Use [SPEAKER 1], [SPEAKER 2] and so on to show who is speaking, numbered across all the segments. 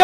[SPEAKER 1] ก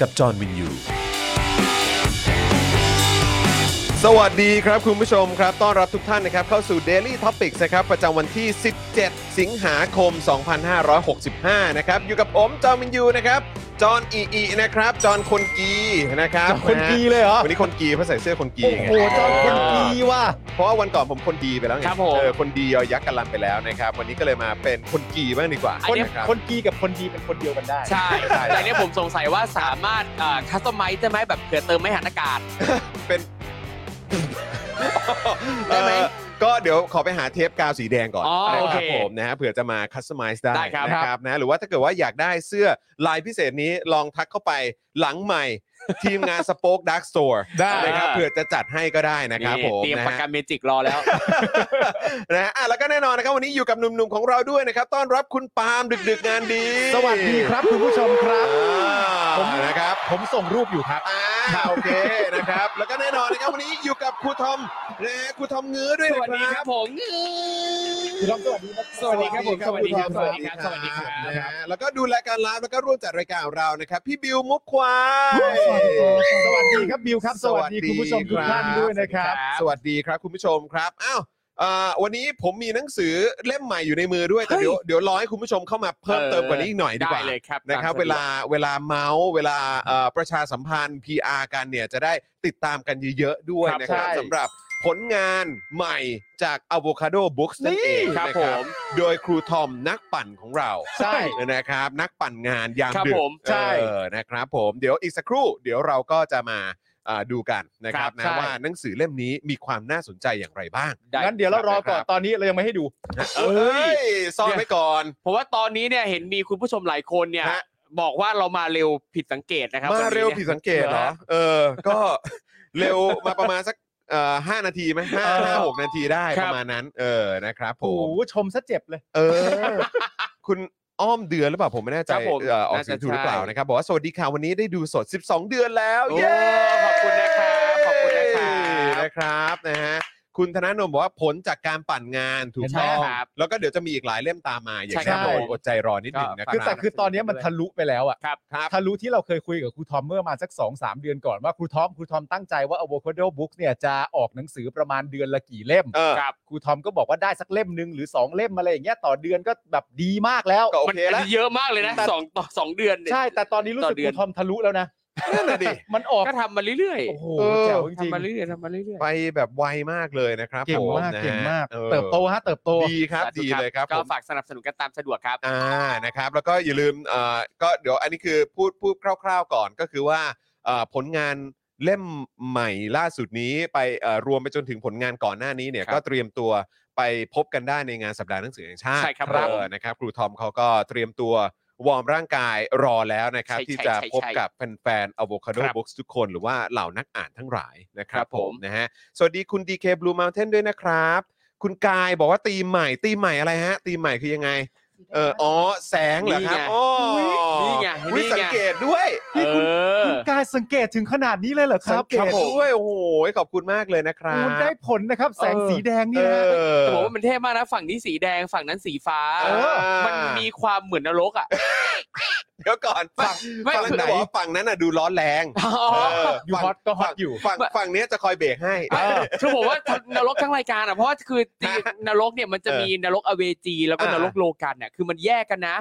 [SPEAKER 2] กับจอห์นวินยู
[SPEAKER 3] สวัสดีครับคุณผู้ชมครับ ต้อนรับทุกท่านนะครับเข้าสู่ Daily Topics นะครับประจำวันที่ 17 สิงหาคม 2565 นะครับ อยู่กับผมจอห์นวินยูนะครับ จอห์นอีอีนะครับ จอห์นคนกีนะครับ
[SPEAKER 4] จอห์นคนกีเลยเหรอ
[SPEAKER 3] วันนี้คนกีเพราะใส่เสื้อคนกี
[SPEAKER 4] โอ้
[SPEAKER 3] ไง
[SPEAKER 4] โหจอห์นคนดีว่ะ
[SPEAKER 3] เพราะว่าวันก่อนผมคนดีไปแล้วไง
[SPEAKER 4] ครับผม
[SPEAKER 3] เออคนดียอยักษ์กันลันไปแล้วนะครับ วันนี้ก็เลยมาเป็นคนกีบ้างดีกว่า
[SPEAKER 5] อันนี้
[SPEAKER 3] ะรับ
[SPEAKER 4] คนกีกับคนดีเป็นคนเดียวกันได้
[SPEAKER 5] ใช่
[SPEAKER 3] ใช่
[SPEAKER 5] แต่เนี้ยผมสงสัยว่าสามารถคัสตอมไมซ์ได้ไหมแบบเผื่อเติมไม่หันอากาศ
[SPEAKER 3] เป็น
[SPEAKER 5] ได้ไหม
[SPEAKER 3] เอ่อก็เดี๋ยวขอไปหาเทปกาวสีแดงก่อน
[SPEAKER 5] อ๋อ
[SPEAKER 3] นะ
[SPEAKER 5] โอ
[SPEAKER 3] ค
[SPEAKER 5] เครับ
[SPEAKER 3] ผมนะฮะเผื่อจะมาคัสตอมไมซ์ได้
[SPEAKER 5] ได้ครับ
[SPEAKER 3] นะครับนะหรือว่าถ้าเกิดว่าอยากได้เสื้อลายพิเศษนี้ลองทักเข้าไปหลังใหม่ ทีมงานสป o อคดักสโตร์
[SPEAKER 4] ได้
[SPEAKER 3] นะครับเผื่อจะจัดให้ก็ได้นะครับ
[SPEAKER 5] นี่
[SPEAKER 3] ผม
[SPEAKER 5] เตรียม
[SPEAKER 3] นะ
[SPEAKER 5] ปาก
[SPEAKER 3] ฮะ
[SPEAKER 5] กาเมจิกรอแล้ว
[SPEAKER 3] นะฮะอ่ะแล้วก็แน่นอนนะครับวันนี้อยู่กับหนุ่มๆของเราด้วยนะครับ ต้อนรับคุณปาล์มดึกๆงานดี
[SPEAKER 4] สวัสดีครับคุณผู้ชมครับ ผม
[SPEAKER 3] อ่านะครับ
[SPEAKER 4] ผมส่งรูปอยู่ครับ
[SPEAKER 3] อ่าโอเคนะครับ แล้วก็แน่นอนนะครับวันนี้อยู่กับครูทอมนะครูทอมเงื้อด้วย
[SPEAKER 5] สวัส
[SPEAKER 3] นะ
[SPEAKER 5] ดี
[SPEAKER 3] ค
[SPEAKER 5] ค
[SPEAKER 3] รั
[SPEAKER 5] รั
[SPEAKER 3] บบ
[SPEAKER 5] ผม
[SPEAKER 4] สวัสดีครับ
[SPEAKER 5] สวัสดีครับผมสวัสดีครับ
[SPEAKER 3] ส
[SPEAKER 5] ส
[SPEAKER 3] วั
[SPEAKER 5] วั
[SPEAKER 3] ส
[SPEAKER 5] ส
[SPEAKER 3] ดี
[SPEAKER 5] ดี
[SPEAKER 3] ค
[SPEAKER 5] ค
[SPEAKER 3] รั
[SPEAKER 5] รั
[SPEAKER 3] บบ สวัสดีครับบ
[SPEAKER 5] สวัสดีครั
[SPEAKER 3] นะฮะแล้วก็ดูรายการไลฟ์แล้วก็ร่วมจัดรายการของเรานะครับ พี่บิวมุกควาย
[SPEAKER 4] สวัสดีครับบิวครับ สวัสดีคุณผู้ชมทุกท่านด้วยนะครับ
[SPEAKER 3] สวัสดีครับคุณผู้ชมครับ อ้าวเอ่อวันนี้ผมมีหนังสือเล่มใหม่อยู่ในมือด้วย แต่เดี๋ยวเดี๋ยวรอให้คุณผู้ชมเข้ามาเพิ่มเติมกว่านี้อีกหน่อยดีก
[SPEAKER 5] ได้
[SPEAKER 3] ว่า
[SPEAKER 5] เลยครับ
[SPEAKER 3] นะครับ
[SPEAKER 5] ตมส
[SPEAKER 3] เวลาเวลาเมาส์เวลาเอ่อประชาสัมพันธ์ PR กันเนี่ยจะได้ติดตามกันเยอะๆด้วย
[SPEAKER 4] ครับ
[SPEAKER 3] นะครับ
[SPEAKER 4] ใช่
[SPEAKER 3] สำหรับผลงานใหม่จาก Avocado Books นั่นเอง
[SPEAKER 5] ะดวกครับ
[SPEAKER 3] นะ
[SPEAKER 5] ผม
[SPEAKER 3] โดยครูทอมนักปั่นของเรา
[SPEAKER 4] ใช่
[SPEAKER 3] นะครับ นักปั่นงานยาม
[SPEAKER 5] ครับ
[SPEAKER 3] ดึก
[SPEAKER 5] ผม
[SPEAKER 4] ใช่
[SPEAKER 3] เออนะครับผมเดี๋ยวอีกสักครู่ เดี๋ยวเราก็จะมาเอ่อดูกันนะครั
[SPEAKER 4] ครั
[SPEAKER 3] บ
[SPEAKER 4] บ
[SPEAKER 3] นะ
[SPEAKER 4] ใช่
[SPEAKER 3] ว่าหนังสือเล่มนี้มีความน่าสนใจอย่างไรบ้าง
[SPEAKER 5] ได้
[SPEAKER 4] งั้นเดี๋ยวเรารอก่อน ตอนนี้เรายังไม่ให้ดู
[SPEAKER 3] เอ้ยซ่อนไว้ก่อน
[SPEAKER 5] ผมว่าตอนนี้เนี่ยเห็นมีคุณผู้ชมหลายคนเนี่ย
[SPEAKER 3] ฮะ
[SPEAKER 5] บอกว่าเรามาเร็วผิดสังเกตนะครับ
[SPEAKER 3] มาเร็ว
[SPEAKER 5] วัน
[SPEAKER 3] ผิ
[SPEAKER 5] นี้
[SPEAKER 3] ด
[SPEAKER 5] นี่ย
[SPEAKER 3] สังเกตเหรอ
[SPEAKER 5] ฮะ
[SPEAKER 3] เออ ก็ เร็วมาประมาณสักเอ่อห้านาทีไหมห้า
[SPEAKER 4] เออ
[SPEAKER 3] ห้าหกนาทีได้
[SPEAKER 5] ค
[SPEAKER 3] ป
[SPEAKER 5] รับ
[SPEAKER 3] ระมาณนั้น เออนะครับผ
[SPEAKER 4] โอ้
[SPEAKER 3] ม
[SPEAKER 4] โหชมซะเจ็บเลย
[SPEAKER 3] เออ คุณอ้อมเดือนหรือเปล่าผมไม่แน่ใจ
[SPEAKER 5] ครับผม
[SPEAKER 3] เอ่อออกเสียง
[SPEAKER 5] น่าจะ
[SPEAKER 3] ถูกหรือเปล่า
[SPEAKER 5] ใช่
[SPEAKER 3] นะครับบอกว่าสวัสดีค่ะวันนี้ได้ดูสด 12 เดือนแล้ว
[SPEAKER 5] โอ้
[SPEAKER 3] เย้
[SPEAKER 5] ขอบคุณนะครับขอบคุณนะครับ
[SPEAKER 3] นะครับนะฮะคุณธนาโนมบอกว่าผลจากการปั่นงานถูก
[SPEAKER 4] ใช่
[SPEAKER 3] ต้อง
[SPEAKER 5] ครับ
[SPEAKER 3] แล้วก็เดี๋ยวจะมีอีกหลายเล่มตามมาอย่าง
[SPEAKER 5] ใช่
[SPEAKER 3] แน่นอน
[SPEAKER 4] ครับ
[SPEAKER 3] อดใจรอนิดหนึ่งนะค
[SPEAKER 4] คือ
[SPEAKER 3] รั
[SPEAKER 4] แต่
[SPEAKER 3] บ
[SPEAKER 4] คือตอนนี้มันทะลุไปแล้วอะ
[SPEAKER 5] ครับ
[SPEAKER 3] ครับ
[SPEAKER 4] ทะลุที่เราเคยคุยกับครูทอมเมื่อมาสัก2อสเดือนก่อนว่าครูทอมครูทอมตั้งใจว่า Avocado Books เนี่ยจะออกหนังสือประมาณเดือนละกี่เล่ม
[SPEAKER 3] เออ
[SPEAKER 5] ครับ
[SPEAKER 4] ครูทอมก็บอกว่าได้สักเล่มหนึ่งหรือ 2 เล่มอะไรอย่างเงี้ยต่อเดือนก็แบบดีมากแล้ว
[SPEAKER 3] ก็โอ
[SPEAKER 5] มัน
[SPEAKER 3] เคแล้ว
[SPEAKER 5] เยอะมากเลยนะสองต่อสองเดือนเนี่ย
[SPEAKER 4] ใช่ แต่ตอนนี้รู้สึ
[SPEAKER 5] ต่
[SPEAKER 4] ก
[SPEAKER 5] อเดื
[SPEAKER 4] ค
[SPEAKER 5] อน
[SPEAKER 4] รูทอมทะลุแล้วนะ
[SPEAKER 3] นั่นน่ะดิ
[SPEAKER 4] มันออก
[SPEAKER 5] ก็ทำมาเรื่อย
[SPEAKER 4] โอ้โห
[SPEAKER 3] เออ
[SPEAKER 4] แจ๋วจริ
[SPEAKER 5] ทำ
[SPEAKER 4] ง
[SPEAKER 5] มาเรื่อยๆทำมาเรื่อย
[SPEAKER 3] ไปแบบไวมากเลยนะครับ
[SPEAKER 4] ๆเก่
[SPEAKER 3] ผ
[SPEAKER 4] ง
[SPEAKER 3] ม
[SPEAKER 4] มาก
[SPEAKER 3] นะฮะ
[SPEAKER 4] เก่งมาก
[SPEAKER 3] ออ
[SPEAKER 4] เติบโตฮะเติบโต
[SPEAKER 3] ดีครับ
[SPEAKER 5] สาธุ
[SPEAKER 3] ดีเลยครับ
[SPEAKER 5] ก็
[SPEAKER 3] ผม
[SPEAKER 5] ฝากสนับสนุนกันตามสะดวกครับ
[SPEAKER 3] อ่านะครับ แล้วก็อย่าลืมเอ่อก็เดี๋ยวอันนี้คือพูดพูดคร่าว ๆก่อนก็คือว่าเอ่อผลงานเล่มใหม่ล่าสุดนี้ไปเอ่อรวมไปจนถึงผลงานก่อนหน้านี้เนี่ย
[SPEAKER 5] ครับ
[SPEAKER 3] ก็เตรียมตัวไปพบกันได้ในงานสัปดาห์หนังสือแห่งชาติ
[SPEAKER 5] ใช่ครับ
[SPEAKER 3] เออนะครับครูทอมเขาก็เตรียมตัววอร์มร่างกายรอแล้วนะครับ
[SPEAKER 5] ใช่
[SPEAKER 3] ที่
[SPEAKER 5] ใช่
[SPEAKER 3] จะ
[SPEAKER 5] ใช่
[SPEAKER 3] พบกับแฟนๆ Avocado
[SPEAKER 5] ครับ
[SPEAKER 3] Books ทุกคนหรือว่าเหล่านักอ่านทั้งหลายนะครั
[SPEAKER 5] ครับ บ
[SPEAKER 3] ผ
[SPEAKER 5] ผม ม
[SPEAKER 3] นะฮะสวัสดีคุณ DK Blue Mountain ด้วยนะครับ คุณกายบอกว่าตีมใหม่ตีมใหม่อะไรฮะ ตีมใหม่คือยังไง เอออ๋อแสงเหรอครับ
[SPEAKER 5] นี่ไง
[SPEAKER 3] อ๋อ
[SPEAKER 5] นี่ไงนี่ไง
[SPEAKER 3] อุ๊ยสังเกตด้วย
[SPEAKER 4] นี่
[SPEAKER 5] เอ
[SPEAKER 4] คุณ
[SPEAKER 5] อ
[SPEAKER 4] คุณกายสังเกตถึงขนาดนี้เลยเหรอค
[SPEAKER 3] สั
[SPEAKER 4] รับ
[SPEAKER 3] งเกตด้วยโอ้โหขอบคุณมากเลยนะครับ
[SPEAKER 4] คุณได้ผลนะครับ แสงสีแดง
[SPEAKER 3] เอ
[SPEAKER 4] เนี่ยนะ
[SPEAKER 3] อ
[SPEAKER 5] แต่ผมว่ามันเท่มากนะฝั่งนี้สีแดงฝั่งนั้นสีฟ้า
[SPEAKER 3] เออ
[SPEAKER 5] มันมีความเหมือนนรกอ่ะ
[SPEAKER 3] เดี๋ยวก่อนฝั่ง
[SPEAKER 5] ไม่
[SPEAKER 3] ฝั่ง
[SPEAKER 5] คือ
[SPEAKER 3] นั้นบอกว่าฝั่งนั้นน่ะดูร้อนแรง
[SPEAKER 5] อ๋อ
[SPEAKER 3] เ
[SPEAKER 4] อยู่ฮอตก็ฮอตอยู่
[SPEAKER 3] ฝั่งฝั่งฝั่งเนี้ยจะคอยเบรกให้
[SPEAKER 5] คือผมว่านรกทั้งรายการอ่ะเพราะว่าคือจริงนรกเนี่ยมันจะมีนรกอเวจีแล้วก็
[SPEAKER 3] อ่าน
[SPEAKER 5] รกโลกันเนี่ยคือมันแยกกันนะ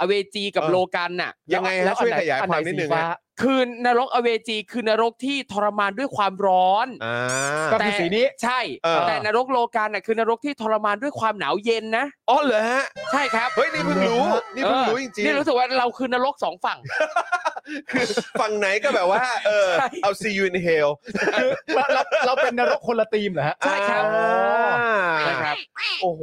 [SPEAKER 5] อเวจีกับ
[SPEAKER 3] เออ
[SPEAKER 5] โลกันน่ะ
[SPEAKER 3] ยังไงฮะ
[SPEAKER 4] แล้วอัน
[SPEAKER 3] ช่วย
[SPEAKER 4] ไหน
[SPEAKER 3] ขยาย
[SPEAKER 4] อัน
[SPEAKER 3] ค
[SPEAKER 4] ไหน
[SPEAKER 3] วามนิดนึง
[SPEAKER 4] สีฟ้า
[SPEAKER 3] ฮะ
[SPEAKER 5] คือนรกอเวจีคือนรกที่ทรมานด้วยความร้อน
[SPEAKER 3] อ่า
[SPEAKER 4] ก็คือสีนี้
[SPEAKER 5] ใช่
[SPEAKER 3] เออ
[SPEAKER 5] แต่นรกโลกาน่ะคือนรกที่ทรมานด้วยความหนาวเย็นนะ
[SPEAKER 3] อ๋อเหรอฮะ
[SPEAKER 5] ใช่ครับ
[SPEAKER 3] เฮ้ย นี่เพิ่งรู้ นี่เพิ่งรู้จริง
[SPEAKER 5] นี่รู้สึกว่าเราคือนรกสองฝั่ง
[SPEAKER 3] ๆ คือฝั่งไหนก็แบบว่า เออ
[SPEAKER 5] ใช่
[SPEAKER 3] เอา see you in hell
[SPEAKER 4] คือเราเราเราเป็นนรกคนละทีมเหรอฮะ
[SPEAKER 5] ใช่ครับ
[SPEAKER 3] อ่า
[SPEAKER 5] ใช่ครับ
[SPEAKER 3] โอ้โห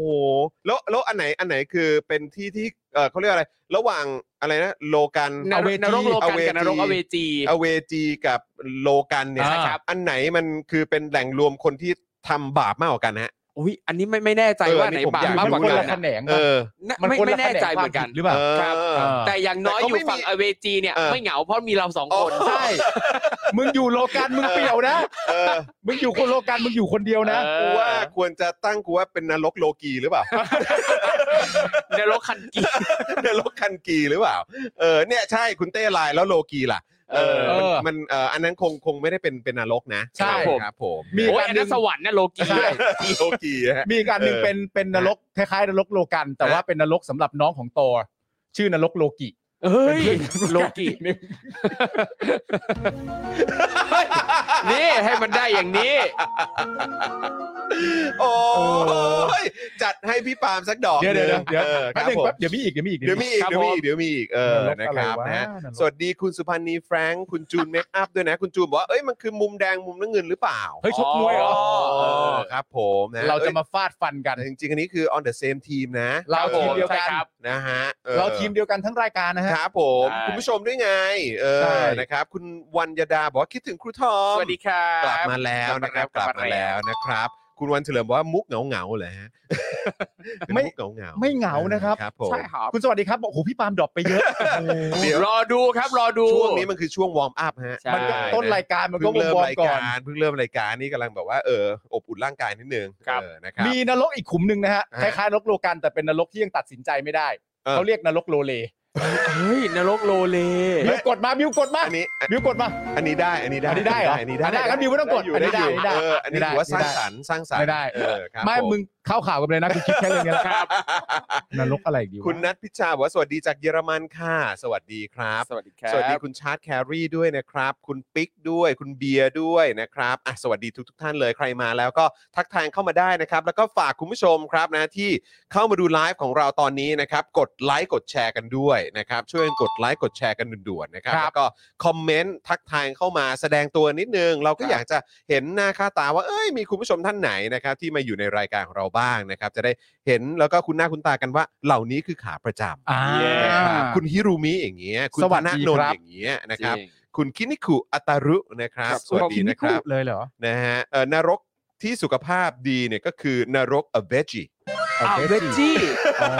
[SPEAKER 3] แล้วแล้วอันไหน อันไหนคือเป็นที่ที่ เออเขาเรียกอะไร ระหว่างอะไรนะ โลกัน
[SPEAKER 5] นรกนรกโลกากับนรกอเวจี
[SPEAKER 3] อเวจีกับโลกันเนี่ย
[SPEAKER 4] ใช่ครับ
[SPEAKER 3] อันไหนมันคือเป็นแหล่งรวมคนที่ทำบาปมากกว่ากันฮะ
[SPEAKER 5] อุ้ยอันนี้ไม่ไม่แน่ใจ
[SPEAKER 3] เออ
[SPEAKER 5] ว่า
[SPEAKER 3] อันนี้
[SPEAKER 5] ไหน
[SPEAKER 3] ผม
[SPEAKER 5] บาป
[SPEAKER 3] อยาก
[SPEAKER 5] มาก
[SPEAKER 4] คือ
[SPEAKER 5] กว่า
[SPEAKER 4] คน
[SPEAKER 5] กั
[SPEAKER 4] ละ
[SPEAKER 5] น
[SPEAKER 4] แข
[SPEAKER 5] อะ
[SPEAKER 4] นง
[SPEAKER 3] เออ
[SPEAKER 5] นะ
[SPEAKER 4] มัน
[SPEAKER 5] ไม่
[SPEAKER 4] คนละ
[SPEAKER 5] ไม่
[SPEAKER 4] แข
[SPEAKER 5] แน่
[SPEAKER 4] นง
[SPEAKER 5] ใจ
[SPEAKER 4] ค
[SPEAKER 5] เห
[SPEAKER 4] วาม
[SPEAKER 5] มือน
[SPEAKER 4] ผิ
[SPEAKER 5] กั
[SPEAKER 4] ด
[SPEAKER 5] น
[SPEAKER 4] หรือเปล่า
[SPEAKER 3] เออ
[SPEAKER 5] แต่อย่างน้อย
[SPEAKER 3] แต่
[SPEAKER 5] อ
[SPEAKER 3] เขา
[SPEAKER 5] ยู่
[SPEAKER 3] ไม่
[SPEAKER 5] ฝั่ง
[SPEAKER 3] มี
[SPEAKER 5] อเวจีเนี่ย
[SPEAKER 3] เออ
[SPEAKER 5] ไม่เหงาเพราะมีเราสองคน
[SPEAKER 4] ใช่ มึงอยู่โลกันมึงเปลี่ยวนะ
[SPEAKER 3] เออ
[SPEAKER 4] มึงอยู่คนโลกันมึงอยู่คนเดียวนะ
[SPEAKER 5] เออ
[SPEAKER 3] กูว่าควรจะตั้งกูว่าเป็นนรกโลกีหรือเปล่า
[SPEAKER 5] นรกคันกี
[SPEAKER 3] นรกคันกีหรือเปล่า เออเนี่ยใช่คุณเต้ไลน์แล้วโลกีล่ะ เออ
[SPEAKER 4] เออ
[SPEAKER 3] มันมันเอออันนั้นคงคงไม่ได้เป็นเป็นนรกนะ
[SPEAKER 4] ใช่
[SPEAKER 3] ครับผม
[SPEAKER 4] มี
[SPEAKER 5] โอ้ย
[SPEAKER 4] การ
[SPEAKER 5] อัน
[SPEAKER 4] หนึ
[SPEAKER 5] นั้น
[SPEAKER 4] ง
[SPEAKER 5] สวรรค์นะโลกี
[SPEAKER 3] โลกีฮะ
[SPEAKER 4] มีการหนึ่ง
[SPEAKER 3] เออ
[SPEAKER 4] เป็นเป็นนรกคล้ายๆนรกโลกัน แต่ว่าเป็นนรกสำหรับน้องของตอร์ชื่อนรกโลกิ
[SPEAKER 5] เฮ้ยโลกี
[SPEAKER 4] นี่
[SPEAKER 5] นี่ให้มันได้อย่างนี้
[SPEAKER 3] โอ้ยจัดให้พี่ปาล์มสักดอก
[SPEAKER 4] เดี๋ยวเดี๋ยวเดี๋ยว
[SPEAKER 3] ออค
[SPEAKER 4] แป๊บห
[SPEAKER 3] รับ
[SPEAKER 4] นึ่ง
[SPEAKER 3] ผม
[SPEAKER 4] แป๊บเดี๋ยวมีอีกเดี๋ยวมีอีก
[SPEAKER 3] เดี๋ยวมีอีก
[SPEAKER 5] ครับ
[SPEAKER 3] เดี๋ยวมีอี
[SPEAKER 5] ผ
[SPEAKER 3] ก
[SPEAKER 5] ม
[SPEAKER 3] เดี๋ยวมีอีกเออน
[SPEAKER 4] รกอะ
[SPEAKER 3] นะค
[SPEAKER 4] ไร
[SPEAKER 3] รับ
[SPEAKER 4] วะ
[SPEAKER 3] นะ
[SPEAKER 4] นรก
[SPEAKER 3] สวัสดีคุณสุพันธ์นีแฟรงค์คุณจูนเมคอัพด้วยนะ คุณจูนบอกว่าเอ้ยมันคือมุมแดงมุมน้ำเงินหรือเปล่า
[SPEAKER 4] เฮ้ยชกมวยเหรอ
[SPEAKER 3] อ๋อครับผมนะ
[SPEAKER 4] เราจะ
[SPEAKER 3] เอ้ย
[SPEAKER 4] มาฟาดฟันกัน
[SPEAKER 3] แต่จริงๆอันนี้คือ on the same team นะ
[SPEAKER 4] เรา
[SPEAKER 3] ครับผ
[SPEAKER 4] ทีม
[SPEAKER 3] ม
[SPEAKER 4] เดียวกัน
[SPEAKER 5] ใช่ครับ
[SPEAKER 3] นะฮะออ
[SPEAKER 4] เราทีมเดียวกันทั้งรายการนะฮะ
[SPEAKER 3] ครับผม
[SPEAKER 5] ใช่
[SPEAKER 3] คุณผู้ชมด้วยไงเอ
[SPEAKER 4] ใช่
[SPEAKER 3] อนะครับ คุณวันยดาบอกว่าคิดถึงครูทอ
[SPEAKER 5] ส
[SPEAKER 3] ม
[SPEAKER 5] วัสดีครั
[SPEAKER 3] กลับบ มาแล้วนะครับก
[SPEAKER 5] กลั
[SPEAKER 3] ลับบ มา
[SPEAKER 5] มาแล้
[SPEAKER 3] แล้ว วนะครับ คุณวันเฉลิมบอกว่ามุกเหงาเงาๆเหรอฮะเป็น
[SPEAKER 4] ไม่
[SPEAKER 3] มุกเหงาเงาๆ
[SPEAKER 4] ไม่เหงานะครับ
[SPEAKER 3] ครับผม
[SPEAKER 5] ใช่ครับ
[SPEAKER 4] คุณสวัสดีครับบอกโอ้โหพี่ปาล์มดรอปไปเยอะ
[SPEAKER 3] เดี๋ยว
[SPEAKER 5] รอดูครับรอดู
[SPEAKER 3] ช่วงนี้มันคือช่วงวอร์มอัพฮะ
[SPEAKER 5] ใช่
[SPEAKER 4] มันก็ต้นรายการมันก็วง
[SPEAKER 3] เพิ่งเริ่ม
[SPEAKER 4] บอล
[SPEAKER 3] ราย
[SPEAKER 4] ก่อก
[SPEAKER 3] าน รเพิ่งเริ่มรายการนี่กำลังแบบว่าเอออบอุ่นร่างกายนิดนึง
[SPEAKER 5] ครับ
[SPEAKER 3] เออนะครับ
[SPEAKER 4] มีนรกอีกขุมหนึ่งนะฮะค
[SPEAKER 3] ฮะ
[SPEAKER 4] ล้ายๆนรกโลกันแต่เป็นนรกที่ยังตัดสินใจไม่ได้
[SPEAKER 3] เออ
[SPEAKER 4] เขาเรียกนรกโลเล
[SPEAKER 5] เฮ้ยนรกโลเล
[SPEAKER 4] บิวกดมาบิวกดมา
[SPEAKER 3] อันนี้อัน
[SPEAKER 4] บิวกดมา
[SPEAKER 3] อันนี้ได้อันนี้ได้
[SPEAKER 4] อันนี้ได้เหรออั
[SPEAKER 3] นนี้ได้
[SPEAKER 4] อันนี้ได้งั้นดิวไม่ต้องกด
[SPEAKER 3] ยู่
[SPEAKER 4] อันนี้ได้
[SPEAKER 3] ยู่
[SPEAKER 4] อันนี้ได้
[SPEAKER 3] เอออันนี้
[SPEAKER 4] ไม่ได้
[SPEAKER 3] ถือว่าสร้างสรรค์สร้างสรรค์
[SPEAKER 4] ไม่ได้
[SPEAKER 3] เออครับ
[SPEAKER 4] ไม่
[SPEAKER 3] ผ
[SPEAKER 4] มึงเข้าข่าวกันเลยนะกูคิดแค่เรื่องนี้แหละ
[SPEAKER 5] ครับ
[SPEAKER 4] นรกอะไรอีกดีวะ
[SPEAKER 3] คุณนัทพิชาบอกว่าสวัสดีจากเยอรมันค่ะ สวัสดีครับ
[SPEAKER 5] สวัสดีครับ
[SPEAKER 3] สวัสดีคุณชาร์ตแครีด้วยนะครับ คุณปิ๊กด้วยคุณเบียร์ด้วยนะครับอ่ะสวัสดีทุกทท่านเลยใครมาแล้วก็ทักทายเข้ามาได้นะครับ แล้วก็ฝากคุณผู้ชมครับนะที่เข้ามาดูไลฟ์ของเราตอนนี้นะครับ กดไลค์กดแชร์กันด้วยนะครับ ช่วยกันกดไลค์กดแชร์กันด่วนๆนะครับ
[SPEAKER 4] ครับ
[SPEAKER 3] แล้วก็คอมเมนต์ทักทายเข้ามาแสดงตัวนิดนึง เราก็อยากจะเห็นหน้าค่าตาว่าเอ้ยมีคุณผู้ชมท่านไหนนะครับ ที่มาอยู่ในรายการของเราบ้างนะครับ จะได้เห็นแล้วก็คุณหน้าคุณตากันว่าเหล่านี้คือขาประจำ
[SPEAKER 4] อ่า
[SPEAKER 3] ครับคุณฮิรุมิอย่างเงี้ยคุณ
[SPEAKER 4] ส
[SPEAKER 3] ธ
[SPEAKER 4] วัส
[SPEAKER 3] นา
[SPEAKER 4] ดี
[SPEAKER 3] โนน
[SPEAKER 4] ครับ
[SPEAKER 3] อย่างเงี้ยนะครับคุณคินิคุอัตารุนะครับ สวัสดี
[SPEAKER 4] คิ
[SPEAKER 3] นะ
[SPEAKER 4] นิ
[SPEAKER 3] ค
[SPEAKER 4] คุ
[SPEAKER 3] รับ
[SPEAKER 4] เลยเหรอ
[SPEAKER 3] นะฮะเอ่อนรกที่สุขภาพดีเนี่ยก็คือนรกอเวจิ
[SPEAKER 5] อ้าวเวจจี้
[SPEAKER 4] อ๋อ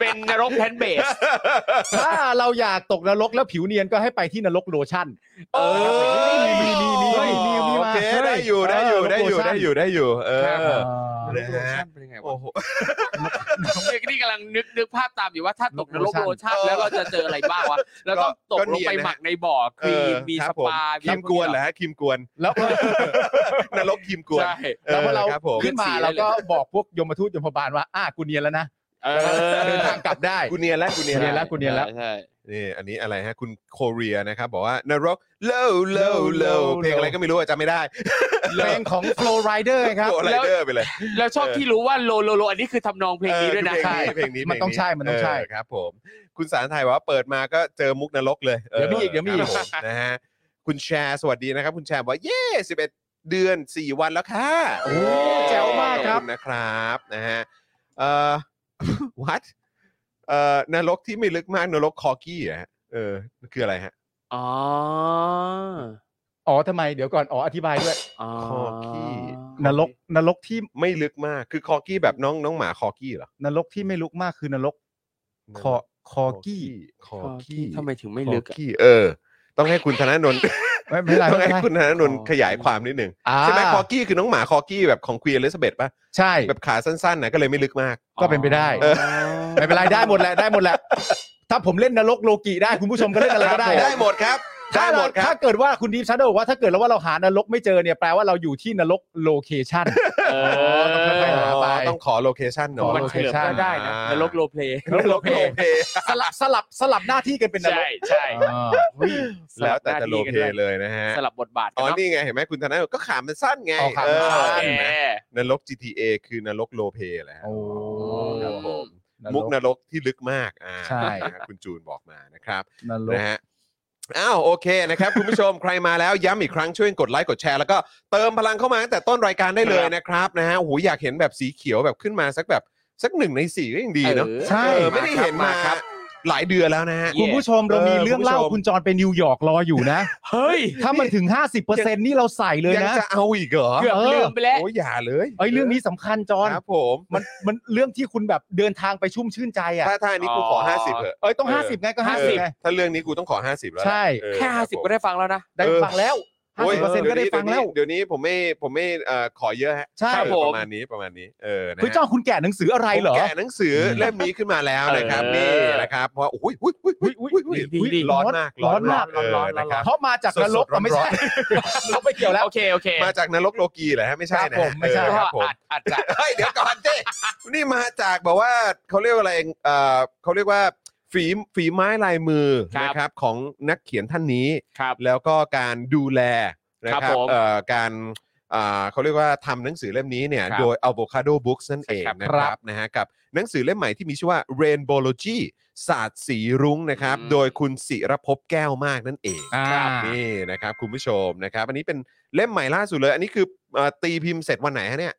[SPEAKER 5] เป็นนรกแพนเบส
[SPEAKER 4] ถ้าเราอยากตกนรกแล้วผิวเนียนก็ให้ไปที่นรกโลชั่น
[SPEAKER 5] เออ
[SPEAKER 4] มีมีมีมีมีมี
[SPEAKER 3] โอ
[SPEAKER 4] มา
[SPEAKER 3] เคได้อยู่ได้อยู่
[SPEAKER 4] เออ
[SPEAKER 3] ได้อยู่
[SPEAKER 4] โลชั่น
[SPEAKER 3] ได้อยู่ได้อยู่ เอ
[SPEAKER 5] ครับ
[SPEAKER 3] อ
[SPEAKER 4] อ่า
[SPEAKER 3] นะฮะ
[SPEAKER 5] เป็นยังไงวะ
[SPEAKER 3] โอ้โห
[SPEAKER 5] เนี่ยนี่กำลังนึกนึกภาพตามอยู่ว่าถ้าตกนรก
[SPEAKER 4] โลชั่น
[SPEAKER 5] โลชั่นแล้วเราจะเจออะไรบ้างวะเราต้องตกลงไปหมักในบ่อครีมมี
[SPEAKER 3] ค
[SPEAKER 5] ส
[SPEAKER 3] รับผ
[SPEAKER 5] ปา
[SPEAKER 3] ครีมกวนเหรอฮะครีมก วน
[SPEAKER 4] แล้ว
[SPEAKER 3] นรกครีมกวน
[SPEAKER 5] ใช่
[SPEAKER 4] แล้วพอเรา
[SPEAKER 3] ครับผม
[SPEAKER 4] ขึ้นมา
[SPEAKER 5] ขึ้นสีได้เลย
[SPEAKER 4] เราก็บอกพวกยมทูตยมบาลว่าอ่ากูเนียนแล้วนะ
[SPEAKER 5] เอ
[SPEAKER 4] เดิน
[SPEAKER 5] อ
[SPEAKER 4] ทางกลับได้
[SPEAKER 3] กูเนียนแล้วกูเนียน
[SPEAKER 4] เนียน
[SPEAKER 3] แล้ว
[SPEAKER 4] แล้วกูเนียนแล้ว
[SPEAKER 5] ใช่
[SPEAKER 3] นี่อันนี้อะไรฮะคุณโคเรียนะครับบอกว่านรกโลโลโลเพลงอะไรก็ไม่รู้อะจำไม่ได้
[SPEAKER 4] เพลงของ Flow Rider ครับ
[SPEAKER 3] โกไรเดอร์ไปเลย
[SPEAKER 5] แล้วชอบที่รู้ว่าโลโลโล อันนี้คือทำนองเพลงนี้ด้วยนะ
[SPEAKER 3] เออเพลงนี้เพลงนี้
[SPEAKER 4] มันต้องใช่มันต้องใช่
[SPEAKER 3] เครับผม คุณสารไทยบอกว่าเปิดมาก็เจอมุกนรกเลย
[SPEAKER 4] เดี๋ยวมีอีกเดี๋ยวมีอีก
[SPEAKER 3] ครับผนะฮะคุณแชร์สวัสดีนะครับ คุณแชร์บอกว่าเย่11 เดือน 4 วันแล้วค่ะ
[SPEAKER 4] โอ้แจ๋วมากครับ
[SPEAKER 3] ขอณนะครับนะฮะเอ่ อ what เอ่อนรกที่ไม่ลึกมากนรกคอกี้อะฮะเออคืออะไรฮะ
[SPEAKER 5] อ๋อ
[SPEAKER 4] อ๋อทำไมเดี๋ยวก่อนอ๋ออธิบายด้วย
[SPEAKER 5] อ๋อ
[SPEAKER 3] คอขี้
[SPEAKER 4] นรกนรกที่
[SPEAKER 3] ไม่ลึกมากคือคอกี้แบบน้องน้องหมาคอกี้เหรอน
[SPEAKER 4] รกที่ไม่ลุกมากคือนรกคอคอกี้
[SPEAKER 3] คอกี้
[SPEAKER 5] ทำไมถึงไม่ลึก
[SPEAKER 3] คอ
[SPEAKER 5] อะ
[SPEAKER 3] กี้เออ ต้องให้คุณธนาโนน
[SPEAKER 4] ไม่ไม่เป็นไร
[SPEAKER 3] ต้
[SPEAKER 4] ไม่เป็
[SPEAKER 3] อง
[SPEAKER 4] นไร
[SPEAKER 3] ให้คุณธนาโนน
[SPEAKER 5] อ๋อ
[SPEAKER 3] ขยายความนิดหนึ่ง
[SPEAKER 4] อ่า
[SPEAKER 3] ใช่ไหมคอกี้คือน้องหมาคอกี้แบบของควีนอลิซาเบธป่ะ
[SPEAKER 4] ใช่
[SPEAKER 3] แบบขาสั้นๆนะก็เลยไม่ลึกมาก
[SPEAKER 4] ก็เป็นไปได้
[SPEAKER 3] เออ
[SPEAKER 4] ไม่เป็นไรได้หมดแหละได้หมดแหละ ถ้าผมเล่นนรกโลกิได้คุณผู้ชมก็เล่นอะไรก็ได้
[SPEAKER 3] ได้หมดครับ ได้
[SPEAKER 4] ถ้า
[SPEAKER 3] หม
[SPEAKER 4] เรา
[SPEAKER 3] ดครั
[SPEAKER 4] ถ้า
[SPEAKER 3] บ
[SPEAKER 4] เกิดว่าคุณดีฟชัดบอกว่าถ้าเกิดแล้วว่าเราหานรกไม่เจอเนี่ยแปลว่าเราอยู่ที่นรกโลเคชั่น
[SPEAKER 5] เอ
[SPEAKER 4] อต้องค่อยๆหา ไป
[SPEAKER 3] ต้องขอโลเคชันหน่อย
[SPEAKER 5] มันเฉลิมก็ได้นะ
[SPEAKER 3] อ่าน
[SPEAKER 5] นรกโรลเพลย์
[SPEAKER 4] นรกโลเคสลับสลับสลับหน้าที่กันเป็นนร
[SPEAKER 5] ใช่
[SPEAKER 4] ก
[SPEAKER 5] ใช่
[SPEAKER 4] อ่า
[SPEAKER 5] โห
[SPEAKER 3] แล้วแต่จะโลเพเลยนะฮะ
[SPEAKER 5] สลับบทบาทกั
[SPEAKER 3] อ๋
[SPEAKER 5] น
[SPEAKER 3] อ
[SPEAKER 5] เนาะ
[SPEAKER 3] นี่ไง เห็นไหมคุณธนาก็ขามันสั้นไง
[SPEAKER 4] อ๋อขามันสั้น
[SPEAKER 3] เออ
[SPEAKER 5] โอ
[SPEAKER 3] เห็ไหม
[SPEAKER 5] เค
[SPEAKER 3] นรก GTA คือนรกโลเพแหละฮะ
[SPEAKER 4] โอ้
[SPEAKER 3] ครับผม
[SPEAKER 4] มุ
[SPEAKER 3] มุ
[SPEAKER 4] ก
[SPEAKER 3] ก
[SPEAKER 4] น
[SPEAKER 3] น
[SPEAKER 4] รก
[SPEAKER 3] รกที่ลึกมากอ่า
[SPEAKER 4] ใช่
[SPEAKER 3] นะฮะคุณจูนบอกมานะครับ
[SPEAKER 4] นรก
[SPEAKER 3] นะฮะ อ้าว โอเคนะครับ คุณผู้ชม ใครมาแล้วย้ำอีกครั้งช่วยกดไลค์กดแชร์ แล้วก็เติมพลังเข้ามาตั้งแต่ต้นรายการได้เลยนะครับนะฮะโอ้โหอยากเห็นแบบสีเขียวแบบขึ้นมาสักแบบสักหนึ่งในสี่ก็ยังดีเนาะ
[SPEAKER 5] เออ
[SPEAKER 4] ใช่
[SPEAKER 3] เออไม่ได้เห็นมา
[SPEAKER 5] มาครับ
[SPEAKER 3] หลายเดือนแล้วนะฮะ
[SPEAKER 5] เย้
[SPEAKER 4] คุณผู้ชมเรามีเรื่องเล่า
[SPEAKER 3] เออคุณผู้ชม
[SPEAKER 4] คุณจรไปนิวยอร์กรออยู่ นะ
[SPEAKER 5] เฮ้ย
[SPEAKER 4] ถ้ามันถึง 50%นี่เราใส่เลย
[SPEAKER 3] ยัง
[SPEAKER 4] นะ
[SPEAKER 3] จะเอาอีกเหรอ
[SPEAKER 5] เกือบลืมไปแล้ว
[SPEAKER 3] โอ้ยอย่าเลย
[SPEAKER 4] เอ้ยเรื่องนี้สำคัญจอน
[SPEAKER 3] ครับผม
[SPEAKER 4] มันมันเรื่องที่คุณแบบเดินทางไปชุ่มชื่นใจอ่ะ
[SPEAKER 3] ถ้าท่านี้กูขอ
[SPEAKER 5] อ๋อ
[SPEAKER 3] ห้าสิบเถอะ
[SPEAKER 4] เอ้ยต้อง
[SPEAKER 3] เออ
[SPEAKER 4] 50ไงก็
[SPEAKER 3] เออ
[SPEAKER 4] 50ไง
[SPEAKER 3] ถ้าเรื่องนี้กูต้องขอห้าสิบแล้วล่ะ
[SPEAKER 4] ใช่
[SPEAKER 3] เออ
[SPEAKER 5] แค่
[SPEAKER 3] รั
[SPEAKER 5] ห้า
[SPEAKER 3] บ
[SPEAKER 5] สิบ
[SPEAKER 3] ผม
[SPEAKER 5] ก็ได้ฟังแล้วนะ
[SPEAKER 4] ได้
[SPEAKER 3] เออ
[SPEAKER 4] ฟังแล้ว
[SPEAKER 3] โอ้ย
[SPEAKER 4] 50%ก็ได้ฟังแล้ว
[SPEAKER 3] เดี๋ยวนี้เดี๋ยนี้ผมไม่ผมไม่เอ่อขอเยอะฮะ
[SPEAKER 4] ใช่
[SPEAKER 3] เออ
[SPEAKER 5] ครับผม
[SPEAKER 3] ประมาณนี้ประมาณนี้เออนะฮะ
[SPEAKER 4] คุณจอนคุณแก่หนังสืออะไรเหรอ
[SPEAKER 3] ผมแกะหนังสือเล่มนี้ขึ้นมาแล้วนะครับ
[SPEAKER 5] เออ
[SPEAKER 3] นี่นะครับเพราะอุ้ยอุ้ยอุ้ยอุ้ยอุ้ยอุ้ย
[SPEAKER 5] ดีดี
[SPEAKER 3] ร้อนมากร้อนมาก
[SPEAKER 4] ร้อนมาก
[SPEAKER 3] เออนะครับ
[SPEAKER 4] เพราะมาจากนรก
[SPEAKER 3] สดๆร้อนๆ
[SPEAKER 4] ไม่ใช่เราไม่เกี่ยวแล้ว
[SPEAKER 5] โอเคโอเค
[SPEAKER 3] มาจากนรกโลกีเหรอฮะไม่ใช่
[SPEAKER 4] ค
[SPEAKER 3] นะ
[SPEAKER 4] รับผมไม่ใช่
[SPEAKER 3] เออครับผม
[SPEAKER 5] อาจอาจจะ
[SPEAKER 3] เฮ้ยเดี๋ยวก่อนเจ้นี่มาจากแบบว่าเขาเรียกว่าอะไรเอ่อเขาเรียกว่าฝีฝีไม้ลายมือ
[SPEAKER 5] ครับ
[SPEAKER 3] นะครับของนักเขียนท่านนี้
[SPEAKER 5] ครับ
[SPEAKER 3] แล้วก็การดูแลนะค
[SPEAKER 5] ค
[SPEAKER 3] รั
[SPEAKER 5] รั
[SPEAKER 3] บบ
[SPEAKER 5] ผม
[SPEAKER 3] เอ่อการอ่าเขาเรียกว่าทำหนังสือเล่มนี้เนี่ย
[SPEAKER 5] ครับ
[SPEAKER 3] โดย Avocado Books นั่นเอง
[SPEAKER 5] ใช่ค
[SPEAKER 3] นะค
[SPEAKER 5] รับ
[SPEAKER 3] รับนะฮะกับหนังสือเล่มใหม่ที่มีชื่อว่า Rainbowlogy ศาสตร์สีรุ้งนะครับ
[SPEAKER 5] อืม
[SPEAKER 3] โดยคุณศิรภพแก้วมากนั่นเอง
[SPEAKER 4] อ่า
[SPEAKER 3] ครับนี่นะครับคุณผู้ชมนะครับ อันนี้เป็นเล่มใหม่ล่าสุดเลย อันนี้คือเอ่อตีพิมพ์เสร็จวันไหนฮะเนี่ย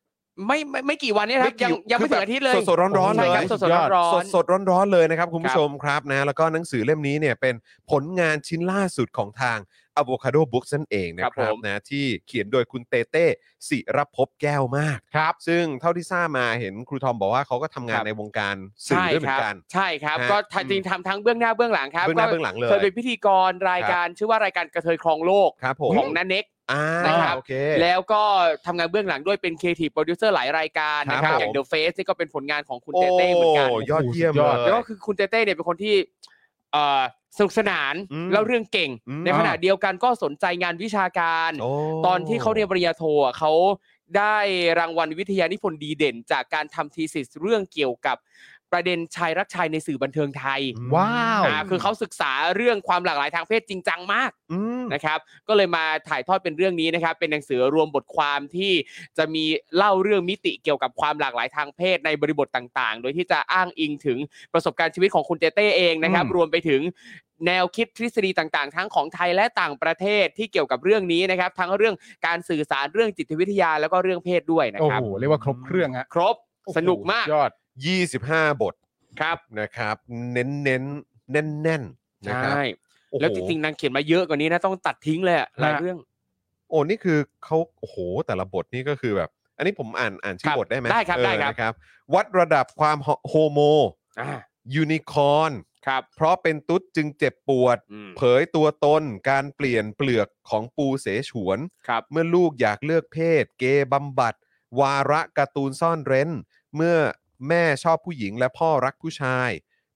[SPEAKER 5] ไม่ไม่ไม่กี่วันเนี้ครับ ยังยังไม่ถึงอาทิตย์เลย
[SPEAKER 3] สดๆร้อนๆเล
[SPEAKER 5] ใช่
[SPEAKER 3] ย
[SPEAKER 5] ครับสดๆร้อนๆ
[SPEAKER 3] สดๆร้อนๆเลยนะครับ คุณ
[SPEAKER 5] ค
[SPEAKER 3] ผู้
[SPEAKER 5] รับ
[SPEAKER 3] ชมครับนะแล้วก็หนังสือเล่มนี้เนี่ยเป็นผลงานชิ้นล่าสุดของทาง Avocado Books นั่นเองนะค
[SPEAKER 5] ค
[SPEAKER 3] รั
[SPEAKER 5] รั
[SPEAKER 3] บบ
[SPEAKER 5] ผม
[SPEAKER 3] นะที่เขียนโดยคุณเตเต้ศิรภพแก้วมากครับ ซึ่งเท่าที่ทราบมาเห็นครูทอมบอกว่าเขาก็ทำงานในวงการสื่อ
[SPEAKER 5] ใช่
[SPEAKER 3] ด้วยเหมื
[SPEAKER 5] ค
[SPEAKER 3] อ
[SPEAKER 5] รับ
[SPEAKER 3] นกัน
[SPEAKER 5] ใช่ครับ
[SPEAKER 3] ฮะ
[SPEAKER 5] ก็ทำจริงๆทำทั้งเบื้องหน้าเบื้องหลังครับ
[SPEAKER 3] เบื้องหน้าเบื้องหลังเลย
[SPEAKER 5] เคยเป็นพิธีกรรายการชื่อว่ารายการกระเทยครองโลก
[SPEAKER 3] ครับผม
[SPEAKER 5] ของนันเน็ก
[SPEAKER 3] อ่า
[SPEAKER 5] นะครับ
[SPEAKER 3] โอเค
[SPEAKER 5] แล้วก็ทำงานเบื้องหลังด้วยเป็นครีเอทีฟโปรดิวเซอร์หลายรายการนะครั
[SPEAKER 3] ครับ บผม
[SPEAKER 5] อย่าง The Face นี่ก็เป็นผลงานของคุณ
[SPEAKER 3] โอ้
[SPEAKER 5] เต้เต้เหมือนกัน
[SPEAKER 3] ยอดเยี่ยม
[SPEAKER 4] สุดยอด
[SPEAKER 3] เล
[SPEAKER 5] แล้ว
[SPEAKER 3] ย
[SPEAKER 5] ก็คือคุณเต้เต้เนี่ยเป็นคนที่เอ่อสนุกสนาน
[SPEAKER 3] อืม
[SPEAKER 5] เล่าเรื่องเก่ง
[SPEAKER 3] อืม
[SPEAKER 5] ในขณะเดียวกันก็สนใจงานวิชาการ
[SPEAKER 3] โ
[SPEAKER 5] ตอนที่เขาเรียนปริญญาโทอะเขาได้รางวัลวิทยานิพนธ์ดีเด่น จากการทำทีสิสเรื่องเกี่ยวกับประเด็นชายรักชายในสื่อบันเทิงไทย
[SPEAKER 3] อืม
[SPEAKER 4] ว้าว
[SPEAKER 5] อ่าคือเขาศึกษาเรื่องความหลากหลายทางเพศจริงจังมาก
[SPEAKER 3] อืม
[SPEAKER 5] นะครับ ก็เลยมาถ่ายทอดเป็นเรื่องนี้นะครับ เป็นหนังสือรวมบทความที่จะมีเล่าเรื่องมิติเกี่ยวกับความหลากหลายทางเพศในบริบทต่างๆ โดยที่จะอ้างอิงถึงประสบการณ์ชีวิตของคุณเจเต้เองนะครับ
[SPEAKER 3] อืม
[SPEAKER 5] รวมไปถึงแนวคิดทฤษฎีต่างๆ ทั้งของไทยและต่างประเทศที่เกี่ยวกับเรื่องนี้นะครับ ทั้งเรื่องการสื่อสารเรื่องจิตวิทยาแล้วก็เรื่องเพศด้วยนะ
[SPEAKER 4] โอ้
[SPEAKER 5] ครับ
[SPEAKER 4] โหเรียกว่าครบเครื่องฮะ
[SPEAKER 5] ครบสนุกมาก
[SPEAKER 4] ยอด
[SPEAKER 3] ยี่สิบห้าบท
[SPEAKER 5] ครับ
[SPEAKER 3] นะครับ เน้นเน้นแน่นแน่นๆนะ
[SPEAKER 5] ใช่
[SPEAKER 3] ครับโอ้โห
[SPEAKER 5] แล้วจริงๆนางเขียนมาเยอะกว่านี้นะต้องตัดทิ้งเลยอะหลายเรื่อง
[SPEAKER 3] โอ้นี่คือเขาโอ้โห แต่ละบทนี่ก็คือแบบ อันนี้ผมอ่านอ่านชื่อ
[SPEAKER 5] ครับบ
[SPEAKER 3] ทได้ไหม
[SPEAKER 5] ได้ครับ
[SPEAKER 3] เออ
[SPEAKER 5] ได้ครับ
[SPEAKER 3] นะครับ วัดระดับความโฮโม
[SPEAKER 5] อ่า
[SPEAKER 3] ยูนิคอร์น
[SPEAKER 5] ครับ
[SPEAKER 3] เพราะเป็นตุ๊ดจึงเจ็บปวด
[SPEAKER 5] อืม
[SPEAKER 3] เผยตัวตน การเปลี่ยนเปลือกของปูเสฉวน
[SPEAKER 5] ครับ
[SPEAKER 3] เมื่อลูกอยากเลือกเพศ เกย์บำบัด วาระการ์ตูนซ่อนเร้น เมื่อแม่ชอบผู้หญิงและพ่อรักผู้ชาย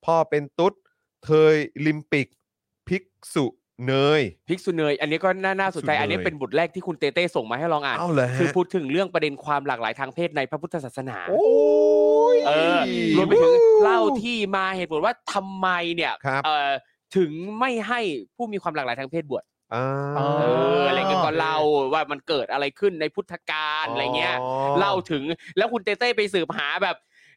[SPEAKER 3] พ่อเป็นตุ๊ดเทยลิมปิก ภิกษุเนย
[SPEAKER 5] พิกซูเนย อันนี้ก็น่าน่าสนใจ
[SPEAKER 3] ภิกษุเนย
[SPEAKER 5] อันนี้เป็นบทแรกที่คุณเต้เต้ส่งมาให้ลองอ่าน
[SPEAKER 3] เอ้าเลยฮะ
[SPEAKER 5] คือพูดถึงเรื่องประเด็นความหลากหลายทางเพศในพระพุทธศาสนา
[SPEAKER 3] โอ้ย
[SPEAKER 5] เออ รวมไปถึงเล่าที่มาเหตุผลว่าทำไมเนี่ย
[SPEAKER 3] ครับ
[SPEAKER 5] เอ่อถึงไม่ให้ผู้มีความหลากหลายทางเพศบวช
[SPEAKER 3] อ่า
[SPEAKER 4] เอ
[SPEAKER 5] เอออะไรกัน
[SPEAKER 4] โอ
[SPEAKER 5] ก็
[SPEAKER 4] เค
[SPEAKER 5] เล่าว่ามันเกิดอะไรขึ้นในพุทธกาลอะไรเงี้ย เล่าถึงแล้วคุณเต้เต้ไปสืบหาแบบ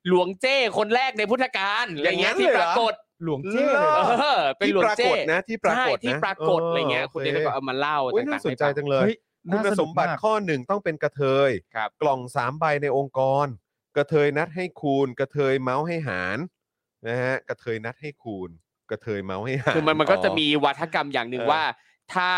[SPEAKER 5] หลวงเจ้คนแรกในพุทธกาลอะไร
[SPEAKER 3] อย่างนั้น
[SPEAKER 5] เงี้ยที่
[SPEAKER 3] เลยเห
[SPEAKER 5] ป
[SPEAKER 3] รอ
[SPEAKER 5] รากฏ
[SPEAKER 4] หลวงเจ้เลย
[SPEAKER 3] เลิศ
[SPEAKER 4] เหรอ
[SPEAKER 5] เออเป็น
[SPEAKER 3] ที่
[SPEAKER 5] หล
[SPEAKER 3] ป
[SPEAKER 5] วง
[SPEAKER 3] ราก
[SPEAKER 5] เจ้
[SPEAKER 3] ฏนะที่ปรากฏ
[SPEAKER 5] ใช่ที่
[SPEAKER 3] นะ
[SPEAKER 5] ปรากฏอะไรเงี้ยคุณเต้เต้ก็เอามาเล่า
[SPEAKER 3] โอ้ยน่า
[SPEAKER 5] ต่างๆ
[SPEAKER 3] สนใจ
[SPEAKER 5] ให้ฟัง
[SPEAKER 3] จังเลย
[SPEAKER 4] เฮ้ย
[SPEAKER 3] คุณ
[SPEAKER 4] น่า
[SPEAKER 3] ส
[SPEAKER 4] ส
[SPEAKER 3] ม
[SPEAKER 4] ม
[SPEAKER 3] บั
[SPEAKER 4] บั
[SPEAKER 3] ติ
[SPEAKER 4] ติ
[SPEAKER 3] ข้อหนึ่งต้องเป็นกระเทย
[SPEAKER 5] ครับ
[SPEAKER 3] กล่องสามใบในองค์กร กระเทยนัดให้คูณ กระเทยเมาส์ให้หารนะฮะกระเทยนัดให้คูณ กระเทยเมาส์ให้หาร
[SPEAKER 5] คือมันมันก็จะมีวัฒกรรมอย่างหนึ่ง
[SPEAKER 3] เออ
[SPEAKER 5] ว่า ถ้า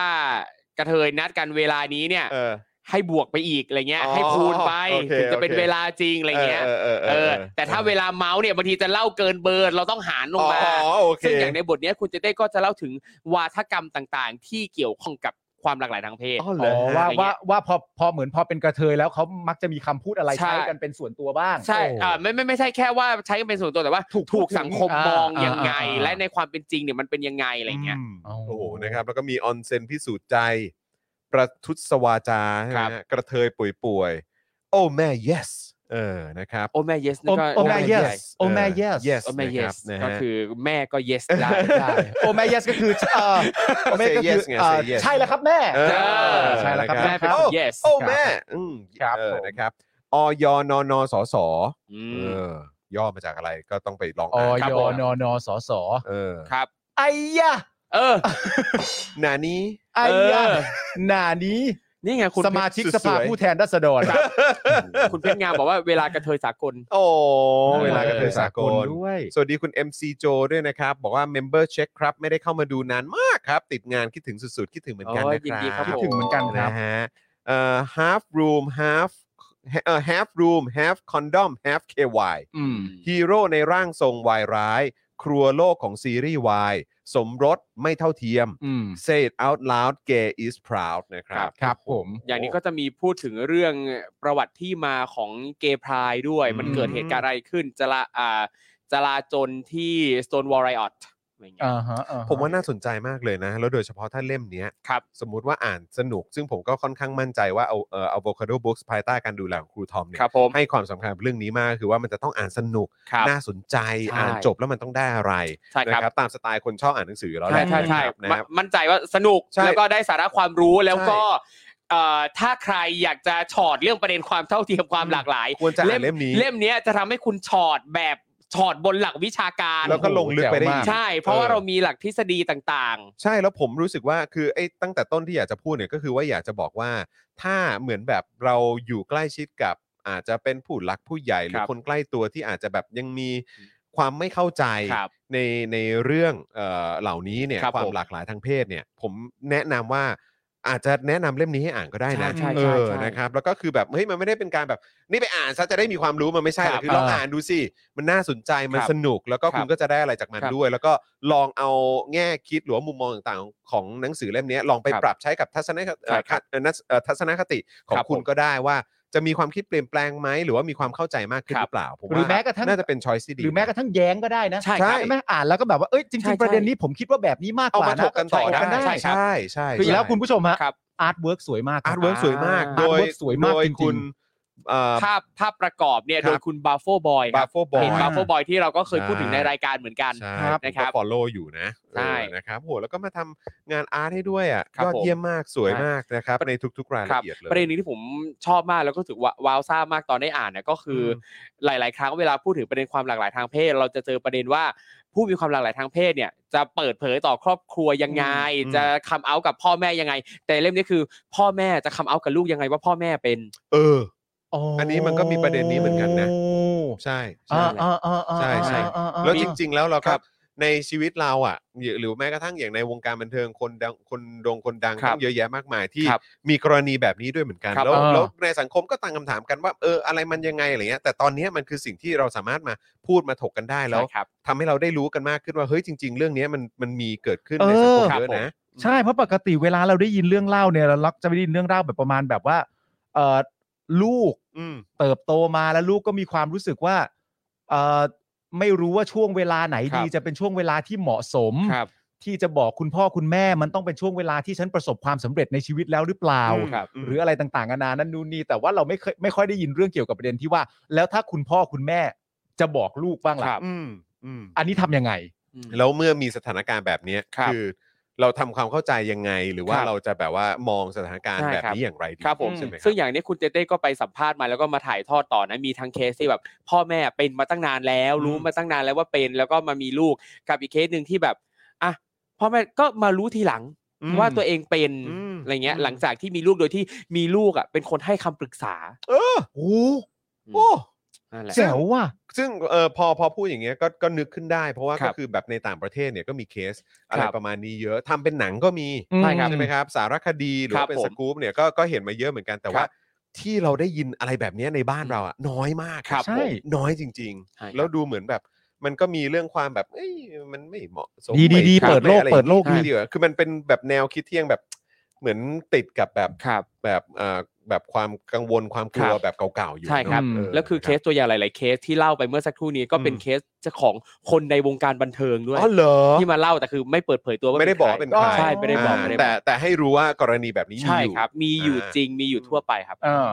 [SPEAKER 5] กระเทยนัดกันเวลานี้เนี่ย
[SPEAKER 3] เออ
[SPEAKER 5] ให้บวกไปอีกอะไรเงี้ย
[SPEAKER 3] อ๋อ
[SPEAKER 5] ให้คูณไป
[SPEAKER 3] โอเค
[SPEAKER 5] ถึงจะ
[SPEAKER 3] โอเค
[SPEAKER 5] เป็นเวลาจริงอะไรเงี้ย
[SPEAKER 3] เออเอ
[SPEAKER 5] เอ
[SPEAKER 3] อ
[SPEAKER 5] อ แต่ถ้าเวลาเมาส์เนี่ยบางทีจะเล่าเกินเบอร์เราต้องหารลงมา
[SPEAKER 3] อ๋อโอเค
[SPEAKER 5] ซึ่งอย่างในบทเนี้ยคุณเจเต้ก็จะเล่าถึงวาทกรรมต่างๆ ที่เกี่ยวข้องกับความหลากหลายทางเพศ
[SPEAKER 3] อ๋อเหร
[SPEAKER 4] อ๋
[SPEAKER 3] อ
[SPEAKER 4] อ
[SPEAKER 3] ฮะ
[SPEAKER 4] ว่า
[SPEAKER 5] อะไรเงี้ย
[SPEAKER 4] ว่าว่าพอพอเหมือนพอเป็นกระเทยแล้วเขามักจะมีคำพูดอะไร
[SPEAKER 5] ใช่
[SPEAKER 4] ใช้กันเป็นส่วนตัวบ้าง
[SPEAKER 5] ใช่อ่าไม่ไม่ไม่ใช่แค่ว่าใช้กันเป็นส่วนตัวแต่ว่า
[SPEAKER 4] ถูก
[SPEAKER 5] ถูกสังคม
[SPEAKER 4] อ่าม
[SPEAKER 5] อง
[SPEAKER 4] อ่า
[SPEAKER 5] ยังไง
[SPEAKER 4] อ่า
[SPEAKER 5] และในความเป็นจริงเนี่ยมันเป็นยังไงอะไรเงี้ย
[SPEAKER 3] ม
[SPEAKER 4] อ๋อ
[SPEAKER 3] โอ้โหนะครับแล้วก็มีออนเซนพิสูจน์ใจ ประทุษวาจาใช่ไหม
[SPEAKER 5] ครับ
[SPEAKER 3] ฮะกระเทยป่วยป่วย โอ้แม่ yes เออนะครับ
[SPEAKER 5] โอแม่ yes นี่
[SPEAKER 4] โอ
[SPEAKER 5] ก็
[SPEAKER 4] โอแม่
[SPEAKER 5] ได้
[SPEAKER 4] yes
[SPEAKER 5] ด้วย
[SPEAKER 4] โอแม่ yes
[SPEAKER 3] yes
[SPEAKER 5] โอแม่
[SPEAKER 3] นะค
[SPEAKER 5] yes
[SPEAKER 3] รับนะ
[SPEAKER 5] ก็
[SPEAKER 3] ฮะ
[SPEAKER 5] คือแม่ก็ yes ได้
[SPEAKER 4] ได้โอแม่ yes ก็คือเอ่ อโอแม่
[SPEAKER 3] Say
[SPEAKER 4] ก็คื
[SPEAKER 3] yes
[SPEAKER 4] อ
[SPEAKER 3] ไง
[SPEAKER 4] เอ่อ
[SPEAKER 3] Say yes
[SPEAKER 4] ใช่แล้วครับแม่
[SPEAKER 3] เออ
[SPEAKER 4] ใช่แล้วครับ
[SPEAKER 3] นะ
[SPEAKER 4] แม่ครับ
[SPEAKER 3] โอ้
[SPEAKER 5] yes
[SPEAKER 3] โอ้แม่อืม
[SPEAKER 4] ครับ
[SPEAKER 3] เออ
[SPEAKER 4] ผม
[SPEAKER 3] นะครับอยนนสส
[SPEAKER 5] อื
[SPEAKER 3] เอ
[SPEAKER 5] ม
[SPEAKER 3] อย่อมาจากอะไรก็ต้องไปลอง
[SPEAKER 4] อ
[SPEAKER 3] อ่าน
[SPEAKER 4] ย
[SPEAKER 5] ครับผม
[SPEAKER 4] นนสส
[SPEAKER 3] เออ
[SPEAKER 5] ครับ
[SPEAKER 4] ไอ้ยะ
[SPEAKER 5] เออ
[SPEAKER 3] หนานี้
[SPEAKER 4] ไอ้ยะ
[SPEAKER 5] เออ
[SPEAKER 4] หนานี้
[SPEAKER 5] นี่ไงคุณ
[SPEAKER 4] สมาชิก
[SPEAKER 3] สุด
[SPEAKER 4] สภา
[SPEAKER 3] สวย
[SPEAKER 4] ผู้แทนราษฎร
[SPEAKER 5] คุณ เพชรงามบอกว่าเวลากระเทยสากล
[SPEAKER 3] โอ้
[SPEAKER 4] ออ
[SPEAKER 3] เวลากระเทยสากล
[SPEAKER 4] ด้วย
[SPEAKER 3] สวัสดีคุณ MC โจด้วยนะครับ บอกว่า Member Check ครับ ไม่ได้เข้ามาดูนานมากครับ ติดงานคิดถึงสุดๆ คิดถึงเหมือนกัน
[SPEAKER 5] โอ้ย
[SPEAKER 3] นะ
[SPEAKER 5] ยินดี
[SPEAKER 3] ค
[SPEAKER 5] ครั
[SPEAKER 3] รับบ
[SPEAKER 5] ผม
[SPEAKER 4] คิดถึงเหมือนกันครับ
[SPEAKER 3] นะฮะเอ่อ half room half เอ่อ half room half condom half KY
[SPEAKER 4] อืม
[SPEAKER 3] ฮีโร่ในร่างทรงวายร้าย ครัวโลกของซีรีส์วายสมรสไม่เท่าเทียม
[SPEAKER 4] อืม
[SPEAKER 3] Say it out loud gay is proud นะครับ
[SPEAKER 4] ครับผม
[SPEAKER 5] อย่างนี้ก็จะมีพูดถึงเรื่องประวัติที่มาของเกย์พรายด้วย มันเกิดเหตุการณ์อะไรขึ้นจลาอ่าจลาจนที่ Stone Wall Riot อะไรอย่างเงี้ย
[SPEAKER 4] อ่าฮะอ่ฮะ
[SPEAKER 3] ผมว่าน่าสนใจมากเลยนะ แล้วโดยเฉพาะถ้าเล่มเนี้ย
[SPEAKER 5] ครับ
[SPEAKER 3] สมมุติว่าอ่านสนุก ซึ่งผมก็ค่อนข้างมั่นใจว่าเอาเอ่อ avocado books ภายใต้การดูแลของครูทอมเนี่ย
[SPEAKER 5] ครับผม
[SPEAKER 3] ให้ความสำคัญกับเรื่องนี้มากคือว่ามันจะต้องอ่านสนุก
[SPEAKER 5] ครับ
[SPEAKER 3] น่าสนใจ
[SPEAKER 5] ใช่
[SPEAKER 3] อ่านจบแล้วมันต้องได้อะไร
[SPEAKER 5] ใช่
[SPEAKER 3] นะครับ ครับตามสไตล์คนชอบอ่านหนังสืออยู่แล้วแห
[SPEAKER 5] ใช่
[SPEAKER 3] ละ
[SPEAKER 5] ใช่ใช่
[SPEAKER 3] นะครับนะ
[SPEAKER 5] ม
[SPEAKER 3] ครับ
[SPEAKER 5] มั่นใจว่าสนุก
[SPEAKER 3] ใช่
[SPEAKER 5] แล้วก็ได้สาระความรู้แล้ว
[SPEAKER 3] ใช่
[SPEAKER 5] ก็เอ่อถ้าใครอยากจะชอดเรื่องประเด็นความเท่าเทียมความหลากหลาย
[SPEAKER 3] ควรจะอ่าน
[SPEAKER 5] เล่ม
[SPEAKER 3] เล่มนี้
[SPEAKER 5] เล่มเนี้ยจะทำให้คุณชอดแบบชอดบนหลักวิชาการ
[SPEAKER 3] แล้วก็ลงลึกไปได้
[SPEAKER 4] โอ้โห
[SPEAKER 3] อีก
[SPEAKER 5] ใช่ เพราะว่า
[SPEAKER 3] เออ
[SPEAKER 5] เรามีหลักทฤษฎีต่าง
[SPEAKER 3] ใช่แล้วผมรู้สึกว่าคือไอ้ตั้งแต่ต้นที่อยากจะพูดเนี่ยก็คือว่าอยากจะบอกว่า ถ้าเหมือนแบบเราอยู่ใกล้ชิดกับ อาจจะเป็นผู้หลักผู้ใหญ่หรือ
[SPEAKER 5] ครับ
[SPEAKER 3] คนใกล้ตัวที่อาจจะแบบยังมีความไม่เข้าใจ
[SPEAKER 5] ครับ
[SPEAKER 3] ในในเรื่องเอ่อเหล่านี้เนี่ย
[SPEAKER 5] ครับ
[SPEAKER 3] ความ
[SPEAKER 5] ผม
[SPEAKER 3] หลากหลายทางเพศเนี่ย ผมแนะนำว่าอาจจะแนะนำเล่มนี้ให้อ่านก็ได้นะ
[SPEAKER 5] ใช่ใช่ใช่
[SPEAKER 3] เออ
[SPEAKER 5] ใช่
[SPEAKER 3] นะครับแล้วก็คือแบบเฮ้ยมันไม่ได้เป็นการแบบนี่ไปอ่านซะจะได้มีความรู้มันไม่ใช่หรอก
[SPEAKER 5] ครับ
[SPEAKER 3] คือลองอ่านดูสิมันน่าสนใจมัน
[SPEAKER 5] ครับ
[SPEAKER 3] สนุกแล้วก็
[SPEAKER 5] ครับ
[SPEAKER 3] คุณก็จะได้อะไรจากมัน
[SPEAKER 5] ครับ
[SPEAKER 3] ด้วยแล้วก็ลองเอาแง่คิดหรือว่ามุมมองต่างๆของของหนังสือเล่มนี้ลองไป
[SPEAKER 5] ครับ
[SPEAKER 3] ปรับใช้กับทัศนคติ
[SPEAKER 5] ใช่ครับ
[SPEAKER 3] เอ่อนัสเอ่อทัศนคติของ
[SPEAKER 5] ครับ
[SPEAKER 3] คุณ
[SPEAKER 5] ผม
[SPEAKER 3] ก็ได้ว่าจะมีความคิดเปลี่ยนแปลงไหมหรือว่ามีความเข้าใจมากขึ้น
[SPEAKER 5] ครั
[SPEAKER 3] ห
[SPEAKER 5] บ
[SPEAKER 3] รือเปล่าผม
[SPEAKER 4] หรือ
[SPEAKER 3] ว่า
[SPEAKER 4] แม้กระทั่ง
[SPEAKER 3] น่าจะเป็นช้อยที่ดี
[SPEAKER 4] หรือแม้กระทั่งแย้งก็ได้นะ
[SPEAKER 5] ใช่ครับ
[SPEAKER 4] ใช่ไหมอ่านแล้วก็แบบว่าเอ้ยจ
[SPEAKER 5] ใช่
[SPEAKER 4] ริง
[SPEAKER 5] ใช่
[SPEAKER 4] ๆ ประเด็นนี้ผมคิดว่าแบบนี้มาก
[SPEAKER 3] เอา
[SPEAKER 4] กว่า
[SPEAKER 3] มา
[SPEAKER 4] นะ
[SPEAKER 3] ถกกันต่อได้
[SPEAKER 4] ถ
[SPEAKER 5] ใช่ครับ
[SPEAKER 3] ใช่ใช่
[SPEAKER 4] คือแล้วคุณผู้ชมฮะ
[SPEAKER 5] ๆครับ
[SPEAKER 4] อาร์ตเวิร์กสวยมากคบ
[SPEAKER 3] อาร์ตเวิร์กสวยมาก
[SPEAKER 4] อ่า
[SPEAKER 3] โดย
[SPEAKER 4] artwork สวยมาก
[SPEAKER 3] โดย
[SPEAKER 4] จริงๆ
[SPEAKER 3] คุณเอ่อ
[SPEAKER 5] ภาพภาพประกอบเนี่ย
[SPEAKER 3] ครับ
[SPEAKER 5] โดยคุณบาโฟบอย
[SPEAKER 3] บาโฟบอย
[SPEAKER 5] เห็นบาโฟบอยที่เราก็เคยพูดถึง
[SPEAKER 3] ใช่
[SPEAKER 5] ในรายการเหมือนกัน
[SPEAKER 3] ใช่
[SPEAKER 4] ครับ
[SPEAKER 3] นะครับ follow อยู่นะ
[SPEAKER 5] ใช่
[SPEAKER 3] เออนะครับโหแล้วก็มาทำงานอาร์ตให้ด้วยอ่ะ
[SPEAKER 5] ครับ
[SPEAKER 3] ยอดเยี่ยมมากสวย
[SPEAKER 5] ใช่
[SPEAKER 3] มากนะครับในทุกๆราย
[SPEAKER 5] ค
[SPEAKER 3] ละ
[SPEAKER 5] รับ
[SPEAKER 3] เอียดเลย
[SPEAKER 5] ประเด็นหนึงที่ผมชอบมากแล้วก็รู้สึกว่าวาวซ่ามากตอนได้อ่านเนี่ยก็คืออหลาย ๆ ครั้งเวลาพูดถึงประเด็นความหลากหลายทางเพศ เราจะเจอประเด็นว่าผู้มีความหลากหลายทางเพศเนี่ยจะเปิดเผยต่อครอบครัวยังไง
[SPEAKER 3] อืม
[SPEAKER 5] จะคัมเอาท์กับพ่อแม่ยังไง แต่เล่มนี้คือ พ่อแม่จะคัมเอาท์กับลูกยังไงว่าพ่อแม่เป็น
[SPEAKER 3] เออ
[SPEAKER 4] โ
[SPEAKER 3] อันนี้มันก็มีประเด็นนี้เหมือนกันนะ ใช่ใช่
[SPEAKER 4] อ่าอ่าอ่าอ่า
[SPEAKER 3] ใช่ใช่
[SPEAKER 4] อ่าอ่าอ่า
[SPEAKER 3] แล้วจริง ๆ แล้วเราค
[SPEAKER 5] ครั
[SPEAKER 3] รับบ ในชีวิตเราอ่ะหรือหรือแม้กระทั่งอย่างในวงการบันเทิงคนดังคนดงคนดัง
[SPEAKER 5] ครั
[SPEAKER 3] ต้
[SPEAKER 5] บ
[SPEAKER 3] องเยอะแยะมากมายที่
[SPEAKER 5] ครับ
[SPEAKER 3] มีกรณีแบบนี้ด้วยเหมือนกัน
[SPEAKER 5] ครับ
[SPEAKER 3] แล้ว
[SPEAKER 4] เออ
[SPEAKER 3] แล้วในสังคมก็ตั้งคำถามกันว่าเอออะไรมันยังไงอะไรเงี้ยแต่ตอนเนี้ยมันคือสิ่งที่เราสามารถมาพูดมาถกกันได้แล้ว
[SPEAKER 5] ใช่ครับ
[SPEAKER 3] ทำให้เราได้รู้กันมากขึ้นว่าเฮ้ยจริง ๆ เรื่องเนี้ยมันมันมีเกิดขึ้น
[SPEAKER 4] เออ
[SPEAKER 3] ในสังคมเยอะ
[SPEAKER 5] ครับผม
[SPEAKER 3] นะ
[SPEAKER 4] ใช่เพราะปกติเวลาเราได้ยินเรื่องเล่าเนี่ยเราลักจะไปได้ยินเรื่องเล่าแบบประมาณแบบว่าเอ่อลูก
[SPEAKER 3] อืม
[SPEAKER 4] เติบโตมาแล้วลูกก็มีความรู้สึกว่าเอ่อไม่รู้ว่าช่วงเวลาไหน
[SPEAKER 5] ครับ
[SPEAKER 4] ดีจะเป็นช่วงเวลาที่เหมาะสม
[SPEAKER 5] ครับ
[SPEAKER 4] ที่จะบอกคุณพ่อคุณแม่มันต้องเป็นช่วงเวลาที่ฉันประสบความสำเร็จในชีวิตแล้วหรือเปล่า
[SPEAKER 3] อืมครับ
[SPEAKER 4] หรืออะไรต่างๆนานานั่นนู่นนี่แต่ว่าเราไม่เคยไม่ค่อยได้ยินเรื่องเกี่ยวกับประเด็นที่ว่า แล้วถ้าคุณพ่อคุณแม่จะบอกลูกบ้าง
[SPEAKER 5] ครั
[SPEAKER 4] ล่ะ
[SPEAKER 5] บ
[SPEAKER 3] อืมอืม
[SPEAKER 4] อันนี้ทำยังไง
[SPEAKER 3] แล้วเมื่อมีสถานการณ์แบบเนี้ย
[SPEAKER 5] ครับ
[SPEAKER 3] อเราทำความเข้าใจยังไง หรือว่า
[SPEAKER 5] ครับ
[SPEAKER 3] เราจะแบบว่ามองสถานการณ์
[SPEAKER 5] ใช่
[SPEAKER 3] แบบ
[SPEAKER 5] ครับ
[SPEAKER 3] นี้อย่างไรดี
[SPEAKER 5] ครับผม
[SPEAKER 3] ใช่ไหมค
[SPEAKER 5] ซึ่
[SPEAKER 3] รั
[SPEAKER 5] ง
[SPEAKER 3] บ
[SPEAKER 5] อย่างนี้คุณเต้เต้ก็ไปสัมภาษณ์มาแล้วก็มาถ่ายทอดต่อนะมีทั้งเคสที่แบบ พ่อแม่เป็นมาตั้งนานแล้ว รู้
[SPEAKER 3] อืม
[SPEAKER 5] มาตั้งนานแล้วว่าเป็น แล้วก็มามีลูกกับอีกเคสหนึ่งที่แบบอ่ะพ่อแม่ก็มารู้ทีหลัง
[SPEAKER 3] อืม
[SPEAKER 5] ว่าตัวเองเป็น
[SPEAKER 3] อืม
[SPEAKER 5] อะไรเงี้ย
[SPEAKER 3] อืม
[SPEAKER 5] หลังจากที่มีลูกโดยที่มีลูกอ่ะเป็นคนให้คำปรึกษา
[SPEAKER 3] เออ
[SPEAKER 4] โอ้
[SPEAKER 3] โอ้
[SPEAKER 5] นั่นแหละ
[SPEAKER 4] แจ๋วว่ะ
[SPEAKER 3] ซึ่งเออพอพอพูดอย่างเงี้ยก็ก็นึกขึ้นได้ เพราะว่า
[SPEAKER 5] ครั
[SPEAKER 3] ก็
[SPEAKER 5] บ
[SPEAKER 3] คือแบบในต่างประเทศเนี่ยก็มีเคสอะไร
[SPEAKER 5] ครับ
[SPEAKER 3] ประมาณนี้เยอะทำเป็นหนังก็มี
[SPEAKER 4] อืมใช่ครับ
[SPEAKER 3] ใช่ไหมครับ สารคดีหรือ
[SPEAKER 5] ครั
[SPEAKER 3] ว่า
[SPEAKER 5] บ
[SPEAKER 3] เป็น
[SPEAKER 5] ผม
[SPEAKER 3] สกู๊ปเนี่ยก็ก็เห็นมาเยอะเหมือนกันแต่
[SPEAKER 5] ครับ
[SPEAKER 3] ว่า ที่เราได้ยินอะไรแบบเนี้ยในบ้านเราอะน้อยมาก
[SPEAKER 5] ครับ
[SPEAKER 4] ใช่
[SPEAKER 3] ผมน้อยจริง
[SPEAKER 5] ใช่ครับ
[SPEAKER 3] ๆ แล้วดูเหมือนแบบ มันก็มีเรื่องความแบบเอ้ยมันไม่เหมาะสม
[SPEAKER 4] ดีดี
[SPEAKER 3] ไม่
[SPEAKER 4] ดี
[SPEAKER 3] ครับ
[SPEAKER 4] เปิดโลก
[SPEAKER 3] ไม่อะไร
[SPEAKER 4] เปิดโลก
[SPEAKER 3] ดี
[SPEAKER 4] ดี
[SPEAKER 3] ดีกว่าคือมันเป็นแบบแนวคิดที่ยังแบบเหมือนติดกับแบบ
[SPEAKER 5] ครับ
[SPEAKER 3] แบบเอ่อแบบความกังวลความกลัว
[SPEAKER 5] ครับ
[SPEAKER 3] แบบเก่าๆอยู่
[SPEAKER 5] ใช่ครับ
[SPEAKER 3] เนอะ
[SPEAKER 5] แล้วคือเคสตัวอย่างหลาย ๆ เคสที่เล่าไปเมื่อสักครู่นี้ก็เป็นเคสของคนในวงการบันเทิงด้วย
[SPEAKER 3] อ๋อเหรอ
[SPEAKER 5] ที่มาเล่าแต่คือไม่เปิดเผยตัวว่า
[SPEAKER 3] ไม่ได้
[SPEAKER 5] น
[SPEAKER 3] บ
[SPEAKER 5] ใค
[SPEAKER 3] อก
[SPEAKER 5] ร
[SPEAKER 3] ว่าเป็นใคร
[SPEAKER 5] ใช่ไม่ได้บอกไม่ได้บ
[SPEAKER 3] แต่
[SPEAKER 5] อก
[SPEAKER 3] แต่ให้รู้ว่ากรณีแบบนี้มี
[SPEAKER 5] ใช่
[SPEAKER 3] อยู่
[SPEAKER 5] ครับ มีอยู่จริงมีอยู่ทั่วไปครับ
[SPEAKER 4] เออ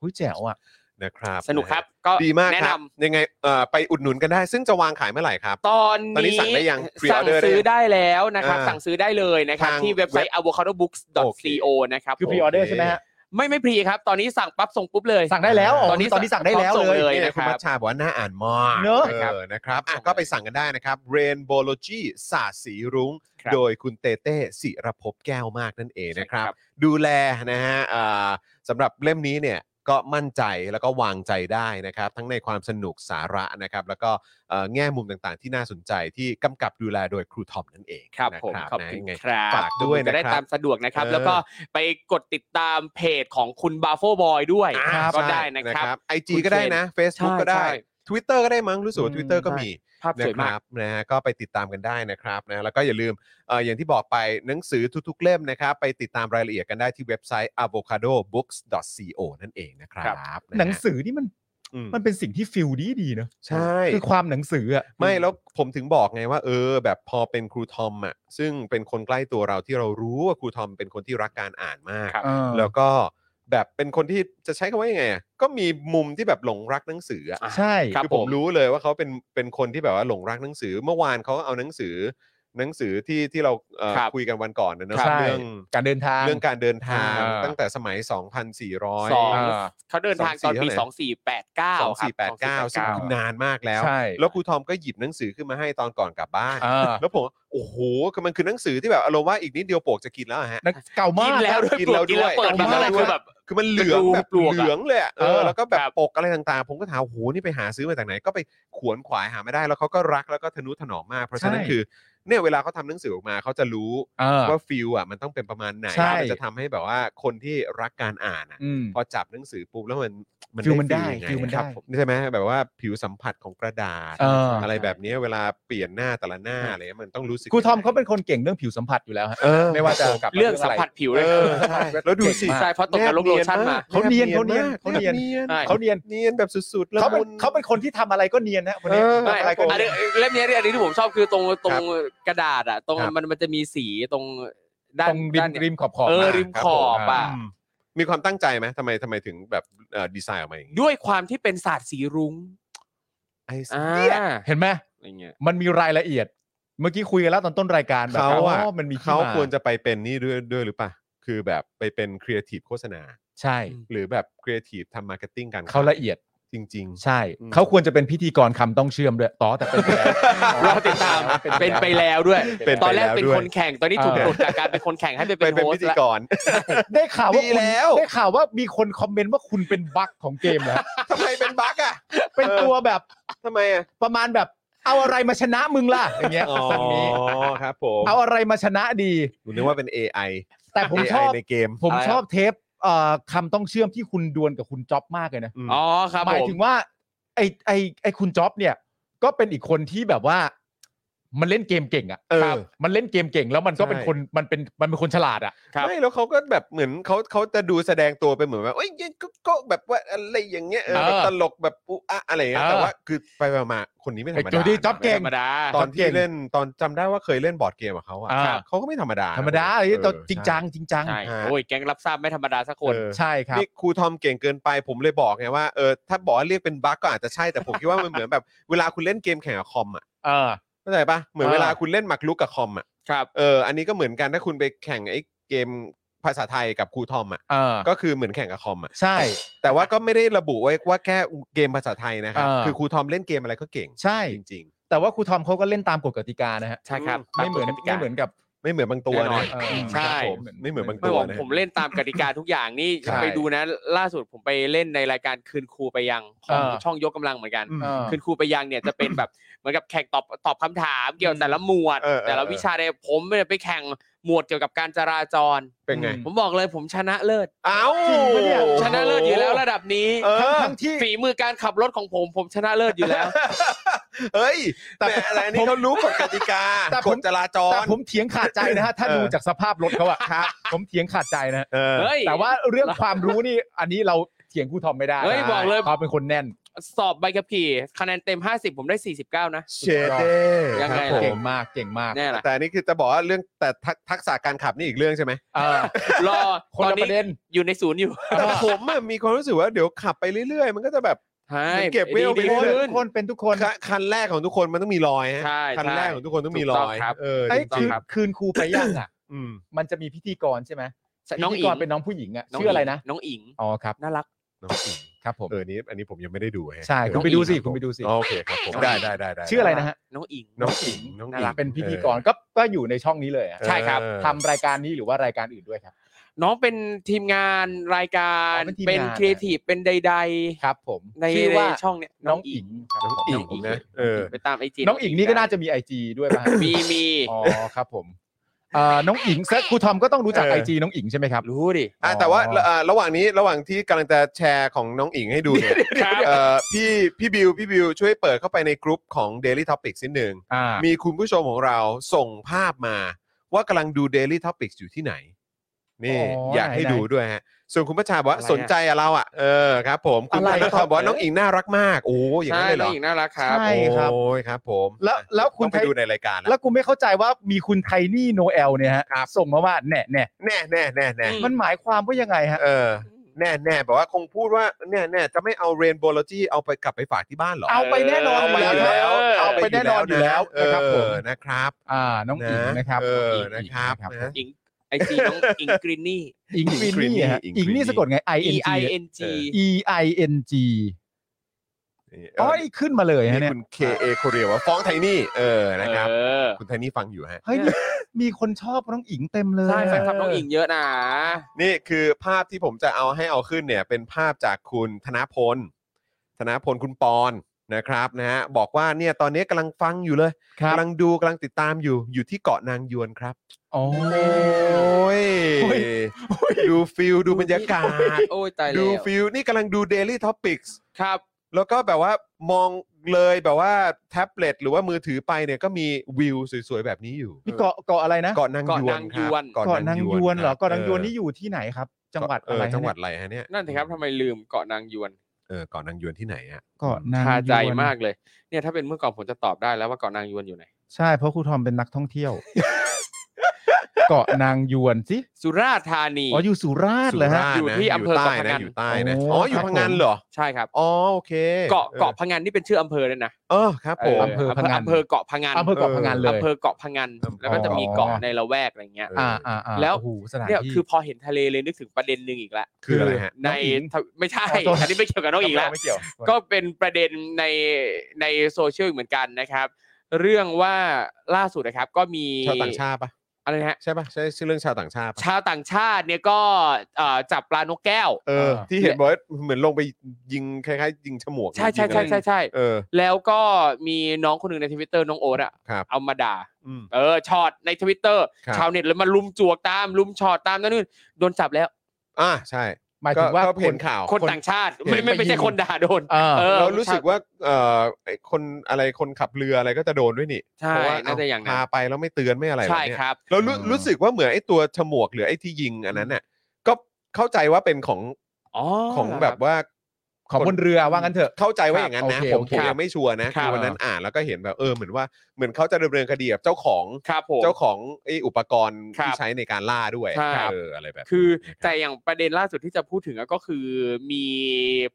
[SPEAKER 4] หุ้ยแจ๋วอ่ะ
[SPEAKER 3] นะครับ
[SPEAKER 5] สนุกครับ
[SPEAKER 3] ะ
[SPEAKER 5] ก็
[SPEAKER 3] ฮะดีมาก
[SPEAKER 5] แนะครับ นำ
[SPEAKER 3] ยังไงเอ่อไปอุดหนุนกันได้ ซึ่งจะวางขายเมื่อไหร่ครับ
[SPEAKER 5] ตอน
[SPEAKER 3] ตอนนี้
[SPEAKER 5] นี้
[SPEAKER 3] สั่งได้ยัง Pre-order
[SPEAKER 5] สั่งซื้อได้แล้วนะครับ
[SPEAKER 3] ได้ยัง
[SPEAKER 5] สั่งซื้อได้เลยนะครับ
[SPEAKER 3] ทาง
[SPEAKER 5] ที่เว็บไซต์ avocadobooks.co นะครับ
[SPEAKER 4] คือ
[SPEAKER 3] โ
[SPEAKER 4] พรีออเดอร์ใช่ไหมฮะ
[SPEAKER 5] ไม่ไม่พรีครับ ตอนนี้สั่งปั๊บส่งปุ๊บเลย
[SPEAKER 4] สั่งได้แล้วอ๋อ
[SPEAKER 5] ตอนนี้
[SPEAKER 4] ตอนนี้สั่งได้แล้ว
[SPEAKER 5] สั่ง
[SPEAKER 4] เลย
[SPEAKER 5] เลย
[SPEAKER 3] เนี่ย
[SPEAKER 5] นะ
[SPEAKER 3] คุณ
[SPEAKER 5] ครับ
[SPEAKER 3] มัชชาบอกว่าน่าอ่านมาก
[SPEAKER 4] เนอะ
[SPEAKER 3] เอ
[SPEAKER 5] ครับ
[SPEAKER 3] อนะครับอ่ะก็ไปสั่งกันได้นะครับ Rainbowlogy ศาสตร์สีรุ้ง
[SPEAKER 5] ครับ
[SPEAKER 3] โดยคุณเตเต้ศิรภพแก้วมากนั่นเองนะครับ
[SPEAKER 5] ใช่ครับ
[SPEAKER 3] ดูแลนะฮะอ่าสำหรับเล่มนี้เนี่ยก็มั่นใจแล้วก็วางใจได้นะครับ ทั้งในความสนุกสาระนะครับ แล้วก็เอ่อแง่มุมต่างๆ ที่น่าสนใจที่กำกับดูแลโดยครูทอมนั่นเอง
[SPEAKER 5] ครับ
[SPEAKER 3] นะ
[SPEAKER 5] ผมขอบ
[SPEAKER 3] นะ
[SPEAKER 5] คุณ
[SPEAKER 3] ยังไง
[SPEAKER 5] ครับ
[SPEAKER 3] ฝากด้วยนะครับ
[SPEAKER 5] จะได้ตามสะดวกนะครับ
[SPEAKER 3] เออ
[SPEAKER 5] แล้วก็ไปกดติดตามเพจของคุณบาโฟบอยด้วย
[SPEAKER 3] อ่า
[SPEAKER 5] ก็
[SPEAKER 3] ใช่
[SPEAKER 5] ได้นะครับ
[SPEAKER 3] ไอจี
[SPEAKER 5] คุณ
[SPEAKER 3] ก็ได้นะ Facebook
[SPEAKER 5] ใช่
[SPEAKER 3] ก็ได้
[SPEAKER 5] ใช่
[SPEAKER 3] Twitter ก็ได้มั้งรู้สึกว่า
[SPEAKER 4] อืม
[SPEAKER 3] Twitter ก็มี
[SPEAKER 5] ภาพสวย
[SPEAKER 3] นะ
[SPEAKER 5] มา
[SPEAKER 3] ค
[SPEAKER 5] ก
[SPEAKER 3] รับนะฮะก็ไปติดตามกันได้นะครับนะแล้วก็อย่าลืมเอ่ออย่างที่บอกไปหนังสือทุกๆเล่มนะครับ ไปติดตามรายละเอียดกันได้ที่เว็บไซต์ avocadobooks.co นั่นเองนะครั
[SPEAKER 5] ครับ
[SPEAKER 3] บะฮะ
[SPEAKER 4] หนังสือนี่มัน
[SPEAKER 3] อืม
[SPEAKER 4] มันเป็นสิ่งที่ฟิลดีดีๆเนอะ
[SPEAKER 3] ใช่
[SPEAKER 4] คือความหนังสืออะ
[SPEAKER 3] ไม่แล้วผมถึงบอกไงว่าเออ แบบพอเป็นครูทอมอ่ะซึ่งเป็นคนใกล้ตัวเราที่เรารู้ว่าครูทอมเป็นคนที่รักการอ่านมาก
[SPEAKER 5] ครับ
[SPEAKER 4] เออ
[SPEAKER 3] แล้วก็แบบเป็นคนที่จะใช้คำว่ายังไงอะก็มีมุมที่แบบหลงรักหนังสืออะ
[SPEAKER 4] ใช่
[SPEAKER 5] ครับ
[SPEAKER 3] คือผ
[SPEAKER 5] ผม ม
[SPEAKER 3] รู้เลยว่าเขาเป็นเป็นคนที่แบบว่าหลงรักหนังสือ เมื่อวานเขาก็เอาหนังสือ หนังสือที่ที่เราเอ่อ
[SPEAKER 5] ครับ
[SPEAKER 3] คุยกันวันก่อนนะเนอะ
[SPEAKER 5] ครับ
[SPEAKER 4] ใช่
[SPEAKER 3] เรื่อง
[SPEAKER 4] การเดินทาง
[SPEAKER 3] เรื่องการเดินทาง
[SPEAKER 4] อ่า
[SPEAKER 3] ตั้งแต่สมัย 2,400
[SPEAKER 5] สอง
[SPEAKER 4] อ่า
[SPEAKER 5] เขาเดินทางตอนปี
[SPEAKER 3] 24
[SPEAKER 5] 2489
[SPEAKER 3] 2489ซึ่งนานมากแล้ว
[SPEAKER 4] ใช่
[SPEAKER 3] แล้วครูทอมก็หยิบหนังสือขึ้นมาให้ตอนก่อนกลับบ้าน
[SPEAKER 4] เออ
[SPEAKER 3] แล้วผมว่าโอ้โหคือมันคือหนังสือที่แบบอารมณ์ว่าอีกนิดเดียวโปกจะกินแล้วอะฮะ
[SPEAKER 4] นักเก่ามาก
[SPEAKER 5] กินแล้วด้วย
[SPEAKER 3] กินแล้ว
[SPEAKER 5] กิน
[SPEAKER 3] ด้
[SPEAKER 5] แล้ว
[SPEAKER 3] วย
[SPEAKER 5] เปิดมา
[SPEAKER 3] กินแล้ว
[SPEAKER 5] แล้ว
[SPEAKER 3] ด้วย
[SPEAKER 5] คือแบบ
[SPEAKER 3] คือมันเหลือง
[SPEAKER 5] มัน
[SPEAKER 3] แบบ
[SPEAKER 5] ดูปลวกอะ
[SPEAKER 3] เหลืองเลยอะเอ
[SPEAKER 5] เอ
[SPEAKER 3] อ
[SPEAKER 5] อ
[SPEAKER 3] แล้วก็แบ
[SPEAKER 5] ครับ บ
[SPEAKER 3] ปกอะไรต่างๆ ผมก็ถามโอ้โหนี่ไปหาซื้อมาจากไหน ก็ไปขวนขวายหาไม่ได้แล้วเขาก็รักแล้วก็ทนุถนอมมาก เพราะฉะนั้น
[SPEAKER 4] ใช่
[SPEAKER 3] คือเนี่ยเวลาเขาทำหนังสือออกมาเขาจะรู้
[SPEAKER 4] เออ
[SPEAKER 3] ว่าฟิลอ่ะมันต้องเป็นประมาณไหน
[SPEAKER 4] ใช่
[SPEAKER 3] มันจะทำให้แบบว่าคนที่รักการอ่านอ่ะ
[SPEAKER 4] อืม
[SPEAKER 3] พอจับหนังสือปุ๊บแล้วมัน
[SPEAKER 4] ฟิลมันได้
[SPEAKER 3] ยังง
[SPEAKER 4] ฟิลมัน
[SPEAKER 3] ครับ
[SPEAKER 4] ได้
[SPEAKER 3] ผใช่ไหมแบบว่าผิวสัมผัสของกระดาษ
[SPEAKER 4] เอออ
[SPEAKER 3] ไรแบบเนี้ยเวลาเปลี่ยนหน้าแต่ละหน้าอะไรเงี้ยมันต้องรู้สึก
[SPEAKER 4] ครูทอมเขา
[SPEAKER 3] ยังไง
[SPEAKER 4] เป็นคนเก่งเรื่องผิวสัมผัสอยู่แล้วฮะ
[SPEAKER 3] เออ
[SPEAKER 4] ไม่ว่าจะกับ
[SPEAKER 5] เรื่องสัมผัสผิวเล
[SPEAKER 3] เอย อใช่แล้วดูสิ
[SPEAKER 5] ใช่เพราะตกกับลงโลชั่นมา
[SPEAKER 4] เขาเนียนเขาเนียน
[SPEAKER 3] มก
[SPEAKER 4] เขาเนียน
[SPEAKER 3] แบ
[SPEAKER 5] ใช่
[SPEAKER 4] เขาเนียน
[SPEAKER 3] เนียนแบบสุดๆละ
[SPEAKER 4] เขาเป็น
[SPEAKER 3] มุ
[SPEAKER 4] เขาเป็นคนที่ทำอะไรก็เนียนนะวันนี้
[SPEAKER 3] เออ
[SPEAKER 4] ทำอะไรก็
[SPEAKER 5] อัน
[SPEAKER 4] เนี
[SPEAKER 5] นี้
[SPEAKER 4] ยน
[SPEAKER 5] เล่มนี้เนี่ยอันนี้ที่ผมชอบคือตรงตรงกระดาษอ่ะตรง
[SPEAKER 3] ครับ
[SPEAKER 5] มันมันจะมีสีตรงด้า
[SPEAKER 4] ต
[SPEAKER 5] น
[SPEAKER 4] รงริม
[SPEAKER 5] ด้านเนี่ย
[SPEAKER 4] ริมขอบขอบ
[SPEAKER 5] เออ
[SPEAKER 4] มา
[SPEAKER 5] ริม
[SPEAKER 4] คบ
[SPEAKER 5] ขอบ
[SPEAKER 4] ผม
[SPEAKER 5] อะ
[SPEAKER 4] ม
[SPEAKER 3] มีความตั้งใจไหมทำไมทำไมถึงแบบดีไซน์ออกมาอย่างนี้
[SPEAKER 5] ด้วยความที่เป็นศาสตร์สีรุ้ง
[SPEAKER 3] ไอ้
[SPEAKER 5] อ่า
[SPEAKER 3] เหี้ย
[SPEAKER 4] เห็นไหม
[SPEAKER 5] อะไรเงี้ย
[SPEAKER 4] มันมีรายละเอียด เมื่อกี้คุยกันแล้วตอนต้นรายการแบบ
[SPEAKER 3] เขาอะ
[SPEAKER 4] มันมีที่
[SPEAKER 3] เขา
[SPEAKER 4] ม
[SPEAKER 3] ควรจะไปเป็นนี่ด้วยด้วยหรือเปะคือแบบไปเป็นครีเอทีฟโฆษณา
[SPEAKER 4] ใช่
[SPEAKER 3] หรือแบบครีเอทีฟทำมาร์เก็ตติ้งกัน
[SPEAKER 4] เขาละเอียด
[SPEAKER 3] จริง
[SPEAKER 4] ใช่
[SPEAKER 3] อืม
[SPEAKER 4] เขาควรจะเป็นพิธีกรคำต้องเชื่อมด้วยต่อแต่เป็นไป แล้ว
[SPEAKER 5] เราติดตามเป็นไปแล้วด้วย
[SPEAKER 3] เป็น
[SPEAKER 5] ตอนแรกเป็น
[SPEAKER 3] แล้วด้วย
[SPEAKER 5] คนแข่งตอนนี้ถูกปลดจากการเป็นคนแข่งให้ไป
[SPEAKER 3] ไป
[SPEAKER 5] เป็น
[SPEAKER 3] เป็น
[SPEAKER 5] โฮส
[SPEAKER 3] พิ
[SPEAKER 5] ต์
[SPEAKER 3] ธี
[SPEAKER 5] แล้ว
[SPEAKER 3] กร
[SPEAKER 4] ได้ข่าวว่า
[SPEAKER 3] ดี
[SPEAKER 4] คุณ
[SPEAKER 3] แล้ว
[SPEAKER 4] ได้ข่าวว่ามีคนคอมเมนต์ว่าคุณเป็นบั๊กของเกมแล้ว
[SPEAKER 3] ทำไมเป็นบั๊กอ่ะ
[SPEAKER 4] เป็นตัวแบบ
[SPEAKER 3] ทำไมอ่ะ
[SPEAKER 4] ประมาณแบบเอาอะไรมาชนะมึงล่ะอย่างเงี้ย
[SPEAKER 3] อ๋อ
[SPEAKER 4] ทรงนี้
[SPEAKER 3] ครับผม
[SPEAKER 4] เอาอะไรมาชนะดี
[SPEAKER 3] ผมนึกว่าเป็น AI
[SPEAKER 4] แต่ผม
[SPEAKER 3] AI
[SPEAKER 4] ชอบ
[SPEAKER 3] ในเกม
[SPEAKER 4] ผมชอบเทปเอ่อคำต้องเชื่อมที่คุณดวลกับคุณจ๊อบมากเลยนะ
[SPEAKER 3] ม
[SPEAKER 5] อ๋อครับผม
[SPEAKER 4] หาย
[SPEAKER 5] ม
[SPEAKER 4] ถึงว่าไอ้ไอ้ไอ้คุณจ๊อบเนี่ยก็เป็นอีกคนที่แบบว่า มันเล่นเกมเก่งอะ
[SPEAKER 3] เออ
[SPEAKER 4] มันเล่นเกมเก่งแล้วมันก็
[SPEAKER 3] ใช่
[SPEAKER 4] เป็นคนมันเป็นมันเป็นคนฉลาดอะ
[SPEAKER 5] ครับ
[SPEAKER 3] ไม่แล้วเขาก็แบบเหมือนเขาเขาจะดูแสดงตัวไปเหมือนว่าเอ้ยยังก็ก็แบบว่าอะไรอย่างเงี้ยเออแบบตลกแบบอุอะอะไรอย่างเงี้ยแต่ว่าคือไปมาๆคนนี้ไม่ธร
[SPEAKER 4] ไอ้
[SPEAKER 3] รม
[SPEAKER 4] ตัว
[SPEAKER 3] ดา
[SPEAKER 4] ที่จ๊อบ
[SPEAKER 5] ไม่
[SPEAKER 4] เก่ง
[SPEAKER 5] ธรรมดา
[SPEAKER 3] ตอนที่
[SPEAKER 4] เก่ง
[SPEAKER 3] เล่นตอนจำได้ว่าเคยเล่นบอร์ดเกมกับเขาอ่ะ
[SPEAKER 4] อ่า
[SPEAKER 3] เขาก็ไม่ธรรมดานะ
[SPEAKER 4] ธรรมดาไอ้ตัวจริงจังจริงจัง
[SPEAKER 5] ใช่โอ้ยแก๊งรับทราบไม่ธรรมดาสักคน
[SPEAKER 3] เออ
[SPEAKER 4] ใช่ครับ
[SPEAKER 3] นี่ครูทอมเก่งเกินไปผมเลยบอกไงว่าเออถ้าบอกว่าเรียกเป็นบั๊กก็อาจจะใช่แต่ผมคิดว่ามันเหมือนแบบเวลาคุณเล่นเกมแข่งกับคอมอ่ะ
[SPEAKER 4] เออ
[SPEAKER 3] เข้าใจปะเหมือน
[SPEAKER 4] อ่า
[SPEAKER 3] เวลาคุณเล่นหมากรุกกับคอมอ่ะ
[SPEAKER 5] ครับ
[SPEAKER 3] เอออันนี้ก็เหมือนกันถ้าคุณไปแข่งไอ้เกมภาษาไทยกับครูทอมอ่ะ
[SPEAKER 4] เออ
[SPEAKER 3] ก็คือเหมือนแข่งกับคอมอ่ะ
[SPEAKER 4] ใช่
[SPEAKER 3] แต่ว่าก็ไม่ได้ระบุไว้ว่าแค่เกมภาษาไทยนะครับ
[SPEAKER 4] เออ
[SPEAKER 3] คือครูทอมเล่นเกมอะไรก็เก่ง
[SPEAKER 4] ใช่
[SPEAKER 3] จริง
[SPEAKER 4] แต่ว่าครูทอมเขาก็เล่นตามกฎกติกานะฮะ
[SPEAKER 5] ใช่ครับ
[SPEAKER 4] ไม่เหมือน
[SPEAKER 5] ตากฎกติกา
[SPEAKER 4] ไม่เหมือนกับ
[SPEAKER 3] ๆ ไม่เหมือนบางตัว
[SPEAKER 5] แน่นอ
[SPEAKER 3] นะ
[SPEAKER 5] น
[SPEAKER 3] เออค
[SPEAKER 5] ใช่
[SPEAKER 3] รับผมไม่เหมือนบาง
[SPEAKER 5] ไม่
[SPEAKER 3] ตัว
[SPEAKER 5] บอก
[SPEAKER 3] นะ
[SPEAKER 5] ผมเล่นตามกติกาทุกอย่างนี่
[SPEAKER 3] ใช่
[SPEAKER 5] ไปดูนะ ล่าสุดผมไปเล่นในรายการคืนครูไปยังของ
[SPEAKER 4] อ่า
[SPEAKER 5] ช่องยกกำลังเหมือนกัน
[SPEAKER 3] อืม
[SPEAKER 4] เออ
[SPEAKER 5] คืนครูไปยังเนี่ยจะเป็นแบบ เหมือนกับแข่งตอบตอบคำถามเกี่ยวกับแต่ละหมวด
[SPEAKER 3] เออเออ
[SPEAKER 5] แต่ละวิชาเลยผมเนี่ยไปแข่งหมวดเกี่ยวกับการจราจร
[SPEAKER 3] เป็นไง
[SPEAKER 4] อื
[SPEAKER 5] ผมบอกเลยผมชนะเลิศ
[SPEAKER 3] เอ้า
[SPEAKER 4] จริงปะเนี่ย
[SPEAKER 5] ชนะเลิศอยู่แล้วระดับนี้
[SPEAKER 3] เออ
[SPEAKER 4] ทั้งที่
[SPEAKER 5] ฝีมือการขับรถของผมผมชนะเลิศอยู่แล้ว
[SPEAKER 3] เฮ้ย
[SPEAKER 4] แต่
[SPEAKER 3] แต่อะไรนี่
[SPEAKER 4] ผม
[SPEAKER 3] เขารู้กฎกติกา
[SPEAKER 4] แต่
[SPEAKER 3] ก
[SPEAKER 4] ผม
[SPEAKER 3] ฎจราจ
[SPEAKER 4] แต่
[SPEAKER 3] ร
[SPEAKER 4] ผมเถียงขาดใจนะฮะถ้า
[SPEAKER 3] เออ
[SPEAKER 4] ดูจากสภาพรถเขาอะครับ ผมเถียงขาดใจนะฮะ
[SPEAKER 3] เออ
[SPEAKER 5] เฮ้ย
[SPEAKER 4] แต่ว่าเรื่องความรู้นี่อันนี้เราเถียงครูทอมไม่ได้
[SPEAKER 5] เฮ้ยบอกเลย
[SPEAKER 4] เขาเป็นคนแน่น
[SPEAKER 5] สอบใบขับขี่คะแนนเต็ม 50 ผมได้ 49 นะ
[SPEAKER 3] เชเด้
[SPEAKER 5] ยังไง
[SPEAKER 3] ครับ
[SPEAKER 5] ล่ะ
[SPEAKER 3] ผ
[SPEAKER 4] เก่
[SPEAKER 3] ม
[SPEAKER 4] งมากเก่งมาก
[SPEAKER 5] แน่ล่ะ
[SPEAKER 3] แต่อันนี่คือจะบอกว่าเรื่องแต่ทักทักษะการขับนี่อีกเรื่องใช่ไหม
[SPEAKER 4] เออ
[SPEAKER 5] รอ
[SPEAKER 4] คน
[SPEAKER 5] ตอน
[SPEAKER 4] ละป
[SPEAKER 5] นี้
[SPEAKER 4] ระเด็น
[SPEAKER 5] อยู่ในศูนย์อยู่
[SPEAKER 3] แต่ผมอะมีความรู้สึกว่าเดี๋ยวขับไปเรื่อยๆ มันก็จะแบบ
[SPEAKER 5] ใช่
[SPEAKER 3] มันเก็บไว้
[SPEAKER 5] ดี
[SPEAKER 3] เอาไป
[SPEAKER 5] ดี
[SPEAKER 4] คน
[SPEAKER 5] ขึ้น
[SPEAKER 4] คนเป็นทุกคน
[SPEAKER 3] คันคันแรกของทุกคนมันต้องมีรอยฮะ
[SPEAKER 5] ใช่
[SPEAKER 3] คัน
[SPEAKER 5] ใช่
[SPEAKER 3] แรกของทุกคนต้องมี
[SPEAKER 5] ถูก
[SPEAKER 3] ร
[SPEAKER 5] ต้อง
[SPEAKER 3] อย
[SPEAKER 5] ครับ
[SPEAKER 3] เออ
[SPEAKER 4] ไอ้
[SPEAKER 3] จ
[SPEAKER 4] คื
[SPEAKER 3] ริ
[SPEAKER 4] น
[SPEAKER 3] ง
[SPEAKER 5] ครับ
[SPEAKER 4] คืนครูไปยังอ่ะ
[SPEAKER 3] ๆอืม
[SPEAKER 4] มันจะมีพิธีกรใช่ไหม
[SPEAKER 5] น้อง
[SPEAKER 4] พิ
[SPEAKER 5] อิ
[SPEAKER 4] ธีก
[SPEAKER 5] ง
[SPEAKER 4] รเป็นน้องผู้หญิงอ่ะชื่ออะไรนะ
[SPEAKER 5] น้องอิง
[SPEAKER 4] อ๋อครับ
[SPEAKER 5] น่ารัก
[SPEAKER 3] น้องอิง
[SPEAKER 4] ครับผม
[SPEAKER 3] เออนี้อันนี้ผมยังไม่ได้ดูฮะ
[SPEAKER 4] ใช่
[SPEAKER 3] เออ
[SPEAKER 4] คุณไปดูสิ
[SPEAKER 3] น้
[SPEAKER 4] คุ
[SPEAKER 3] องอิง
[SPEAKER 4] ณไปดูสิ
[SPEAKER 3] อ๋อโอเคครับผมได้ได้ได้ด้
[SPEAKER 4] ชื่ออะไรนะฮะ
[SPEAKER 5] น้องอิง
[SPEAKER 3] น้องอิงน้องอิง
[SPEAKER 4] เป็นพิธีกร
[SPEAKER 3] เอ
[SPEAKER 4] ก็ก็อยู่ในช่องนี้เลยอะ
[SPEAKER 3] อ
[SPEAKER 5] ใช่ครับ
[SPEAKER 3] เออ
[SPEAKER 4] ทำรายการนี้หรือว่ารายการอื่นด้วยครับ
[SPEAKER 5] น้องเป็นทีมงานรายการ
[SPEAKER 4] อ๋อเป็นทีม
[SPEAKER 5] เป็น
[SPEAKER 4] งาน
[SPEAKER 5] ครีเอทีฟเป็นใด
[SPEAKER 4] ครับผม
[SPEAKER 5] ๆ ใน
[SPEAKER 4] ชื่อว่า
[SPEAKER 5] ในช่องเนี่ย
[SPEAKER 4] น้องอิงครับ
[SPEAKER 3] น้องอิงนะเออ
[SPEAKER 5] ไปตามไอจี
[SPEAKER 4] น้องอิงนี่ก็น่าจะมีไอจีด้วยป่ะฮะ
[SPEAKER 5] มีมี
[SPEAKER 4] อ๋อครับผมเอ่อน้องอิงเซ็ตครูทอมก็ต้องรู้จัก
[SPEAKER 3] เออ
[SPEAKER 4] ไอจีน้องอิงใช่ไหมครับ
[SPEAKER 5] รู้ดิ
[SPEAKER 3] อ่ะแต่ว่าเอ่อระหว่างนี้ระหว่างที่กำลังจะแชร์ของน้องอิงให้ดู เนี่ย
[SPEAKER 5] ครับ
[SPEAKER 3] เอ่อพี่พี่บิวพี่บิวช่วยเปิดเข้าไปในกรุ๊ปของ Daily Topics นิดหนึ่ง
[SPEAKER 4] อ่า
[SPEAKER 3] มีคุณผู้ชมของเราส่งภาพมาว่ากำลังดู Daily Topics อยู่ที่ไหน นี่
[SPEAKER 4] อ๋อ
[SPEAKER 3] อยากให้
[SPEAKER 4] ไหนๆ
[SPEAKER 3] ดูด้วยฮะ ส่วนคุณประชาบอกว่า
[SPEAKER 5] อะไรอะ
[SPEAKER 3] สนใจอะเราอ่ะเออครับ ผมคุณ
[SPEAKER 4] อะไร
[SPEAKER 3] ธนท
[SPEAKER 4] ครั
[SPEAKER 3] ร
[SPEAKER 4] บ
[SPEAKER 3] บอกว่าน้องอิงน่ารักมาก โอ้อย่าง
[SPEAKER 5] ใช่
[SPEAKER 3] นั้นเลยเหร
[SPEAKER 5] น้อ
[SPEAKER 3] อง
[SPEAKER 5] อิงน่ารักครับ
[SPEAKER 4] ใช่ครับ
[SPEAKER 3] โอ้ยครับ ผม
[SPEAKER 4] แล้วแล้วคุณ
[SPEAKER 3] ต้องไปดูในรายการ
[SPEAKER 4] แล้ว วกูไม่เข้าใจว่ามีคุณไทนี่โนเอลเนี่ยฮะ
[SPEAKER 3] ครับ
[SPEAKER 4] ส่งมาว่าแน่แน่
[SPEAKER 3] แน่แน่แน่แน่
[SPEAKER 5] อื
[SPEAKER 4] มันหมายความว่ายังไงฮะ
[SPEAKER 3] เออแน่แน่บอกว่าคงพูดว่าแน่แน่จะไม่เอาเรนโบโลจีเอาไปกลับไปฝากที่บ้านเหรอ
[SPEAKER 4] เอาไปแน่นอน
[SPEAKER 3] เอา
[SPEAKER 4] อ
[SPEAKER 3] ไป
[SPEAKER 4] ยู่
[SPEAKER 3] อ
[SPEAKER 4] แล้วครับ
[SPEAKER 3] ยู่แล้ว
[SPEAKER 4] เอาไปแน่นอนอยู่แล้ว
[SPEAKER 3] เอ
[SPEAKER 4] นะครับผม
[SPEAKER 3] อนะครับ
[SPEAKER 4] อ่าน้องอิงนะครับ
[SPEAKER 3] เออ
[SPEAKER 4] น้
[SPEAKER 3] นะ
[SPEAKER 4] งง
[SPEAKER 3] ครับนะ
[SPEAKER 5] อิงไอจีน้องอิงกรีนนี่
[SPEAKER 4] อิงกรีนนี่ฮะ
[SPEAKER 3] อิงก
[SPEAKER 4] อิ
[SPEAKER 3] รีนนี่
[SPEAKER 4] งนี่สะกดไง I
[SPEAKER 5] E
[SPEAKER 4] N G
[SPEAKER 5] I N G
[SPEAKER 4] E I N G
[SPEAKER 3] นี่เ
[SPEAKER 4] อ๋อนี่ขึ้นมาเลยฮะ
[SPEAKER 3] นี่
[SPEAKER 4] เนี่ย
[SPEAKER 3] คุณเคเอโคเรียว่าฟ้องไทนี่เออนะครับ
[SPEAKER 5] เออ
[SPEAKER 3] คุณไทนี่ฟังอยู่ฮะ
[SPEAKER 4] เฮ้ยนี่มีคนชอบน้องอิงเต็มเลย
[SPEAKER 5] ใช่แฟนคลับน้องอิงเยอะนะ
[SPEAKER 3] นี่คือภาพที่ผมจะเอาให้เอาขึ้นเนี่ย เป็นภาพจากคุณธนพล ธนพลคุณปอนนะครับนะฮะบอกว่าเนี่ยตอนนี้กำลังฟังอยู่เลย
[SPEAKER 4] ครับ
[SPEAKER 3] กำลังดูกำลังติดตามอยู่อยู่ที่เกาะนางยวนครับ
[SPEAKER 4] โอ้
[SPEAKER 3] โอ้ย ดูฟิลดูบรรยากาศ
[SPEAKER 5] โอ้ยตายแล้
[SPEAKER 3] ดู
[SPEAKER 5] ว
[SPEAKER 3] ฟิลนี่กำลังดู Daily Topics
[SPEAKER 5] ครับ
[SPEAKER 3] แล้วก็แบบว่ามองเลยแบบว่าแท็บเล็ตหรือว่ามือถือไปเนี่ยก็มีวิวสวยๆแบบนี้อยู่
[SPEAKER 4] มีเกาะเกาะอะไรนะ
[SPEAKER 3] เกาะนางยวนครับ
[SPEAKER 5] เกาะ
[SPEAKER 4] เกาะนางยวนเหรอ
[SPEAKER 3] ครับ
[SPEAKER 4] เกาะนางยวนนี่อยู่ที่ไหนครับ จังหวัด
[SPEAKER 3] เอ
[SPEAKER 4] อะไรฮะ
[SPEAKER 3] อ
[SPEAKER 4] เนี่ย
[SPEAKER 3] จังหวัดอะไรฮะเนี่ย
[SPEAKER 5] นั่นสิครับทำไมลืมเกาะนางยวน
[SPEAKER 3] เออเกาะนางยวนที่ไหนฮะ
[SPEAKER 4] เกาะนางยวน
[SPEAKER 5] คาใจมากเลย เนี่ยถ้าเป็นเมื่อก่อนผมจะตอบได้แล้วว่าเกาะนางยวนอยู่ไหน
[SPEAKER 4] ใช่เพราะครูทอมเป็นนักท่องเที่ยว เกาะนางยวนสิ
[SPEAKER 5] สุราษฎร์ธานี
[SPEAKER 4] อ๋ออยู่สุราษฎร์เหรอฮะ
[SPEAKER 3] สุราษฎร์นะ
[SPEAKER 5] อยู่ที่อำเภอ
[SPEAKER 3] ใต้
[SPEAKER 5] เกาะพะ
[SPEAKER 3] นะ
[SPEAKER 5] งัน
[SPEAKER 3] อยู่ใต้นะ
[SPEAKER 4] โอ้
[SPEAKER 3] อ๋ออยู่
[SPEAKER 4] ครับ
[SPEAKER 3] พังงาน
[SPEAKER 4] ผม
[SPEAKER 3] เหรอ
[SPEAKER 5] ใช่ครับ
[SPEAKER 3] อ๋อโอเค
[SPEAKER 5] เกาะ
[SPEAKER 3] ออ
[SPEAKER 5] เกาะพะงันนี่เป็นชื่ออำเภอเลยนะ
[SPEAKER 3] เออครับผม
[SPEAKER 4] อำเภอพะงัน
[SPEAKER 5] อำเภอเกาะพะงัน
[SPEAKER 4] อำเภอเกาะพะงันเลย
[SPEAKER 5] อำเภอเกาะพะงัน
[SPEAKER 3] อำเภอ
[SPEAKER 5] แล้วก็จะมีเกาะในละแวกอะไรเงี้ย
[SPEAKER 3] เออ
[SPEAKER 4] อ่า
[SPEAKER 3] อ่
[SPEAKER 4] อ่าอ่า
[SPEAKER 5] แล้ว
[SPEAKER 4] โอ้โหสถาน
[SPEAKER 5] เนี่ย
[SPEAKER 4] ที่
[SPEAKER 5] คือพอเห็นทะเลเลยนึกถึงประเด็นหนึ่งอีกละ
[SPEAKER 3] คืออะไรฮะ
[SPEAKER 5] ใน
[SPEAKER 4] น้องอิง
[SPEAKER 5] ทวิไม่ใช่
[SPEAKER 4] ขอโทษ
[SPEAKER 5] อันนี้ไม่เกี่ยวกับน้องอิงละ
[SPEAKER 4] ไม่เกี่ยว
[SPEAKER 5] ก็เป็นประเด็นในในโซเชียลอีกเหมือนกันนะครับ เรื่องว่าล่าสุดนะครับก็มี
[SPEAKER 3] ชาวต่างชาติปะ
[SPEAKER 5] อะไรนะฮะ
[SPEAKER 3] ใช่ปะใช่ชื่อเรื่องชาวต่างชาติปะ
[SPEAKER 5] ชาวต่างชาติเนี่ยก็เอ่อจับปลานกแก้ว
[SPEAKER 3] เออ ที่เห็นบอกว่าเหมือนลงไปยิงคล้ายๆยิงฉมวก
[SPEAKER 5] ใช่ใช่ใช่ใช่ใช่
[SPEAKER 3] เออ
[SPEAKER 5] แล้วก็มีน้องคนหนึ่งในทวิตเตอร์น้องโอ๊ตอะ
[SPEAKER 3] ครับ
[SPEAKER 5] เอามาด่า
[SPEAKER 3] อืม
[SPEAKER 5] เออช็อตในทวิตเตอร์
[SPEAKER 3] ครับ
[SPEAKER 5] ชาวเน็ตเลยมาลุมจวกตามลุมช็อตตามนั่นนู่นโดนจับแล้ว
[SPEAKER 3] อ่าใช่
[SPEAKER 4] หมาย
[SPEAKER 3] ก็
[SPEAKER 4] ถึงว่า
[SPEAKER 3] ก็
[SPEAKER 4] ค
[SPEAKER 3] เห็
[SPEAKER 4] น
[SPEAKER 3] นข่าว
[SPEAKER 5] คนต่างชาติ
[SPEAKER 3] เห็น
[SPEAKER 5] ไม่ไม่
[SPEAKER 4] ไป
[SPEAKER 5] ไม่ใช่
[SPEAKER 4] ยิง
[SPEAKER 5] คนด่าโดน
[SPEAKER 4] อ่า
[SPEAKER 5] เออ
[SPEAKER 3] เรารู้สึกว่าเอ่อไอ้คนอะไรคนขับเรืออะไรก็จะโดนด้วยนี่
[SPEAKER 5] ใช่
[SPEAKER 3] เพราะว่า
[SPEAKER 5] น่าจะอย่างนั้น
[SPEAKER 3] พาไปแล้วไม่เตือนไม่อะไรเหรอ
[SPEAKER 5] ใช่
[SPEAKER 3] เนี่ย
[SPEAKER 5] ครับ
[SPEAKER 3] เรารู้รู้สึกว่าเหมือนไอ้ตัวฉมวกหรือไอ้ที่ยิงอันนั้นน่ะก็เข้าใจว่าเป็นของ
[SPEAKER 5] อ๋อ
[SPEAKER 3] ของแบบว่า
[SPEAKER 4] ของบนเรือว่างั้นเถอะ
[SPEAKER 3] เข้าใจว่าอย่างนั้นนะ
[SPEAKER 4] โอเค
[SPEAKER 3] ผม
[SPEAKER 4] โอเค
[SPEAKER 3] ผมยังไม่ชัวร์นะครับ คือวันนั้นอ่านแล้วก็เห็นแบบเออเหมือนว่าเหมือนเขาจะดำเนินคดีกับเจ้าของ
[SPEAKER 5] ครับผม
[SPEAKER 3] เจ้าของไอ้อุปกรณ์
[SPEAKER 5] ครับ
[SPEAKER 3] ที่ใช้ในการล่าด้วย
[SPEAKER 5] ใช่
[SPEAKER 3] เอออะไรแบบนี้
[SPEAKER 5] คือ
[SPEAKER 3] นะครับ
[SPEAKER 5] แต่อย่างประเด็นล่าสุดที่จะพูดถึงอะก็คือมี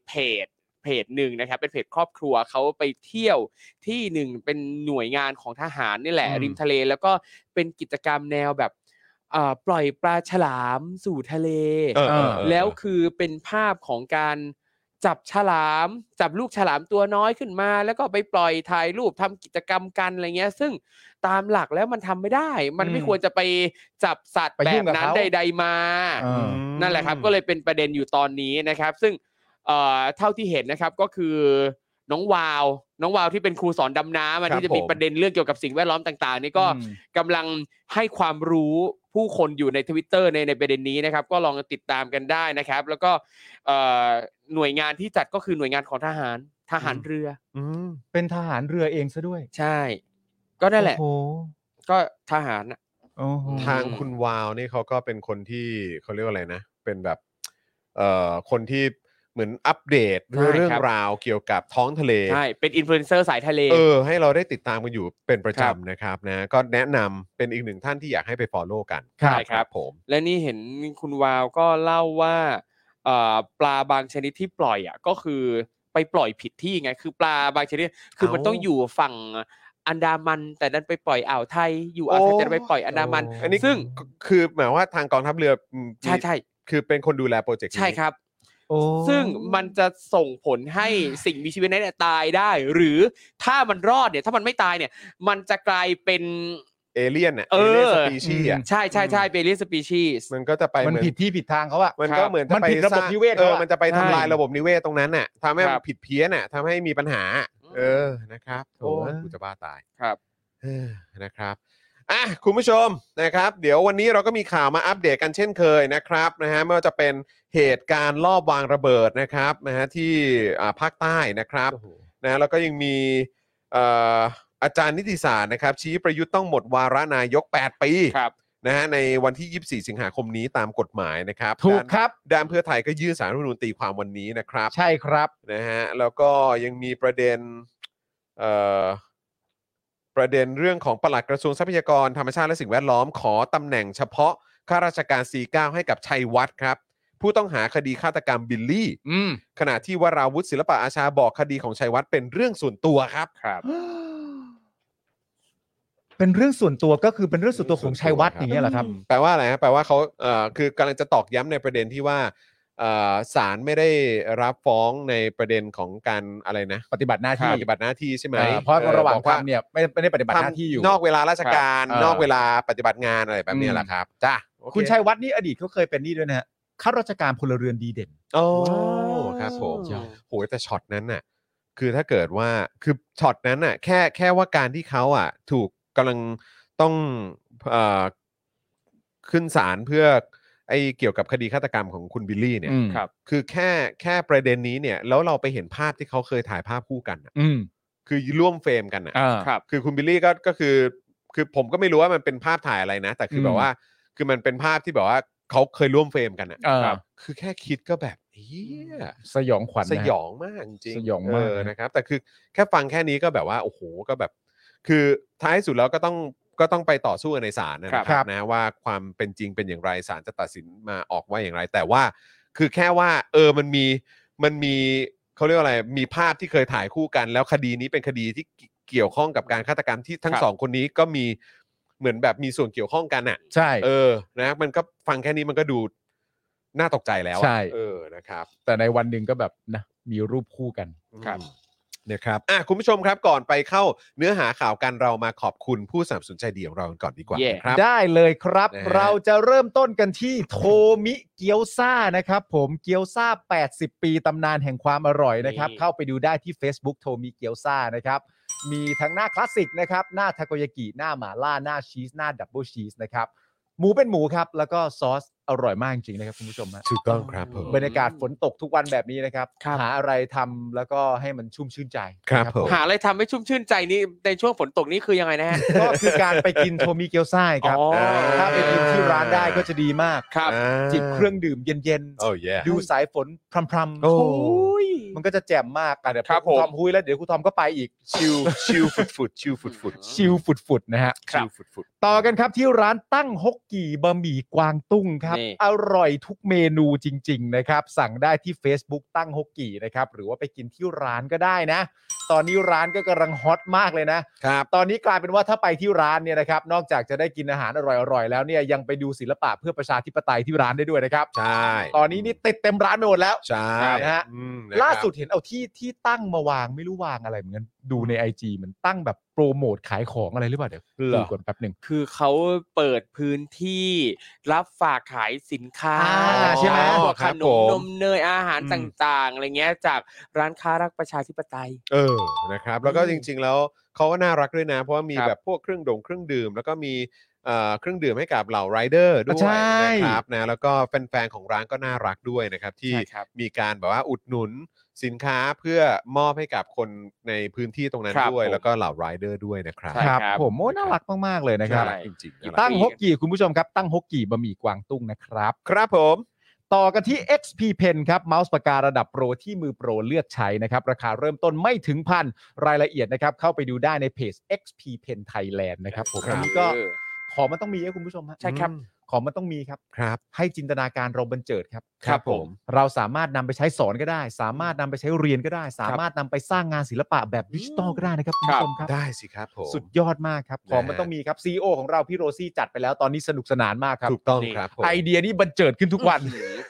[SPEAKER 5] เพจเพจหนึ่งนะครับ เป็นเพจครอบครัวเขาไปเที่ยวที่หนึ่งเป็นหน่วยงานของทหารนี่แหละ
[SPEAKER 4] อืม
[SPEAKER 5] ริมทะเลแล้วก็เป็นกิจกรรมแนวแบบเอ่อปล่อยปลาฉลามสู่ทะเล
[SPEAKER 3] เออเออเออ
[SPEAKER 5] แล้วคือเป็นภาพของการจับฉลาม จับลูกฉลามตัวน้อยขึ้นมา แล้วก็ไปปล่อยถ่ายรูปทำกิจกรรมกันอะไรเงี้ย ซึ่งตามหลักแล้วมันทำไม่ได้ มันไม่
[SPEAKER 4] อืม
[SPEAKER 5] ควรจะไปจับสัตว์
[SPEAKER 4] ไป
[SPEAKER 5] แบ
[SPEAKER 4] ยุ่
[SPEAKER 5] บ
[SPEAKER 4] งกับ
[SPEAKER 5] นั้น
[SPEAKER 4] เขา
[SPEAKER 5] ใด ๆ มา
[SPEAKER 4] อ่า
[SPEAKER 5] นั่นแหละครับก็เลยเป็นประเด็นอยู่ตอนนี้นะครับ ซึ่งเอ่อเท่าที่เห็นนะครับก็คือน้องวาว น้องวาวที่เป็นครูสอนดำน้ำอะ
[SPEAKER 3] ครับ
[SPEAKER 5] ที่จะมี
[SPEAKER 3] ผม
[SPEAKER 5] ประเด็นเรื่องเกี่ยวกับสิ่งแวดล้อมต่าง ๆ นี่ก็
[SPEAKER 4] อืม
[SPEAKER 5] กำลังให้ความรู้ผู้คนอยู่ในทวิตเตอร์ในในประเด็นนี้นะครับ ก็ลองติดตามกันได้นะครับ แล้วก็เอ่อหน่วยงานที่จัดก็คือหน่วยงานของทหารทหารเรือ
[SPEAKER 3] อืม
[SPEAKER 4] เป็นทหารเรือเองซะด้วย
[SPEAKER 5] ใช่ ก็นั่นแหละ
[SPEAKER 4] โอ้โห
[SPEAKER 5] ก็ทหารน่ะ
[SPEAKER 4] โอ้โห
[SPEAKER 5] อืม
[SPEAKER 3] ทางคุณวาวนี่เขาก็เป็นคนที่เขาเรียกว่าอะไรนะ เป็นแบบเอ่อคนที่ เหมือนอัปเดต
[SPEAKER 5] ใช่ครับ
[SPEAKER 3] เรื่องราวเกี่ยวกับท้องทะเล
[SPEAKER 5] ใช่ เป็นอินฟลูเอนเซอร์สายทะเล
[SPEAKER 3] เออ ให้เราได้ติดตามกันอยู่เป็นประ
[SPEAKER 5] ครับ
[SPEAKER 3] จำนะครับนะก็แนะนำเป็นอีกหนึ่งท่านที่อยากให้ไป follow กัน
[SPEAKER 5] ใช่ครับ
[SPEAKER 3] ผม
[SPEAKER 5] และนี่เห็นคุณวาวก็เล่าว่าเอ่อปลาบางชนิดที่ปล่อยอ่ะก็คือไปปล่อยผิดที่ไง คือปลาบางชนิดคือมัน
[SPEAKER 3] เอ้า
[SPEAKER 5] ต้องอยู่ฝั่งอันดามัน แต่ดันไปปล่อยอ่าวไทยอยู่อ่าวไทยแต่ดันไปปล่อยอันดามัน
[SPEAKER 3] อันนี้
[SPEAKER 5] ซึ่ง
[SPEAKER 3] ก็คือหมายว่าทางกองทัพเรืออืม
[SPEAKER 5] ใช่ใช่
[SPEAKER 3] คือเป็นคนดูแลโปรเจกต์นี้
[SPEAKER 5] ใช่ครับ
[SPEAKER 3] โอ้
[SPEAKER 5] ซึ่งมันจะส่งผลให้สิ่งมีชีวิตนั้นเนยตายได้ หรือถ้ามันรอดเนี่ยถ้ามันไม่ตายเนี่ย มันจะกลายเป็น
[SPEAKER 3] เอเลี่ยนอ่ะ
[SPEAKER 5] เออ
[SPEAKER 3] สปีชีส์อ่ะ
[SPEAKER 5] ใช่ใช่ใช่เบลิสปีชีส
[SPEAKER 3] มันก็จะไป
[SPEAKER 4] มัน
[SPEAKER 3] เหอ
[SPEAKER 4] ผิดที่ผิดทางเขาอะ
[SPEAKER 3] มันก็เหมือนจะ
[SPEAKER 4] มัน
[SPEAKER 3] ไป
[SPEAKER 4] ผิดระบบ
[SPEAKER 3] สาง
[SPEAKER 4] นิเวศ
[SPEAKER 3] เอ
[SPEAKER 4] เขา
[SPEAKER 3] อ
[SPEAKER 4] อะ
[SPEAKER 3] มันจะไปทำลาย
[SPEAKER 5] ใช่
[SPEAKER 3] ระบบนิเวศตรงนั้นน่ะทำให้
[SPEAKER 5] ค
[SPEAKER 3] มั
[SPEAKER 5] รั
[SPEAKER 3] น
[SPEAKER 5] บ
[SPEAKER 3] ผิดเพี้ยนน่ะทำให้มีปัญหา เออนะครับโอ้
[SPEAKER 4] โอ้
[SPEAKER 3] กูจะบ้าตาย
[SPEAKER 5] ครับ
[SPEAKER 3] เออนะครับอ่ะคุณผู้ชมนะครับ เดี๋ยววันนี้เราก็มีข่าวมาอัปเดตกันเช่นเคยนะครับนะฮะไม่ว่าจะเป็นเหตุการณ์ลอบวางระเบิดนะครับนะฮะที่อ่าภาคใต้นะครับ นะแล้วก็ยังมีเอ่ออาจารย์นิติศาสตร์นะครับ ชี้ประยุทธ์ต้องหมดวาระนายก 8 ปี
[SPEAKER 5] ครับ
[SPEAKER 3] นะฮะในวันที่ 24 สิงหาคมนี้ตามกฎหมายนะครับ
[SPEAKER 4] ถูก
[SPEAKER 3] ด้าน
[SPEAKER 4] ครับ
[SPEAKER 3] ด้านเพื่อไทยก็ยื่นสารรัฐธรรมนูญตีความวันนี้นะครับ
[SPEAKER 4] ใช่ครับ
[SPEAKER 3] นะฮะแล้วก็ยังมีประเด็นเอ่อประเด็นเรื่องของปลัดกระทรวงทรัพยากรธรรมชาติและสิ่งแวดล้อมขอตำแหน่งเฉพาะข้าราชการ 49 ให้กับชัยวัฒน์ครับ ผู้ต้องหาคดีฆาตกรรมบิลลี่
[SPEAKER 4] อืม
[SPEAKER 3] ขณะที่วราวุธศิลปะอาชาบอกคดีของชัยวัฒน์เป็นเรื่องส่วนตัวครับ
[SPEAKER 5] ครับ
[SPEAKER 4] เป็นเรื่องส่วนตัวก็คือเป็นเรื่องส่วนตัวของชัยวัฒน์อย่างเงี้ยเหรอครับ
[SPEAKER 3] แปลว่าอะไรฮะแปลว่าเขาเอ่อคือกำลังจะตอกย้ำในประเด็นที่ว่าเอ่อศาลไม่ได้รับฟ้องในประเด็นของการอะไรนะ
[SPEAKER 4] ปฏิบัติหน้าที่
[SPEAKER 3] ปฏิบัติหน้าที่ใช่ไหม
[SPEAKER 4] เออเพราะ
[SPEAKER 3] ออ
[SPEAKER 4] ระหว่าง
[SPEAKER 3] บอกา
[SPEAKER 4] ทำเนี่ยไม่ไม่ได้ปฏิบัติหน้าที่อยู่
[SPEAKER 3] นอกเวลาราชการ
[SPEAKER 4] ครับเออน
[SPEAKER 3] อกเวลาปฏิบัติงานอะไรแบบเนี้ย
[SPEAKER 4] อืม
[SPEAKER 3] แหละครับจ้า
[SPEAKER 4] คุณชัยวัฒน์นี่อดีตเขาเคยเป็นนี่ด้วยนะฮะข้าราชการพลเรือนดีเด่น
[SPEAKER 3] โอ้ครับผมโหแต่ช็อตนั้นน่ะคือถ้าเกิดว่าคือช็อตนั้นน่ะแค่แค่ว่าการที่เขาอ่ะถูกกำลังต้องเอ่อขึ้นศาลเพื่อไอ้เกี่ยวกับคดีฆาตกรรมของคุณบิลลี่เนี่ย
[SPEAKER 4] อืม
[SPEAKER 5] ครับ
[SPEAKER 3] คือแค่แค่ประเด็นนี้เนี่ยแล้วเราไปเห็นภาพที่เขาเคยถ่ายภาพคู่กันน่ะ
[SPEAKER 4] อืม
[SPEAKER 3] คือร่วมเฟรมกันน่ะ
[SPEAKER 4] อ่า
[SPEAKER 5] ครับ
[SPEAKER 3] คือคุณบิลลี่ก็ก็คือ คือผมก็ไม่รู้ว่ามันเป็นภาพถ่ายอะไรนะ แต่คืออ
[SPEAKER 4] ม
[SPEAKER 3] แบบว่า คือมันเป็นภาพที่แบบว่าเขาเคยร่วมเฟรมกันน่ะ
[SPEAKER 4] เออ
[SPEAKER 5] ครับ
[SPEAKER 3] คือแค่คิดก็แบบเฮีย
[SPEAKER 4] สยองขวัญนะ
[SPEAKER 3] ส
[SPEAKER 4] ฮะ
[SPEAKER 3] ยองมากจริงๆ
[SPEAKER 4] สยองมากนะ
[SPEAKER 3] เนะครับ แต่คือแค่ฟังแค่นี้ก็แบบว่าโอ้โหก็แบบ คือท้ายสุดแล้วก็ต้องก็ต้องไปต่อสู้กันในศาลนะค
[SPEAKER 5] ครั
[SPEAKER 3] รับ บนะว่าความเป็นจริงเป็นอย่างไรศาลจะตัดสินมาออกว่าอย่างไร แต่ว่า คือแค่ว่า เออมันมีมันมีเขาเรียกว่าอะไร มีภาพที่เคยถ่ายคู่กัน แล้วคดีนี้เป็นคดีที่เกี่ยวเกี่ยวข้องกับการฆาตกรรมที่ทั้
[SPEAKER 5] ค
[SPEAKER 3] ง
[SPEAKER 5] รับ
[SPEAKER 3] สองคนนี้ก็มีเหมือนแบบมีส่วนเกี่ยวข้องกันอ่ะ
[SPEAKER 4] ใช่
[SPEAKER 3] เออนะมันก็ฟังแค่นี้มันก็ดูน่าตกใจแล้วอะ
[SPEAKER 4] ใช่
[SPEAKER 3] เออนะครับ
[SPEAKER 4] แต่ในวันหนึ่งก็แบบนะมีรูปคู่กัน
[SPEAKER 5] ครับ
[SPEAKER 3] นะครับอ่ะคุณผู้ชมครับก่อนไปเข้าเนื้อหาข่าวกันเรามาขอบคุณผู้สนับสนุนใจดีของเรากันก่อนดีกว่า
[SPEAKER 5] เย่
[SPEAKER 3] นะครับ
[SPEAKER 4] ได้เลยครับ
[SPEAKER 3] นะฮะ
[SPEAKER 4] เราจะเริ่มต้นกันที่โทมิเกียวซ่านะครับผมเกียวซ่า 80 ปีตำนานแห่งความอร่อยนะครับ
[SPEAKER 5] นี่
[SPEAKER 4] เข้าไปดูได้ที่ Facebook โทมิเกียวซ่านะครับ มีทั้งหน้าคลาสสิกนะครับ หน้าทาโกยากิหน้าหมาล่าหน้าชีส หน้าดับเบิลชีสนะครับ หมูเป็นหมูครับ แล้วก็ซอสอร่อยมากจริงๆนะครับคุณผู้ชมฮะ
[SPEAKER 3] ถูกต้องครับผม
[SPEAKER 4] บรรยากาศฝนตกทุกวันแบบนี้นะครับ
[SPEAKER 5] ครับ
[SPEAKER 4] หาอะไรทำแล้วก็ให้มันชุ่มชื่นใจ
[SPEAKER 3] ครับ
[SPEAKER 4] นะ
[SPEAKER 3] ผม
[SPEAKER 5] หาอะไรทำให้ชุ่มชื่นใจนี่ในช่วงฝนตกนี่คือยังไงนะฮะ
[SPEAKER 4] ก็คือการไปกินโทมิเกียวซ่าครับ
[SPEAKER 5] อ๋อ
[SPEAKER 4] ถ้าไปกินที่ร้านได้ก็จะดีมาก
[SPEAKER 5] ครับ
[SPEAKER 3] อ่า
[SPEAKER 4] จิบเครื่องดื่มเย็น
[SPEAKER 3] โอ้ย
[SPEAKER 4] ๆ ดูสายฝนพรำ
[SPEAKER 3] โอ้
[SPEAKER 4] ๆ มันก็จะแจ่มมากอ่ะเดี๋ยว
[SPEAKER 5] ครับ
[SPEAKER 4] ครูทอ
[SPEAKER 5] ผม ม
[SPEAKER 4] หุยแล้วเดี๋ยวครูทอมก็ไปอีก
[SPEAKER 3] ชิลชิลฟุดฟุดชิลฟุดฟุด
[SPEAKER 4] ชิลฝุดๆ นะฮะ
[SPEAKER 3] ชิลฟุดฟุด
[SPEAKER 4] ต่อกันครับที่ร้านตั้งฮกกี่บะหมี่กวางตุ้งครับ
[SPEAKER 5] นี่
[SPEAKER 4] อร่อยทุกเมนูจริง ๆ นะครับ สั่งได้ที่ Facebook ตั้งฮกกี่นะครับ หรือว่าไปกินที่ร้านก็ได้นะ ตอนนี้ร้านก็กำลังฮอตมากเลยนะ
[SPEAKER 3] ครับ
[SPEAKER 4] ตอนนี้กลายเป็นว่าถ้าไปที่ร้านเนี่ยนะครับ นอกจากจะได้กินอาหารอร่อยๆ แล้วเนี่ยยังไปดูศิลปะเพื่อประชาธิปไตยที่ร้านได้ด้วยนะครับ
[SPEAKER 3] ใช่
[SPEAKER 4] ตอนนี้นี่ติดเต็มร้านไปหมดแล้ว
[SPEAKER 3] ใช่
[SPEAKER 4] นะฮะ
[SPEAKER 3] อืมนะครับ
[SPEAKER 4] ล่าสุดเห็นเอาที่ที่ตั้งมาวางไม่รู้วางอะไรเหมือนกันดูในไอจีมันตั้งแบบโปรโมทขายของอะไรหรือเปล่าเดี๋ยว
[SPEAKER 5] เหร
[SPEAKER 4] ดู
[SPEAKER 5] อ
[SPEAKER 4] ก่อนแป๊บหนึ่ง
[SPEAKER 5] คือเขาเปิดพื้นที่รับฝากขายสินค้า
[SPEAKER 4] อ่าใช่ไหม
[SPEAKER 5] พวก
[SPEAKER 3] ค
[SPEAKER 5] ข
[SPEAKER 3] รับ
[SPEAKER 5] น
[SPEAKER 3] ผมม
[SPEAKER 5] นมเนยอาหารต่างๆอะไรเงี้ยจากร้านค้ารักประชาธิปไตย
[SPEAKER 3] เออนะครับแล้วก็จริงๆแล้วเขาก็น่ารักด้วยนะ เพราะว่ามี
[SPEAKER 5] ครับ
[SPEAKER 3] แบบพวกเครื่องดงเครื่องดื่ม แล้วก็มีเอ่อเครื่องดื่มให้กับเหล่าไรเดอร์ด้วย
[SPEAKER 4] ใช่
[SPEAKER 3] นะครับนะแล้วก็แฟนๆของร้านก็น่ารักด้วยนะครับที่
[SPEAKER 5] ใช่ครับ
[SPEAKER 3] มีการแบบว่าอุดหนุนสินค้าเพื่อมอบให้กับคนในพื้นที่ตรงนั้น
[SPEAKER 5] ครับ
[SPEAKER 3] ด้วย
[SPEAKER 5] ผม
[SPEAKER 3] แล้วก็เหล่าไรเดอร์ด้วยนะครับ
[SPEAKER 5] ใช่ ครับ
[SPEAKER 4] ผมโอ้น่ารักมากๆเลยนะครับ
[SPEAKER 3] น่ารักจริงๆนะ
[SPEAKER 5] ใช่
[SPEAKER 3] ครับ
[SPEAKER 4] ตั้งฮกกี่คุณผู้ชมครับ ตั้งฮกกี่บะหมี่กวางตุ้งนะครับ
[SPEAKER 3] ครับผม
[SPEAKER 4] ต่อกันที่ XP Pen ครับเมาส์ปากการะดับโปรที่มือโปรเลือกใช้นะครับ ราคาเริ่มต้นไม่ถึงพันรายละเอียดนะครับ เข้าไปดูได้ในเพจ XP Pen Thailand นะครับผม
[SPEAKER 3] ครับ
[SPEAKER 4] อันนี้ก็ของมันต้องมีนะคุณผู้ชมฮะ
[SPEAKER 5] ใช่ครับ
[SPEAKER 4] ของมันต้องมีครับ
[SPEAKER 3] ครับ
[SPEAKER 4] ให้จินตนาการเราบันเจิดครับ
[SPEAKER 3] ครับผม
[SPEAKER 4] เราสามารถนำไปใช้สอนก็ได้ สามารถนำไปใช้เรียนก็ได้ สามารถนำไปสร้างงานศิลปะแบบดิจิตอลก็ได้นะครับคุณผู้ชมครับ
[SPEAKER 3] ได้สิครับผม
[SPEAKER 4] สุดยอดมากครับ
[SPEAKER 3] นะ
[SPEAKER 4] ข
[SPEAKER 3] ฮะ
[SPEAKER 4] องมันต้องมีครับซีอของเราพี่โรซี่จัดไปแล้วตอนนี้สนุกสนานมากครับ
[SPEAKER 3] ถูกต้อง
[SPEAKER 5] นี่
[SPEAKER 3] ครับผม
[SPEAKER 4] ไอเดียนี้บันเจิดขึ้นทุกวัน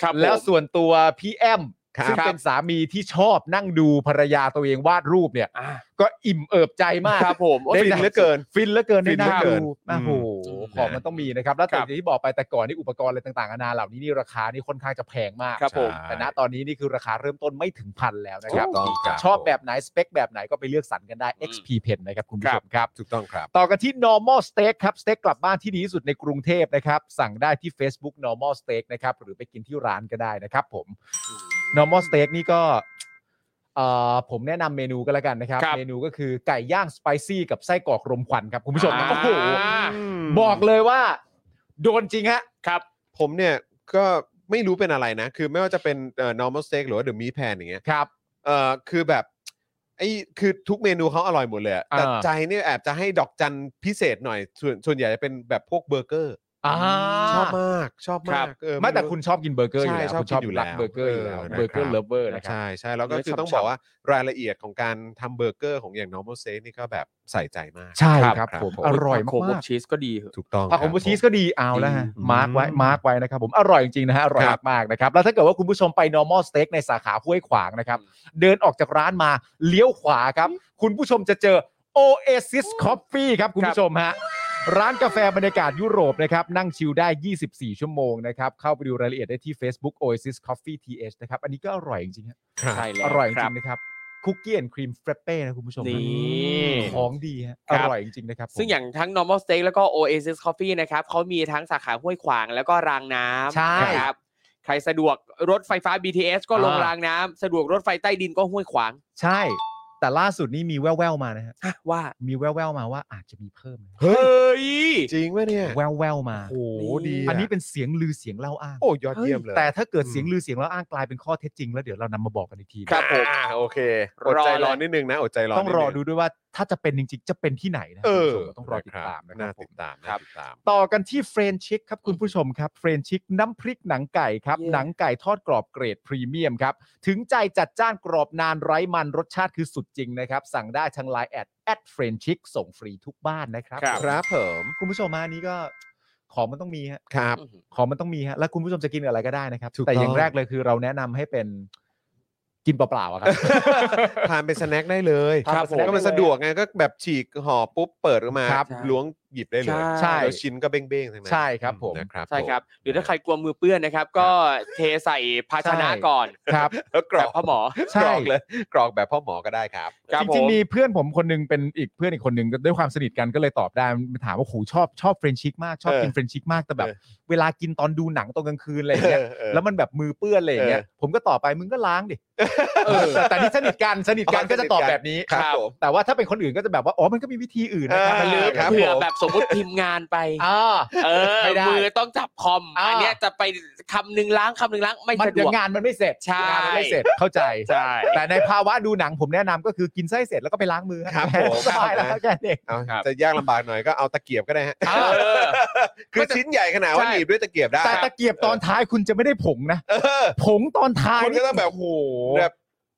[SPEAKER 5] ครับ
[SPEAKER 4] แล้ว
[SPEAKER 5] ผม
[SPEAKER 4] ส่วนตัวพี่แอม
[SPEAKER 3] ครับ
[SPEAKER 4] ซึ่งเป็นสามีที่ชอบนั่งดูภรรยาตัวเองวาดรูปเนี่ย
[SPEAKER 5] อ่า
[SPEAKER 4] ก็อิ่มเอิบใจมาก
[SPEAKER 5] ครับผมโอ้ย
[SPEAKER 4] ได้
[SPEAKER 3] ฟิน
[SPEAKER 4] นั่ง
[SPEAKER 3] เหลือเกิน
[SPEAKER 4] ฟินเหลือเกิน
[SPEAKER 3] ฟิ
[SPEAKER 4] ได้
[SPEAKER 3] น
[SPEAKER 4] นั่ง
[SPEAKER 3] เหลือเกิ
[SPEAKER 4] ดู
[SPEAKER 3] น
[SPEAKER 4] โอ้โห
[SPEAKER 3] อืม
[SPEAKER 4] ของมันต้องมีนะครับ แล้วแต่
[SPEAKER 5] ครับ
[SPEAKER 4] อย่างที่บอกไปแต่ก่อนนี่อุปกรณ์อะไรต่างๆนานาเหล่านี้นี่ราคานี่ค่อนข้างจะแพงมาก
[SPEAKER 5] ครับผม
[SPEAKER 4] แต่ณตอนนี้นี่คือราคาเริ่มต้นไม่ถึงพันแล้วนะ
[SPEAKER 3] ถู
[SPEAKER 4] ครับ
[SPEAKER 3] กต้องครับ
[SPEAKER 4] ชอบแบบไหนสเปคแบบไหนก็ไปเลือกสรรกันได้ XP Pen นะครับคุณผู้ชมครับ
[SPEAKER 3] ถูกต้องครับ
[SPEAKER 4] ต่อกันที่ normal steak ครับ สเต็กกลับบ้านที่ดีที่สุดในกรุงเทพนะครับ สั่งได้ที่ Facebook normal steak นะครับ หรือไปกินที่ร้านก็ได้นะครับผม normal steak นี่ก็เอ่อผมแนะนำเมนูก็แล้วกันนะครับ
[SPEAKER 5] ครับ
[SPEAKER 4] เมนูก็คือไก่ย่างสไปซี่กับไส้กรอกรมควันครับ คุณผู้ชม
[SPEAKER 5] อ่า
[SPEAKER 4] โอ้โหบอกเลยว่า โดนจริงฮะ
[SPEAKER 5] ครับ
[SPEAKER 3] ผมเนี่ยก็ไม่รู้เป็นอะไรนะ คือไม่ว่าจะเป็นเอ่อ normal steak หรือว่า the meat pan อย่างเงี้ย
[SPEAKER 4] ครับ
[SPEAKER 3] เอ่อคือแบบไอ้คือทุกเมนูเขาอร่อยหมดเลยอะแต่
[SPEAKER 4] อ่า
[SPEAKER 3] ใจเนี่ยแอบจะให้ดอกจันพิเศษหน่อยส่วนส่วนใหญ่จะเป็นแบบพวกเบอร์เกอร์
[SPEAKER 4] อ่า
[SPEAKER 3] ชอบมากชอบ
[SPEAKER 5] ค
[SPEAKER 3] มา
[SPEAKER 5] รั
[SPEAKER 3] ก
[SPEAKER 5] บ
[SPEAKER 3] เออ
[SPEAKER 4] ไม่แต่
[SPEAKER 3] รู้
[SPEAKER 4] คุณชอบกินเบอร์เกอร์อยู่แล้ว
[SPEAKER 3] ใช่ชอบ
[SPEAKER 4] คุณชอบ
[SPEAKER 3] กินอยู่
[SPEAKER 4] รัก
[SPEAKER 3] แล้ว
[SPEAKER 4] เบอร์เกอร์อยู่แล้ว
[SPEAKER 3] เออนะครับ
[SPEAKER 4] เบอร์เกอร์เลฟเวอร์นะครับ
[SPEAKER 3] ใช่ใช่แล้วก็
[SPEAKER 5] เนื้อ
[SPEAKER 3] คือต้องบ
[SPEAKER 5] ฉ่ำๆ
[SPEAKER 3] อกว่ารายละเอียดของการทำเบอร์เกอร์ของอย่าง normal steak นี่ก็แบบใส่ใจมาก
[SPEAKER 4] ใช่
[SPEAKER 3] ค
[SPEAKER 4] ค
[SPEAKER 3] รั
[SPEAKER 4] รั
[SPEAKER 3] บบ ผ
[SPEAKER 4] ผม มอร่อย
[SPEAKER 5] โคบ
[SPEAKER 4] มากๆ
[SPEAKER 5] ชีสก็ดีเหอะ
[SPEAKER 3] ถูกต้อง
[SPEAKER 4] ผักขม
[SPEAKER 3] รับ
[SPEAKER 4] ชีสก็ดีเอาแล้วฮะ
[SPEAKER 5] อืม
[SPEAKER 4] มาร์กไว้มาร์กไว้นะครับผมอร่อยจริงๆนะฮะอร่อยมากๆนะครับแล้วถ้าเกิดว่าคุณผู้ชมไป normal steak ในสาขาห้วยขวางนะครับ เดินออกจากร้านมาเลี้ยวขวาครับ คุณผู้ชมจะเจอ Oasis Coffee ครับ คุณผู้ชมฮะร้านกาแฟบรรยากาศยุโรปนะครับ นั่งชิลได้ 24 ชั่วโมงนะครับ เข้าไปดูรายละเอียดได้ที่ Facebook Oasis Coffee TH นะครับ อันนี้ก็อร่อยจริงๆฮะ
[SPEAKER 3] ครับ
[SPEAKER 5] ใช่แล้ว
[SPEAKER 4] อร่อยจ
[SPEAKER 5] ค
[SPEAKER 4] ริ
[SPEAKER 5] บ
[SPEAKER 4] งๆนะครับคุกกี้แอนครีมเฟรเป้นะคุณผู้ชมฮะ
[SPEAKER 5] นี่
[SPEAKER 4] ของดีฮะ
[SPEAKER 5] ค
[SPEAKER 4] อ
[SPEAKER 5] รับ
[SPEAKER 4] ร่อยจริงๆนะครับผม
[SPEAKER 5] ซึ่งอย่างทั้ง normal steak แล้วก็ oasis coffee นะครับเขามีทั้งสาขาห้วยขวางแล้วก็รางน้ำ
[SPEAKER 4] ใช่
[SPEAKER 5] นะครับ ใครสะดวกรถไฟฟ้า BTS ก็ลง
[SPEAKER 4] อ่าร
[SPEAKER 5] รางน้ำสะดวกรถไฟใต้ดินก็ห้วยขวาง
[SPEAKER 4] ใช่ แต่ล่าสุดนี่มีแว่วๆมานะฮะ
[SPEAKER 5] ฮะว่า
[SPEAKER 4] มีแว่วๆมาว่าอาจจะมีเพิ่มนะ
[SPEAKER 3] เฮ้
[SPEAKER 5] เฮ
[SPEAKER 3] ย้
[SPEAKER 5] ย
[SPEAKER 3] จริงไหมเนี่ย
[SPEAKER 4] แว่วๆมา
[SPEAKER 3] โอ้โหดีะ
[SPEAKER 4] อันนี้เป็นเสียงลือเสียงเล่าอ้าง
[SPEAKER 3] โอ้ยอดเยี่ยมเลย
[SPEAKER 4] แต่ถ้าเกิด
[SPEAKER 3] อืม
[SPEAKER 4] เสียงลือเสียงเล่าอ้างกลายเป็นข้อเท็จจริง แล้วเดี๋ยวเรานำมาบอกกันอีกทีนะครับ
[SPEAKER 5] ผม
[SPEAKER 3] อ่าโอเคอดใจ
[SPEAKER 5] รอเลย
[SPEAKER 3] รอนิดนึงนะอดใจรอ
[SPEAKER 4] ต้องรอ
[SPEAKER 3] นินึ
[SPEAKER 4] ดูด้วยว่าถ้าจะเป็นจริงๆ จะเป็นที่ไหนนะ
[SPEAKER 3] เออ
[SPEAKER 4] คุณผู้ชมต้องรอติดตามนะค
[SPEAKER 3] น่า
[SPEAKER 4] รับผ
[SPEAKER 3] ติ
[SPEAKER 4] ม
[SPEAKER 3] ดตามน่าติดตาม
[SPEAKER 4] ต่อกันที่เฟรนชิกครับคุณผู้ชมครับเฟรนชิกน้ำพริกหนังไก่ครับ
[SPEAKER 5] เย้
[SPEAKER 4] หนังไก่ทอดกรอบเกรดพรีเมียมครับ ถึงใจจัดจ้านกรอบนานไร้มันรสชาติคือสุดจริงนะครับ สั่งได้ทางไลน์แอดแอดเฟรนชิกส่งฟรีทุกบ้านนะครับ
[SPEAKER 5] ครับ
[SPEAKER 3] ครับผม
[SPEAKER 4] คุณผู้ชมมานี้ก็ของมันต้องมีฮะ
[SPEAKER 3] ครับ
[SPEAKER 4] ของมันต้องมีฮะแล้วคุณผู้ชมจะกินอะไรก็ได้นะครับ
[SPEAKER 3] ถูก
[SPEAKER 4] แต่อย่า
[SPEAKER 3] ต้
[SPEAKER 4] ง
[SPEAKER 3] อง
[SPEAKER 4] แรกเลยคือเราแนะนำให้เป็นกินเปล่าๆอะครับ
[SPEAKER 3] ทานเป็นสแน็คได้เลย
[SPEAKER 4] ครับผม
[SPEAKER 3] ก็มันสะดวกไงก็แบบฉีกห่อปุ๊บเปิดออกมา
[SPEAKER 4] ครับ
[SPEAKER 3] ล้วงหยิบได้เลย
[SPEAKER 4] ใช่
[SPEAKER 3] แล้วชิ้นก็เบ้งๆทั้งนั้น
[SPEAKER 4] ใช่ครับผม
[SPEAKER 3] นะครับ
[SPEAKER 5] ใช่ครับ
[SPEAKER 3] ผ
[SPEAKER 5] หรือถ้าใครกลัวมือเปื้อนนะครับ ก็เทใส่ภาชนะ
[SPEAKER 4] ใช่
[SPEAKER 5] ก่อน
[SPEAKER 4] ครับ
[SPEAKER 3] มแล้วกร
[SPEAKER 5] แบ
[SPEAKER 3] อบ ก
[SPEAKER 5] พ่อหมอ
[SPEAKER 4] ใช่
[SPEAKER 3] กรอกเลยกรอกแบบพ่อหมอก็ได้ครับ
[SPEAKER 5] ครับ
[SPEAKER 4] จ
[SPEAKER 5] ผ
[SPEAKER 4] ริง
[SPEAKER 5] ม
[SPEAKER 4] ๆมีเพื่อนผมคนหนึงเป็นอีกเพื่อนอีกคนหนึงก็ด้วยความสนิทกันก็เลยตอบได้มันถามว่าโหชอบชอบเฟรนชิกมากชอบ
[SPEAKER 3] เออ
[SPEAKER 4] กินเฟรนชิกมากแต่แบบ
[SPEAKER 3] เออ
[SPEAKER 4] เวลากินตอนดูหนังตอนกลางคืนอะไรอย่างเงี้ย
[SPEAKER 3] เออ
[SPEAKER 4] แล้วมันแบบมือเปื้อนอะไรอย่างเงี้ยผมก็ตอบไปมึงก็ล้างดิเออแต่นี่สนิทกันสนิทกัน
[SPEAKER 3] อ๋อ
[SPEAKER 4] ก็จะตอบ
[SPEAKER 3] สนิทกัน
[SPEAKER 4] แบบนี้
[SPEAKER 3] ครับผม
[SPEAKER 4] แต่ว่าถ้าเป็นคนอื่นก็จะแบบว่าอ๋อมันก็มีวิธีอื่นนะครับ
[SPEAKER 3] เออ
[SPEAKER 5] หรือ
[SPEAKER 3] ครับ
[SPEAKER 5] เผื่อ
[SPEAKER 3] ผม
[SPEAKER 5] แบบสมมติทีมงานไป
[SPEAKER 4] อ่า
[SPEAKER 5] เออ
[SPEAKER 4] ไม่ได้
[SPEAKER 5] มือต้องจับคอม
[SPEAKER 4] อ่า
[SPEAKER 5] อันเนี้ยจะไปคำหนึ่งล้างคำหนึ่งล้างไม่
[SPEAKER 4] มัน
[SPEAKER 5] สะดวก
[SPEAKER 4] งานมันไม่เสร็จ
[SPEAKER 5] ใช่
[SPEAKER 4] งานมันไม่เสร็จเข้าใจ
[SPEAKER 5] ใช่
[SPEAKER 4] แต่ในภาวะดูหนังผมแนะนำก็คือกินไส้เสร็จแล้วก็ไปล้างมือ
[SPEAKER 3] ครับผม
[SPEAKER 4] สบายแล้ว
[SPEAKER 3] ครับ
[SPEAKER 4] แค่นี้นเอง
[SPEAKER 3] เอาจะยากลำบากหน่อยก็เอาตะเกียบก็ได้ฮะ
[SPEAKER 4] เอ
[SPEAKER 5] เออ
[SPEAKER 3] คือชิ้นใหญ่ขนาดว่า
[SPEAKER 5] ใช่
[SPEAKER 3] หนีบด้วยตะเกียบได้
[SPEAKER 4] แต่ตะเกียบตอนท้ายคุณจะไม่ได้ผงนะ
[SPEAKER 3] เออ
[SPEAKER 4] ผงตอนท้าย
[SPEAKER 3] คุณก็ต้องแบบโหแบบ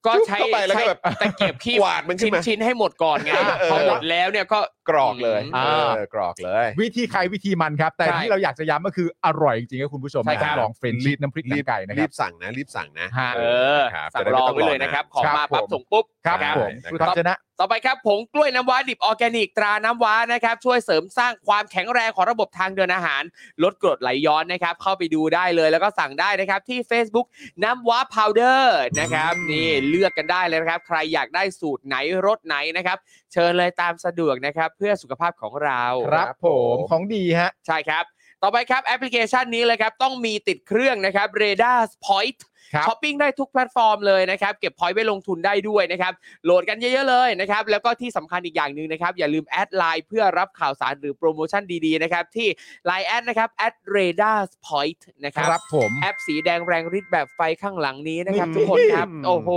[SPEAKER 5] ก็ใช้
[SPEAKER 3] เข้าไปแล้วก็
[SPEAKER 5] ใช้
[SPEAKER 3] แบบ
[SPEAKER 5] ตะเกียบขี้
[SPEAKER 3] กวาดมันขึ้
[SPEAKER 5] ชิ้
[SPEAKER 3] น
[SPEAKER 5] น
[SPEAKER 3] มา
[SPEAKER 5] ชิ้นให้หมดก่อนไง
[SPEAKER 3] เออ
[SPEAKER 5] พอหมดแล้วเนี่ยก็
[SPEAKER 3] กรอกเลย
[SPEAKER 4] อ่า
[SPEAKER 3] เออกรอกเลย
[SPEAKER 4] วิธีใครวิธีมันครับ แต่
[SPEAKER 5] ใช่
[SPEAKER 4] ที่เราอยากจะย้ำก็คืออร่อยจริงๆครับคุณผู้ชม
[SPEAKER 5] ใช่ครับ
[SPEAKER 4] ลองเฟรนช์น้ำพริกหนังไก่นะค
[SPEAKER 3] รี
[SPEAKER 4] รับ
[SPEAKER 3] บสั่งนะ รีบสั่งนะ
[SPEAKER 4] ฮะ
[SPEAKER 5] เออ
[SPEAKER 3] ครับ
[SPEAKER 5] สั่ง
[SPEAKER 3] จะด้
[SPEAKER 5] ร
[SPEAKER 3] ม่
[SPEAKER 5] อ
[SPEAKER 3] ต้
[SPEAKER 5] ไว้เลยนะครับ ของ
[SPEAKER 4] ครับ
[SPEAKER 5] มาปั๊บ
[SPEAKER 4] ผม
[SPEAKER 5] ส่งปุ๊บ
[SPEAKER 4] ครับ
[SPEAKER 5] นะ
[SPEAKER 4] ผม
[SPEAKER 3] ได้
[SPEAKER 4] คุณ
[SPEAKER 3] ครับ
[SPEAKER 4] ชนะ
[SPEAKER 5] ต่อไปครับผงกล้วยน้ำว้าดิบออร์แกนิก ตราน้ำว้านะครับ ช่วยเสริมสร้างความแข็งแรงของระบบทางเดินอาหาร ลดกรดไหลย้อนนะครับ เข้าไปดูได้เลยแล้วก็สั่งได้นะครับ ที่ Facebook น้ำว้าพาวเดอร์นะครับ นี่เลือกกันได้เลยนะครับ ใครอยากได้สูตรไหนรสไหนนะครับ เชิญเลยตามสะดวกนะครับ เพื่อสุขภาพของเรา
[SPEAKER 4] ครับผมของดีฮะ
[SPEAKER 5] ใช่ครับ ต่อไปครับแอปพลิเคชันนี้เลยครับ ต้องมีติดเครื่องนะครับ r a d a r Point
[SPEAKER 4] ครับ
[SPEAKER 5] ช้อปปิ้งได้ทุกแพลตฟอร์มเลยนะครับเก็บพอยต์ไว้ลงทุนได้ด้วยนะครับโหลดกันเยอะๆเลยนะครับแล้วก็ที่สำคัญอีกอย่างหนึ่งนะครับอย่าลืมแอดไลน์เพื่อรับข่าวสารหรือโปรโมชั่นดีๆนะครับที่ Line แอดนะครับ r a d a r point นะค
[SPEAKER 4] ครับ รับผม
[SPEAKER 5] แอปสีแดงแรงฤทธิ์แบบไฟข้างหลังนี้นะครับ ทุกคนครับ โอ้โห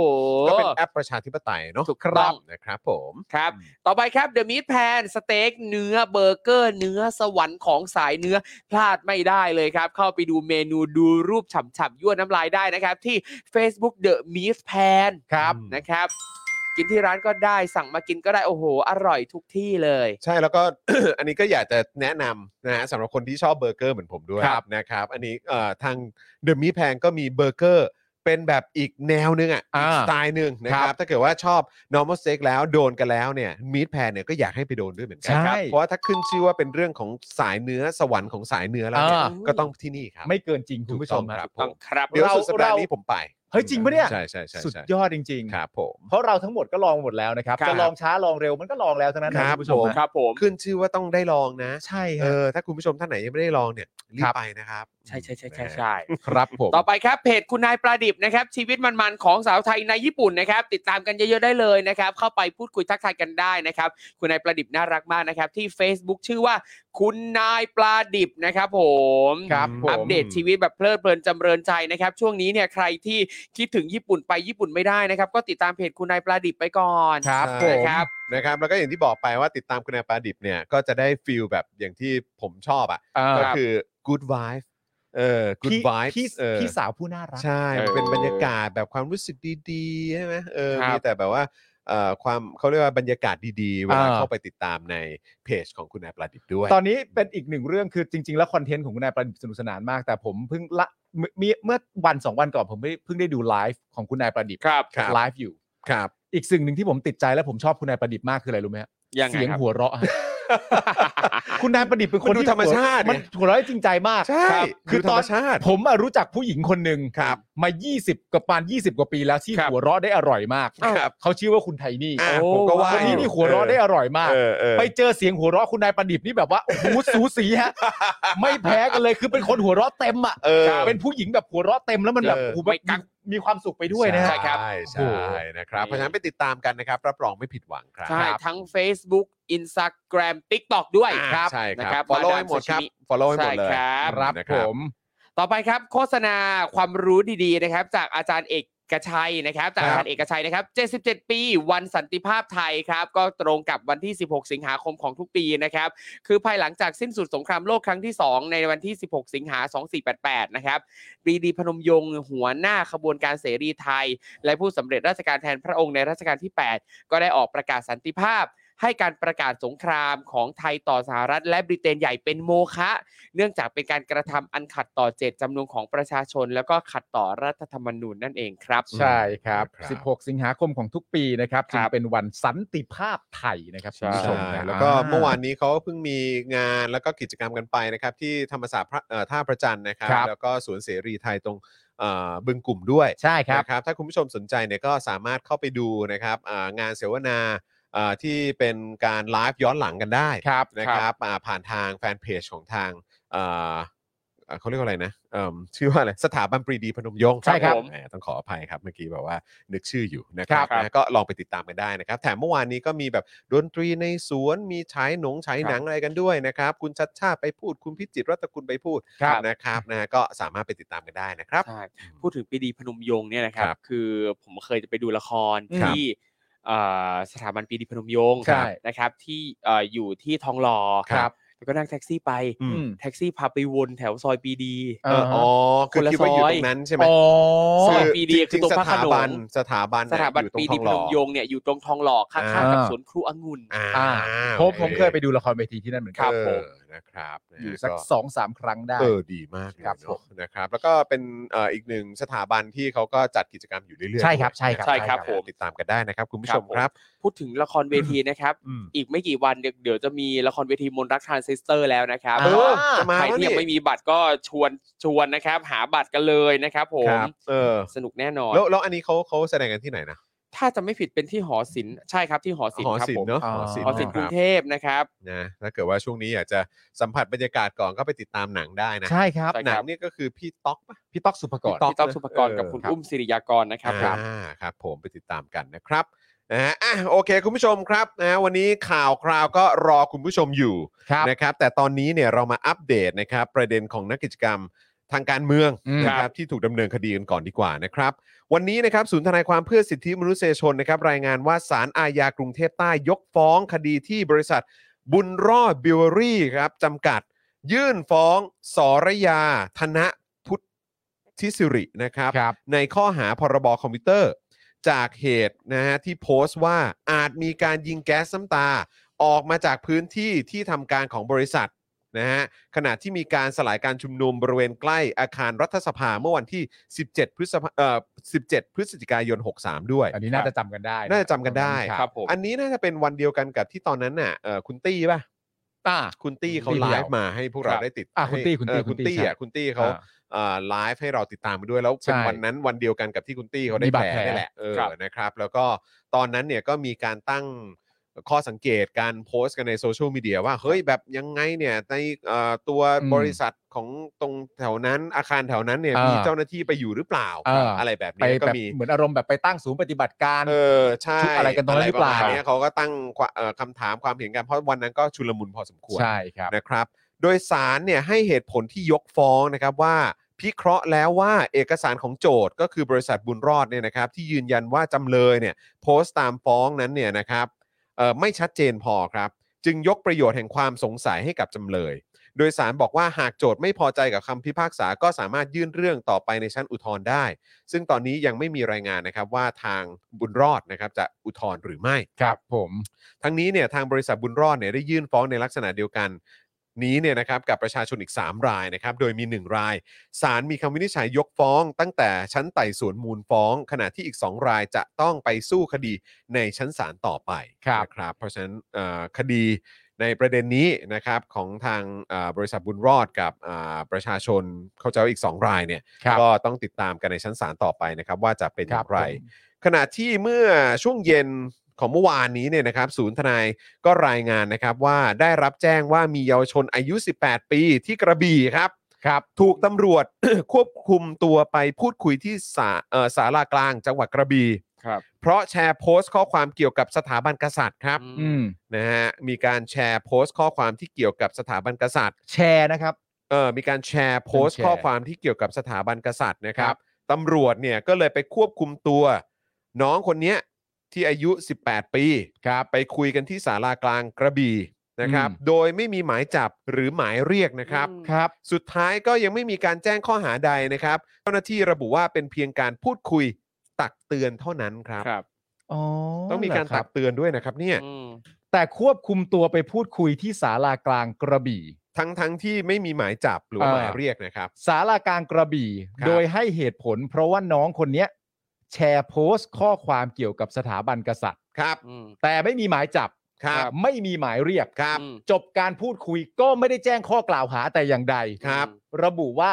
[SPEAKER 3] ก็เป็นแอปประชาธิปไตยเนาะ
[SPEAKER 5] ถูก
[SPEAKER 3] ค
[SPEAKER 5] ต้
[SPEAKER 3] รั
[SPEAKER 5] อบ ง
[SPEAKER 3] นะครับผม
[SPEAKER 5] ครับ ต่อไปครับ The Meat Pan สเต็กเนื้อเบอร์เกอร์เนื้อสวรรค์ของสายเนื้อพลาดไม่ได้เลยครับ เข้าไปดูเมนูดูรูปฉ่ำๆยั่วน้ำลายได้นะครับ ที่ Facebook The Meat Pan
[SPEAKER 4] ครับ
[SPEAKER 5] นะครับ กินที่ร้านก็ได้สั่งมากินก็ได้ โอ้โห อร่อยทุกที่เลย
[SPEAKER 3] ใช่แล้วก็ อันนี้ก็อยากจะแนะนำนะฮะสำหรับคนที่ชอบเบอร์เกอร์เหมือนผมด้วย
[SPEAKER 4] ครับ
[SPEAKER 3] นะครับ อันนี้เอ่อทางเดอะมีแพงก็มีเบอร์เกอร์เป็นแบบอีกแนวนึงอ่ะ
[SPEAKER 4] อ่า
[SPEAKER 3] สไตล์หนึ่งนะค
[SPEAKER 4] ค
[SPEAKER 3] รั
[SPEAKER 4] รับ บ
[SPEAKER 3] ถ้าเกิดว่าชอบ normal steak แล้วโดนกันแล้วเนี่ยมีดแพนเนี่ยก็อยากให้ไปโดนด้วยเหมือนกัครั
[SPEAKER 4] ใช่
[SPEAKER 3] เพราะว่าถ้าขึ้นชื่อว่าเป็นเรื่องของสายเนื้อสวรรค์ของสายเนื้อแล้วเนี่ย
[SPEAKER 4] อ่า
[SPEAKER 3] ก็ต้องที่นี่ครับ
[SPEAKER 4] ไม่เกินจริงคุณผู้ชม
[SPEAKER 3] ถูกต้องครับ
[SPEAKER 4] ผ
[SPEAKER 5] ต้อ
[SPEAKER 4] ม
[SPEAKER 5] งครับ
[SPEAKER 3] เดี๋ยว
[SPEAKER 4] เรา
[SPEAKER 3] สุดสัปดาห์
[SPEAKER 4] เรานี้
[SPEAKER 3] นี้ผมไป
[SPEAKER 4] เฮ้ยจริงปะเนี่ย
[SPEAKER 3] ใช่ใช่ใช่
[SPEAKER 4] สุด
[SPEAKER 3] ใช่
[SPEAKER 4] ยอดจริง
[SPEAKER 3] ครับผม
[SPEAKER 4] ๆ เพราะเราทั้งหมดก็ลองหมดแล้วนะครับ
[SPEAKER 5] ครับ
[SPEAKER 4] จะลองช้าลองเร็วมันก็ลองแล้วทั้งนั้นนะครับ คุณผู้ชม
[SPEAKER 3] ผม
[SPEAKER 5] ครับผม
[SPEAKER 3] ขึ้นชื่อว่าต้องได้ลองนะ
[SPEAKER 4] ใช่ค
[SPEAKER 3] เอ
[SPEAKER 4] รับ
[SPEAKER 3] อ ถ้าคุณผู้ชมท่านไหนยังไม่ได้ลองเนี่ยรี
[SPEAKER 4] ครับ บ
[SPEAKER 3] ไปนะครับ
[SPEAKER 5] ใช่ใช่ใช่ใช่ใช่
[SPEAKER 3] ครับผม
[SPEAKER 5] ต่อไปครับเพจคุณนายประดิบนะครับชีวิตมันๆของสาวไทยในญี่ปุ่นนะครับติดตามกันเยอะๆได้เลยนะครับเข้าไปพูดคุยทักทายกันได้นะครับคุณนายประดิบน่ารักมากนะครับที่ Facebook ชื่อว่าคุณนายประดิบนะครับผม
[SPEAKER 4] ครับผม
[SPEAKER 5] อัปเดตชีวิตแบบเพลิดเพลินจำเริญใจนะครับช่วงนี้เนี่ยใครที่คิดถึงญี่ปุ่นไปญี่ปุ่นไม่ได้นะครับก็ติดตามเพจคุณนายประดิบไปก่อน
[SPEAKER 4] ครับผ
[SPEAKER 3] ใช่
[SPEAKER 4] ม
[SPEAKER 5] นะครับ
[SPEAKER 3] นะครับแล้วก็อย่างที่บอกไปว่าติดตามคุณนายปาดิบเนี่ยก็จะได้ฟิลแบบอย่างที่ผมชอบอ่ะ
[SPEAKER 4] เออ
[SPEAKER 3] ก็คือ good vibe เออ good
[SPEAKER 4] พี่
[SPEAKER 3] vibe
[SPEAKER 4] พี่
[SPEAKER 3] เออ
[SPEAKER 4] พี่สาวผู้น่ารัก
[SPEAKER 3] ใช่
[SPEAKER 5] เออ
[SPEAKER 3] มันเป็นบรรยากาศแบบความรู้สึกดีๆใช่ไหมเออ
[SPEAKER 5] ครับ
[SPEAKER 3] มีแต่แบบว่าเอ่อความเขาเรียกว่าบรรยากาศดีๆ เวลา
[SPEAKER 4] อ่า
[SPEAKER 3] เข้าไปติดตามในเพจของคุณนายประดิษฐ์ด้วย
[SPEAKER 4] ตอนนี้เป็นอีกหนึ่งเรื่องคือจริง ๆ แล้วคอนเทนต์ของคุณนายประดิษฐ์สนุกสนานมาก แต่ผมเพิ่งละเมื่อเมื่อวันสองวันก่อนผมไม่เพิ่งได้ดูไลฟ์ของคุณนายประดิษฐ์
[SPEAKER 5] ครับ
[SPEAKER 4] ไลฟ์อยู่
[SPEAKER 3] ครับ
[SPEAKER 4] อีกสิ่งหนึ่งที่ผมติดใจและผมชอบคุณนายประดิษฐ์มากคืออะไรรู้ไหมฮะ
[SPEAKER 5] ยังไง
[SPEAKER 4] เสียง
[SPEAKER 5] ครับ
[SPEAKER 4] หัวเราะฮะ คุณนายประดิษฐ์เป็นคน
[SPEAKER 3] มันดู
[SPEAKER 4] ที่
[SPEAKER 3] ธรรมชาติ
[SPEAKER 4] มันหัวเราะจริงใจมาก
[SPEAKER 3] ใช่
[SPEAKER 4] รับ
[SPEAKER 3] ดู
[SPEAKER 4] คือตอ
[SPEAKER 3] ธร
[SPEAKER 4] น
[SPEAKER 3] รมชาติ
[SPEAKER 4] ผมอะรู้จักผู้หญิงคนหนึ่ง
[SPEAKER 3] ครับ
[SPEAKER 4] มา 20กว่าปาน20 กว่าปีแล้วที่
[SPEAKER 5] ครับ
[SPEAKER 4] หัวเราะได้อร่อยมาก
[SPEAKER 3] ครับ
[SPEAKER 4] เขาชื่อว่าคุณไทนี่
[SPEAKER 3] อ่ะ
[SPEAKER 5] โอ้
[SPEAKER 3] ผมก็ว่า
[SPEAKER 4] คนนี้
[SPEAKER 3] อยู่
[SPEAKER 4] นี่หัวเราะได้อร่อยมาก
[SPEAKER 3] เออเออ
[SPEAKER 4] ไปเจอเสียงหัวเราะคุณนายประดิษฐ์นี่แบบว่าโอ้โหสูสี ฮะ ไม่แพ้กันเลยคือเป็นคนหัวเราะเต็มอ่ะ
[SPEAKER 3] เออ
[SPEAKER 4] เป็นผู้หญิงแบบหัวเราะเต็มแล้วมันแบบ
[SPEAKER 3] เออ
[SPEAKER 4] โอ้โหแบบ
[SPEAKER 5] ไม่กัก
[SPEAKER 4] มีความสุขไปด้วยนะฮะ
[SPEAKER 3] ใช่ครับ
[SPEAKER 4] โอ้
[SPEAKER 3] ใช่
[SPEAKER 4] โห
[SPEAKER 3] นะครับ เพราะฉะนั้นไปติดตามกันนะครับ รับรองไม่ผิดหวังครั
[SPEAKER 5] ใช่
[SPEAKER 3] ครับ
[SPEAKER 5] ทั้ง Facebook Instagram TikTok ด้วย
[SPEAKER 3] อ่า
[SPEAKER 5] ครับ
[SPEAKER 3] ใช่ค
[SPEAKER 5] นะ
[SPEAKER 3] รับ follow ให้หมดครับ follow ให้หมดเลย
[SPEAKER 5] ใช่ครับ
[SPEAKER 4] ครับ
[SPEAKER 3] นะ
[SPEAKER 4] ผม
[SPEAKER 5] ต่อไปครับโฆษณาความรู้ดีๆนะครับ จากอาจารย์เอกชัยนะครับ จากอาจารย์เอกชัยนะครับ 77 ปีวันสันติภาพไทยครับ ก็ตรงกับวันที่ 16 สิงหาคมของทุกปีนะครับ คือภายหลังจากสิ้นสุดสงครามโลกครั้งที่ 2 ในวันที่ 16 สิงหา 2488 นะครับปรีดีพนมยงค์หัวหน้าขบวนการเสรีไทย และผู้สำเร็จราชการแทนพระองค์ในรัชกาลที่ 8 ก็ได้ออกประกาศสันติภาพ ให้การประกาศสงครามของไทยต่อสหรัฐ และบริเตนใหญ่เป็นโมฆะ เนื่องจากเป็นการกระทำอันขัดต่อเจตจำนงของประชาชน แล้วก็ขัดต่อรัฐธรรมนูญนั่นเองครับ
[SPEAKER 4] ใช่ครับ
[SPEAKER 3] ครับ
[SPEAKER 4] 16 สิงหาคมของทุกปีนะครับ
[SPEAKER 5] ค
[SPEAKER 4] จึ
[SPEAKER 5] รั
[SPEAKER 4] ง
[SPEAKER 5] บ
[SPEAKER 4] เป็นวันสันติภาพไทยนะครับคุณผู้ช
[SPEAKER 3] ใช่
[SPEAKER 4] มนะ
[SPEAKER 3] แล้วก็
[SPEAKER 4] อ่า
[SPEAKER 3] เมื่อวานนี้เขาเพิ่งมีงานแล้วก็กิจกรรมกันไปนะครับ ที่ธรรมศาสตร์พระเอ่อท่าประจันทร์นะครับ
[SPEAKER 4] ครับ
[SPEAKER 3] แล้วก็สวนเสรีไทยตรงเอ่อบึงกลุ่มด้วย
[SPEAKER 4] ใช่ครับ
[SPEAKER 3] นะครับ ถ้าคุณผู้ชมสนใจเนี่ยก็สามารถเข้าไปดูนะครับอ่างานเสวนาอ่าที่เป็นการไลฟ์ย้อนหลังกันได้
[SPEAKER 4] ครับ
[SPEAKER 3] นะครับอ่าผ่านทางแฟนเพจของทางอ่าเอ่อเขาเรียกว่าอะไรนะเอิ่ม ชื่อว่าอะไรสถาบันปรีดีพนมยงค์
[SPEAKER 4] ใช่ครับ
[SPEAKER 3] ผมแหมต้องขออภัยครับเมื่อกี้แบบว่า นึกชื่ออยู่นะครับ
[SPEAKER 4] ครับ
[SPEAKER 3] นะก็ลองไปติดตามกันได้นะครับ แถมเมื่อวานนี้ก็มีแบบดนตรีในสวนมีฉายหนงฉายหนังอะไรกันด้วยนะครับ คุณชัดชาติไปพูดคุณพิจิตรรัตนกุลไปพูด
[SPEAKER 4] ครับ
[SPEAKER 3] นะครับนะก็สามารถไปติดตามกันได้นะครับ
[SPEAKER 5] ใช่พูดถึงปรีดีพนมยงค์เนี่ยนะครับ
[SPEAKER 3] ครับ
[SPEAKER 5] คือผมเคยจะไปดูละคร
[SPEAKER 3] ครับ
[SPEAKER 5] ที่เอ่อสถาบันปรีดีพนมยงค์
[SPEAKER 4] ใช่
[SPEAKER 5] นะครับที่เอ่ออยู่ที่ทองหล่อ
[SPEAKER 3] ครับ
[SPEAKER 5] แล้วก็นั่งแท็กซี่ไป
[SPEAKER 4] อืม
[SPEAKER 5] แท็กซี่พาไปวนแถวซอยปรีดี
[SPEAKER 4] เอ
[SPEAKER 3] เอออ๋อคือคิดว่าอยู่ตรงนั้นใช่ไหม
[SPEAKER 4] อ๋อ
[SPEAKER 5] ซอยปีดี
[SPEAKER 3] จริง
[SPEAKER 5] คือ
[SPEAKER 3] ๆส
[SPEAKER 5] ตรงพระ
[SPEAKER 3] ถา
[SPEAKER 5] โขนง
[SPEAKER 3] บันสถาบัน
[SPEAKER 5] ส
[SPEAKER 3] น่ะ
[SPEAKER 5] ถาบัน
[SPEAKER 3] อยู่ต
[SPEAKER 5] ป
[SPEAKER 3] ร
[SPEAKER 5] รี
[SPEAKER 3] งท
[SPEAKER 5] ดี
[SPEAKER 3] องห
[SPEAKER 5] พน
[SPEAKER 3] ล่อ
[SPEAKER 5] มยงค์เนี่ยอยู่ตรงทองหล่อข้างๆกับ
[SPEAKER 4] อ่า
[SPEAKER 5] สวนครูองุ่น
[SPEAKER 3] อ่า
[SPEAKER 4] อ่าผมผมเคยไปดูละครเวทีที่นั่นเหมือน
[SPEAKER 3] ค
[SPEAKER 4] กั
[SPEAKER 3] รั
[SPEAKER 4] น
[SPEAKER 3] บ
[SPEAKER 4] เออ
[SPEAKER 3] นะครับนะ
[SPEAKER 4] อยู่สัก
[SPEAKER 3] ก็
[SPEAKER 4] สองสามครั้งได้
[SPEAKER 3] เออดีมากเลย
[SPEAKER 4] ครับ
[SPEAKER 3] เนอะนะครับ แล้วก็เป็นเอ่ออีกหนึ่งสถาบันที่เขาก็จัดกิจกรรมอยู่เรื่อยๆ
[SPEAKER 4] ใช่ครับ
[SPEAKER 3] ด้วย
[SPEAKER 4] ใช่ครับ
[SPEAKER 3] นะ
[SPEAKER 5] ใช่ครับผม
[SPEAKER 3] ติดตามกันได้นะครับ คุณผู้
[SPEAKER 5] ครั
[SPEAKER 3] ช
[SPEAKER 5] บ
[SPEAKER 3] ม
[SPEAKER 5] ผม
[SPEAKER 3] ครับ
[SPEAKER 5] พูดถึงละครเวทีนะครับ
[SPEAKER 3] อืม
[SPEAKER 5] อีกไม่กี่วันเดี๋ยวเดี๋ยวจะมีละครเวทีมนต์รักทรานซิสเตอร์แล้วนะครับ
[SPEAKER 4] อ่า
[SPEAKER 5] ก็
[SPEAKER 3] จะมา
[SPEAKER 5] ใคร
[SPEAKER 3] แล้ว
[SPEAKER 5] ที่ยัง
[SPEAKER 3] นี่
[SPEAKER 5] ไม่มีบัตรก็ชวนชวนนะครับ หาบัตรกันเลยนะครับผม
[SPEAKER 3] เออ
[SPEAKER 5] สนุกแน่นอน
[SPEAKER 3] แล้วแล้วอันนี้เขาเขาแสดงกันที่ไหนนะ
[SPEAKER 5] ถ้าจะไม่ผิดเป็นที่หอศิลป์ใช่ครับที่หอศิล
[SPEAKER 3] หอ
[SPEAKER 5] ป์ครับ
[SPEAKER 3] ศิล
[SPEAKER 5] ผม
[SPEAKER 3] ป์เนาะ
[SPEAKER 4] ครับผม
[SPEAKER 5] หอศิลป์กรุงเทพนะครับ
[SPEAKER 3] นะถ้าเกิดว่าช่วงนี้อยากจะสัมผัสบรรยากาศก่อนก็ไปติดตามหนังได้นะ
[SPEAKER 4] ใช่ครับ
[SPEAKER 5] ใช่
[SPEAKER 3] หนังนี่ก็คือพี่ต๊อกปะ
[SPEAKER 4] พี่ต๊อกสุภกร
[SPEAKER 3] ต๊อก
[SPEAKER 5] พี่ต๊อกสุภกรกับคุณ
[SPEAKER 4] ครับ
[SPEAKER 5] อุ้มศิริยากรนะครับ
[SPEAKER 3] อ่า
[SPEAKER 5] ครับ
[SPEAKER 3] ครับผมไปติดตามกันนะครับนะฮะอ่ะโอเค คุณผู้ชมครับนะฮะวันนี้ข่าวคราวก็รอคุณผู้ชมอยู่
[SPEAKER 4] ครับ
[SPEAKER 3] นะครับ แต่ตอนนี้เนี่ยเรามาอัปเดตนะครับ ประเด็นของนักกิจกรรมทางการเมือง
[SPEAKER 4] อืม
[SPEAKER 3] นะครับที่ถูกดำเนินคดีกันก่อนดีกว่านะครับ วันนี้นะครับศูนย์ทนายความเพื่อสิทธิมนุษยชนนะครับ รายงานว่าศาลอาญากรุงเทพใต้ยกฟ้องคดีที่บริษัทบุญรอดบิวเวอรี่ครับจำกัด ยื่นฟ้องสรยา ธนพุทธิสิรินะครับ
[SPEAKER 4] ครับ
[SPEAKER 3] ในข้อหาพรบอคอมพิวเตอร์ จากเหตุนะฮะที่โพสต์ว่าอาจมีการยิงแก๊สน้ำตา ออกมาจากพื้นที่ที่ทำการของบริษัทนะฮะขณะที่มีการสลายการชุมนุมบริเวณใกล้อาคารรัฐสภาเมื่อวันที่ 17 พฤษภาเอ่อ17 พฤศจิกายน 63 ด้วย
[SPEAKER 4] อันนี้น่าจะจำกันได้
[SPEAKER 3] น่าจะจำกันได้
[SPEAKER 5] ครับผม
[SPEAKER 3] อันนี้น่าจะเป็นวันเดียวกันกับที่ตอนนั้นน่ะเอ่อคุณตี้ป่ะ
[SPEAKER 4] อ่า
[SPEAKER 3] คุณตี้เขา
[SPEAKER 4] คุณตี้
[SPEAKER 3] ไลฟ์มาให้พวกเรา
[SPEAKER 4] ครับ
[SPEAKER 3] ได้ติด
[SPEAKER 4] อ่ะคุณตี้คุณตี้
[SPEAKER 3] เอ่อ
[SPEAKER 4] คุ
[SPEAKER 3] คุณ ณ
[SPEAKER 4] ตี้
[SPEAKER 3] ตี้
[SPEAKER 4] ใช่
[SPEAKER 3] อ่ะคุณตี้เขา
[SPEAKER 4] อ่า
[SPEAKER 3] เอ่อไลฟ์ให้เราติดตามไปด้วยแล้วเป็น
[SPEAKER 4] ใช่
[SPEAKER 3] วันนั้นวันเดียวกันกับที่คุณตี้เขาได้
[SPEAKER 4] มีบาด
[SPEAKER 3] แผล
[SPEAKER 4] แผล
[SPEAKER 3] นี่แหละเออ
[SPEAKER 5] ครับ
[SPEAKER 3] นะครับ แล้วก็ตอนนั้นเนี่ยก็มีการตั้งข้อสังเกตการโพสต์กันในโซเชียลมีเดียว่า เฮ้ยแบบยังไงเนี่ยในเอ่อตัว
[SPEAKER 4] อืม
[SPEAKER 3] บริษัทของตรงแถวนั้นอาคารแถวนั้นเนี่ย
[SPEAKER 4] อ่ามี
[SPEAKER 3] มีเจ้าหน้าที่ไปอยู่หรือเปล่า
[SPEAKER 4] เอออ
[SPEAKER 3] อะไรแบบ
[SPEAKER 4] ไป
[SPEAKER 3] นี้ก็
[SPEAKER 4] แบบ
[SPEAKER 3] มี
[SPEAKER 4] เหมือนอารมณ์แบบไปตั้งศูนย์ปฏิบัติการ
[SPEAKER 3] เออใช่
[SPEAKER 4] ชุดอะไรกันตรงนั้นหรือเปล่า
[SPEAKER 3] ะไประมณนี้ยเขาก็ตั้งความเอ่อคำถามความเห็นกันเพราะวันนั้นก็ชุลมุนพอสมควร
[SPEAKER 4] ใช่ครับ
[SPEAKER 3] นะครับ โดยสารเนี่ยให้เหตุผลที่ยกฟ้องนะครับว่าพิเคราะห์แล้วว่าเอกสารของโจทย์ก็คือบริษัทบุญรอดเนี่ยนะครับที่ยืนยันว่าจำเลยเนี่ยโพสต์ตามฟ้องนั้นเนี่ยนะครับเอ่อไม่ชัดเจนพอครับ จึงยกประโยชน์แห่งความสงสัยให้กับจำเลย โดยสารบอกว่าหากโจทย์ไม่พอใจกับคำพิพากษาก็สามารถยื่นเรื่องต่อไปในชั้นอุทธรณ์ได้ ซึ่งตอนนี้ยังไม่มีรายงานนะครับว่าทางบุญรอดนะครับจะอุทธรณ์หรือไม่
[SPEAKER 4] ครับผม
[SPEAKER 3] ทั้งนี้เนี่ยทางบริษัทบุญรอดเนี่ยได้ยื่นฟ้องในลักษณะเดียวกันนี้เนี่ยนะครับกับประชาชนอีก 3 รายนะครับโดยมี 1 รายศาลมีคำวินิจฉัยยกฟ้อง ตั้งแต่ชั้นไต่สวนมูลฟ้อง ขณะที่อีก 2 รายจะต้องไปสู้คดีในชั้นศาลต่อไปนะครับเพราะฉะนั้นเอ่อคดีในประเด็นนี้นะครับของทางเอ่อบริษัทบุญรอดกับเอ่อประชาชนเข้าใจว่าอีก 2 รายเนี่ย
[SPEAKER 4] ครับ
[SPEAKER 3] ก็ต้องติดตามกันในชั้นศาลต่อไปนะครับว่าจะเป็น
[SPEAKER 4] ค
[SPEAKER 3] อ
[SPEAKER 4] รั
[SPEAKER 3] ย่า
[SPEAKER 4] บ
[SPEAKER 3] งไร
[SPEAKER 4] ผม
[SPEAKER 3] ขณะที่เมื่อช่วงเย็นของเมื่อวานนี้เนี่ยนะครับศูนย์ทนายก็รายงานนะครับว่าได้รับแจ้งว่ามีเยาวชนอายุ 18 ปีที่กระบี่ครับ
[SPEAKER 4] ครับ
[SPEAKER 3] ถูกตำรวจ ควบคุมตัวไปพูดคุยที่ศาเอ่อศาลากลางจังหวัดกระบี่
[SPEAKER 5] ครับ
[SPEAKER 3] เพราะแชร์โพสต์ข้อความเกี่ยวกับสถาบันกษัตริย์ครับ
[SPEAKER 5] อื
[SPEAKER 4] อื
[SPEAKER 5] ม
[SPEAKER 4] ม
[SPEAKER 3] นะฮะมีการแชร์โพสต์ข้อความที่เกี่ยวกับสถาบันกษัตริย์
[SPEAKER 4] แชร์นะครับ
[SPEAKER 3] เออมีการแชร์โพสต์
[SPEAKER 4] เป็นแชร์
[SPEAKER 3] ข้อความที่เกี่ยวกับสถาบันกษัตริย์นะครับตำรวจเนี่ยก็เลยไปควบคุมตัว น้องคนเนี้ยที่อายุ 18 ปี
[SPEAKER 4] ครับ
[SPEAKER 3] ไปคุยกันที่ศาลากลางกระบี่นะครับ
[SPEAKER 4] อืม
[SPEAKER 3] โดยไม่มีหมายจับหรือหมายเรียกนะครับ
[SPEAKER 4] ครับ
[SPEAKER 3] สุดท้ายก็ยังไม่มีการแจ้งข้อหาใดนะครับ เจ้าหน้าที่ระบุว่าเป็นเพียงการพูดคุยตักเตือนเท่านั้นครับ
[SPEAKER 5] ครับ
[SPEAKER 4] อ๋อ
[SPEAKER 3] ต้องมีการ
[SPEAKER 4] เหอค
[SPEAKER 3] ตั
[SPEAKER 4] บ
[SPEAKER 3] กเตือนด้วยนะครับเนี่ย
[SPEAKER 5] อืม
[SPEAKER 4] แต่ควบคุมตัวไปพูดคุยที่ศาลากลางกระบี่
[SPEAKER 3] ทั้งทั้งที่ไม่มีหมายจับหรือว่า
[SPEAKER 4] เออ
[SPEAKER 3] หมายเรียกนะครับ
[SPEAKER 4] ศาลากลางกระบี่
[SPEAKER 3] ครับ
[SPEAKER 4] โดยให้เหตุผล เพราะว่าน้องคนเนี้ยแชร์โพสต์ข้อความเกี่ยวกับสถาบันกษัตริย์
[SPEAKER 3] ครับ
[SPEAKER 5] อืม
[SPEAKER 4] แต่ไม่มีหมายจับ
[SPEAKER 3] ครับ
[SPEAKER 4] ไม่มีหมายเรียก
[SPEAKER 3] ครับ
[SPEAKER 5] อืม
[SPEAKER 4] จบการพูดคุยก็ไม่ได้แจ้งข้อกล่าวหาแต่อย่างใด
[SPEAKER 3] ครับ
[SPEAKER 4] ระบุว่า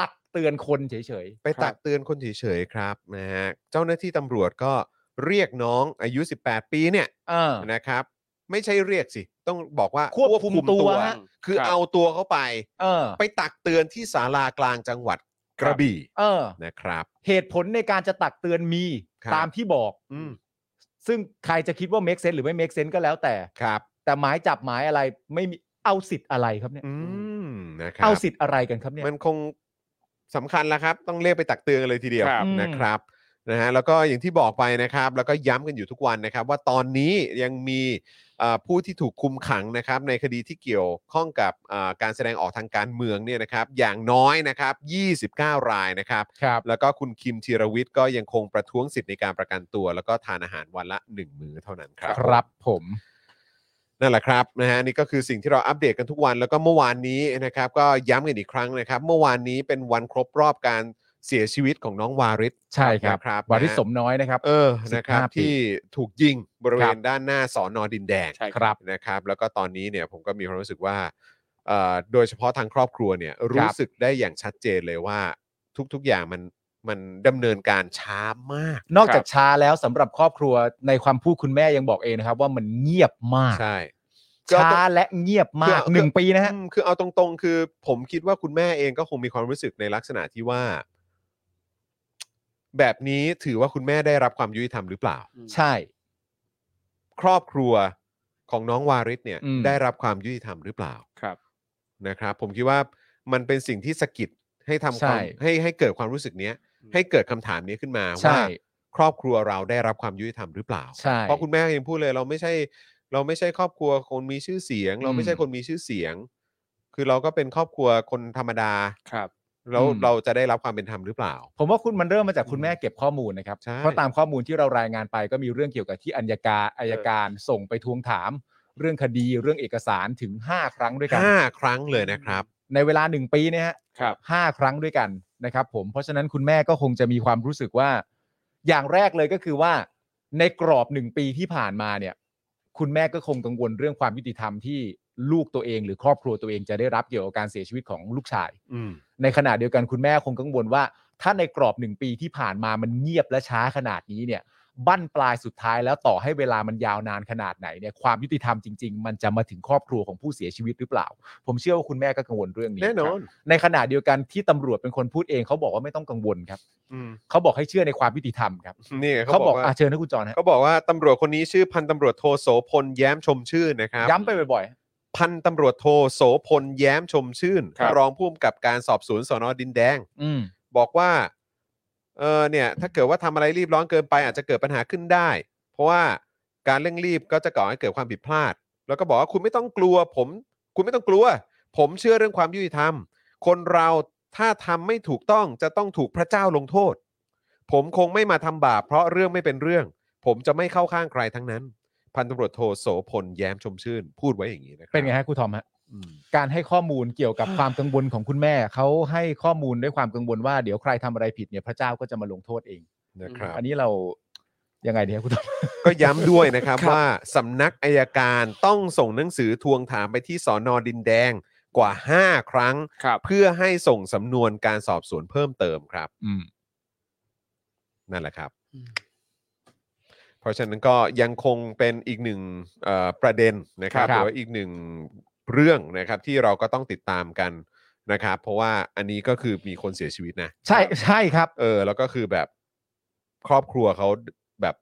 [SPEAKER 4] ตักเตือนคนเฉย
[SPEAKER 3] ไปตักเตือนคนเฉยๆครับนะฮะเจ้าหน้าที่ตำรวจก็เรียกน้องอายุ 18 ปีเนี่ย
[SPEAKER 4] ๆ เออ
[SPEAKER 3] นะครับ ไม่ใช่เรียกสิ ต้องบอกว่า
[SPEAKER 4] ควบคุมตัว
[SPEAKER 5] ฮะ
[SPEAKER 3] คือ
[SPEAKER 5] ครับ
[SPEAKER 3] เอาตัวเข้าไป
[SPEAKER 4] เออ
[SPEAKER 3] ไปตักเตือนที่ศาลากลางจังหวัดกระบี่
[SPEAKER 4] เออ
[SPEAKER 3] นะครับ
[SPEAKER 4] เหตุผลในการจะตักเตือนมี
[SPEAKER 3] ครับ
[SPEAKER 4] ตามที่บอก
[SPEAKER 3] อืม
[SPEAKER 4] ซึ่งใครจะคิดว่า make sense หรือไม่ make sense ก็แล้วแต่
[SPEAKER 3] ครับ
[SPEAKER 4] แต่หมายจับหมายอะไรไม่มีเอาสิทธิ์อะไรครับเนี่ย
[SPEAKER 3] อืมนะครับ
[SPEAKER 4] เอาสิทธิ์อะไรกันครับเนี่ย
[SPEAKER 3] มันคงสำคัญแล้วครับ ต้องเรียกไปตักเตือนกันเลยทีเดียว
[SPEAKER 5] ครับ
[SPEAKER 3] นะครับนะฮะแล้วก็อย่างที่บอกไปนะครับ แล้วก็ย้ำกันอยู่ทุกวันนะครับ ว่าตอนนี้ยังมีเอ่อผู้ที่ถูกคุมขังนะครับ ในคดีที่เกี่ยวข้องกับเอ่อการแสดงออกทางการเมืองเนี่ยนะครับ อย่างน้อยนะครับ 29 รายนะครับ
[SPEAKER 4] ครับ
[SPEAKER 3] แล้วก็คุณคิมธีรวิทย์ก็ยังคงประท้วงสิทธิในการประกันตัว แล้วก็ทานอาหารวันละหนึ่งมื้อเท่านั้นครับ
[SPEAKER 4] ครับผม
[SPEAKER 3] นั่นแหละครับนะฮะนี่ก็คือสิ่งที่เราอัปเดตกันทุกวันแล้วก็เมื่อวานนี้นะครับ ก็ย้ำกันอีกครั้งนะครับ เมื่อวานนี้เป็นวันครบรอบการเสียชีวิตของน้องวาริศ
[SPEAKER 4] ใช่ครับ
[SPEAKER 3] นะครับ
[SPEAKER 4] วาริสสมน้อยนะครับ
[SPEAKER 3] เออนะครับ
[SPEAKER 4] 15ปี
[SPEAKER 3] ที่ถูกยิงบริเว
[SPEAKER 4] ครั
[SPEAKER 3] ณ
[SPEAKER 4] บ
[SPEAKER 3] ด้านหน้าสอนอดินแดง
[SPEAKER 5] ใช่
[SPEAKER 4] ครับ
[SPEAKER 3] นะครับ แล้วก็ตอนนี้เนี่ยผมก็มีความรู้สึกว่าเอ่อโดยเฉพาะทางครอบครัวเนี่ยรู้สึกได้อย่างชัดเจนเลยว่าทุกๆอย่างมัน มันดำเนินการช้ามาก
[SPEAKER 4] นอกจากช้าแล้วสำหรับครอบครัวในความพูดคุณแม่ยังบอกเองนะครับ ว่ามันเงียบมาก
[SPEAKER 3] ใช่
[SPEAKER 4] ช้าและเงียบมากหนึ่งปีนะฮะ
[SPEAKER 3] อืมคือเอาตรงๆ คือผมคิดว่าคุณแม่เองก็คงมีความรู้สึกในลักษณะที่ว่า แบบนี้ถือว่าคุณแม่ได้รับความยุติธรรมหรือเปล่า
[SPEAKER 4] ใช่
[SPEAKER 3] ครอบครัวของน้องวาริสเนี่ย
[SPEAKER 4] อืม
[SPEAKER 3] ได้รับความยุติธรรมหรือเปล่า
[SPEAKER 5] ครับ
[SPEAKER 3] นะครับ ผมคิดว่ามันเป็นสิ่งที่สะกิดให้ทำความ
[SPEAKER 4] ใช่
[SPEAKER 3] ให้ให้เกิดความรู้สึกเนี้ย ให้เกิดคำถามนี้ขึ้นมา
[SPEAKER 4] ใช่
[SPEAKER 3] ว่า ครอบครัวเราได้รับความยุติธรรมหรือเปล่า
[SPEAKER 4] ใช่
[SPEAKER 3] เพราะคุณแม่ก็ยังพูดเลย เราไม่ใช่ เราไม่ใช่ครอบครัวคนมีชื่อเสียง เราไม่ใช่
[SPEAKER 4] อืม
[SPEAKER 3] คนมีชื่อเสียง คือเราก็เป็นครอบครัวคนธรรมดา
[SPEAKER 5] ครับ
[SPEAKER 3] แล้ว
[SPEAKER 4] อืม
[SPEAKER 3] เราจะได้รับความเป็นธรรมหรือเปล่า
[SPEAKER 4] ผมว่าคุณมันเริ่มมาจากคุณแม่เก็บข้อมูลนะครับ
[SPEAKER 3] ใช่
[SPEAKER 4] เพราะตามข้อมูลที่เรารายงานไปก็มีเรื่องเกี่ยวกับที่อัยการอายการส่งไปทวงถาม เรื่องคดีเรื่องเอกสารถึง 5 ครั้งด้วยกัน
[SPEAKER 3] ห้าครั้งเลยนะครับ
[SPEAKER 4] ในเวลา 1 ปีเนี่ยฮะ
[SPEAKER 5] ครับ
[SPEAKER 4] ห้าครั้งด้วยกันนะครับผมเพราะฉะนั้นคุณแม่ก็คงจะมีความรู้สึกว่า อย่างแรกเลยก็คือว่า ในกรอบหนึ่งปีที่ผ่านมาเนี่ย คุณแม่ก็คงกังวลเรื่องความยุติธรรมที่ลูกตัวเอง หรือครอบครัวตัวเองจะได้รับเกี่ยวกับการเสียชีวิตของลูกชาย
[SPEAKER 3] อืม
[SPEAKER 4] ในขณะเดียวกันคุณแม่คงกังวลว่า ถ้าในกรอบหนึ่งปีที่ผ่านมามันเงียบและช้าขนาดนี้เนี่ย บั้นปลายสุดท้ายแล้วต่อให้เวลามันยาวนานขนาดไหนเนี่ยความยุติธรรมจริง ๆ มันจะมาถึงครอบครัวของผู้เสียชีวิตหรือเปล่า ผมเชื่อว่าคุณแม่ก็กังวลเรื่องนี้
[SPEAKER 3] แน่นอน
[SPEAKER 4] ครับในขณะเดียวกันที่ตำรวจเป็นคนพูดเองเขาบอกว่าไม่ต้องกังวลครับ
[SPEAKER 3] อืม
[SPEAKER 4] เขาบอกให้เชื่อในความยุติธรรมครับ
[SPEAKER 3] นี่ไง
[SPEAKER 4] เขา
[SPEAKER 3] เขา
[SPEAKER 4] บบ อ
[SPEAKER 3] อก กว่า
[SPEAKER 4] อาเชิญนะคุณจรฮะ
[SPEAKER 3] เขาบอกว่าตำรวจคนนี้ชื่อพันตำรวจโทโสพลแย้มชมชื่นนะครับ
[SPEAKER 4] ย้ำไปบ่อย
[SPEAKER 3] พันตำรวจโทโสพลแย้มชมชื่น
[SPEAKER 5] ครับ
[SPEAKER 3] รองผู้กำกับการสอบสวนสนดินแดง
[SPEAKER 4] ๆ อืม
[SPEAKER 3] บอกว่า เออเนี่ย ถ้าเกิดว่าทำอะไรรีบร้อนเกินไปอาจจะเกิดปัญหาขึ้นได้ เพราะว่าการเร่งรีบก็จะก่อให้เกิดความผิดพลาด แล้วก็บอกว่าคุณไม่ต้องกลัว ผม คุณไม่ต้องกลัว ผมเชื่อเรื่องความยุติธรรม คนเราถ้าทำไม่ถูกต้องจะต้องถูกพระเจ้าลงโทษ ผมคงไม่มาทำบาปเพราะเรื่องไม่เป็นเรื่อง ผมจะไม่เข้าข้างใครทั้งนั้น พันตำรวจโทโสพลแย้มชมชื่น พูดไว้อย่างนี้นะครั
[SPEAKER 4] เป็นไงฮะครูทอมฮะ
[SPEAKER 3] อืม
[SPEAKER 4] การให้ข้อมูลเกี่ยวกับ ความกังวลของคุณแม่เขาให้ข้อมูลด้วยความกังวลว่าเดี๋ยวใครทำอะไรผิดเนี่ยพระเจ้าก็จะมาลงโทษเอง
[SPEAKER 3] นะครับ
[SPEAKER 4] อันนี้เรายังไงดีครับคุณตอม
[SPEAKER 3] ก็ย้ำด้วยนะครับ
[SPEAKER 5] ครับ
[SPEAKER 3] ว่าสำนักอายการต้องส่งหนังสือทวงถามไปที่สอนอดินแดงกว่า 5 ครั้ง
[SPEAKER 5] ครับ
[SPEAKER 3] เพื่อให้ส่งสำนวนการสอบสวนเพิ่มเติมครับ นั่นแหละครับ
[SPEAKER 5] อืม
[SPEAKER 3] เพราะฉะนั้นก็ยังคงเป็นอีกหนึ่งเอ่อประเด็นนะครับ
[SPEAKER 4] ค
[SPEAKER 3] ห
[SPEAKER 4] รับ
[SPEAKER 3] รือว่าอีกหนึ่งเรื่องนะครับที่เราก็ต้องติดตามกันนะครับ เพราะว่าอันนี้ก็คือมีคนเสียชีวิตนะ
[SPEAKER 4] ใช่ใช่ครับ
[SPEAKER 3] เออแล้วก็คือแบบครอบครัวเขาแบบ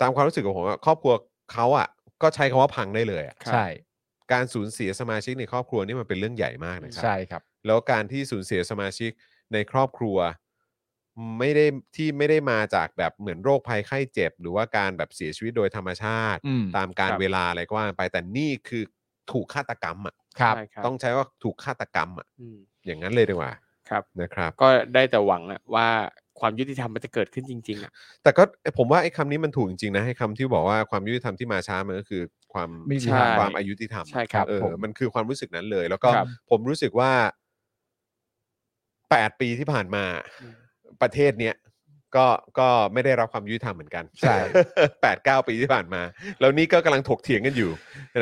[SPEAKER 3] ตามความรู้สึกของผมอะครอบครัวเขาอะก็ใช้คำว่าพังได้เลยอะ
[SPEAKER 5] ครับ
[SPEAKER 4] ใช่
[SPEAKER 3] การสูญเสียสมาชิกในครอบครัวนี่มันเป็นเรื่องใหญ่มากนะครั
[SPEAKER 4] ใช่ครับ
[SPEAKER 3] แล้วการที่สูญเสียสมาชิกในครอบครัว ไม่ได้ที่ไม่ได้มาจากแบบเหมือนโรคภัยไข้เจ็บ หรือว่าการแบบเสียชีวิตโดยธรรมชาติ
[SPEAKER 4] อืม
[SPEAKER 3] ตามการ
[SPEAKER 5] ครับ
[SPEAKER 3] เวลาอะไรก็ว่าไปแต่นี่คือถูกฆาตกรรมอ่ะ
[SPEAKER 4] ครับ
[SPEAKER 5] ใช่ครับ
[SPEAKER 3] ต้องใช้ว่าถูกฆาตกรรมอ่ะ
[SPEAKER 5] อืม
[SPEAKER 3] อย่างนั้นเลยดีกว่า
[SPEAKER 5] ครับ
[SPEAKER 3] นะครับ
[SPEAKER 5] ก็ได้แต่หวังอะว่าความยุติธรรมมันจะเกิดขึ้นจริง ๆอะ
[SPEAKER 3] แต่ก็ผมว่าไอ้คำนี้มันถูกจริงๆนะให้คำที่บอกว่าความยุติธรรมที่มาช้ามันก็คือความ
[SPEAKER 4] ไม่มี
[SPEAKER 5] ใช่
[SPEAKER 3] ความอายุติธรรม
[SPEAKER 5] ใช่ครับ
[SPEAKER 3] เออ
[SPEAKER 4] ผม
[SPEAKER 3] มันคือความรู้สึกนั้นเลย แล้วก็
[SPEAKER 5] ครับ
[SPEAKER 3] ผมรู้สึกว่าแปดปีที่ผ่านมา
[SPEAKER 5] อืม
[SPEAKER 3] ประเทศเนี้ยก็ก็ไม่ได้รับความยุติธรรมเหมือนกัน
[SPEAKER 4] ใช่
[SPEAKER 3] แปดเก้าปีที่ผ่านมา แล้วนี่ก็กำลังถกเถียงกันอยู่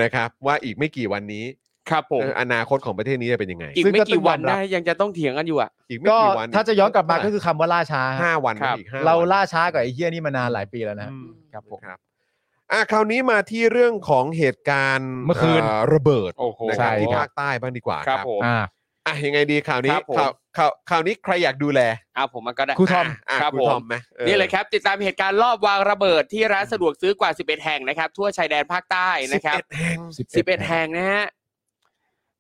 [SPEAKER 3] นะครับ ว่าอีกไม่กี่วันนี้
[SPEAKER 5] ครับผม
[SPEAKER 3] เอออนาคตของประเทศนี้จะเป็นยังไง
[SPEAKER 5] อีกไม่
[SPEAKER 4] ซึ่ง
[SPEAKER 5] กี่วัน
[SPEAKER 4] ก็ต้องยอมรับ
[SPEAKER 5] นะยังจะต้องเถียงกันอยู่อะ
[SPEAKER 3] อีกไม่
[SPEAKER 4] ก็
[SPEAKER 3] กี่วัน
[SPEAKER 4] ถ้าจะย้อนกลับมาก็คือคำว่าล่าช้า
[SPEAKER 3] ห้าวัน
[SPEAKER 5] ครับ
[SPEAKER 3] อีกห้วัน
[SPEAKER 4] เราล่าช้ากว่าไอ้เฮี้ยนี่มานานหลายปีแล้วนะ
[SPEAKER 3] อืม
[SPEAKER 4] ครับผม
[SPEAKER 3] ครับอ่ะคราวนี้มาที่เรื่องของเหตุการณ์
[SPEAKER 4] เมื่อคืน
[SPEAKER 3] ระเบิด
[SPEAKER 5] โอ้โห
[SPEAKER 3] นะครับ
[SPEAKER 4] ใช่
[SPEAKER 3] ที่
[SPEAKER 4] ครับ
[SPEAKER 3] ภาคใต้บ้างดีกว่า
[SPEAKER 5] ค
[SPEAKER 3] ค
[SPEAKER 5] รั
[SPEAKER 3] รั
[SPEAKER 5] บบ ผม
[SPEAKER 4] อ่า
[SPEAKER 3] อ่ะยังไงดีข่าวนี้
[SPEAKER 5] ครับผม
[SPEAKER 3] ข่าวข่าวข่าวนี้ใครอยากดูแล
[SPEAKER 5] อ่ะผมมันก็ได้
[SPEAKER 4] ครูทอม
[SPEAKER 3] ะ
[SPEAKER 5] ครับ
[SPEAKER 3] ณ
[SPEAKER 5] ผม
[SPEAKER 3] ทอมไหมออ
[SPEAKER 5] นี่เลยครับติดตามเหตุการณ์รอบวางระเบิดที่ร้านสะดวกซื้อกว่า 11 แห่งนะครับ ทั่วชายแดนภาคใต้นะครับ
[SPEAKER 3] 11แห่ง
[SPEAKER 5] 11 แห่งนะฮะ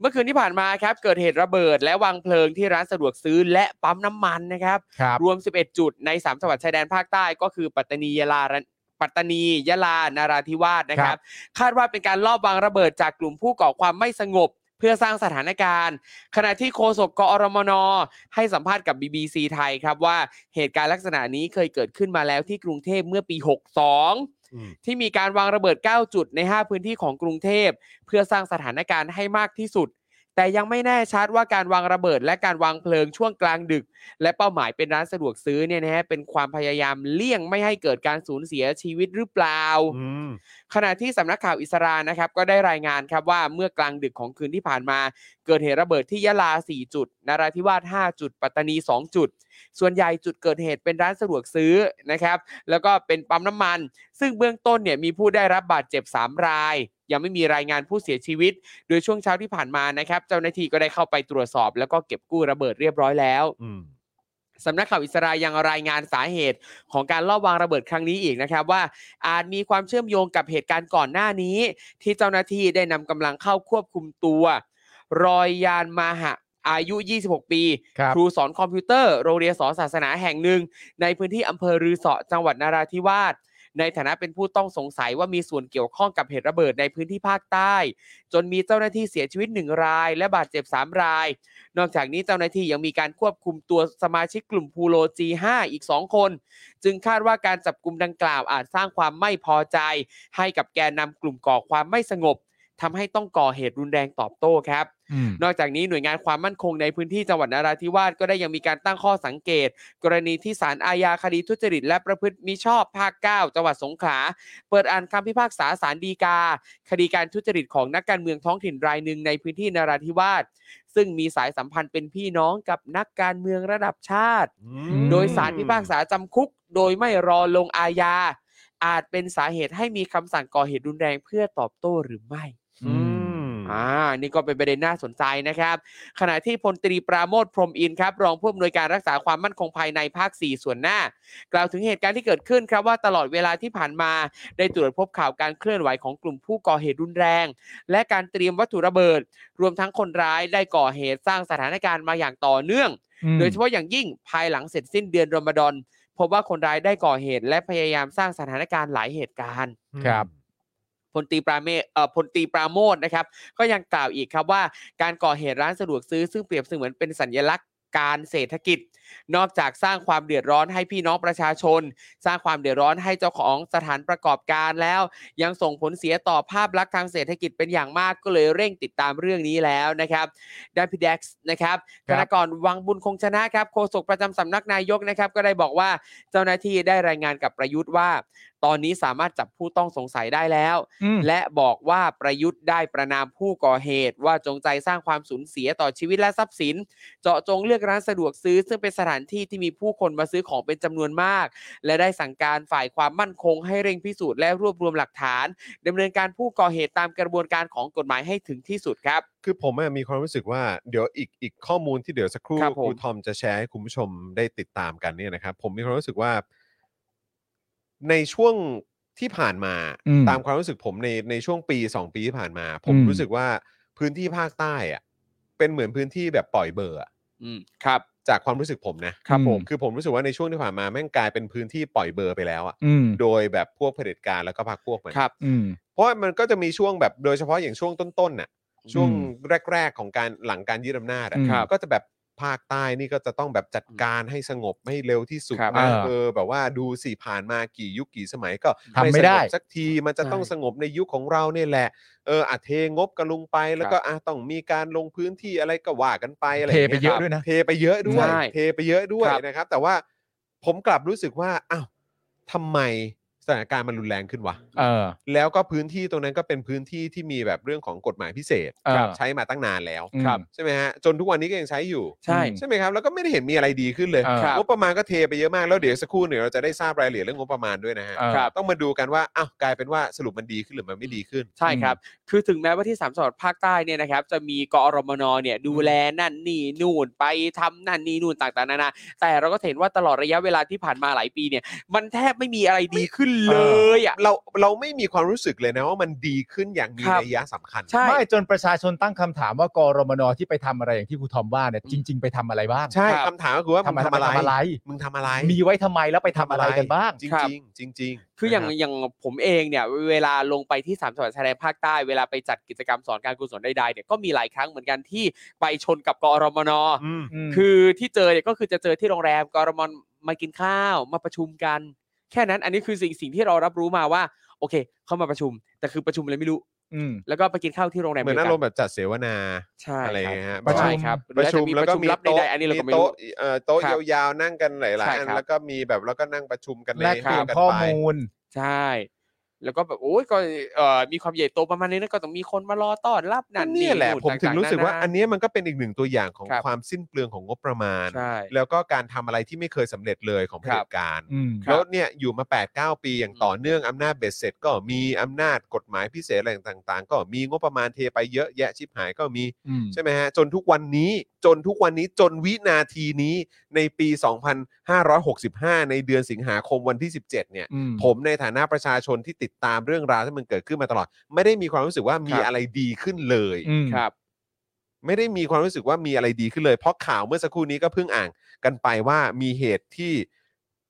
[SPEAKER 5] เมื่อคืนที่ผ่านมาครับ เกิดเหตุระเบิดและวางเพลิงที่ร้านสะดวกซื้อและปั๊มน้ำมันนะครับ
[SPEAKER 4] ครับ
[SPEAKER 5] รวม 11 จุดใน 3 จังหวัดชายแดนภาคใต้ก็คือปัตตานียะลาระปัตตานียะลานาราธิวาสนะค
[SPEAKER 4] ครั
[SPEAKER 5] รับ
[SPEAKER 4] บ
[SPEAKER 5] คาดว่าเป็นการลอบวางระเบิดจากกลุ่มผู้ก่อความไม่สงบ เพื่อสร้างสถานการณ์ ขณะที่โฆษกกอรมน ให้สัมภาษณ์กับ BBC ไทยครับว่าเหตุการณ์ลักษณะนี้เคยเกิดขึ้นมาแล้วที่กรุงเทพเมื่อปี
[SPEAKER 3] อืม
[SPEAKER 5] 62 ที่มีการวางระเบิด 9 จุดใน 5 พื้นที่ของกรุงเทพ เพื่อสร้างสถานการณ์ให้มากที่สุด แต่ยังไม่แน่ชัดว่าการวางระเบิด และการวางเพลิงช่วงกลางดึก และเป้าหมายเป็นร้านสะดวกซื้อเนี่ยนะฮะเป็นความพยายามเลี่ยงไม่ให้เกิดการสูญเสียชีวิตหรือเปล่า
[SPEAKER 3] อืม
[SPEAKER 5] ขณะที่สำนักข่าวอิสรานะครับก็ได้รายงานครับว่าเมื่อกลางดึกของคืนที่ผ่านมา เกิดเหตุระเบิดที่ยะลา 4 จุดนราธิวาส 5 จุด ปัตตานี 2 จุด ส่วนใหญ่จุดเกิดเหตุเป็นร้านสะดวกซื้อนะครับ แล้วก็เป็นปั๊มน้ำมัน ซึ่งเบื้องต้นเนี่ยมีผู้ได้รับบาดเจ็บ 3 ราย ยังไม่มีรายงานผู้เสียชีวิต โดยช่วงเช้าที่ผ่านมานะครับ เจ้าหน้าที่ก็ได้เข้าไปตรวจสอบ แล้วก็เก็บกู้ระเบิดเรียบร้อยแล้ว
[SPEAKER 3] อืม
[SPEAKER 5] สำนักข่าวอิสรายังรายงานสาเหตุของการลอบวางระเบิดครั้งนี้อีกนะครับ ว่าอาจมีความเชื่อมโยงกับเหตุการณ์ก่อนหน้านี้ ที่เจ้าหน้าที่ได้นำกำลังเข้าควบคุมตัว รอยยานมาหะอายุ 26 ปี
[SPEAKER 4] ครับ
[SPEAKER 5] ครูสอนคอมพิวเตอร์โรงเรียนสอนศาสนาแห่งหนึ่ง ในพื้นที่อำเภอรือเสาะจังหวัดนราธิวาสในฐานะเป็นผู้ต้องสงสัยว่ามีส่วนเกี่ยวข้องกับเหตุระเบิดในพื้นที่ภาคใต้ จนมีเจ้าหน้าที่เสียชีวิตหนึ่งราย และบาดเจ็บสามราย นอกจากนี้เจ้าหน้าที่ยังมีการควบคุมตัวสมาชิกกลุ่มพูโล G5 อีก 2 คน จึงคาดว่าการจับกลุ่มดังกล่าวอาจสร้างความไม่พอใจ ให้กับแกนนำกลุ่มก่อความไม่สงบทำให้ต้องก่อเหตุรุนแรงตอบโต้ครับ
[SPEAKER 4] อืม
[SPEAKER 5] นอกจากนี้หน่วยงานความมั่นคงในพื้นที่จังหวัดนราธิวาสก็ได้ยังมีการตั้งข้อสังเกต กรณีที่ศาลอาญาคดีทุจริตและประพฤติมิชอบภาค 9 จังหวัดสงขลาเปิดอ่านคำพิพากษาศาลฎีกา คดีการทุจริตของนักการเมืองท้องถิ่นรายหนึ่งในพื้นที่นราธิวาสซึ่งมีสายสัมพันธ์เป็นพี่น้องกับนักการเมืองระดับชาติ
[SPEAKER 4] อืม
[SPEAKER 5] โดยสารพิพากษาจำคุก โดยไม่รอลงอาญาอาจเป็นสาเหตุให้มีคำสั่งก่อเหตุรุนแรงเพื่อตอบโต้หรือไม่
[SPEAKER 3] อืม
[SPEAKER 5] อ่า นี่ก็เป็นประเด็นน่าสนใจนะครับ ขณะที่พลตรีปราโมทพรหมอินทร์ครับ รองผู้อำนวยการรักษาความมั่นคงภายในภาค 4 ส่วนหน้า กล่าวถึงเหตุการณ์ที่เกิดขึ้นครับว่าตลอดเวลาที่ผ่านมา ได้ตรวจพบข่าวการเคลื่อนไหวของกลุ่มผู้ก่อเหตุรุนแรง และการเตรียมวัตถุระเบิด รวมทั้งคนร้ายได้ก่อเหตุสร้างสถานการณ์มาอย่างต่อเนื่อง โดยเฉพาะอย่างยิ่งภายหลังเสร็จสิ้นเดือนรอมฎอนพบว่าคนร้ายได้ก่อเหตุและพยายามสร้างสถานการณ์หลายเหตุการณ์
[SPEAKER 4] ครับ
[SPEAKER 5] พลตรีปราเมศเอ่อพลตรีปราโมทนะครับ ก็ยังกล่าวอีกครับว่าการก่อเหตุร้านสะดวกซื้อซึ่งเปรียบเสมือนเป็นสัญลักษณ์การเศรษฐกิจ นอกจากสร้างความเดือดร้อนให้พี่น้องประชาชน สร้างความเดือดร้อนให้เจ้าของสถานประกอบการแล้ว ยังส่งผลเสียต่อภาพลักษณ์ทางเศรษฐกิจเป็นอย่างมากก็เลยเร่งติดตามเรื่องนี้แล้วนะครับด้านพีเด็กซ์นะครับ
[SPEAKER 4] ค
[SPEAKER 5] ธ
[SPEAKER 4] รับ
[SPEAKER 5] นากรวังบุญคงชนะครับโฆษกประจำสำนักนายกนะครับ ก็ได้บอกว่าเจ้าหน้าที่ได้รายงานกับประยุทธ์ว่า ตอนนี้สามารถจับผู้ต้องสงสัยได้แล้ว
[SPEAKER 4] อืม
[SPEAKER 5] และบอกว่าประยุทธ์ได้ประนามผู้ก่อเหตุว่าจงใจสร้างความสูญเสียต่อชีวิตและทรัพย์สิน เจาะจงเลือกร้านสะดวกซื้อ ซึ่งเป็นสถานที่ที่มีผู้คนมาซื้อของเป็นจำนวนมาก และได้สั่งการฝ่ายความมั่นคงให้เร่งพิสูจน์และรวบรวมหลักฐานดำเนินการผู้ก่อเหตุตามกระบวนการของกฎหมายให้ถึงที่สุดครับ
[SPEAKER 3] คือผมอะมีความรู้สึกว่าเดี๋ยวอีกอีกข้อมูลที่เดี๋ยวสักครู่
[SPEAKER 5] ครับผม
[SPEAKER 3] ครูทอมจะแชร์ให้คุณผู้ชมได้ติดตามกันเนี่ยนะครับ ผมมีความรู้สึกว่า ในช่วงที่ผ่านมา
[SPEAKER 4] อืม
[SPEAKER 3] ตามความรู้สึกผมในในช่วงปีสองปีที่ผ่านมา ผม
[SPEAKER 4] อืม
[SPEAKER 3] รู้สึกว่าพื้นที่ภาคใต้อะเป็นเหมือนพื้นที่แบบปล่อยเบอร์อะ
[SPEAKER 5] อืมครับ
[SPEAKER 3] จากความรู้สึกผมนะครับ
[SPEAKER 4] ผม
[SPEAKER 3] คือผมรู้สึกว่าในช่วงที่ผ่านมาแม่งกลายเป็นพื้นที่ปล่อยเบอร์ไปแล้วอะ
[SPEAKER 4] อืม
[SPEAKER 3] โดยแบบพวกเผด็จการแล้วก็พรรคพวกมัน
[SPEAKER 5] ครับ
[SPEAKER 4] อืม
[SPEAKER 3] เพราะว่ามันก็จะมีช่วงแบบโดยเฉพาะอย่างช่วงต้นๆน่ะช่วง
[SPEAKER 4] อื
[SPEAKER 3] แรก ๆ ของการหลังการยึดอำนาจอะ
[SPEAKER 4] ครับ
[SPEAKER 3] ก็จะแบบภาคใต้นี่ก็จะต้องแบบจัดการให้สงบให้เร็วที่สุด
[SPEAKER 5] ครับ
[SPEAKER 3] นะเออแบบว่าดูสิผ่านมากี่ยุคกี่สมัยก็
[SPEAKER 4] ทำไม่ได้
[SPEAKER 3] สงบสักทีมันจะต้อง
[SPEAKER 5] ใช่
[SPEAKER 3] สงบในยุคของเราเนี่ยแหละเอออะเทงบกันลงไปแล้วก็อ่ะต้องมีการลงพื้นที่อะไรก็ว่ากันไปอะไร
[SPEAKER 4] เท
[SPEAKER 3] ย่าง
[SPEAKER 4] ไป
[SPEAKER 3] งี้
[SPEAKER 4] เยอะด้วยนะ
[SPEAKER 3] เทไปเยอะด้วย
[SPEAKER 5] ใช่
[SPEAKER 3] เทไปเยอะด้วย
[SPEAKER 5] ครับ
[SPEAKER 3] นะครับ แต่ว่าผมกลับรู้สึกว่าอ้าวทำไมสถานการณ์มันรุนแรงขึ้นวะ
[SPEAKER 4] เออ
[SPEAKER 3] แล้วก็พื้นที่ตรงนั้นก็เป็นพื้นที่ที่มีแบบเรื่องของกฎหมายพิเศษ
[SPEAKER 4] อ่า
[SPEAKER 3] ครับใช้มาตั้งนานแล้ว
[SPEAKER 4] ครับ
[SPEAKER 3] ใช่ไหมฮะจนทุกวันนี้ก็ยังใช้อยู่
[SPEAKER 5] ใช่
[SPEAKER 3] ใช่ไหมครับแล้วก็ไม่ได้เห็นมีอะไรดีขึ้นเลย
[SPEAKER 4] เออ
[SPEAKER 5] ครับ
[SPEAKER 3] งบประมาณก็เทไปเยอะมากแล้วเดี๋ยวสักครู่หนึ่งเราจะได้ทราบรายละเอียดเรื่องงบประมาณด้วยนะฮะ
[SPEAKER 4] เออ
[SPEAKER 5] ครับ
[SPEAKER 3] ต้องมาดูกันว่าอ้าวกลายเป็นว่าสรุปมันดีขึ้นหรือมันไม่ดีขึ้น
[SPEAKER 5] ใช่
[SPEAKER 4] อืม
[SPEAKER 5] ครับ คือถึงแม้ว่าที่สามจังหวัดภาคใต้เนี่ยนะครับ จะมีกอรมนเนี่ยดูแลนั่นนี่นู่นไปทำนั่นนี่นู่นต่างๆนานา แต่เราก็เห็นว่าตลอดระยะเวลาที่ผ่านมาหลายปีเนี่ย มันแทบไม่มีอะไรดีขึ้นเลยอ่ะ
[SPEAKER 3] เราเราไม่มีความรู้สึกเลยนะว่ามันดีขึ้นอย่างมี
[SPEAKER 5] ครับ
[SPEAKER 3] นัยยะสำคัญ
[SPEAKER 5] ใช่
[SPEAKER 4] ไม่จนประชาชนตั้งคำถามว่ากรมนที่ไปทำอะไรอย่างที่ครูทอมว่าเนี่ยจริง ๆ ไปทำอะไรบ้าง
[SPEAKER 3] ใช่
[SPEAKER 5] ครับ
[SPEAKER 3] คำถามก็คือว่ามึงทำอะไร
[SPEAKER 4] ทำอะไร
[SPEAKER 3] มึงทำอะไร
[SPEAKER 4] มีไว้ทำไมแล้วไปทำอะไรกันบ้าง
[SPEAKER 3] จริ
[SPEAKER 5] ครับ
[SPEAKER 3] งๆจริงๆจริงๆ
[SPEAKER 5] คืออย่าง
[SPEAKER 3] นะรับ
[SPEAKER 5] อย่างผมเองเนี่ยเวลาลงไปที่สามจังหวัดชายแดนภาคใต้เวลาไปจัดกิจกรรมสอนการกุศลใดๆเนี่ยก็มีหลายครั้งเหมือนกันที่ไปชนกับกอรมน คือที่เจอเนี่ยก็คือจะเจอที่โรงแรมกรมอนมากินข้าวมาประชุมกัน แค่นั้นอันนี้คือสิ่งสิ่งที่เรารับรู้มาว่า โอเค เขามาประชุม แต่คือประชุมอะไรไม่รู้
[SPEAKER 4] อืม
[SPEAKER 5] แล้วก็ไปกินข้าวที่โรงแรม
[SPEAKER 3] เหมือน
[SPEAKER 5] ดี
[SPEAKER 3] อา
[SPEAKER 5] ยว
[SPEAKER 3] ร
[SPEAKER 5] กั
[SPEAKER 3] มณ์แบบจัดเสวนา
[SPEAKER 5] ใช่
[SPEAKER 3] อะไรอย่างเงี้ย
[SPEAKER 5] ค
[SPEAKER 3] ฮะ
[SPEAKER 5] รับ
[SPEAKER 3] ประชุม
[SPEAKER 5] ใช่ครับ
[SPEAKER 3] ประชุม
[SPEAKER 5] หอ
[SPEAKER 3] แล้
[SPEAKER 5] อาว จ
[SPEAKER 3] ก็
[SPEAKER 5] จะ
[SPEAKER 3] มี
[SPEAKER 5] ประชุลับ
[SPEAKER 3] โต๊ะ
[SPEAKER 5] ใดๆอันนี้เราก็ไม่รู้
[SPEAKER 3] โต๊ะเอ่อโต๊ะ
[SPEAKER 5] ครับ
[SPEAKER 3] ยาวๆนั่งกันหลายๆ
[SPEAKER 5] ใช่
[SPEAKER 3] อัน
[SPEAKER 5] ครับ
[SPEAKER 3] แล้วก็มีแบบแล้วก็นั่งประชุมกันใน
[SPEAKER 4] แลกเปลี่ยน
[SPEAKER 3] ห้างกัน
[SPEAKER 4] ข้อม
[SPEAKER 3] ไป
[SPEAKER 4] ูล
[SPEAKER 5] ใช่ แล้วก็แบบโอ้ยก็เอ่อมีความใหญ่โตประมาณนี้นะก็ต้องมีคนมารอต้อนรับนั่น
[SPEAKER 3] นี่แหละ
[SPEAKER 5] นู่
[SPEAKER 3] ผมถึง
[SPEAKER 5] าๆ
[SPEAKER 3] รู้สึกว่า
[SPEAKER 5] ะ
[SPEAKER 3] อันเนี้ยมันก็เป็นอีกหนึ่งตัวอย่างของ
[SPEAKER 5] ครับ
[SPEAKER 3] ความสิ้นเปลืองของงบประมาณ
[SPEAKER 5] ใช่
[SPEAKER 3] แล้วก็การทำอะไรที่ไม่เคยสำเร็จเลยของเผด็จการ
[SPEAKER 4] อืม
[SPEAKER 5] ครับ
[SPEAKER 3] แล้วเนี่ยอยู่มา 8 9 ปีอย่าง
[SPEAKER 5] อืม
[SPEAKER 3] ต่อเนื่องอำนาจเบ็ดเสร็จ ก็มีอำนาจกฎหมายพิเศษอะไรต่าง ๆ ก็มีงบประมาณเทไปเยอะแยะชิบหายก็มี
[SPEAKER 4] อืม
[SPEAKER 3] ใช่ไหมฮะจนทุกวันนี้จนทุกวันนี้จนวินาทีนี้ในปี 2565 ในเดือนสิงหาคมวันที่ 17 เนี่ย
[SPEAKER 4] อืม
[SPEAKER 3] ผมในฐานะประชาชนที่ติดตามเรื่องราวที่มันเกิดขึ้นมาตลอด ไม่ได้มีความรู้สึกว่ามี
[SPEAKER 5] ครับ
[SPEAKER 3] อะไรดีขึ้นเลย
[SPEAKER 4] อืม
[SPEAKER 5] ครับ
[SPEAKER 3] ไม่ได้มีความรู้สึกว่ามีอะไรดีขึ้นเลย เพราะข่าวเมื่อสักครู่นี้ก็เพิ่งอ่านกันไปว่ามีเหตุที่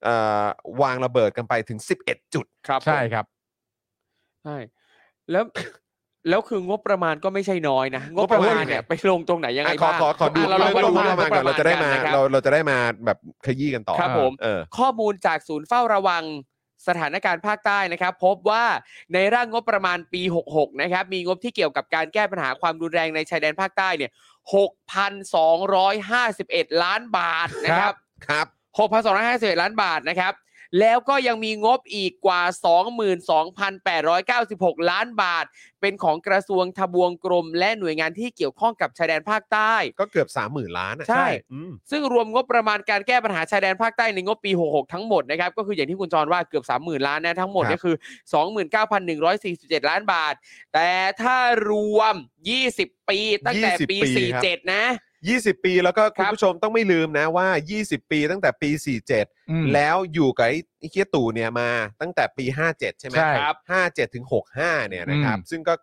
[SPEAKER 3] เอ่อวางระเบิดกันไปถึง 11 จุด
[SPEAKER 5] ครับผม
[SPEAKER 4] ใช่ครับ
[SPEAKER 5] ใช่แล้วแล้วคืองบประมาณก็ไม่ใช่น้อยนะงบประมาณเนี่ยไปลงตรงไหนยังไง
[SPEAKER 3] อ่ะขอ
[SPEAKER 5] บ้าง
[SPEAKER 3] ขอขอดู
[SPEAKER 5] ะเราลอง
[SPEAKER 3] เรื่อง
[SPEAKER 5] ดู
[SPEAKER 3] งบประมาณก่อนเราจะได้มา
[SPEAKER 5] ปคบ
[SPEAKER 3] เราเราจะได้มาแบบขยี้กันต่อ
[SPEAKER 5] ครับผม
[SPEAKER 3] เออ
[SPEAKER 5] ข้อมูลจากศูนย์เฝ้าระวังสถานการณ์ภาคใต้นะครับ พบว่าในร่างงบประมาณปี 66 นะครับ มีงบที่เกี่ยวกับการแก้ปัญหาความรุนแรงในชายแดนภาคใต้เนี่ย 6,251 ล้านบาทนะครับ
[SPEAKER 3] ครับ
[SPEAKER 5] 6,251 ล้านบาทนะครับ แล้วก็ยังมีงบอีกกว่า 22,896 ล้านบาท เป็นของกระทรวงทบวงกรม และหน่วยงานที่เกี่ยวข้องกับชายแดนภาคใต้
[SPEAKER 3] ก็เกือบ 30,000 ล้านอะ
[SPEAKER 5] ใช่
[SPEAKER 3] อืม
[SPEAKER 5] ซึ่งรวมงบประมาณการแก้ปัญหาชายแดนภาคใต้ในงบปี 66 ทั้งหมดนะครับ ก็คืออย่างที่คุณจรว่าเกือบ 30,000 ล้านนะทั้งหมด
[SPEAKER 3] ครับ
[SPEAKER 5] ก็คือ 29,147 ล้านบาท แต่ถ้ารวม 20 ปีตั้งแต่ปี 47 นะ
[SPEAKER 3] 20 ปีแล้วก็
[SPEAKER 5] ค
[SPEAKER 3] คุ
[SPEAKER 5] รั
[SPEAKER 3] ณ
[SPEAKER 5] บ
[SPEAKER 3] ผู้ชมต้องไม่ลืมนะว่า 20 ปีตั้งแต่ปี
[SPEAKER 4] อืม
[SPEAKER 3] 47 แล้วอยู่กับไอ้เคียตู่เนี่ยมาตั้งแต่ปี 57 ใช่ไหม
[SPEAKER 4] ใช่
[SPEAKER 3] ครับ57 ถึง 65 เนี่ยนะครับ
[SPEAKER 4] อืม
[SPEAKER 3] ซึ่งก็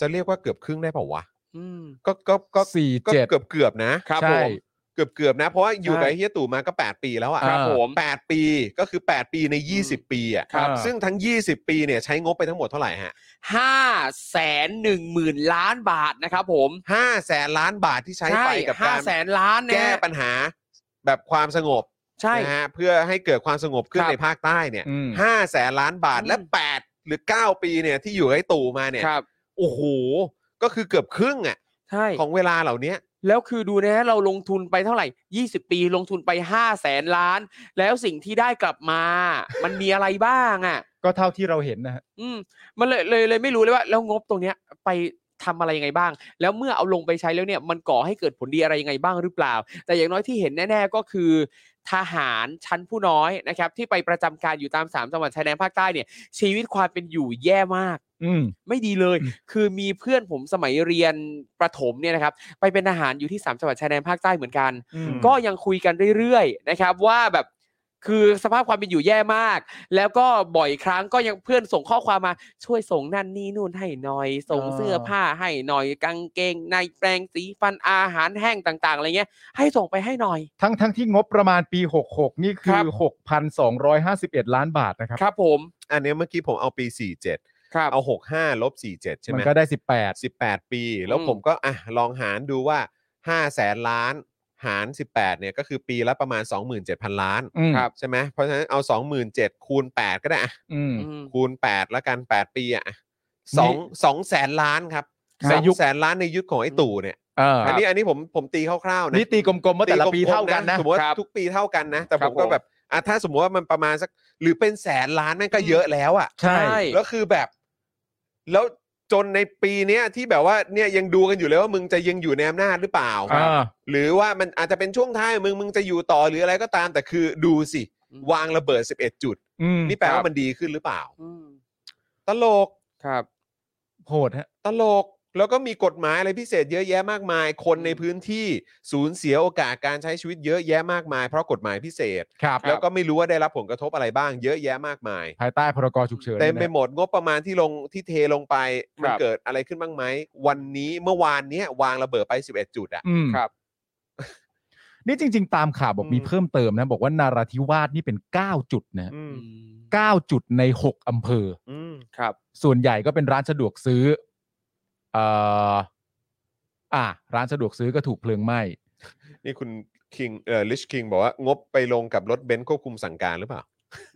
[SPEAKER 3] จะเรียกว่าเกือบครึ่งได้เปล่าวะ
[SPEAKER 5] อืม
[SPEAKER 3] ก็ก็ก็
[SPEAKER 4] สี่
[SPEAKER 3] ก็
[SPEAKER 4] เจ็ด
[SPEAKER 3] เกือบเกือบๆนะ
[SPEAKER 5] ครับ
[SPEAKER 4] ใช่
[SPEAKER 5] ผม
[SPEAKER 3] เกือบเกือบๆนะ เพราะว่าอยู่
[SPEAKER 5] ใช่
[SPEAKER 3] กับไอ้เฮียตู่มาก็ 8 ปีแล้วอ่ะ
[SPEAKER 4] ครับผม
[SPEAKER 3] 8ปีก็คือ 8 ปีใน 20 ปีอ่ะ
[SPEAKER 4] ครับ
[SPEAKER 3] ซึ่งทั้ง 20 ปีเนี่ยใช้งบไปทั้งหมดเท่าไหร่ฮะ
[SPEAKER 5] ห้าแสนหนึ่งหมื่นล้านบาทนะครับผม
[SPEAKER 3] 5แสนล้านบาทที่ใช้ไปกับ
[SPEAKER 5] ห้า
[SPEAKER 3] การ
[SPEAKER 5] แสนล้านนะ
[SPEAKER 3] แก้ปัญหาแบบความสงบ
[SPEAKER 5] ใช่
[SPEAKER 3] นะฮะเพื่อให้เกิดความสงบขึ้น
[SPEAKER 5] ครับ
[SPEAKER 3] ในภาคใต้เนี่ย
[SPEAKER 4] อืม
[SPEAKER 3] ห้าแสนล้านบาท
[SPEAKER 5] อืม
[SPEAKER 3] และ 8 หรือ 9 ปีเนี่ยที่อยู่ไอ้ตู่มาเนี่ย
[SPEAKER 5] ครับ
[SPEAKER 3] โอ้โห ก็คือเกือบครึ่งอ่ะ
[SPEAKER 5] ใช่
[SPEAKER 3] ของเวลาเหล่านี้
[SPEAKER 5] แล้วคือดูนะเราลงทุนไปเท่าไหร่ 20 ปีลงทุนไป5แสนล้าน แล้วสิ่งที่ได้กลับมา มันมีอะไรบ้างอ่ะ
[SPEAKER 4] ก็เท่าที่เราเห็นนะฮะ
[SPEAKER 5] อืมมันเลยเลยเลยไม่รู้เลยว่า แล้วงบตรงเนี้ยไปทำอะไรยังไงบ้าง แล้วเมื่อเอาลงไปใช้แล้วเนี่ยมันก่อให้เกิดผลดีอะไรยังไงบ้างหรือเปล่า แต่อย่างน้อยที่เห็นแน่ ๆก็คือ ทหารชั้นผู้น้อยนะครับ ที่ไปประจำการอยู่ตามสามจังหวัดชายแดนภาคใต้เนี่ยชีวิตความเป็นอยู่แย่มาก
[SPEAKER 4] อืม
[SPEAKER 5] ไม่ดีเลย
[SPEAKER 4] อืม
[SPEAKER 5] คือมีเพื่อนผมสมัยเรียนประถมเนี่ยนะครับ ไปเป็นทหารอยู่ที่สามจังหวัดชายแดนภาคใต้เหมือนกัน
[SPEAKER 4] อืม
[SPEAKER 5] ก็ยังคุยกันเรื่อยๆนะครับว่าแบบคือสภาพความเป็นอยู่แย่มาก แล้วก็บ่อยครั้งก็ยังเพื่อนส่งข้อความมาช่วยส่งนั่นนี่นู่นให้หน่อย ส่ง
[SPEAKER 4] อ่า
[SPEAKER 5] เสื้อผ้าให้หน่อยกางเกงในแปรงสีฟันอาหารแห้งต่างๆอะไรเงี้ย ให้ส่งไปให้หน่อย
[SPEAKER 4] ทั้งทั้งที่งบประมาณปี 66 นี่คื
[SPEAKER 5] ครั
[SPEAKER 4] อ
[SPEAKER 5] บ
[SPEAKER 4] 6,251 ล้านบาทนะครับ
[SPEAKER 5] ครับผม
[SPEAKER 3] อันเนี้ยเมื่อกี้ผมเอาปี 47
[SPEAKER 5] ครับ
[SPEAKER 3] เอา 65 ลบ 47 ใช่ไห
[SPEAKER 4] มั
[SPEAKER 3] ม
[SPEAKER 4] นก็ได้
[SPEAKER 3] 18 ปี แล้ว
[SPEAKER 5] อืม
[SPEAKER 3] ผมก็อ่ะลองหารดูว่า5แสนล้านหาร 18เนี่ยก็คือปีละประมาณ 27,000 ล้าน
[SPEAKER 4] 18 อืม
[SPEAKER 3] ใช่ไหมเพราะฉะนั้นเอา 27,000คูณ 8 ก็ได้อ่ะ
[SPEAKER 4] อืม
[SPEAKER 5] อืม
[SPEAKER 3] คูณแปดละกันแปดปีอ่ะสองสองแสนล้านครับ
[SPEAKER 4] ครับ
[SPEAKER 3] สองแสนล้านในยุคของไอ้ตู่เนี่ย
[SPEAKER 4] เออ
[SPEAKER 3] อันนี้อันนี้ผมผมตีคร่าวๆนะ
[SPEAKER 4] นี่ตีกลมๆว่าแต่ละปี
[SPEAKER 3] กลมๆ
[SPEAKER 4] เท่ากันนะ
[SPEAKER 3] สมมติว่า
[SPEAKER 5] ครับ
[SPEAKER 3] ทุกปีเท่ากันนะ แต่
[SPEAKER 5] ครั
[SPEAKER 3] ผ
[SPEAKER 5] บ
[SPEAKER 3] มก็
[SPEAKER 5] ผม
[SPEAKER 3] แบบอ่ะถ้าสมมติว่ามันประมาณสักหรือเป็นแสนล้านแม่งก็เยอะแล้วอ่ะ
[SPEAKER 4] ใช่
[SPEAKER 3] แล้วคือแบบ แล้วจนในปีเนี้ยที่แบบว่าเนี่ยยังดูกันอยู่เลยว่ามึงจะยังอยู่ในอำนาจหรือเปล่า
[SPEAKER 4] อ่า
[SPEAKER 3] หรือว่ามันอาจจะเป็นช่วงท้ายมึงมึงจะอยู่ต่อหรืออะไรก็ตามแต่คือดูสิ
[SPEAKER 5] อืม
[SPEAKER 3] วางระเบิด 11 จุด
[SPEAKER 4] อืม
[SPEAKER 3] นี่แปลว่ามันดีขึ้นหรือเปล่า
[SPEAKER 5] อืม
[SPEAKER 3] ตลก
[SPEAKER 5] ครับ
[SPEAKER 4] โหดฮะ
[SPEAKER 3] ตลกแล้วก็มีกฎหมายอะไรพิเศษเยอะแยะมากมาย คนในพื้นที่สูญเสียโอกาสการใช้ชีวิตเยอะแยะมากมาย เพราะกฎหมายพิเศษ
[SPEAKER 4] ครับ
[SPEAKER 3] แล้วก็ไม่รู้ว่าได้รับผลกระทบอะไรบ้าง เยอะแยะมากมาย
[SPEAKER 4] ภายใต้พรกฉุกเฉิน
[SPEAKER 3] เต็มไป
[SPEAKER 4] นะ
[SPEAKER 3] หมดงบประมาณที่ลงที่เทลงไปมัน
[SPEAKER 5] ครับ
[SPEAKER 3] เกิดอะไรขึ้นบ้างไหมวันนี้เมื่อวานเนี้ยวางระเบิดไป 11 จุดอะ
[SPEAKER 4] อืม
[SPEAKER 5] ครับ
[SPEAKER 4] นี่จริง ๆ ตามข่าวบอก
[SPEAKER 3] อืม
[SPEAKER 4] มีเพิ่มเติมนะ บอกว่านาราธิวาสนี่เป็น 9 จุดนะ
[SPEAKER 3] อืม
[SPEAKER 4] 9จุดใน 6 อำเภอ
[SPEAKER 3] อืม
[SPEAKER 5] ครับ
[SPEAKER 4] ส่วนใหญ่ก็เป็นร้านสะดวกซื้อเอ่ออ่ะร้านสะดวกซื้อก็ถูกเพลิงไหม้
[SPEAKER 3] นี่คุณคิงเอ่อลิชคิงบอกว่างบไปลงกับรถเบนซ์ควบคุมสั่งการหรือเปล่า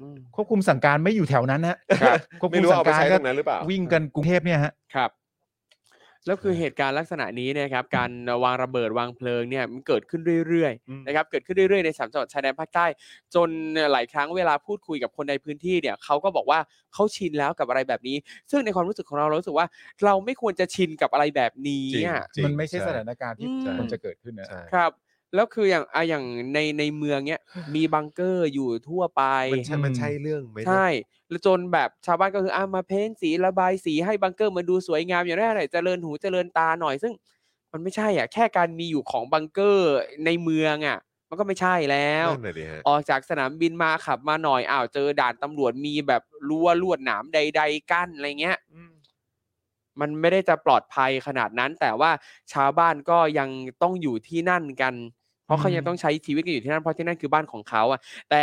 [SPEAKER 5] อืม
[SPEAKER 4] ควบคุมสั่งการไม่อยู่แถวนั้นฮะ
[SPEAKER 3] ครับ
[SPEAKER 4] ควบ
[SPEAKER 3] ไม่
[SPEAKER 4] คุม
[SPEAKER 3] รู้
[SPEAKER 4] สั่
[SPEAKER 3] เอา
[SPEAKER 4] ง
[SPEAKER 3] ไป
[SPEAKER 4] การ
[SPEAKER 3] ใช้
[SPEAKER 4] ก็
[SPEAKER 3] ตรงนั้นหรือเปล่า
[SPEAKER 4] วิ่งกันกรุงเทพเนี่ยฮะ
[SPEAKER 5] ครับ แล้วคือเหตุการณ์ลักษณะนี้เนยครับการวางระเบิดวางเพลิงเนี่ยมันเกิดขึ้นเรื่อย
[SPEAKER 3] อืม
[SPEAKER 5] ๆนะครับเกิดขึ้นเรื่อยๆในสามจังหวัดชายแดนภาคใต้ จนหลายครั้งเวลาพูดคุยกับคนในพื้นที่เนี่ยเขาก็บอกว่าเขาชินแล้วกับอะไรแบบนี้ ซึ่งในความรู้สึกของเราเรารู้สึกว่า เราไม่ควรจะชินกับอะไรแบบนี้
[SPEAKER 3] จริง
[SPEAKER 5] อะ
[SPEAKER 3] จริง
[SPEAKER 4] มันไม่ใช่สถานการณ์ที่
[SPEAKER 5] อืม
[SPEAKER 4] มันจะเกิดขึ้นนะ
[SPEAKER 3] ใช่
[SPEAKER 5] ครับแล้วคืออย่างอะอย่างในในเมืองเนี้ยมีบังเกอร์อยู่ทั่วไป
[SPEAKER 3] มันใช่
[SPEAKER 4] อืม
[SPEAKER 3] มันใช่เรื่องไหมเนี่ย
[SPEAKER 5] ใช่แล้วจนแบบชาวบ้านก็คืออ่ะมาเพ้นสีระบายสีให้บังเกอร์มันดูสวยงามอย่างแรกหน่อยเจริญหูเจริญตาหน่อยซึ่ง มันไม่ใช่อ่ะแค่การมีอยู่ของบังเกอร์ในเมืองอ่ะ มันก็ไม่ใช่แล้ว
[SPEAKER 3] นั่นเลยดิฮะ
[SPEAKER 5] ออกจากสนามบินมาขับมาหน่อยอ้าวเจอด่านตำรวจมีแบบรั้วลวดหนามใด ๆ กั้นอะไรเงี้ยมันไม่ได้จะปลอดภัยขนาดนั้น แต่ว่าชาวบ้านก็ยังต้องอยู่ที่นั่นกัน เพราะเขายังต้องใช้ชีวิตกันอยู่ที่นั่นเพราะที่นั่นคือบ้านของเขาอ่ะ แต่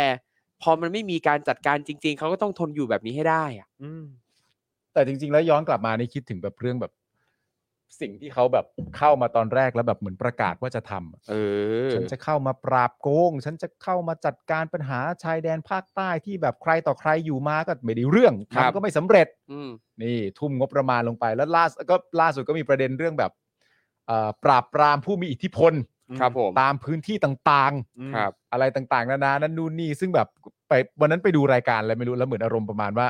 [SPEAKER 5] พอมันไม่มีการจัดการจริง ๆเขาก็ต้องทนอยู่แบบนี้ให้ได้อ่ะ
[SPEAKER 4] แต่จริง ๆ แล้วย้อนกลับมานี่คิดถึงแบบเรื่องแบบ สิ่งที่เขาแบบเข้ามาตอนแรกแล้วแบบเหมือนประกาศว่าจะทำอะ
[SPEAKER 5] เออ
[SPEAKER 4] ฉันจะเข้ามาปราบโกง ฉันจะเข้ามาจัดการปัญหาชายแดนภาคใต้ที่แบบใครต่อใครอยู่มาก็ไม่ได้เรื่อง
[SPEAKER 5] ครับ
[SPEAKER 4] ทำก็ไม่สำเร็จ
[SPEAKER 5] อืม
[SPEAKER 4] นี่ทุ่มงบประมาณลงไปแล้วล่าสุดก็ล่าสุดก็มีประเด็นเรื่องแบบเอ่อปราบปรามผู้มีอิทธิพล
[SPEAKER 5] ครับผม
[SPEAKER 4] ตามพื้นที่ต่าง
[SPEAKER 5] ครับ
[SPEAKER 4] ๆ อะไรต่างๆ นานานั่นนู่นนี่ซึ่งแบบไปวันนั้นไปดูรายการอะไรไม่รู้แล้วเหมือนอารมณ์ประมาณว่า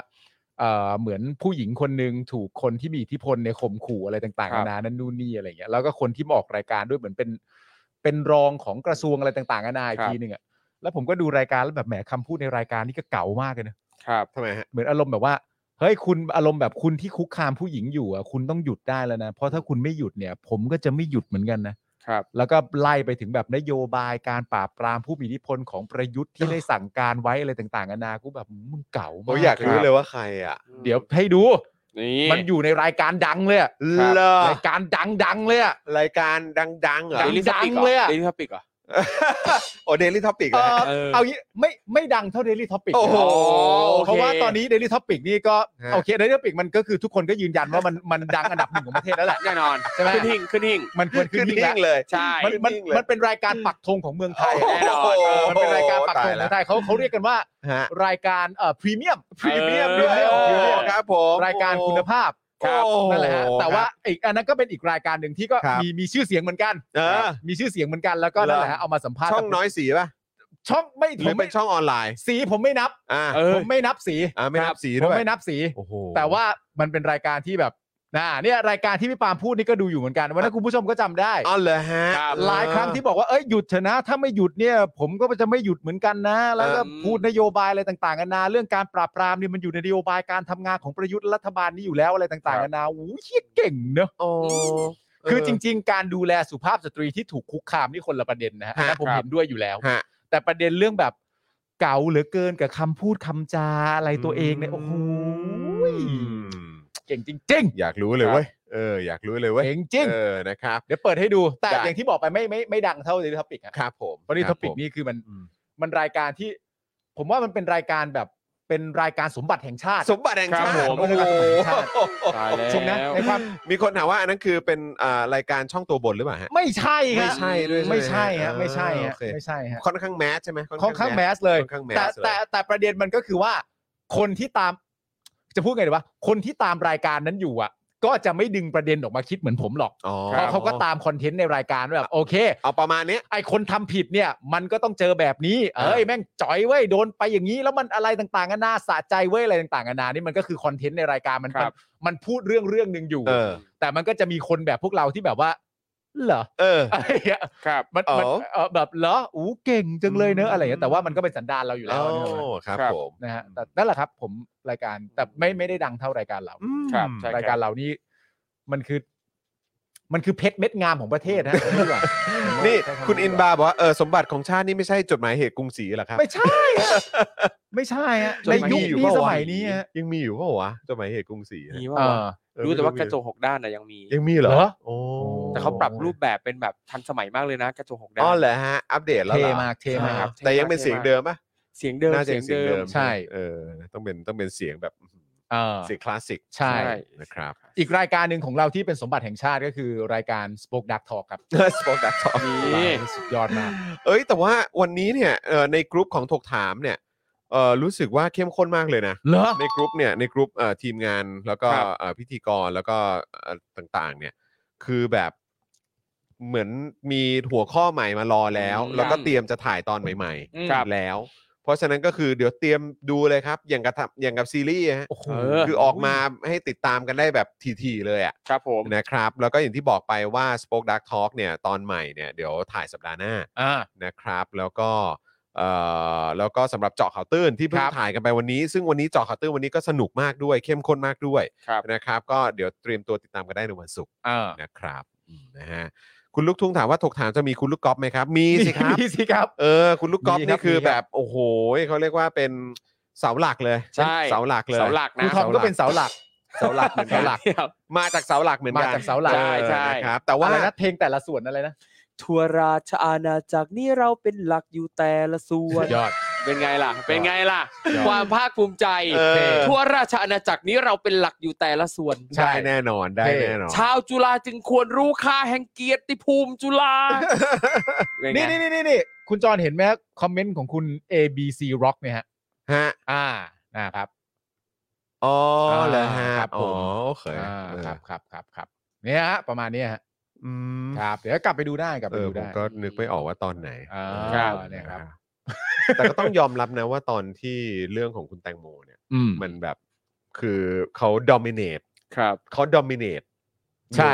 [SPEAKER 4] เอ่อเหมือนผู้หญิงคนหนึ่งถูกคนที่มีอิทธิพลในยข่มขู่อะไรต่าง
[SPEAKER 5] ค
[SPEAKER 4] ๆ
[SPEAKER 5] รั
[SPEAKER 4] นา
[SPEAKER 5] บ
[SPEAKER 4] นานั่นนู่นนี่อะไรเงี้ยแล้วก็คนที่มาออกรายการด้วยเหมือนเป็นเป็นรองของกระทรวงอะไรต่างๆนานาอีกทีหนึ่งอ่ะแล้วผมก็ดูรายการแล้วแบบแหมคำพูดในรายการนี่ก็เก๋ามากเลยนะ
[SPEAKER 5] ครับ
[SPEAKER 3] ทำไมฮะ
[SPEAKER 4] เหมือนอารมณ์แบบว่าเฮ้ยคุณอารมณ์แบบคุณที่คุกคามผู้หญิงอยู่อ่ะคุณต้องหยุดได้แล้วนะ เพราะถ้าคุณไม่หยุดเนี่ย ผมก็จะไม่หยุดเหมือนกันนะครับ แล้วก็ไล่ไปถึงแบบนโยบายการปราบปรามผู้มีอิทธิพลของประยุทธ์ที่ได้สั่งการไว้อะไรต่างๆนานากูแบบมึงเก่า
[SPEAKER 3] ผม
[SPEAKER 4] ามก
[SPEAKER 3] อยากรู้
[SPEAKER 4] ครับ
[SPEAKER 3] เลยว่าใครอ่ะ
[SPEAKER 4] เดี๋ยวให้ดู
[SPEAKER 5] นี่
[SPEAKER 4] มันอยู่ในรายการดังเลยอะ
[SPEAKER 5] ครับ
[SPEAKER 3] เลอ
[SPEAKER 4] รายการดังๆเลยอะ
[SPEAKER 3] รายการดังๆเหรอ
[SPEAKER 4] ดัง
[SPEAKER 5] Daily Topic หร
[SPEAKER 4] เลยอะ
[SPEAKER 5] อ Daily Topic เหรอ
[SPEAKER 3] โอ้เดลี่ท็อปิก
[SPEAKER 4] เอ
[SPEAKER 3] นะฮะ
[SPEAKER 4] อ
[SPEAKER 5] เออ
[SPEAKER 4] เอางี้ไม่ไม่ดังเท่า Daily Topic
[SPEAKER 3] โอ้โห
[SPEAKER 5] โอเค
[SPEAKER 4] เพราะว่าตอนนี้ Daily Topic นี่ก็
[SPEAKER 3] ฮะ
[SPEAKER 4] โอเค Daily Topic มันก็คือทุกคนก็ยืนยันว่ามัน มันดังอันดับหนึ่งของประเทศแล้วแหละ
[SPEAKER 5] แน่นอน
[SPEAKER 4] ใช่ไหม
[SPEAKER 5] ขึ้นหิ่งขึ้นหิ่ง
[SPEAKER 4] มันควรขึ้
[SPEAKER 3] ขึ้
[SPEAKER 4] น
[SPEAKER 3] น
[SPEAKER 4] ยิ่ง
[SPEAKER 3] นิ่
[SPEAKER 4] แล้ว
[SPEAKER 3] งเลย
[SPEAKER 5] ใช่
[SPEAKER 4] มันมัน
[SPEAKER 3] ขึ้นิ่งเลย
[SPEAKER 4] มันเป็นรายการปักธงของเมืองไทย
[SPEAKER 5] แน่นอน
[SPEAKER 4] เออมันเป็นรายการปักธ
[SPEAKER 3] โอ้
[SPEAKER 4] ง
[SPEAKER 3] โห
[SPEAKER 4] ข
[SPEAKER 3] ต
[SPEAKER 4] อย งไทยเขาเขาเรียกกันว่า
[SPEAKER 3] ฮะ
[SPEAKER 4] รายการเอ่อพรีเมียม
[SPEAKER 3] พรีเมียม
[SPEAKER 5] เออ
[SPEAKER 3] ด้วยโอ้โห
[SPEAKER 4] ค
[SPEAKER 3] ค
[SPEAKER 4] รั
[SPEAKER 3] รับ บผม
[SPEAKER 4] รายการคุณภาพ
[SPEAKER 3] ครับ
[SPEAKER 4] นั่นแหละฮะ
[SPEAKER 3] โอ้โห
[SPEAKER 4] แต่ว่าอีกอันนั้นก็เป็นอีกรายการหนึ่งที่ก็
[SPEAKER 3] ครับ
[SPEAKER 4] มีมีชื่อเสียงเหมือนกัน
[SPEAKER 3] เออ
[SPEAKER 4] ครับมีชื่อเสียงเหมือนกันแล้วก็
[SPEAKER 3] เหรอ
[SPEAKER 4] นั่นแหละฮะเอามาสัมภาษณ์
[SPEAKER 3] ช่องน้อยสีป่ะ
[SPEAKER 4] ช่องไม่
[SPEAKER 3] ห
[SPEAKER 4] ผ
[SPEAKER 3] รือ
[SPEAKER 4] ม
[SPEAKER 3] เป็
[SPEAKER 4] ไม่
[SPEAKER 3] นช่องออนไลน์
[SPEAKER 4] สีผมไม่นับ
[SPEAKER 3] อ่า
[SPEAKER 5] เออ
[SPEAKER 4] ผมไม่นับสี
[SPEAKER 3] อ่าไม่นับสี
[SPEAKER 4] ผม
[SPEAKER 3] ด้วย
[SPEAKER 4] ไม่นับสี
[SPEAKER 3] โอ้โห
[SPEAKER 4] แต่ว่ามันเป็นรายการที่แบบนะเนี่ยรายการที่พี่ปาล์มพูดนี่ก็ดูอยู่เหมือนกันวันนั้นคุณผู้ชมก็จำได้
[SPEAKER 3] อ๋อเหรอฮะ
[SPEAKER 5] ครับ
[SPEAKER 4] หลายครั้งที่บอกว่าเอ้ยหยุดเถอะนะ ถ้าไม่หยุดเนี่ยผมก็จะไม่หยุดเหมือนกันนะ แล้วก็
[SPEAKER 5] เออ
[SPEAKER 4] พูดนโยบายอะไรต่างๆกันานาเรื่องการปราบปรามเนี่ยมันอยู่ในนโยบายการทำงานของประยุทธ์และรัฐบาลนี้อยู่แล้วอะไรต่างๆกันานาอู้ยเหี้ยเก่งเนอะ
[SPEAKER 3] โอ้
[SPEAKER 4] คือจริง ๆ การดูแลสุภาพสตรีที่ถูกคุกคามนี่คนละประเด็นนะฮะอันนั้นผมเห็นด้วยอยู่แล้ว
[SPEAKER 3] ฮะ
[SPEAKER 4] แต่ประเด็นเรื่องแบบเก่าเหลือเกินกับคำพูดคำจาอะไรตัวเองเนี่ย
[SPEAKER 3] อื
[SPEAKER 4] โอ้
[SPEAKER 3] ม
[SPEAKER 4] โหเก่งจริง
[SPEAKER 3] อยากรู้เลยเว้ย เออ อยากรู้เล
[SPEAKER 4] ๆ
[SPEAKER 3] ยเว้ย
[SPEAKER 4] เก่งจริง
[SPEAKER 3] เออ นะครับ
[SPEAKER 4] เดี๋ยวเปิดให้ดูแต่
[SPEAKER 3] ได้
[SPEAKER 4] อย่างที่บอกไปไม่ไม่ไม่ดังเท่าเดลิทอปิกอะ
[SPEAKER 3] ครับผม
[SPEAKER 4] เพราะนี่
[SPEAKER 3] ค
[SPEAKER 4] ท็
[SPEAKER 3] รั
[SPEAKER 4] อปิก
[SPEAKER 3] ผม
[SPEAKER 4] นี่คือมัน
[SPEAKER 3] อืม
[SPEAKER 4] มันรายการที่ ผมว่ามันเป็นรายการแบบเป็นรายการสมบัติแห่งชาติ
[SPEAKER 3] สมบัติแห่งชาติ
[SPEAKER 4] ครับผม
[SPEAKER 3] โอ้โห
[SPEAKER 5] ตายแล้ว
[SPEAKER 4] จริงนะในความ
[SPEAKER 3] มีคนถามว่าอันนั้นคือเป็นอ่ารายการช่องตัวบนหรือเปล่าฮะ
[SPEAKER 4] ไม่ใช่ฮะ
[SPEAKER 3] ไม่ใช่ด้วยใช่ไหม
[SPEAKER 4] ไม่ใช่ฮะไม่ใช่
[SPEAKER 3] อ่า
[SPEAKER 4] ฮะ
[SPEAKER 3] โอเค
[SPEAKER 4] ไม่ใช่ฮะ
[SPEAKER 3] ค่อนข้างแมสใช่ไหม
[SPEAKER 4] ค่อนข้างแมสเลย
[SPEAKER 3] ค่อนข้างแมส
[SPEAKER 4] แต่
[SPEAKER 3] เลย
[SPEAKER 4] แต่แต่ประเด็นมันก็คือว่า คนที่ตาม จะพูดไงดีวะคนที่ตามรายการนั้นอยู่อ่ะ ก็จะไม่ดึงประเด็นออกมาคิดเหมือนผมหรอก
[SPEAKER 3] อ๋อ
[SPEAKER 4] เพราะเขาก็ตามคอนเทนต์ในรายการว่าแบบโอเค
[SPEAKER 3] เอาประมาณเนี้ย
[SPEAKER 4] ไอคนทำผิดเนี่ย มันก็ต้องเจอแบบนี้ เอ้ย
[SPEAKER 3] อ่า
[SPEAKER 4] แม่งจ่อยเว้ยโดนไปอย่างนี้แล้วมันอะไรต่างๆกันานาสะใจเว้ยอะไรต่างๆกันานานี่มันก็คือคอนเทนต์ในรายการมัน
[SPEAKER 5] ครั
[SPEAKER 4] มัน
[SPEAKER 5] บ
[SPEAKER 4] มันพูดเรื่องเรื่องหนึ่งอยู่
[SPEAKER 3] เออ
[SPEAKER 4] แต่มันก็จะมีคนแบบพวกเราที่แบบว่าเหรอ
[SPEAKER 3] เออ
[SPEAKER 4] อะไรอย่างเงี้ย
[SPEAKER 5] ครับ
[SPEAKER 4] มันมัน
[SPEAKER 3] อ๋อ
[SPEAKER 4] เออแบบเหรออู้เก่งจังเลยเนอะอะไรอย่างเงี้ยแต่ว่ามันก็เป็นสันดานเราอยู่แล้
[SPEAKER 3] โอ้
[SPEAKER 4] วเนอะ
[SPEAKER 3] ครับ
[SPEAKER 5] ครับ
[SPEAKER 3] ผม
[SPEAKER 4] นะฮะแต่นั่นแหละครับ ผมรายการแต่ไม่ไม่ได้ดังเท่ารายการเรา
[SPEAKER 5] ครับใช่
[SPEAKER 4] รายการเรานี่มันคือ มันคือเพชรเม็ดงามของประเทศนะ
[SPEAKER 3] นี่คุณอินบาร์บอกว่าเออสมบัติของชาตินี่ไม่ใช่จดหมายเหตุกรุงศรีเหรอครับ
[SPEAKER 4] ไม่ใช่ ฮะ ไม่ใช่ฮะ
[SPEAKER 5] จด
[SPEAKER 4] ใน
[SPEAKER 5] หมาย
[SPEAKER 4] ยุค
[SPEAKER 5] อยู่
[SPEAKER 4] นี้
[SPEAKER 5] เป
[SPEAKER 4] ส
[SPEAKER 5] ล่าวะ
[SPEAKER 4] มัยนี้ฮะ
[SPEAKER 3] ยังมีอยู่เปล่าวะจดหมายเหตุกรุงศรีอะ
[SPEAKER 5] มี
[SPEAKER 4] เอ
[SPEAKER 5] ว่าวะ
[SPEAKER 4] อ
[SPEAKER 3] เออ
[SPEAKER 5] รู้แต่ว่า
[SPEAKER 3] ไม่
[SPEAKER 5] กระจกหกด้านน่ะยังมี
[SPEAKER 3] ยังมีเหรอ
[SPEAKER 4] เหรอ
[SPEAKER 3] โอ้
[SPEAKER 5] แต่เขาปรับรูปแบบเป็นแบบทันสมัยมากเลยนะกระจกหกด้าน
[SPEAKER 3] อ๋อเหรอฮะอัปเดตแล้ว
[SPEAKER 4] เท
[SPEAKER 3] เหรอ
[SPEAKER 4] มากเท
[SPEAKER 3] ใช่
[SPEAKER 4] มาก
[SPEAKER 5] ครับ
[SPEAKER 3] แต่ยังเป็นเสียงเดิมปะ
[SPEAKER 5] เสียงเดิม
[SPEAKER 3] น่าจะยังเสียงเดิม
[SPEAKER 4] ใช่
[SPEAKER 3] เออต้องเป็นต้องเป็นเสียงแบบ
[SPEAKER 4] เออ
[SPEAKER 3] เสียงคลาสสิก
[SPEAKER 4] ใช่
[SPEAKER 3] นะครับ
[SPEAKER 4] อีกรายการหนึ่งของเราที่เป็นสมบัติแห่งชาติก็คือรายการ Spoke Dark Talk ครับ
[SPEAKER 3] สปอตดักทอ
[SPEAKER 5] นี่
[SPEAKER 4] สุดยอดมาก
[SPEAKER 3] เอ้ยแต่ว่าวันนี้เนี่ยเอ่อในกรุ๊ปของถกถามเนี่ยเอ่อรู้สึกว่าเข้มข้นมากเลยนะ
[SPEAKER 4] เหรอ
[SPEAKER 3] ในกรุ๊ปเนี่ยในกรุ๊ปเอ่อทีมงานแล้วก็เอ่อพิธีกรแล้วก็เอ่อต่างๆเนี่ย คือแบบเหมือนมีหัวข้อใหม่มารอแล้ว
[SPEAKER 5] อืม
[SPEAKER 3] แล้วก็เตรียมจะถ่ายตอนใหม่
[SPEAKER 5] ครับ
[SPEAKER 3] ๆแล้ว เพราะฉะนั้นก็คือเดี๋ยวเตรียมดูเลยครับ อย่างกับทำอย่างกับซีรีส์ฮะ
[SPEAKER 4] โอ้โห
[SPEAKER 5] เออ
[SPEAKER 3] คือออกมาให้ติดตามกันได้แบบทีๆเลยอ่ะ
[SPEAKER 5] ครับผม
[SPEAKER 3] นะครับแล้วก็อย่างที่บอกไปว่า Spoke Dark Talk เนี่ยตอนใหม่เนี่ยเดี๋ยวถ่ายสัปดาห์หน้า
[SPEAKER 4] อ่า
[SPEAKER 3] นะครับ แล้วก็เอ่อแล้วก็สำหรับเจาะข่าวตื้นที่เพิ่
[SPEAKER 5] ค
[SPEAKER 3] ง
[SPEAKER 5] รับ
[SPEAKER 3] ถ่ายกันไปวันนี้ ซึ่งวันนี้เจาะข่าวตื้นวันนี้ก็สนุกมากด้วยเข้มข้นมากด้วย
[SPEAKER 5] ครับ
[SPEAKER 3] นะครับ ก็เดี๋ยวเตรียมตัวติดตามกันได้ในวันศุกร์
[SPEAKER 4] อ่า
[SPEAKER 3] นะครับอืมนะฮะคุณลูกทุ่งถามว่าถกถามจะมีคุณลูกกอล์ฟไหมครับ มีสิครับ
[SPEAKER 4] มีสิครับ
[SPEAKER 3] เออคุณลูกกอล์ฟ
[SPEAKER 4] มีครับ
[SPEAKER 3] นี่คือ
[SPEAKER 4] มีครับ
[SPEAKER 3] แบบโอ้โหเขาเรียกว่าเป็นเสาหลักเลย
[SPEAKER 5] ใช่
[SPEAKER 3] เสาหลักเลย
[SPEAKER 5] เสาหลัก
[SPEAKER 4] ครู
[SPEAKER 5] นะ
[SPEAKER 4] ทอมก็เป็นเสาหลัก
[SPEAKER 3] เสาหลักเหมือนกัน
[SPEAKER 5] ครับ
[SPEAKER 3] มาจากเสาหลักเหมือนกัน
[SPEAKER 4] มาจากเสาหลัก
[SPEAKER 3] ออ
[SPEAKER 5] ใช่
[SPEAKER 3] นะครับแต่ว่า
[SPEAKER 4] อะไรนะเพลงแต่ละส่วนอะไรนะ
[SPEAKER 6] ทั่วราชอาณาจักรนี้เราเป็นหลักอยู่แต่ละส่วน
[SPEAKER 4] ยอด
[SPEAKER 5] เป็นไงล่ะ เป็นไงล่ะ
[SPEAKER 3] ยอด
[SPEAKER 5] ความภาคภูมิใจ
[SPEAKER 3] เออ
[SPEAKER 5] ทั่วราชอาณาจักรนี้เราเป็นหลักอยู่แต่ละส่วน
[SPEAKER 4] ใช่
[SPEAKER 3] ได้แน่นอนได้แน่นอน
[SPEAKER 5] ชาวจุฬาจึงควรรู้ค่าแห่งเกียรติภูมิจุฬาเป็ไง
[SPEAKER 4] นี่นี่นี่นี่คุณจรเห็นไหมครับคอมเมนต์ของคุณ A B C Rock เนี่ยฮะ
[SPEAKER 3] ฮะ
[SPEAKER 4] อ่านะครับ
[SPEAKER 3] อ๋อเหรอฮะ
[SPEAKER 4] ครับ
[SPEAKER 3] อ๋
[SPEAKER 4] ผ
[SPEAKER 3] อ
[SPEAKER 4] ม
[SPEAKER 3] โอเค
[SPEAKER 4] อ่า
[SPEAKER 3] เออ
[SPEAKER 4] ครับครับครับครับเนี่ยฮะประมาณเนี้ยฮะ
[SPEAKER 3] อืม
[SPEAKER 4] ครับ เดี๋ยวกลับไปดูได้กลับไป
[SPEAKER 3] เอ
[SPEAKER 4] ดู
[SPEAKER 3] อผม
[SPEAKER 4] ได้
[SPEAKER 3] ก็นึกไม่ออกว่าตอนไหน
[SPEAKER 4] อ่า
[SPEAKER 3] ครับ
[SPEAKER 4] เนี่ยครับ
[SPEAKER 3] แต่ก็ต้องยอมรับนะว่าตอนที่เรื่องของคุณแตงโมเนี่ย
[SPEAKER 4] อืม
[SPEAKER 3] มันแบบคือเขาดอมิเนต
[SPEAKER 5] ครับ
[SPEAKER 3] เขาดอมิเนต
[SPEAKER 4] ใช่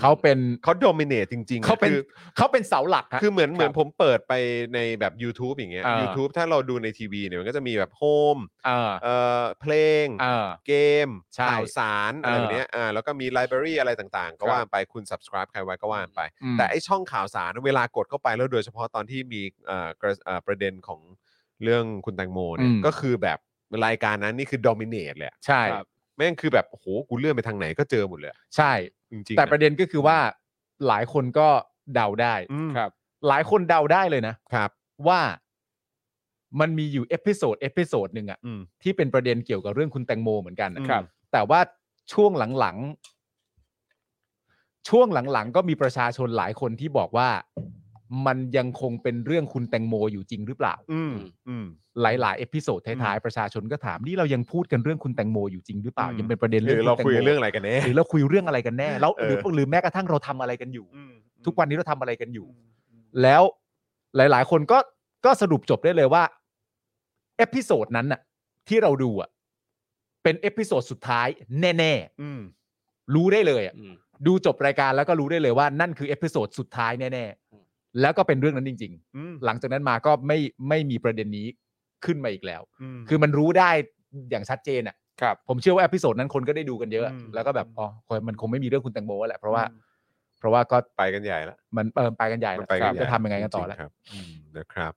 [SPEAKER 4] เขาเป็น
[SPEAKER 3] เขาดอมิเนตจริงๆอะ
[SPEAKER 4] เขาเป็น
[SPEAKER 3] คือ
[SPEAKER 4] เขาเป็นเสาหลักฮะ
[SPEAKER 3] คือเหมือนเหมือน
[SPEAKER 4] ครับ
[SPEAKER 3] ผมเปิดไปในแบบ YouTube อย่างเงี้ย
[SPEAKER 4] อ่า
[SPEAKER 3] YouTube ถ้าเราดูในทีวีเนี่ยมันก็จะมีแบบโฮม
[SPEAKER 4] เออ
[SPEAKER 3] เอ่อเพลง
[SPEAKER 4] เออ
[SPEAKER 3] เกม
[SPEAKER 4] ใช่
[SPEAKER 3] ข่าวสารอะไร
[SPEAKER 4] เออ
[SPEAKER 3] แบบเนี้ยอ่าแล้วก็มีไลบรารีอะไรต่างๆ
[SPEAKER 4] ค
[SPEAKER 3] ก็
[SPEAKER 4] รับ
[SPEAKER 3] ว่าไปคุณ subscribe ใครไว้ก็ว่าไป
[SPEAKER 4] อืม
[SPEAKER 3] แต่ไอช่องข่าวสารเวลากดเข้าไปแล้วโดยเฉพาะตอนที่มีเอ่อกระเอ่อประเด็นของเรื่องคุณแตงโมเนี่ย
[SPEAKER 4] อืม
[SPEAKER 3] ก็คือแบบรายการนั้นนี่คือ dominate เลยอะ
[SPEAKER 4] ใช่
[SPEAKER 5] ครับ
[SPEAKER 3] แม่งคือแบบโอ้โหกูเลื่อนไปทางไหนก็เจอหมดเลยอะ
[SPEAKER 4] ใช่
[SPEAKER 3] จริงๆ
[SPEAKER 4] แต่ประเด็นก็คือว่าหลายคนก็เดาได้
[SPEAKER 3] อืม
[SPEAKER 5] ครับ
[SPEAKER 4] หลายคนเดาได้เลยนะ
[SPEAKER 3] ครับ
[SPEAKER 4] ว่ามันมีอยู่เอพิโซดเอพิโซดหนึ่งอะ
[SPEAKER 3] อืม
[SPEAKER 4] ที่เป็นประเด็นเกี่ยวกับเรื่องคุณแตงโมเหมือนกันนะครับ แต่ว่าช่วงหลังๆ ช่วงหลังๆ ก็มีประชาชนหลายคนที่บอกว่ามันยังคงเป็นเรื่องคุณแตงโมอยู่จริงหรือเปล่า
[SPEAKER 3] อืมอืม
[SPEAKER 4] หลายๆเอพิโซดท้ายๆประชาชนก็ถามนี่เรายังพูดกันเรื่องคุณแตงโมอยู่จริงหรือเปล่า
[SPEAKER 3] อืม
[SPEAKER 4] ยังเป็นประเด็น
[SPEAKER 3] ห
[SPEAKER 4] เรื่
[SPEAKER 3] รือ อง เราคุย
[SPEAKER 4] ณแตงโม
[SPEAKER 3] เรื่องอะไรกันแน่
[SPEAKER 4] หรือเราคุยเรื่องอะไรกันแน่แล้วหรือ
[SPEAKER 3] เออ
[SPEAKER 4] หรือแม้กระทั่งเราทำอะไรกันอยู่
[SPEAKER 3] อืม
[SPEAKER 4] ทุกวันนี้เราทำอะไรกันอยู่ แล้วหลาย ๆ คนก็ก็สรุปจบได้เลยว่าเอพิโซดนั้นน่ะที่เราดูอ่ะเป็นเอพิโซดสุดท้ายแน่
[SPEAKER 3] อืม
[SPEAKER 4] ๆ รู้ได้เลยอ่ะ
[SPEAKER 5] อืม
[SPEAKER 4] ดูจบรายการแล้วก็รู้ได้เลยว่านั่นคือเอพิโซดสุดท้ายแน่
[SPEAKER 5] อืม
[SPEAKER 4] ๆ แล้วก็เป็นเรื่องนั้นจริง
[SPEAKER 3] อืม
[SPEAKER 4] ๆ หลังจากนั้นมาก็ไม่ไม่มีประเด็นนี้ขึ้นมาอีกแล้ว
[SPEAKER 3] อืม
[SPEAKER 4] คือมันรู้ได้อย่างชัดเจนอ่ะ
[SPEAKER 5] ครับ
[SPEAKER 4] ผมเชื่อว่าเอพิโซดนั้นคนก็ได้ดูกันเยอะ
[SPEAKER 3] อืม
[SPEAKER 4] แล้วก็แบบอ๋อมันคงไม่มีเรื่องคุณแตงโมแล้วแหละเพราะว่า เพราะว่าก็
[SPEAKER 3] ไปกันใหญ่ละ
[SPEAKER 4] มันเออไปกันใหญ่แล้ว
[SPEAKER 3] มันไปกันใหญ่
[SPEAKER 4] จะทำยังไงกันต่อแล้ว
[SPEAKER 3] จริๆครับมนะครับ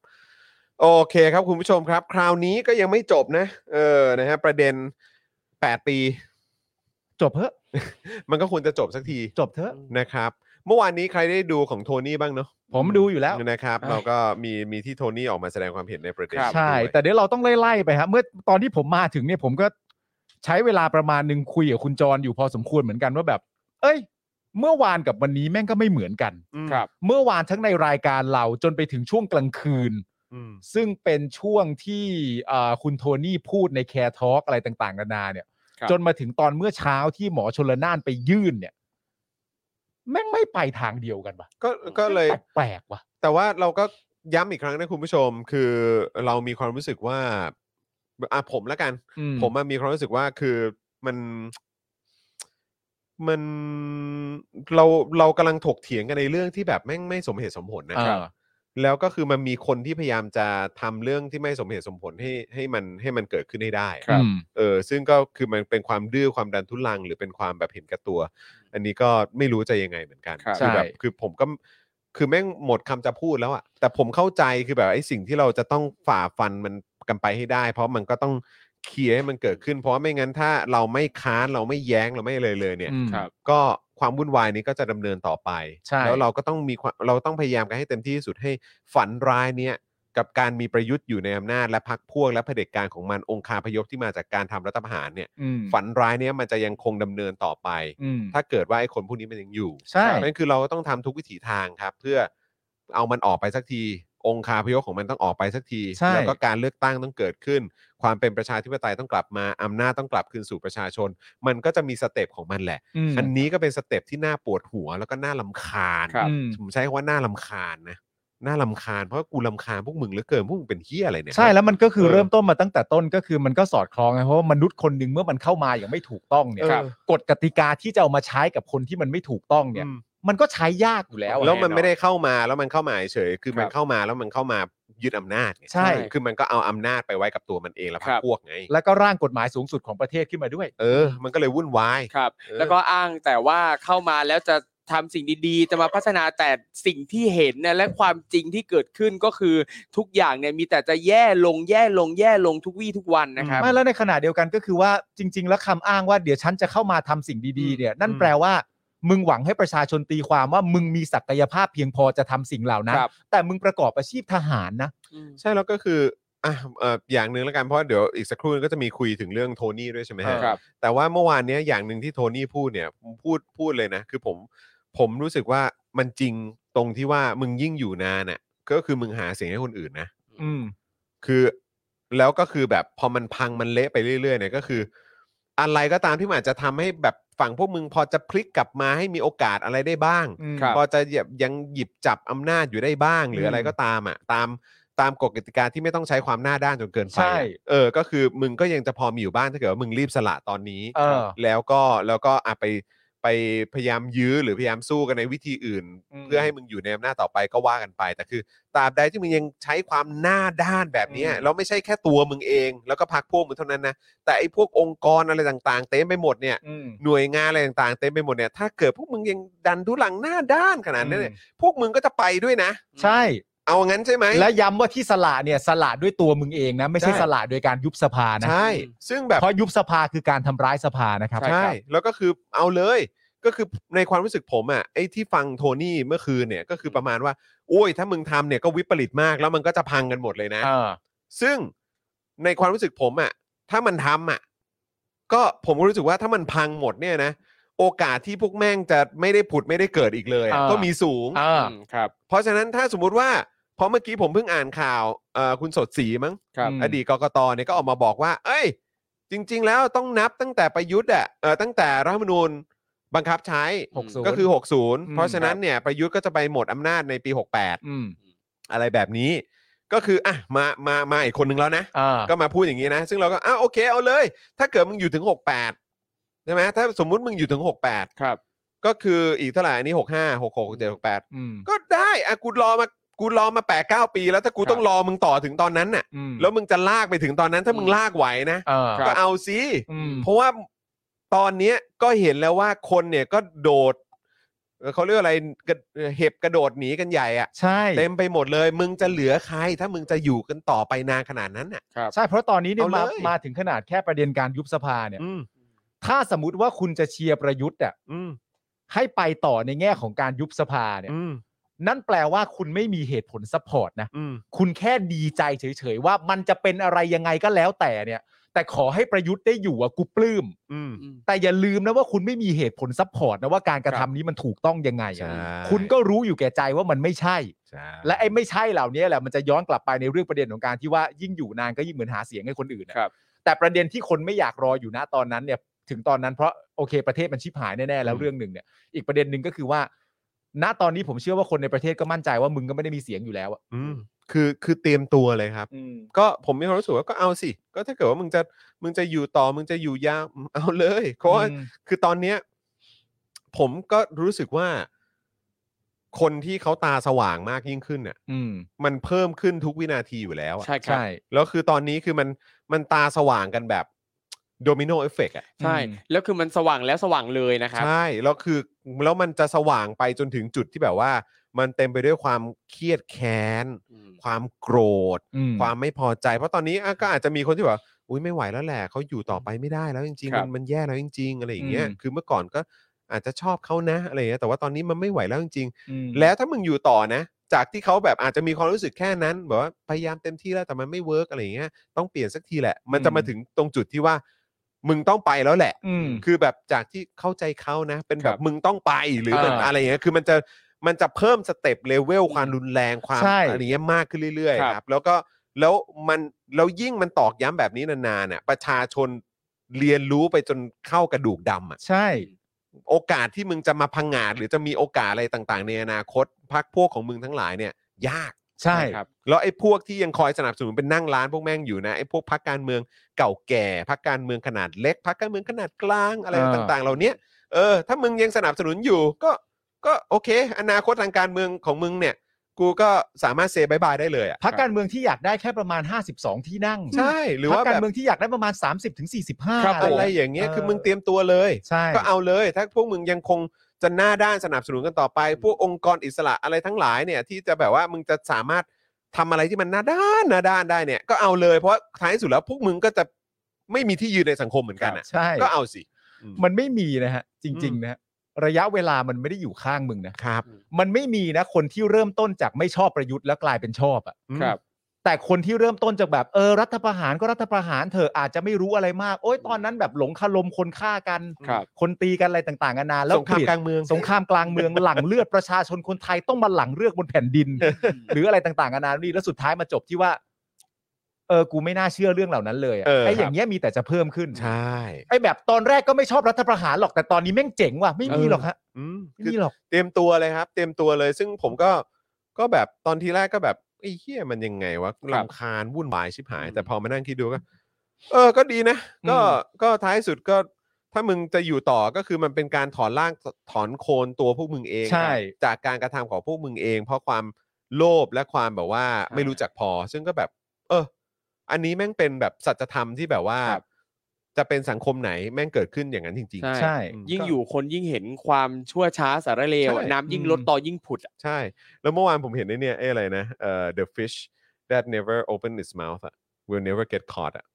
[SPEAKER 3] โอเคครับคุณผู้ชมครับ คราวนี้ก็ยังไม่จบนะ เออนะฮะประเด็น 8 ปี
[SPEAKER 4] จบเถอะ
[SPEAKER 3] มันก็ควรจะจบสักที
[SPEAKER 4] จบเถอะ
[SPEAKER 3] นะครับ เมื่อวานนี้ใครได้ดูของโทนี่บ้างเนาะ
[SPEAKER 4] ผมดูอยู่แล้ว
[SPEAKER 3] นะครับ
[SPEAKER 5] อ่ะ
[SPEAKER 3] เราก็มีมีที่โทนี่ออกมาแสดงความเห็นในประเด็น
[SPEAKER 5] ครับ
[SPEAKER 4] ใช่
[SPEAKER 3] ด้วย
[SPEAKER 4] แต่เดี๋ยวเราต้องไล่ๆไปครับเมื่อตอนที่ผมมาถึงเนี่ยผมก็ใช้เวลาประมาณหนึ่งคุยกับคุณจรอยู่พอสมควรเหมือนกันว่าแบบ เอ้ย เมื่อวานกับวันนี้แม่งก็ไม่เหมือนกัน
[SPEAKER 3] อืม
[SPEAKER 5] ครับ
[SPEAKER 4] เมื่อวานทั้งในรายการเราจนไปถึงช่วงกลางคืน
[SPEAKER 3] อืม
[SPEAKER 4] ซึ่งเป็นช่วงที่เอ่อคุณโทนี่พูดในแคร์ทอ l k อะไรต่างๆนานาเนี่ย
[SPEAKER 5] ครับ
[SPEAKER 4] จนมาถึงตอนเมื่อเช้าที่หมอชนละนานไปยื่นเนี่ย แม่งไม่ไปทางเดียวกันวะ
[SPEAKER 3] ก็ก็เลย
[SPEAKER 4] แปลกๆวะ
[SPEAKER 3] แต่ว่าเราก็ย้ำอีกครั้งนะคุณผู้ชม คือเรามีความรู้สึกว่าอ่ะผมละกัน
[SPEAKER 4] อื
[SPEAKER 3] ผมมันมีความรู้สึกว่าคือมันมันเราเรากำลังถกเถียงกันในเรื่องที่แบบแม่งไม่สมเหตุสมผลนะครับ
[SPEAKER 4] อ่า
[SPEAKER 3] แล้วก็คือมันมีคนที่พยายามจะทำเรื่องที่ไม่สมเหตุสมผลให้ให้มันให้มันเกิดขึ้นให้ได้อะ
[SPEAKER 4] อืม
[SPEAKER 3] เออซึ่งก็คือมันเป็นความดื้อความดันทุลัง หรือเป็นความแบบเห็นแก่ตัว อันนี้ก็ไม่รู้จะยังไงเหมือนกัน
[SPEAKER 5] ครับ
[SPEAKER 3] คือแบบ
[SPEAKER 4] ใช่
[SPEAKER 3] คือผมก็คือแม่งหมดคำจะพูดแล้วอะแต่ผมเข้าใจคือแบบไอ้สิ่งที่เราจะต้องฝ่าฟันมันกันไปให้ได้ เพราะมันก็ต้องเคลียร์ให้มันเกิดขึ้น เพราะไม่งั้นถ้าเราไม่ค้านเราไม่แย้งเราไม่เลยเลยเนี่ย
[SPEAKER 4] อืม
[SPEAKER 5] ครับ
[SPEAKER 3] ก็ความวุ่นวายนี้ก็จะดำเนินต่อไป
[SPEAKER 4] ใช่
[SPEAKER 3] แล้วเราก็ต้องมีความเราต้องพยายามกันให้เต็มที่ที่สุดให้ฝันร้ายเนี้ยกับการมีประยุทธ์อยู่ในอำนาจและพักพวกและเผด็จการของมันองคาพยพที่มาจากการทำรัฐประหารเนี่ย
[SPEAKER 4] อืม
[SPEAKER 3] ฝันร้ายเนี้ยมันจะยังคงดำเนินต่อไป
[SPEAKER 4] อืม
[SPEAKER 3] ถ้าเกิดว่าไอ้คนพวกนี้มันยังอยู่
[SPEAKER 4] ใช่
[SPEAKER 3] นั่นคือเราก็ต้องทำทุกวิถีทางครับ เพื่อเอามันออกไปสักที องคาพยพของมันต้องออกไปสักที
[SPEAKER 4] ใช่
[SPEAKER 3] แล้วก็การเลือกตั้งต้องเกิดขึ้น ความเป็นประชาธิปไตยต้องกลับมาอำนาจต้องกลับคืนสู่ประชาชน มันก็จะมีสเต็ปของมันแหละ
[SPEAKER 4] อืม
[SPEAKER 3] อันนี้ก็เป็นสเต็ปที่น่าปวดหัวแล้วก็น่าลำคาญ
[SPEAKER 5] ครับ
[SPEAKER 4] อืม
[SPEAKER 3] ผมใช้คำว่าน่าลำคาญนะน่าลำคาญเพราะกูลำคาญพวกมึงเหลือเกินพวกมึงเป็นเฮียอะไรเนี่ย
[SPEAKER 4] ใช่แล้วมันก็คือ
[SPEAKER 3] เออ
[SPEAKER 4] เริ่มต้นมาตั้งแต่ต้นก็คือมันก็สอดคล้องไงเพราะว่ามนุษย์คนหนึ่งเมื่อมันเข้ามาอย่างไม่ถูกต้องเนี่ย
[SPEAKER 3] ครับ
[SPEAKER 4] กฎกติกาที่จะเอามาใช้กับคนที่มันไม่ถูกต้องเนี่ย
[SPEAKER 3] อืม
[SPEAKER 4] มันก็ใช้ยากอยู่แล้วอะ
[SPEAKER 3] แล้วมันไม่ได้เข้ามาแล้วมันเข้ามาเฉยๆคือมัน
[SPEAKER 5] ครับ
[SPEAKER 3] เข้ามาแล้วมันเข้ามายึดอำนาจไง
[SPEAKER 4] ใช่
[SPEAKER 3] คือมันก็เอาอำนาจไปไว้กับตัวมันเองและพรร
[SPEAKER 5] ครั
[SPEAKER 3] ค
[SPEAKER 5] บ
[SPEAKER 3] พวกไง
[SPEAKER 4] แล้วก็ร่างกฎหมายสูงสุดของประเทศขึ้นมาด้วย
[SPEAKER 3] เออ มันก็เลยวุ่นวาย
[SPEAKER 5] ครับ
[SPEAKER 3] เออ
[SPEAKER 5] แล้วก็อ้างแต่ว่าเข้ามาแล้วจะทำสิ่งดีๆ จะมาพัฒนาแต่สิ่งที่เห็นเนี่ยและความจริงที่เกิดขึ้นก็คือทุกอย่างเนี่ยมีแต่จะแย่ลงแย่ลงแย่ลงทุกวี่ทุกวันนะครับ
[SPEAKER 4] ไม่แล้วในขณะเดียวกันก็คือว่าจริง ๆ แล้วคำอ้างว่าเดี๋ยวฉันจะเข้ามาทำสิ่งดีๆเนี่ย นั่นแปลว่า มึงหวังให้ประชาชนตีความว่ามึงมีศักยภาพเพียงพอจะทำสิ่งเหล่านั้น
[SPEAKER 5] ครับ
[SPEAKER 4] แต่มึงประกอบอาชีพทหารนะ
[SPEAKER 5] อืม
[SPEAKER 3] ใช่แล้วก็คืออ่ะเอ่ออย่างหนึ่งแล้วกันเพราะเดี๋ยวอีกสักครู่นึงก็จะมีคุยถึงเรื่องโทนี่ด้วยใช่ไหมฮะ
[SPEAKER 5] ครับ
[SPEAKER 3] แต่ว่าเมื่อวานเนี้ยอย่างหนึ่งที่โทนี่พูดเนี่ยพูดพูดเลยนะ คือผมผมรู้สึกว่ามันจริงตรงที่ว่ามึงยิ่งอยู่นานน่ะก็คือมึงหาเสียงให้คนอื่นนะ
[SPEAKER 4] อืม
[SPEAKER 3] คือแล้วก็คือแบบพอมันพังมันเละไปเรื่อยๆเนี่ยก็คือ อะไรก็ตามที่มันอาจจะทำให้แบบฝั่งพวกมึงพอจะพลิกกลับมาให้มีโอกาสอะไรได้บ้าง
[SPEAKER 4] อืม
[SPEAKER 5] ครับ
[SPEAKER 3] พอจะหยิบยังหยิบจับอำนาจอยู่ได้บ้าง หรืออะไรก็ตามอ่ะตามตามกฎกติกาที่ไม่ต้องใช้ความหน้าด้านจนเกินไป
[SPEAKER 4] ใช่
[SPEAKER 3] อะเออ ก็คือมึงก็ยังจะพอมีอยู่บ้างถ้าเกิดว่ามึงรีบสละตอนนี้
[SPEAKER 4] เออ
[SPEAKER 3] แล้วก็แล้วก็อาไปไปพยายามยื้อหรือพยายามสู้กันในวิธีอื่น
[SPEAKER 4] อืม
[SPEAKER 3] เพื่อให้มึงอยู่ในอำนาจต่อไปก็ว่ากันไป แต่คือตราบใดที่มึงยังใช้ความหน้าด้านแบบเนี้ย
[SPEAKER 4] อืม
[SPEAKER 3] แล้วไม่ใช่แค่ตัวมึงเอง แล้วก็พักพวกมึงเท่านั้นนะแต่ไอ้พวกองค์กรอะไรต่างๆ เต็มไปหมดเนี่ย
[SPEAKER 4] อืม
[SPEAKER 3] หน่วยงานอะไรต่างๆเต็มไปหมดเนี่ยถ้าเกิดพวกมึงยังดันทุลังหน้าด้านขนาดนั้นเนี่ยพวกมึงก็จะไปด้วยนะ
[SPEAKER 4] ใช่
[SPEAKER 3] เอางั้นใช่ไหม
[SPEAKER 4] และย้ำว่าที่สละเนี่ยสละด้วยตัวมึงเองนะ ไม่ใช่
[SPEAKER 3] ใช่
[SPEAKER 4] สละโดยการยุบสภานะ
[SPEAKER 3] ใช่ ซึ่งแบบ
[SPEAKER 4] เพราะยุบสภาคือการทำร้ายสภานะครับ
[SPEAKER 3] ใช่ แล้วก็คือเอาเลย ก็คือในความรู้สึกผมอ่ะไอ้ที่ฟังโทนี่เมื่อคืนเนี่ยก็คือประมาณว่าโอ้ยถ้ามึงทำเนี่ยก็วิปริตมากแล้วมันก็จะพังกันหมดเลยนะ
[SPEAKER 4] เออ
[SPEAKER 3] ซึ่งในความรู้สึกผมอ่ะถ้ามันทำอ่ะก็ผมก็รู้สึกว่าถ้ามันพังหมดเนี่ยนะ โอกาสที่พวกแม่งจะไม่ได้ผุดไม่ได้เกิดอีกเลยอะ
[SPEAKER 4] อ่า
[SPEAKER 3] ก็มีสูง
[SPEAKER 4] เออ
[SPEAKER 5] อืมครับ
[SPEAKER 3] เพราะฉะนั้นถ้าสมมุติว่าเพราะเมื่อกี้ผมเพิ่งอ่านข่าวเอ่อคุณสดสีมั้ง
[SPEAKER 5] ครับ
[SPEAKER 4] อืม
[SPEAKER 3] อดีตกกตเนี่ยก็ออกมาบอกว่า เอ้ย จริง ๆ แล้วต้องนับตั้งแต่ประยุทธ์อ่ะเออตั้งแต่รัฐธรรมนูญบังคับใช้
[SPEAKER 4] หกศูนย์
[SPEAKER 3] ก็คือ 60
[SPEAKER 4] ม
[SPEAKER 3] เพราะฉะนั้นเนี่ยประยุทธ์ก็จะไปหมดอำนาจในปี
[SPEAKER 4] อืม
[SPEAKER 3] 68 อะไรแบบนี้ ก็คืออ่ะมามามาอีกคนนึงแล้วนะ
[SPEAKER 4] เออ
[SPEAKER 3] ก็มาพูดอย่างนี้นะ ซึ่งเราก็อ้าวโอเคเอาเลย ถ้าเกิดมึงอยู่ถึง 68 ใช่ไหมถ้าสมมุติมึงอยู่ถึง 68
[SPEAKER 5] ครับ
[SPEAKER 3] ก็คืออีกเท่าไหร่อันนี้ 65 66 67 68
[SPEAKER 4] อืม
[SPEAKER 3] ก็ได้อ่ะกูรอมากูรอมา8 9 ปีแล้วถ้ากู
[SPEAKER 5] ครับ
[SPEAKER 3] ต้องรอมึงต่อถึงตอนนั้นน่ะ
[SPEAKER 4] อืม
[SPEAKER 3] แล้วมึงจะลากไปถึงตอนนั้นถ้ามึงลากไหวนะ
[SPEAKER 4] เออ
[SPEAKER 5] ครับ
[SPEAKER 3] ก็เอาสิ
[SPEAKER 4] อืม
[SPEAKER 3] เพราะว่าตอนเนี้ยก็เห็นแล้วว่าคนเนี่ยก็โดดเอ่อเขาเรียกอะไรกระเห็บกระโดดหนีกันใหญ่อะ
[SPEAKER 4] ใช่
[SPEAKER 3] เต็มไปหมดเลย มึงจะเหลือใคร ถ้ามึงจะอยู่กันต่อไปนานขนาดนั้นน่ะ
[SPEAKER 4] ใช่เพราะตอนนี้เนี่ยมา
[SPEAKER 3] เอาเลย
[SPEAKER 4] มาถึงขนาดแค่ประเด็นการยุบสภาเนี่ย
[SPEAKER 3] อืม
[SPEAKER 4] ถ้าสมมติว่าคุณจะเชียร์ประยุทธ์อ่ะ
[SPEAKER 3] อืม
[SPEAKER 4] ให้ไปต่อในแง่ของการยุบสภาเนี่ย
[SPEAKER 3] อืม
[SPEAKER 4] นั่นแปลว่าคุณไม่มีเหตุผลซัพพอร์ตนะ
[SPEAKER 3] อืม
[SPEAKER 4] คุณแค่ดีใจเฉยๆ ว่ามันจะเป็นอะไรยังไงก็แล้วแต่เนี่ย แต่ขอให้ประยุทธ์ได้อยู่อ่ะกูปลื้ม
[SPEAKER 3] อืม
[SPEAKER 5] อืม
[SPEAKER 4] แต่อย่าลืมนะว่าคุณไม่มีเหตุผลซัพพอร์ตนะว่าการกระ
[SPEAKER 5] ครั
[SPEAKER 4] ทำ
[SPEAKER 5] บ
[SPEAKER 4] นี้มันถูกต้องยังไงอะ
[SPEAKER 3] ใช่
[SPEAKER 4] คุณก็รู้อยู่แก่ใจว่ามันไม่ใช่
[SPEAKER 3] ใช่
[SPEAKER 4] และไอ้ไม่ใช่เหล่านี้แหละมันจะย้อนกลับไปในเรื่องประเด็นของการที่ว่ายิ่งอยู่นานก็ยิ่งเหมือนหาเสียงให้คนอื่นอะ
[SPEAKER 5] ครับ
[SPEAKER 4] แต่ประเด็นที่คนไม่อยากรออยู่นะตอนนั้นเนี่ยถึงตอนนั้นเพราะโอเคประเทศมันชิบหายแน่ๆแล้วเรื่องหนึ่งเนี่ยอีกประเด็นหนึ่งก็คือว่า ณตอนนี้ผมเชื่อว่าคนในประเทศก็มั่นใจว่ามึงก็ไม่ได้มีเสียงอยู่แล้วอะ
[SPEAKER 3] อืมคือคือเตรียมตัวเลยครับ ก็ผมมีความรู้สึกว่าก็เอาสิ ก็ถ้าเกิดว่ามึงจะมึงจะอยู่ต่อมึงจะอยู่ยาวเอาเลยเพราะว่า
[SPEAKER 4] อืม
[SPEAKER 3] คือตอนเนี้ยผมก็รู้สึกว่า คนที่เขาตาสว่างมากยิ่งขึ้นเนี่ย
[SPEAKER 4] อืม
[SPEAKER 3] มันเพิ่มขึ้นทุกวินาทีอยู่แล้วอะ
[SPEAKER 5] ใช่ครับ
[SPEAKER 4] ใช่
[SPEAKER 3] แล้วคือตอนนี้คือมันมันตาสว่างกันแบบโดมิโนเอฟเฟกอ่ะ
[SPEAKER 5] ใช่
[SPEAKER 4] อืม
[SPEAKER 5] แล้วคือมันสว่างแล้วสว่างเลยนะครับ
[SPEAKER 3] ใช่แล้วคือแล้วมันจะสว่างไปจนถึงจุดที่แบบว่า มันเต็มไปด้วยความเครียดแค้น ความโกรธ
[SPEAKER 4] อืม
[SPEAKER 3] ความไม่พอใจ เพราะตอนนี้อ่ะก็อาจจะมีคนที่แบบอุ้ยไม่ไหวแล้วแหละเขาอยู่ต่อไปไม่ได้แล้วจริง
[SPEAKER 5] ค
[SPEAKER 3] ๆ
[SPEAKER 5] รั
[SPEAKER 3] มั
[SPEAKER 5] บ
[SPEAKER 3] นมันแย่แล้วจริง ๆ อะไรอย่างเงี้ย
[SPEAKER 4] อืม
[SPEAKER 3] คือเมื่อก่อนก็อาจจะชอบเขานะอะไรอย่างเงี้ยแต่ว่าตอนนี้มันไม่ไหวแล้วจริง
[SPEAKER 4] อืม
[SPEAKER 3] ๆแล้วถ้ามึงอยู่ต่อนะ จากที่เขาแบบอาจจะมีความรู้สึกแค่นั้นแบบว่าพยายามเต็มที่แล้วแต่มันไม่เวิร์กอะไรอย่างเงี้ยต้องเปลี่ยนสักทีแหละ มันจะมา
[SPEAKER 4] อืม
[SPEAKER 3] ถึงตรงจุดที่ว่า มึงต้องไปแล้วแหละ
[SPEAKER 4] อืม
[SPEAKER 3] คือแบบจากที่เข้าใจเขานะ เป็นแบ
[SPEAKER 5] ครับ บ
[SPEAKER 3] มึงต้องไปหรือเป็น
[SPEAKER 4] อ่า
[SPEAKER 3] อะไรอย่างเงี้ยคือมันจะ มันจะเพิ่มสเต็ปเลเวลความรุนแรงความ
[SPEAKER 4] ใช่
[SPEAKER 3] อะไรเงี้ยมากขึ้นเรื่อย
[SPEAKER 5] ครับ
[SPEAKER 3] ๆครับแล้วก็แล้วมันแล้วยิ่งมันตอกย้ำแบบนี้นานๆน่ะประชาชนเรียนรู้ไปจนเข้ากระดูกดำอ่ะ
[SPEAKER 4] ใช่
[SPEAKER 3] โอกาสที่มึงจะมาพังงาดหรือจะมีโอกาสอะไรต่างๆ ในอนาคตพักพวกของมึงทั้งหลายเนี่ย ยาก
[SPEAKER 4] ใช่
[SPEAKER 5] ครับ
[SPEAKER 3] แล้วไอ้พวกที่ยังคอยสนับสนุนเป็นนั่งร้านพวกแม่งอยู่นะไอ้พวกพักการเมืองเก่าแก่พักการเมืองขนาดเล็กพักการเมืองขนาดกลางอะไรต่างๆ เหล่าเนี้ยเออถ้ามึงยังสนับสนุนอยู่ก็ก็โอเค อนาคตทางการเมืองของมึงเนี่ย กูก็สามารถเซบายบายได้เลยอ่ะ
[SPEAKER 4] พักการเมืองที่อยากได้แค่ประมาณ 52 ที่นั่ง
[SPEAKER 3] ใช่หรือ
[SPEAKER 4] พร
[SPEAKER 3] ว่า
[SPEAKER 4] ค
[SPEAKER 3] ร
[SPEAKER 4] กา
[SPEAKER 3] แบ
[SPEAKER 4] ร
[SPEAKER 3] บ
[SPEAKER 4] เมืองที่อยากได้ประมาณ 30-45ถึง45
[SPEAKER 5] ครับ
[SPEAKER 3] อะไร
[SPEAKER 4] ย่างเงี้ย
[SPEAKER 3] อย่างเงี้ย
[SPEAKER 4] เออ
[SPEAKER 3] คือมึงเตรียมตัวเลย
[SPEAKER 4] ใช่
[SPEAKER 3] ก็เอาเลย ถ้าพวกมึงยังคงจะหน้าด้านสนับสนุนกันต่อไป พวกองค์กรอิสระอะไรทั้งหลายเนี่ยที่จะแบบว่ามึงจะสามารถทำอะไรที่มันหน้าด้านหน้าด้านได้เนี่ย ก็เอาเลยเพราะท้ายสุดแล้วพวกมึงก็จะไม่มีที่ยืนในสังคมเหมือนกันอ่ะ
[SPEAKER 4] ใช่
[SPEAKER 3] ก็เอาสิ
[SPEAKER 4] มันไม่มีนะฮะ จริง ๆ นะฮะระยะเวลามันไม่ได้อยู่ข้างมึงนะ
[SPEAKER 3] ครับ
[SPEAKER 4] มันไม่มีนะ คนที่เริ่มต้นจากไม่ชอบประยุทธ์แล้วกลายเป็นชอบอะ
[SPEAKER 3] อืม
[SPEAKER 5] ครับ
[SPEAKER 4] แต่คนที่เริ่มต้นจากแบบเออรัฐประหารก็รัฐประหารเถอะอาจจะไม่รู้อะไรมาก โอ๊ยตอนนั้นแบบหลงคารมคนฆ่ากัน
[SPEAKER 5] ครับ
[SPEAKER 4] คนตีกันอะไรต่างๆกันานาแล้ว
[SPEAKER 3] สงครามกลางเมือง
[SPEAKER 4] สงครามกลางเมือง หลังเลือดประชาชนคนไทยต้องมาหลังเลือดบนแผ่นดิน หรืออะไรต่างๆกันานานี่แล้วสุดท้ายมาจบที่ว่า เออกูไม่น่าเชื่อเรื่องเหล่านั้นเลยอะ
[SPEAKER 3] เออ
[SPEAKER 4] ไอ้
[SPEAKER 3] ครับ
[SPEAKER 4] อย่างเงี้ยมีแต่จะเพิ่มขึ้น
[SPEAKER 3] ใช่
[SPEAKER 4] ไอ้แบบตอนแรกก็ไม่ชอบรัฐประหารหรอกแต่ตอนนี้แม่งเจ๋งว่ะไม่มีหรอกฮะ
[SPEAKER 3] อืม
[SPEAKER 4] ไม่
[SPEAKER 3] คือ
[SPEAKER 4] มีหรอก
[SPEAKER 3] เตรียมตัวเลยครับ เตรียมตัวเลย ซึ่งผมก็ก็แบบตอนทีแรกก็แบบไอ้เหี้ยมันยังไงวะ
[SPEAKER 5] ครับ
[SPEAKER 3] ลำคาญวุ่นวายชิบหาย
[SPEAKER 5] อืม
[SPEAKER 3] แต่พอมานั่งคิดดูก็ เออ ก็ดีนะ ก็
[SPEAKER 4] อืม
[SPEAKER 3] ก็ท้ายสุดก็ ถ้ามึงจะอยู่ต่อก็คือมันเป็นการถอนร่างถอนโคลนตัวพวกมึงเอง
[SPEAKER 4] ใช่
[SPEAKER 3] จากการกระทำของพวกมึงเอง เพราะความโลภและความแบบว่า ไม่รู้จักพอ ซึ่งก็แบบ เออ อันนี้แม่งเป็นแบบสัจธรรมที่แบบว่า
[SPEAKER 5] ครับ
[SPEAKER 3] จะเป็นสังคมไหนแม่งเกิดขึ้นอย่างนั้นจริง
[SPEAKER 5] ใช่
[SPEAKER 4] ใช่
[SPEAKER 5] ยิ่งอยู่คนยิ่งเห็นความชั่วช้าสารเลวอะ
[SPEAKER 3] ใช่
[SPEAKER 5] น้ำยิ่งลดต่อยิ่งผุดอะ
[SPEAKER 3] ใช่ แล้วเมื่อวานผมเห็นไอ้เนี่ยไอ้อะไรนะเอ่อ the fish that never open its mouth อะ will never get caught อะ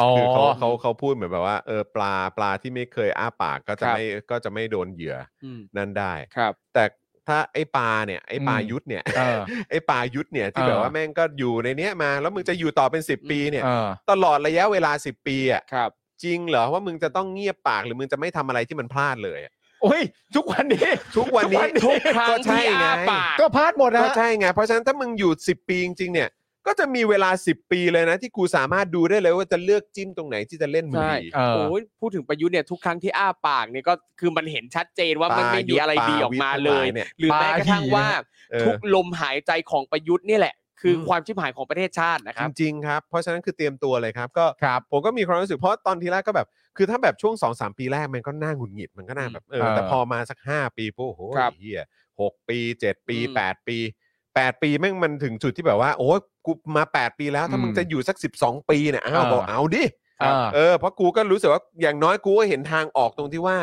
[SPEAKER 4] อ๋อ
[SPEAKER 3] คือเขาเขาเขาพูดเหมือนแบบว่าเออปลาปลาที่ไม่เคยอ้าปากก็จะไม่ก็จะไม่โดนเหยื่อ
[SPEAKER 5] อืม
[SPEAKER 3] นั่นได้
[SPEAKER 5] ครับ
[SPEAKER 3] แต่ถ้าไอ้ปลาเนี่ยไอ้ปลา
[SPEAKER 4] อืม
[SPEAKER 3] ยุทธเนี่ย
[SPEAKER 4] เออ
[SPEAKER 3] ไอ้ปลายุทธเนี่ยที่
[SPEAKER 4] เออ
[SPEAKER 3] แบบว่าแม่งก็อยู่ในเนี้ยมา แล้วมึงจะอยู่ต่อเป็น 10 ปีเนี่ย
[SPEAKER 4] เออ
[SPEAKER 3] ตลอดระยะเวลา 10 ปีอะ
[SPEAKER 5] ครับ
[SPEAKER 3] จริงเหรอว่ามึงจะต้องเงียบปากหรือมึงจะไม่ทำอะไรที่มันพลาดเลยอะ
[SPEAKER 4] โอ้ย ทุกวันนี้
[SPEAKER 3] ทุกวันนี้
[SPEAKER 5] ทุกครั้ง
[SPEAKER 3] ก็ใช่
[SPEAKER 5] ที่
[SPEAKER 3] ไง
[SPEAKER 5] อ้าปาก
[SPEAKER 4] ก็พลาดหมดนะ
[SPEAKER 3] ก็
[SPEAKER 4] ฮะ
[SPEAKER 3] ใช่ไง เพราะฉะนั้นถ้ามึงอยู่ 10 ปีจริงๆเนี่ย ก็จะมีเวลา 10 ปีเลยนะ ที่กูสามารถดูได้เลยว่าจะเลือกจิ้มตรงไหนที่จะเล่นมึง
[SPEAKER 5] ใช่
[SPEAKER 3] ดี
[SPEAKER 4] เออ
[SPEAKER 5] โอ้ยพูดถึงประยุทธ์เนี่ยทุกครั้งที่อ้าปากเนี่ยก็คือมันเห็นชัดเจนว่ามัน
[SPEAKER 3] ป
[SPEAKER 5] ไม่
[SPEAKER 3] ลายุท
[SPEAKER 5] มี
[SPEAKER 3] ธ์
[SPEAKER 5] อะไรดีออกมาเล
[SPEAKER 3] ปลา
[SPEAKER 5] ย
[SPEAKER 3] วิทย์ทั้งหลายเนี่ย
[SPEAKER 5] หรือแม้กระทั่
[SPEAKER 4] ป
[SPEAKER 5] ง
[SPEAKER 4] ลาหี่
[SPEAKER 5] ว่า
[SPEAKER 3] เออ
[SPEAKER 5] ทุกลมหายใจของประยุทธ์นี่แหละ คืออ
[SPEAKER 3] ม
[SPEAKER 5] ความชิบหายของประเทศชาตินะค
[SPEAKER 3] จ
[SPEAKER 5] รับ
[SPEAKER 3] ริงๆครับ เพราะฉะนั้นคือเตรียมตัวเลยครับ ก็
[SPEAKER 4] ครับ
[SPEAKER 3] ผมก็มีความรู้สึกเพราะตอนทีแรกก็แบบ คือถ้าแบบช่วง 2 3 ปีแรกมันก็น่าหงุดหงิดมันก็น่าแบบเออ
[SPEAKER 4] เออ
[SPEAKER 3] แต่พอมาสัก 5 ปีปุ๊บโอ้โห
[SPEAKER 5] ครับ
[SPEAKER 3] เฮียหกปี 7 ปี
[SPEAKER 5] อืม
[SPEAKER 3] 8 ปี 8 ปีแม่งมันถึงจุดที่แบบว่า โอ้ยกูมา 8 ปีแล้วถ้ามึงจะอยู่สัก 12 ปีเนี่ยอ้าวบอกเอาดิ
[SPEAKER 4] เออ
[SPEAKER 3] เออเพราะกูก็รู้สึกว่าอย่างน้อยกูก็เห็นทางออกตรงที่ว่า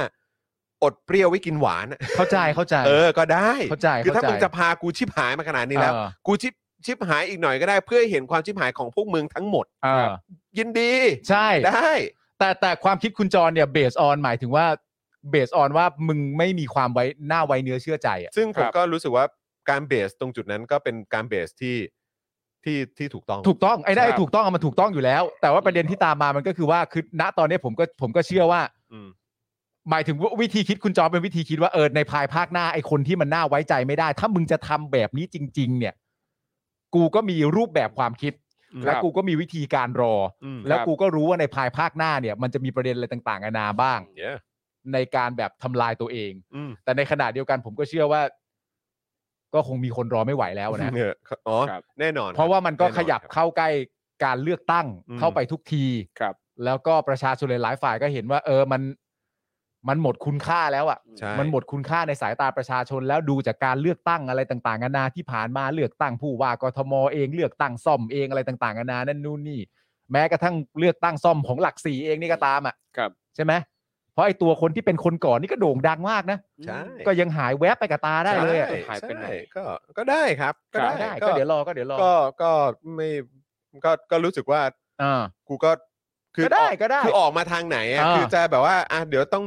[SPEAKER 3] อดเปรี้ยวไว้กินหวานอะ
[SPEAKER 4] เข้าใจ เข้าใจ
[SPEAKER 3] เออก็ได้
[SPEAKER 4] เข้าใจ
[SPEAKER 3] คือถ้า
[SPEAKER 4] เข้าใจ
[SPEAKER 3] มึงจะพากูชิบหายมาขนาดนี้แล้ว
[SPEAKER 4] เออ
[SPEAKER 3] กูชิบชิบหายอีกหน่อยก็ได้เพื่อให้เห็นความชิบหายของพวกมึงทั้งหมด
[SPEAKER 4] เออ
[SPEAKER 3] ยินดี
[SPEAKER 4] ใช่
[SPEAKER 3] ได้
[SPEAKER 4] แต่แต่ความคิดคุณจรเนี่ยเบสออนหมายถึงว่าเบสออนว่ามึงไม่มีความไว้หน้าไว้เนื้อเชื่อใจอ่ะ
[SPEAKER 3] ซึ่งผม
[SPEAKER 5] ครับ
[SPEAKER 3] ก็รู้สึกว่าการเบสตรงจุดนั้นก็เป็นการเบสที่ที่ที่ถูกต้อง
[SPEAKER 4] ถูกต้องไอ้ได้
[SPEAKER 5] ครับ
[SPEAKER 4] ถูกต้องอะมันถูกต้องอยู่แล้ว แต่ว่าประเด็นที่ตามมามันก็คือว่าคือณตอนนี้ผมก็ผมก็เชื่อว่า
[SPEAKER 3] อืม
[SPEAKER 4] หมายถึงว่าวิธีคิดคุณจอมเป็นวิธีคิดว่าเออในภายภาคหน้าไอ้คนที่มันน่าไว้ใจไม่ได้ ถ้ามึงจะทำแบบนี้จริง ๆ เนี่ย กูก็มีรูปแบบความคิด
[SPEAKER 3] อืม
[SPEAKER 4] แล้วกูก็มีวิธีการรออ
[SPEAKER 3] ม
[SPEAKER 4] แล้ว
[SPEAKER 5] ครับ
[SPEAKER 4] กูก็รู้ว่าในภายภาคหน้าเนี่ย มันจะมีประเด็นอะไรต่างๆนานาบ้าง
[SPEAKER 3] เนี่ย
[SPEAKER 4] ในการแบบทำลายตัวเอง
[SPEAKER 3] อืม
[SPEAKER 4] แต่ในขณะเดียวกันผมก็เชื่อว่า ก็คงมีคนรอไม่ไหวแล้วนะ
[SPEAKER 3] เอออ๋อ
[SPEAKER 5] ครับ
[SPEAKER 3] แน่นอน
[SPEAKER 4] เพราะว่ามันก็
[SPEAKER 3] แอ
[SPEAKER 4] ขยับ
[SPEAKER 3] ครับ
[SPEAKER 4] เข้าใกล้การเลือกตั้ง
[SPEAKER 3] อืม
[SPEAKER 4] เข้าไปทุกที
[SPEAKER 5] ครับ
[SPEAKER 4] แล้วก็ประชาชนหลายๆฝ่ายก็เห็นว่า เออมันมันหมดคุณค่าแล้วอ่ะ
[SPEAKER 3] ใช่
[SPEAKER 4] มันหมดคุณค่าในสายตาประชาชนแล้วดูจากการเลือกตั้งอะไรต่างๆนานาที่ผ่านมาเลือกตั้งผู้ว่ากทมเองเลือกตั้งซ่อมเองอะไรต่างๆนานานั่นนู่นนี่ แม้กระทั่งเลือกตั้งซ่อมของหลักสี่เองนี่ก็ตามอ่ะ
[SPEAKER 5] ครับ
[SPEAKER 4] ใช่ไหมเพราะไอ้ตัวคนที่เป็นคนก่อนนี่ก็โด่งดังมากนะ
[SPEAKER 3] ใช่
[SPEAKER 4] ก็ยังหายแวบไปกับตาได้เลยอะ
[SPEAKER 3] ใช่
[SPEAKER 5] หายไปไหน
[SPEAKER 3] ใช่ก็ก็ได้ครับก็ได้
[SPEAKER 4] ได้ก็เดี๋ยวรอก็เดี๋ยวรอ
[SPEAKER 3] ก็ก็ไม่ก็ก็รู้สึกว่า
[SPEAKER 4] อ่า
[SPEAKER 3] กูก็คือ
[SPEAKER 4] ก็ได้
[SPEAKER 3] ออ
[SPEAKER 4] ก็ได้
[SPEAKER 3] คือออกมาทางไหนอะ
[SPEAKER 4] อ่า
[SPEAKER 3] คือจะแบบว่าอ่ะเดี๋ยวต้อง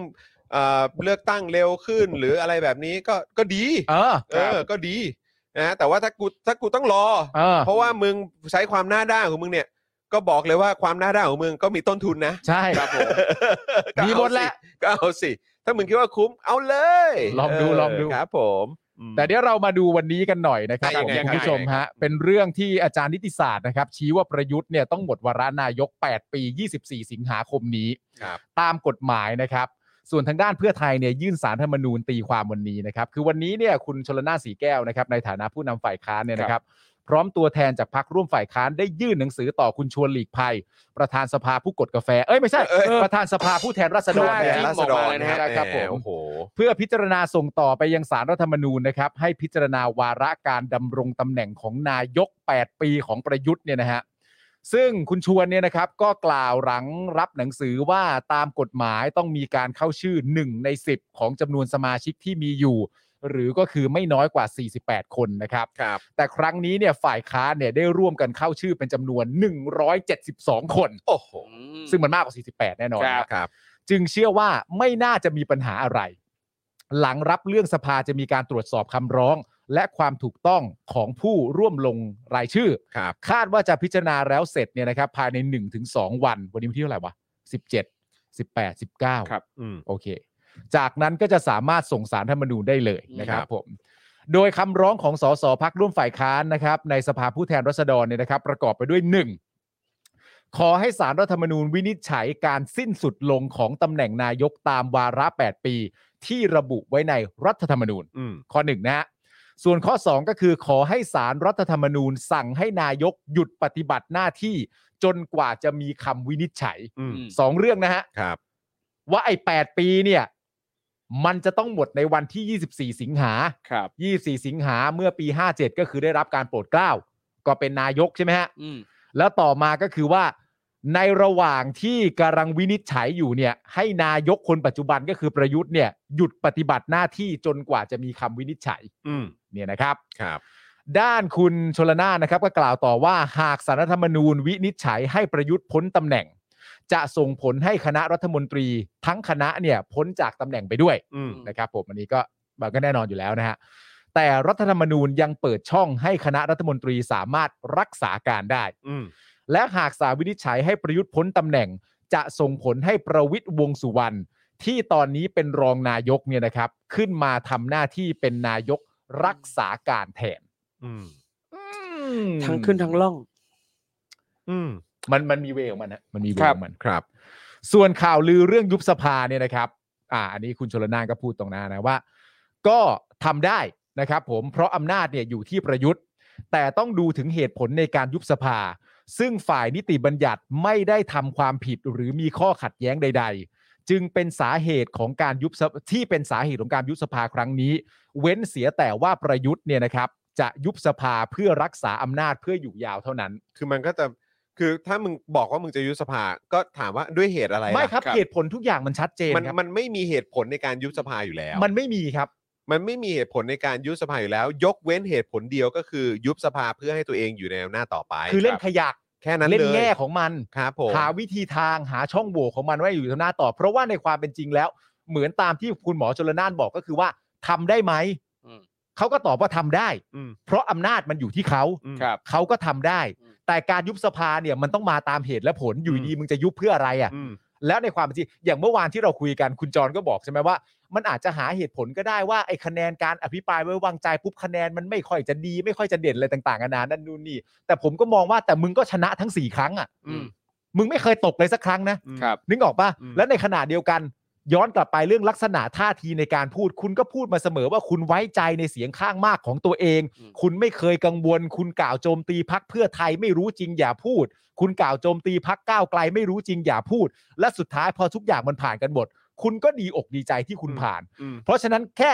[SPEAKER 3] เอ่อเลือกตั้งเร็วขึ้นหรืออะไรแบบนี้ก็ก็ดี
[SPEAKER 4] เออ
[SPEAKER 3] เออก็ดีนะแต่ว่าถ้ากูถ้ากูต้องรอ
[SPEAKER 4] เออ
[SPEAKER 3] เพราะว่ามึงใช้ความหน้าด้านของมึงเนี่ย ก็บอกเลยว่าความหน้าด้านของมึงก็มีต้นทุนนะ
[SPEAKER 4] ใช่
[SPEAKER 5] ครับผม
[SPEAKER 3] ก็ เอา
[SPEAKER 4] มีหมดแหละ
[SPEAKER 3] สิก็เอาสิถ้ามึงคิดว่าคุ้มเอาเลย
[SPEAKER 4] ลองดู
[SPEAKER 3] เล
[SPEAKER 4] องดู
[SPEAKER 3] ครับ ผม อืม
[SPEAKER 4] แต่เดี๋ยวเรามาดูวันนี้กันหน่อยนะครับ
[SPEAKER 3] ได้ยังไง
[SPEAKER 4] ผม
[SPEAKER 3] ครับ
[SPEAKER 4] คุณผู้ชม
[SPEAKER 3] ยังไงครั
[SPEAKER 4] ฮะ
[SPEAKER 3] บ
[SPEAKER 4] เป็นเรื่องที่อาจารย์นิติศาสตร์นะครับ ชี้ว่าประยุทธ์เนี่ยต้องหมดวาระนายก 8 ปี 24 สิงหาคมนี้
[SPEAKER 3] ครับ
[SPEAKER 4] ตามกฎหมายนะครับ ส่วนทางด้านเพื่อไทยเนี่ยยื่นสารธรรมนูญตีความวันนี้นะครับ คือวันนี้เนี่ยคุณชลนาสีแก้วนะครับ ในฐานะผู้นำฝ่ายค้านเนี่ยนะครับ พร้อมตัวแทนจากพรรคร่วมฝ่ายค้านได้ยื่นหนังสือต่อคุณชวนหลีกภัย ประธานสภาผู้กดกาแฟ เอ้ยไม่ใช่
[SPEAKER 3] เออเออ
[SPEAKER 4] ประธานสภาผู้แทนราษฎร
[SPEAKER 5] ใช่
[SPEAKER 4] นะค
[SPEAKER 3] แท
[SPEAKER 4] รับ
[SPEAKER 3] นรา
[SPEAKER 5] รับ
[SPEAKER 3] ษฎร
[SPEAKER 5] ออกมาเลยนะฮะ
[SPEAKER 4] ครับผม
[SPEAKER 3] แหโอ้โห
[SPEAKER 4] เพื่อพิจารณาส่งต่อไปยังสารรัฐธรรมนูญนะครับ ให้พิจารณาวาระการดำรงตำแหน่งของนายก 8 ปีของประยุทธ์เนี่ยนะฮะซึ่งคุณชวนเนี่ยนะครับก็กล่าวหลังรับหนังสือว่าตามกฎหมายต้องมีการเข้าชื่อ 1 ใน 10 ของจำนวนสมาชิกที่มีอยู่ หรือก็คือไม่น้อยกว่า 48 คนนะครับ
[SPEAKER 3] ครับ
[SPEAKER 4] แต่ครั้งนี้เนี่ยฝ่ายค้านเนี่ยได้ร่วมกันเข้าชื่อเป็นจำนวน 172 คน
[SPEAKER 3] โอ้โห
[SPEAKER 5] อืม
[SPEAKER 4] ซึ่งมันมากกว่า 48 แน่นอน
[SPEAKER 5] ครับ
[SPEAKER 4] นะ
[SPEAKER 3] ครับ
[SPEAKER 4] จึงเชื่อว่าไม่น่าจะมีปัญหาอะไร หลังรับเรื่องสภาจะมีการตรวจสอบคำร้อง และความถูกต้องของผู้ร่วมลงรายชื่อ
[SPEAKER 3] ครับ
[SPEAKER 4] คาดว่าจะพิจารณาแล้วเสร็จเนี่ยนะครับ ภายใน 1-2 วัน วันนี้วันที่เท่าไหร่วะ 17 18 19
[SPEAKER 5] ครับ
[SPEAKER 3] อืม
[SPEAKER 4] โอเค จากนั้นก็จะสามารถส่งสารธรรมนูญได้เลยนะครั
[SPEAKER 3] ครับบ
[SPEAKER 4] ผม โดยคำร้องของสสพักร่วมฝ่ายค้านนะครับ ในสภาผู้แทนราษฎรเนี่ยนะครับ ประกอบไปด้วย 1. ขอให้สารรัฐธรรมนูญวินิจฉัยการสิ้นสุดลงของตำแหน่งนายกตามวาระ 8 ปี ที่ระบุไว้ในรัฐธรรมนูญ
[SPEAKER 3] อืม
[SPEAKER 4] ข้อ 1 นะฮะ ส่วนข้อ 2 ก็คือขอให้สารรัฐธรรมนูญ สั่งให้นายกหยุดปฏิบัติหน้าที่จนกว่าจะมีคำวินิจฉัย
[SPEAKER 3] อืม
[SPEAKER 5] อืม
[SPEAKER 4] สองเรื่องนะฮะ
[SPEAKER 3] ครับ
[SPEAKER 4] ว่าไอ้ 8 ปีเนี่ย มันจะต้องหมดในวันที่ 24 สิงหา
[SPEAKER 5] ครับ
[SPEAKER 4] 24 สิงหาเมื่อปี 57 ก็คือได้รับการโปรดเกล้า ก็เป็นนายกใช่ไหมฮะ
[SPEAKER 5] อืม
[SPEAKER 4] แล้วต่อมาก็คือว่า ในระหว่างที่กำลังวินิจฉัยอยู่เนี่ย ให้นายกคนปัจจุบันก็คือประยุทธ์เนี่ย หยุดปฏิบัติหน้าที่จนกว่าจะมีคำวินิจฉัย
[SPEAKER 3] อืม
[SPEAKER 4] เนี่ยนะครับ
[SPEAKER 3] ครับ
[SPEAKER 4] ด้านคุณชลนานนะครับ ก็กล่าวต่อว่าหากสารรัฐธรรมนูญวินิจฉัยให้ประยุทธ์พ้นตำแหน่ง จะส่งผลให้คณะรัฐมนตรี ทั้งคณะเนี่ยพ้นจากตำแหน่งไปด้วย
[SPEAKER 3] อืม
[SPEAKER 4] นะครับผมอันนี้ก็มันก็แน่นอนอยู่แล้วนะฮะแต่รัฐธรรมนูญยังเปิดช่องให้คณะรัฐมนตรีสามารถรักษาการได้
[SPEAKER 3] อืม
[SPEAKER 4] และหากสารวินิจฉัยให้ประยุทธ์พ้นตำแหน่ง จะส่งผลให้ประวิทย์วงษ์สุวรรณที่ตอนนี้เป็นรองนายกเนี่ยนะครับ ขึ้นมาทำหน้าที่เป็นนายกรักษาการแทน
[SPEAKER 3] อืม
[SPEAKER 6] ทั้งขึ้นทั้งล่อง
[SPEAKER 3] อืม
[SPEAKER 4] มันมันมีเวของมันฮะมันมีเวของมัน
[SPEAKER 3] ครับ
[SPEAKER 4] ส่วนข่าวลือเรื่องยุบสภาเนี่ยนะครับ อ่า อันนี้คุณชลนานก็พูดตรงหน้านะว่า ก็ทำได้นะครับ ผมเพราะอำนาจเนี่ยอยู่ที่ประยุทธ์ แต่ต้องดูถึงเหตุผลในการยุบสภา ซึ่งฝ่ายนิติบัญญัติไม่ได้ทำความผิดหรือมีข้อขัดแย้งใด ๆ จึงเป็นสาเหตุของการยุบสภที่เป็นสาเหตุของการยุบสภาครั้งนี้ เว้นเสียแต่ว่าประยุทธ์เนี่ยนะครับ จะยุบสภาเพื่อรักษาอำนาจเพื่ออยู่ยาวเท่านั้น
[SPEAKER 3] คือมันก็จะ คือถ้ามึงบอกว่ามึงจะยุบสภา ก็ถามว่าด้วยเหตุอะไรล่ะ
[SPEAKER 4] ไม่ครับเหตุผลทุกอย่างมันชัดเจน
[SPEAKER 3] มัน
[SPEAKER 4] ครับ
[SPEAKER 3] มันไม่มีเหตุผลในการยุบสภาอยู่แล้ว
[SPEAKER 4] มันไม่มีครับ
[SPEAKER 3] มันไม่มีเหตุผลในการยุบสภาอยู่แล้ว ยกเว้นเหตุผลเดียวก็คือยุบสภาเพื่อให้ตัวเองอยู่ในอำนาจต่อไป
[SPEAKER 4] คือเล่น
[SPEAKER 3] รับ
[SPEAKER 4] ขยะ
[SPEAKER 3] แค่นั้น
[SPEAKER 4] เล่น
[SPEAKER 3] เลย
[SPEAKER 4] แง่ของมัน
[SPEAKER 3] ครับผม
[SPEAKER 4] หาวิธีทางหาช่องโหว่ของมันไว้อยู่ทางหน้าต่อ เพราะว่าในความเป็นจริงแล้ว เหมือนตามที่คุณหมอชลนานบอกก็คือว่าทำได้ไหม
[SPEAKER 5] อืม
[SPEAKER 4] เขาก็ตอบว่าทำได้
[SPEAKER 3] อืม
[SPEAKER 4] เพราะอำนาจมันอยู่ที่เขา
[SPEAKER 3] อืม
[SPEAKER 5] ครับ
[SPEAKER 4] เขาก็ทำได้
[SPEAKER 5] อืม
[SPEAKER 4] แต่การยุบสภาเนี่ยมันต้องมาตามเหตุและผลอยู่
[SPEAKER 3] อืม
[SPEAKER 4] ดีมึงจะยุบเพื่ออะไรอ่ะ
[SPEAKER 3] อืม
[SPEAKER 4] แล้วในความเป็นจริงอย่างเมื่อวานที่เราคุยกันคุณจรก็บอกใช่ไหมว่า มันอาจจะหาเหตุผลก็ได้ว่าไอ้คะแนนการอภิปรายไว้วางใจปุ๊บคะแนนมันไม่ค่อยจะดี ไม่ค่อยจะเด่นอะไรต่างๆนานานั่นนู่นนี่แต่ผมก็มองว่าแต่มึงก็ชนะทั้งสี่ครั้งอ่ะ
[SPEAKER 5] อืม
[SPEAKER 4] มึงไม่เคยตกเลยสักครั้งนะ
[SPEAKER 5] ครับ
[SPEAKER 4] นึกออกปะ
[SPEAKER 3] อืม
[SPEAKER 4] แล้วในขณะเดียวกัน ย้อนกลับไปเรื่องลักษณะท่าทีในการพูด คุณก็พูดมาเสมอว่าคุณไว้ใจในเสียงข้างมากของตัวเอง
[SPEAKER 5] อืม
[SPEAKER 4] คุณไม่เคยกังวล คุณกล่าวโจมตีพักเพื่อไทยไม่รู้จริงอย่าพูด คุณกล่าวโจมตีพักก้าวไกลไม่รู้จริงอย่าพูด และสุดท้ายพอทุกอย่างมันผ่านกันหมดคุณก็ดีอกดีใจที่คุณผ่าน
[SPEAKER 3] อืม
[SPEAKER 4] เพราะฉะนั้นแค่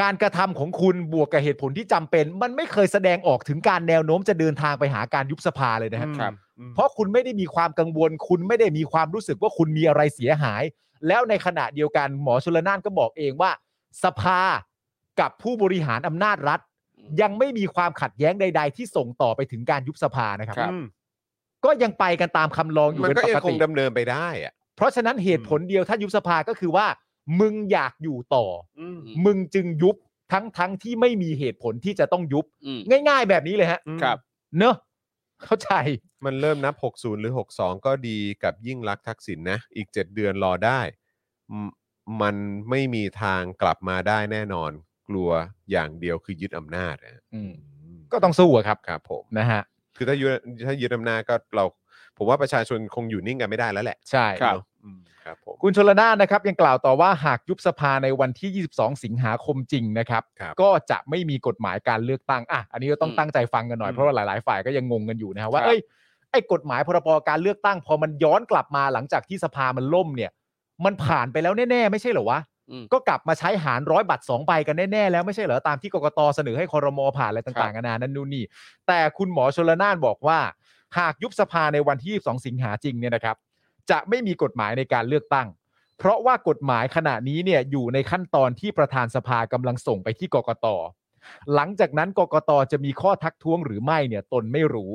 [SPEAKER 4] การกระทำของคุณบวกกับเหตุผลที่จำเป็น มันไม่เคยแสดงออกถึงการแนวโน้มจะเดินทางไปหาการยุบสภาเลยนะฮะ
[SPEAKER 5] ครับ
[SPEAKER 4] เพราะคุณไม่ได้มีความกังวล คุณไม่ได้มีความรู้สึกว่าคุณมีอะไรเสียหาย แล้วในขณะเดียวกันหมอชลนานก็บอกเองว่า สภากับผู้บริหารอำนาจรัฐ ยังไม่มีความขัดแย้งใด ๆ ที่ส่งต่อไปถึงการยุบสภานะครับ
[SPEAKER 5] ครับ
[SPEAKER 3] อืม
[SPEAKER 4] ก็ยังไปกันตามคำร้องอยู่
[SPEAKER 3] มัน
[SPEAKER 4] เป็น
[SPEAKER 3] ก็
[SPEAKER 4] ป
[SPEAKER 3] ยัง
[SPEAKER 4] ก
[SPEAKER 3] คง
[SPEAKER 4] ติ
[SPEAKER 3] ดำเนินไปได้อ่ะ
[SPEAKER 4] เพราะฉะนั้นเหตุผลเดียวถ้ายุบสภาก็คือว่า มึงอยากอยู่ต่ออ
[SPEAKER 3] อืม
[SPEAKER 4] มึงจึงยุบทั้งทั้งๆที่ไม่มีเหตุผลที่จะต้องยุบ
[SPEAKER 5] อืม
[SPEAKER 4] ง่าย ๆ แบบนี้เลยฮะ
[SPEAKER 5] ครับ
[SPEAKER 4] เนอะเข้าใจ
[SPEAKER 3] มันเริ่มนับ 60 หรือ 62 ก็ดีกับยิ่งรักษณ์ทักษิณนะ อีก 7 เดือนรอได้มมันไม่มีทางกลับมาได้แน่นอน กลัวอย่างเดียวคือยึดอำนาจนะฮะ
[SPEAKER 4] อืมก็ต้องสู้อะครับ
[SPEAKER 3] ครับผม
[SPEAKER 4] นะฮะ
[SPEAKER 3] คือถ้ายึดถ้ายึดอำนาจก็เรา ผมว่าประชาชนคงอยู่นิ่งกันไม่ได้แล้วแหละ
[SPEAKER 4] ใช่
[SPEAKER 3] เนอะอืมครับผม
[SPEAKER 4] คุณชลนานนะครับ ยังกล่าวต่อว่าหากยุบสภาในวันที่ 22 สิงหาคมจริงนะครับ
[SPEAKER 3] ครับ
[SPEAKER 4] ก็จะไม่มีกฎหมายการเลือกตั้งอ่ะอันนี้ก็ต้อง
[SPEAKER 5] อืม
[SPEAKER 4] ตั้งใจฟังกันหน่อย
[SPEAKER 5] อืม
[SPEAKER 4] เพราะว่าหลาย ๆ ฝ่ายก็ยังงงกันอยู่นะครับว่า
[SPEAKER 5] ครับ
[SPEAKER 4] เอ้ยไอ้กฎหมายพรบการเลือกตั้ง พอมันย้อนกลับมาหลังจากที่สภามันล่มเนี่ย มันผ่านไปแล้วแน่ ๆ ไม่ใช่เหรอวะ
[SPEAKER 5] อืม
[SPEAKER 4] ก็กลับมาใช้หารร้อยบัตรสองใบกันแน่ ๆ แล้วไม่ใช่เหรอ ตามที่กกตเสนอให้คอรมอผ่านอะไรต่างๆนานานั่นนู่นนี่ แต่คุณหมอชลนานบอกว่า หากยุบสภาในวันที่ 22 สิงหาจริงเนี่ยนะครับ จะไม่มีกฎหมายในการเลือกตั้ง เพราะว่ากฎหมายขณะนี้เนี่ยอยู่ในขั้นตอนที่ประธานสภากำลังส่งไปที่กกต หลังจากนั้นกกตจะมีข้อทักท้วงหรือไม่เนี่ยตนไม่รู้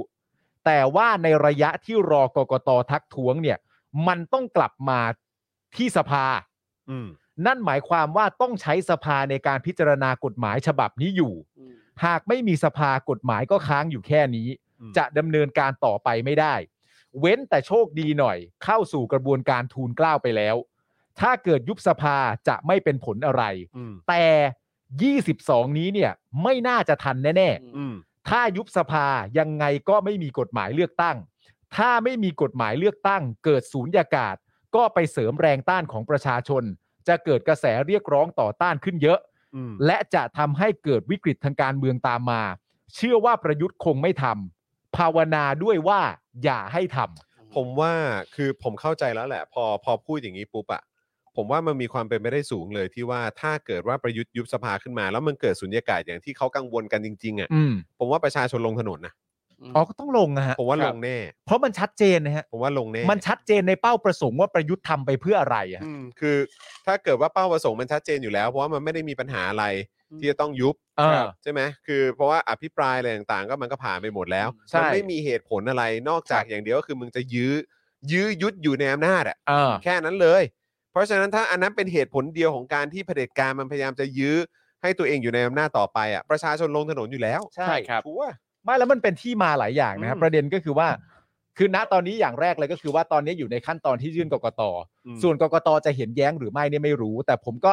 [SPEAKER 4] แต่ว่าในระยะที่รอกกตทักท้วงเนี่ยมันต้องกลับมาที่สภา
[SPEAKER 3] อืม
[SPEAKER 4] นั่นหมายความว่าต้องใช้สภาในการพิจารณากฎหมายฉบับนี้อยู่
[SPEAKER 5] อืม
[SPEAKER 4] หากไม่มีสภากฎหมายก็ค้างอยู่แค่นี้
[SPEAKER 3] อืม
[SPEAKER 4] จะดำเนินการต่อไปไม่ได้ เว้นแต่โชคดีหน่อย เข้าสู่กระบวนการทูลเกล้าไปแล้ว ถ้าเกิดยุบสภาจะไม่เป็นผลอะไร
[SPEAKER 3] อืม
[SPEAKER 4] แต่ 22 นี้เนี่ยไม่น่าจะทันแน่
[SPEAKER 3] อืม
[SPEAKER 4] ๆ ถ้ายุบสภายังไงก็ไม่มีกฎหมายเลือกตั้ง ถ้าไม่มีกฎหมายเลือกตั้ง เกิดศูนยากาศ ก็ไปเสริมแรงต้านของประชาชน จะเกิดกระแสเรียกร้องต่อต้านขึ้นเยอะ
[SPEAKER 3] อืม
[SPEAKER 4] และจะทำให้เกิดวิกฤตทางการเมืองตามมา เชื่อว่าประยุทธ์คงไม่ทำภาวนาด้วยว่าอย่าให้ทำ
[SPEAKER 3] ผมว่าคือผมเข้าใจแล้วแหละ พอพอพูดอย่างนี้ปุ๊บอะผมว่ามันมีความเป็นไปได้สูงเลยที่ว่าถ้าเกิดว่าประยุทธ์ยุบสภาขึ้นมา แล้วมันเกิดสุญญากาศอย่างที่เขากังวลกันจริงๆอะ
[SPEAKER 4] อืม
[SPEAKER 3] ผมว่าประชาชนลงถนนนะ
[SPEAKER 4] อ๋อก็ต้องลงนะฮะ
[SPEAKER 3] ผมว่า
[SPEAKER 5] ครั
[SPEAKER 3] ล
[SPEAKER 5] บ
[SPEAKER 3] งแน่
[SPEAKER 4] เพราะมันชัดเจนนะฮะ
[SPEAKER 3] ผมว่าลงแน่
[SPEAKER 4] มันชัดเจนในเป้าประสงค์ว่าประยุทธ์ทำไปเพื่ออะไรอะ
[SPEAKER 3] อืมคือ ถ้าเกิดว่าเป้าประสงค์มันชัดเจนอยู่แล้ว เพราะว่ามันไม่ได้มีปัญหาอะไรที่จะต้องยุบ
[SPEAKER 4] เออ
[SPEAKER 3] ใช่ไหมคือเพราะว่าอภิปรายอะไรต่างๆ ก็มันก็ผ่านไปหมดแล้ว
[SPEAKER 4] ใช่
[SPEAKER 3] มันไม่มีเหตุผลอะไรนอกจากอย่างเดียวก็คือมึงจะยื้อยื้อยุดอยู่ในอำนาจอะ
[SPEAKER 4] เออ
[SPEAKER 3] แค่นั้นเลย เพราะฉะนั้นถ้าอันนั้นเป็นเหตุผลเดียวของการที่เผด็จการมันพยายามจะยื้อให้ตัวเองอยู่ในอำนาจต่อไปอ่ะประชาชนลงถนนอยู่แล้ว
[SPEAKER 4] ใช่
[SPEAKER 5] ครับ
[SPEAKER 3] ชัวร์
[SPEAKER 4] ไม่แล้วมันเป็นที่มาหลายอย่างนะครั
[SPEAKER 3] อื
[SPEAKER 4] บ
[SPEAKER 3] ม
[SPEAKER 4] ประเด็นก็คือว่า คือณตอนนี้อย่างแรกเลยก็คือว่าตอนนี้อยู่ในขั้นตอนที่ยื่นกกต
[SPEAKER 3] อืม
[SPEAKER 4] ส่วนกกตจะเห็นแย้งหรือไม่เนี่ยไม่รู้ แต่ผมก็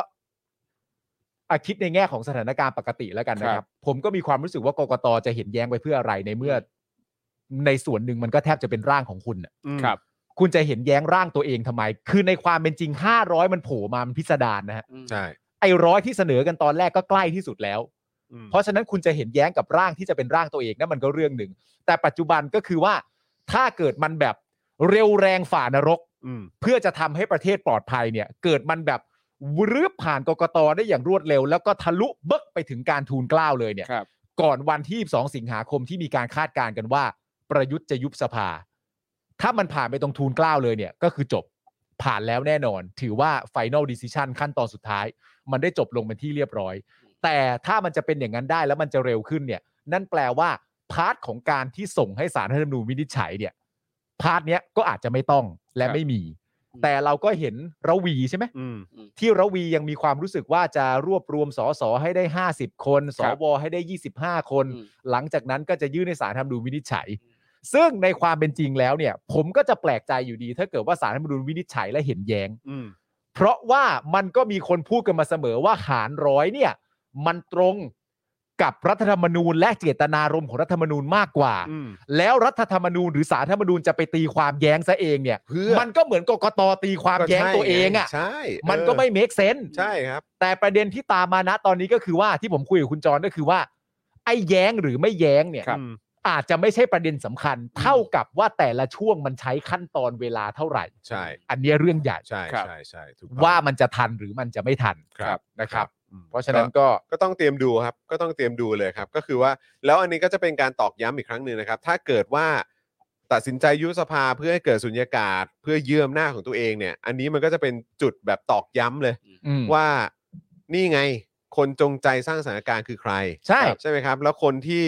[SPEAKER 4] อะคิดในแง่ของสถานการณ์ปกติแล้วกันนะค
[SPEAKER 5] ครั
[SPEAKER 4] รับ
[SPEAKER 5] บ
[SPEAKER 4] ผมก็มีความรู้สึกว่ากกตจะเห็นแย้งไปเพื่ออะไรในเมื่อ ในส่วนหนึ่งมันก็แทบจะเป็นร่างของคุณน่ะ
[SPEAKER 3] อืม
[SPEAKER 5] ครับ
[SPEAKER 4] คุณจะเห็นแย้งร่างตัวเองทำไม คือในความเป็นจริง 500 มันโผล่มามันพิสดารนะฮะ
[SPEAKER 5] อืม
[SPEAKER 3] ใช่
[SPEAKER 4] ไอ้ร้อยที่เสนอกันตอนแรกก็ใกล้ที่สุดแล้ว
[SPEAKER 3] อืม
[SPEAKER 4] เพราะฉะนั้นคุณจะเห็นแย้งกับร่างที่จะเป็นร่างตัวเองนั่นมันก็เรื่องหนึ่ง แต่ปัจจุบันก็คือว่า ถ้าเกิดมันแบบเร็วแรงฝ่านรก
[SPEAKER 3] อืม
[SPEAKER 4] เพื่อจะทำให้ประเทศปลอดภัยเนี่ย เกิดมันแบบวรืบผ่านกกตได้อย่างรวดเร็ว แล้วก็ทะลุเบิกไปถึงการทูลเกล้าเลยเนี่ย
[SPEAKER 5] ครับ
[SPEAKER 4] ก่อนวันที่ 22 สิงหาคมที่มีการคาดการณ์กันว่า ประยุทธ์จะยุบสภา ถ้ามันผ่านไปตรงทูลเกล้าเลยเนี่ย ก็คือจบผ่านแล้วแน่นอน ถือว่า Final Decision ขั้นตอนสุดท้าย มันได้จบลงเป็นที่เรียบร้อย แต่ถ้ามันจะเป็นอย่างนั้นได้แล้วมันจะเร็วขึ้นเนี่ย นั่นแปลว่าพาร์ทของการที่ส่งให้สารรัฐธรรมนูญวินิจฉัยเนี่ยพาร์ทเนี้ยก็อาจจะไม่ต้องและ
[SPEAKER 5] ครับ
[SPEAKER 4] ไม่มี แต่เราก็เห็นระวีใช่ไหม
[SPEAKER 3] อืม
[SPEAKER 4] ที่ระวียังมีความรู้สึกว่าจะรวบรวมสสให้ได้ 50 คน ส
[SPEAKER 5] ครับ
[SPEAKER 4] วให้ได้ 25 คน
[SPEAKER 5] อืม
[SPEAKER 4] หลังจากนั้นก็จะยื่นให้สารทำดูญวินิจฉัย ซึ่งในความเป็นจริงแล้วเนี่ย ผมก็จะแปลกใจอยู่ดี ถ้าเกิดว่าสารทำดูญวินิจฉัยและเห็นแย้ง
[SPEAKER 3] อืม
[SPEAKER 4] เพราะว่ามันก็มีคนพูดกันมาเสมอว่าหารร้อยเนี่ย มันตรงกับรัฐธรรมนูญและเจตนารมณ์ของรัฐธรรมนูญมากกว่า
[SPEAKER 3] อืม
[SPEAKER 4] แล้วรัฐธรรมนูญหรือสารรัฐธรรมนูญจะไปตีความแย้งซะเองเนี่ย
[SPEAKER 3] เพื่อ
[SPEAKER 4] มันก็เหมือนกกตตีความแย้งตัวเองอ่ะ
[SPEAKER 3] ใช่
[SPEAKER 4] มันก็ไม่เมคเซน s ์
[SPEAKER 3] ใช่ครับ
[SPEAKER 4] แต่ประเด็นที่ตามมานะตอนนี้ก็คือว่าที่ผมคุยกับคุณจรก็คือว่า ไอ้แย้งหรือไม่แย้งเนี่ย
[SPEAKER 5] ครับ
[SPEAKER 4] อาจจะไม่ใช่ประเด็นสำคัญ เท่ากับว่าแต่ละช่วงมันใช้ขั้นตอนเวลาเท่าไหร่
[SPEAKER 3] ใช่
[SPEAKER 4] อันเนี้ยเรื่องใหญ่
[SPEAKER 3] ใช่
[SPEAKER 5] ครับ
[SPEAKER 3] ใช่ใช่ถูกต้อง
[SPEAKER 4] ว่ามันจะทันหรือมันจะไม่ทัน
[SPEAKER 3] ครับ
[SPEAKER 4] นะครับ
[SPEAKER 3] อืม
[SPEAKER 4] เพราะฉะนั้นก็
[SPEAKER 3] ก็ต้องเตรียมดูครับ ก็ต้องเตรียมดูเลยครับ ก็คือว่าแล้วอันนี้ก็จะเป็นการตอกย้ำอีกครั้งหนึ่งนะครับ ถ้าเกิดว่าตัดสินใจยุบสภาเพื่อให้เกิดสุญญากาศ เพื่อเยื่อมหน้าจของตัวเองเนี่ย อันนี้มันก็จะเป็นจุดแบบตอกย้ำเลย
[SPEAKER 4] อืม
[SPEAKER 3] ว่านี่ไงคนจงใจสร้างสถานการณ์คือใคร
[SPEAKER 4] ใช่
[SPEAKER 3] ใช่ไหมครับ แล้วคนที่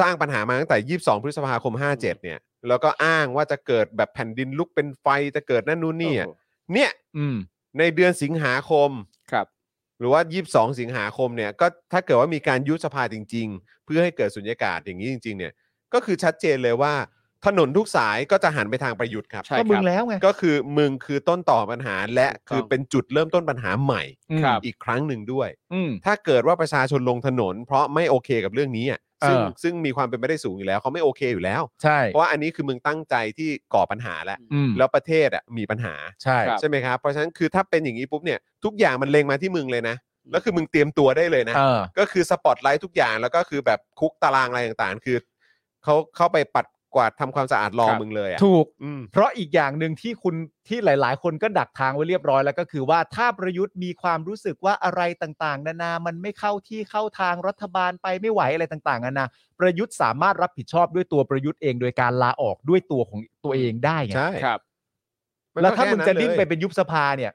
[SPEAKER 3] สร้างปัญหามาตั้งแต่ 22 พฤษภาคม 57 เนี่ย แล้วก็อ้างว่าจะเกิดแบบแผ่นดินลุกเป็นไฟจะเกิดนั่นนู่นนี่อะ
[SPEAKER 5] โอ้โห
[SPEAKER 3] เนี่ย
[SPEAKER 4] อืม
[SPEAKER 3] ในเดือนสิงหาคม
[SPEAKER 5] ครับ
[SPEAKER 3] หรือว่า 22 สิงหาคมเนี่ยก็ถ้าเกิดว่ามีการยุบสภาจริง ๆ เพื่อให้เกิดสุญญากาศอย่างนี้จริง ๆ เนี่ย ก็คือชัดเจนเลยว่า ถนนทุกสายก็จะหันไปทางประยุทธ์ครับ
[SPEAKER 5] ใช่
[SPEAKER 4] ก็
[SPEAKER 5] ค
[SPEAKER 4] มึ
[SPEAKER 5] รับ
[SPEAKER 4] งแล้วไง
[SPEAKER 3] ก็คือมึงคือต้นต่อปัญหาและคื
[SPEAKER 5] ถูกต้อง
[SPEAKER 3] อเป็นจุดเริ่มต้นปัญหาใหม่
[SPEAKER 5] ครับ
[SPEAKER 3] อีกครั้งหนึ่งด้วย
[SPEAKER 4] อืม
[SPEAKER 3] ถ้าเกิดว่าประชาชนลงถนน เพราะไม่โอเคกับเรื่องนี้อ่ะซึ่ง
[SPEAKER 4] เออ
[SPEAKER 3] ซึ่งมีความเป็นไปได้สูงอยู่แล้วเขาไม่โอเคอยู่แล้ว
[SPEAKER 4] ใช่
[SPEAKER 3] เพราะว่าอันนี้คือมึงตั้งใจที่ก่อปัญหาแล้ว
[SPEAKER 4] อืม
[SPEAKER 3] แล้วประเทศอ่ะมีปัญหา
[SPEAKER 4] ใช่
[SPEAKER 5] ครับ
[SPEAKER 3] ใช่ไหมครับ เพราะฉะนั้นคือถ้าเป็นอย่างนี้ปุ๊บเนี่ยทุกอย่างมันเล็งมาที่มึงเลยนะแล้วคือมึงเตรียมตัวได้เลยนะ
[SPEAKER 4] เออ
[SPEAKER 3] ก็คือสปอตไลท์ทุกอย่างแล้วก็คือแบบคุกตารางอะไรต่างๆ คือเขาเข้าไปปัดกวาดทำความสะอาดรอ
[SPEAKER 5] ครับ
[SPEAKER 3] มึงเลยอ่ะ
[SPEAKER 4] ถูก
[SPEAKER 3] อืม
[SPEAKER 4] เพราะอีกอย่างหนึ่งที่คุณที่หลาย ๆ คนก็ดักทางไว้เรียบร้อยแล้วก็คือว่าถ้าประยุทธ์มีความรู้สึกว่าอะไรต่างๆ นานา มันไม่เข้าที่เข้าทางรัฐบาลไปไม่ไหวอะไรต่างๆนานาประยุทธ์สามารถรับผิดชอบด้วยตัวประยุทธ์เองโดยการลาออกด้วยตัวของตัวเองได้ไง
[SPEAKER 3] ใช่
[SPEAKER 5] ครับ
[SPEAKER 3] นก็
[SPEAKER 4] แล้วถ้ามึงจะ
[SPEAKER 3] ค่
[SPEAKER 4] ดิ้นไป
[SPEAKER 3] เลย
[SPEAKER 4] เป็นยุบสภาเนี่ย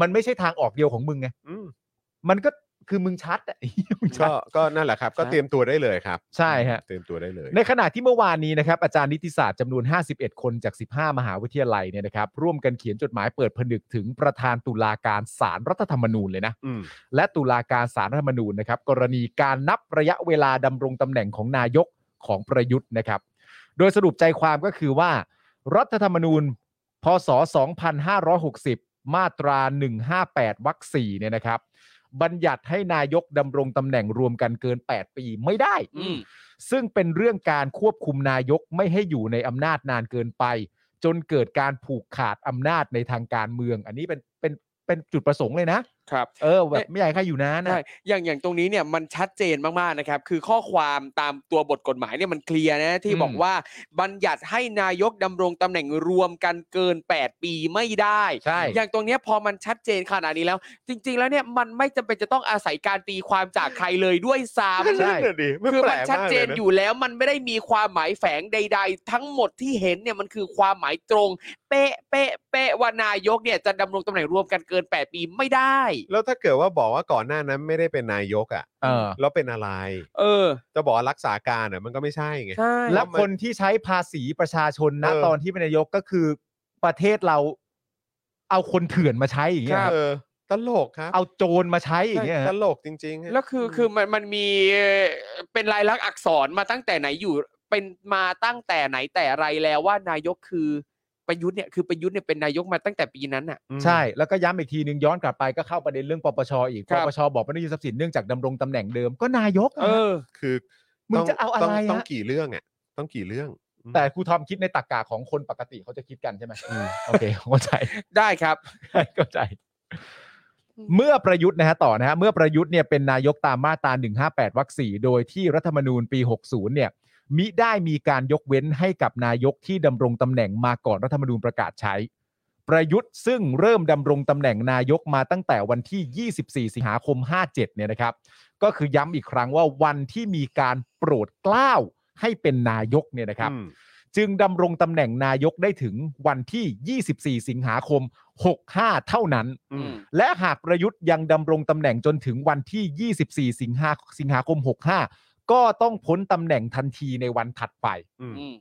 [SPEAKER 4] มันไม่ใช่ทางออกเดียวของมึงไง
[SPEAKER 3] อืม
[SPEAKER 4] มันก็คือมึงชัดอะ มึงชั
[SPEAKER 3] ก็
[SPEAKER 4] ด
[SPEAKER 3] ก็นั่นแหละครับ ก็เตรียมตัวได้เลยครับ
[SPEAKER 4] ใช่ฮะ
[SPEAKER 3] เตรียมตัวได้เลย
[SPEAKER 4] ในขณะที่เมื่อวานนี้นะครับอาจารย์นิติศาสตร์จำนวน 51 คนจาก 15 มหาวิทยาลัยเนี่ยนะครับร่วมกันเขียนจดหมายเปิดผนึกถึงประธานตุลาการสารรัฐธรรมนูญเลยนะ
[SPEAKER 3] อืม
[SPEAKER 4] และตุลาการสารรัฐธรรมนูญนะครับกรณีการนับระยะเวลาดำรงตำแหน่งของนายกของประยุทธ์นะครับ โดยสรุปใจความก็คือว่า รัฐธรรมนูญ พศ 2560 มาตรา 158 วรรค4เนี่ยนะครับ บัญญัติให้นายกดำรงตำแหน่งรวมกันเกิน 8 ปีไม่ได้
[SPEAKER 5] อืม
[SPEAKER 4] ซึ่งเป็นเรื่องการควบคุมนายกไม่ให้อยู่ในอำนาจนานเกินไป จนเกิดการผูกขาดอำนาจในทางการเมือง อันนี้เป็นเป็นเป็นจุดประสงค์เลยนะครับ เออแบ
[SPEAKER 5] เอ๊ะ
[SPEAKER 4] บไม่อยากให้ใครอยู่นานนะ
[SPEAKER 5] ใช่อย่างอย่างตรงนี้เนี่ยมันชัดเจนมากๆนะครับ คือข้อความตามตัวบทกฎหมายเนี่ยมันเคลียร์นะที่
[SPEAKER 4] อืม
[SPEAKER 5] บอกว่าบัญญัติให้นายกดำรงตำแหน่งรวมกันเกิน 8 ปีไม่ได้
[SPEAKER 4] ใช่
[SPEAKER 5] อย่างตรงเนี้ยพอมันชัดเจนขนาดนี้แล้ว จริง ๆ แล้วเนี่ยมันไม่จำเป็นจะต้องอาศัยการตีความจากใครเลยด้วยซ้ำ
[SPEAKER 3] นั่นน่ะดิ
[SPEAKER 5] คือ
[SPEAKER 3] แปล
[SPEAKER 5] มันชัด
[SPEAKER 3] กาก
[SPEAKER 5] เจ
[SPEAKER 3] ล
[SPEAKER 5] น
[SPEAKER 3] ยะ
[SPEAKER 5] อยู่แล้วมันไม่ได้มีความหมายแฝงใด ๆ ทั้งหมดที่เห็นเนี่ยมันคือความหมายตรง เป๊ะเป๊ะเป๊ะว่านายกเนี่ยจะดำรงตำแหน่งรวมกันเกิน 8 ปีไม่ได้
[SPEAKER 3] แล้วถ้าเกิดว่าบอกว่าก่อนหน้านั้นไม่ได้เป็นนายกอ่ะ
[SPEAKER 4] เออ
[SPEAKER 3] แล้วเป็นอะไร
[SPEAKER 5] เออ
[SPEAKER 3] จะบอกว่ารักษาการอ่ะมันก็ไม่ใช่ไง
[SPEAKER 5] ใช่
[SPEAKER 4] และคนที่ใช้ภาษีประชาชนนะ
[SPEAKER 3] เออ
[SPEAKER 4] ตอนที่เป็นนายกก็คือประเทศเราเอาคนเถื่อนมาใช้อย่างเงี้ย
[SPEAKER 3] เออตลกครับ
[SPEAKER 4] เอาโจรมาใช้อ
[SPEAKER 3] ใช่
[SPEAKER 4] ย่างเงี้ย
[SPEAKER 3] ตลกจริงๆฮะ
[SPEAKER 5] แล้วคือคือมันมันมีเป็นลายลักษณ์อักษรมาตั้งแต่ไหนอยู่เป็นมาตั้งแต่ไหนแต่ไรแล้วว่านายกคือประยุทธ์เนี่ยคือประยุทธ์เนี่ยเป็นนายกมาตั้งแต่ปีนั้นอ่ะ
[SPEAKER 3] อืม
[SPEAKER 4] ใช่แล้วก็ย้ำอีกทีนึงย้อนกลับไปก็เข้าประเด็นเรื่องปปชอีก
[SPEAKER 5] ค
[SPEAKER 4] ป
[SPEAKER 5] รับ
[SPEAKER 4] ปชบอกไม่ได้ยึดทรัพย์สินเนื่องจากดำรงตำแหน่งเดิมก็นายกอะ
[SPEAKER 5] อ
[SPEAKER 3] คือ
[SPEAKER 4] มึง
[SPEAKER 3] ต้
[SPEAKER 4] จะเอาอะไร
[SPEAKER 3] ต้ง
[SPEAKER 4] ฮะ
[SPEAKER 3] ต้องกี่เรื่องอ่ะต้องกี่เรื่องอืม
[SPEAKER 4] แต่ครูทอมคิดในตรกกะของคนปกติเขาจะคิดกันใช่ไหมโอเค เข้าใจ
[SPEAKER 5] ได้ครับ
[SPEAKER 4] เข้าใจ เมื่อประยุทธ์นะฮะต่อนะฮะเมื่อประยุทธ์เนี่ยเป็นนายกตามมาตรา158วรรคสี่โดยที่รัฐธรรมนูญปี 60 เนี่ยมิได้มีการยกเว้นให้กับนายกที่ดำรงตำแหน่งมาก่อนรัฐธรรมนูญประกาศใช้ ประยุทธ์ซึ่งเริ่มดำรงตำแหน่งนายกมาตั้งแต่วันที่ 24 สิงหาคม 57 เนี่ยนะครับ ก็คือย้ำอีกครั้งว่าวันที่มีการโปรดเกล้าให้เป็นนายกเนี่ยนะครับ
[SPEAKER 3] อืม
[SPEAKER 4] จึงดำรงตำแหน่งนายกได้ถึงวันที่ 24 สิงหาคม 65 เท่านั้น
[SPEAKER 3] อืม
[SPEAKER 4] และหากประยุทธ์ยังดำรงตำแหน่งจนถึงวันที่ 24 สิงหาสิงหาคม 65 ก็ต้องพ้นตำแหน่งทันทีในวันถัดไป
[SPEAKER 3] อืม
[SPEAKER 5] อืม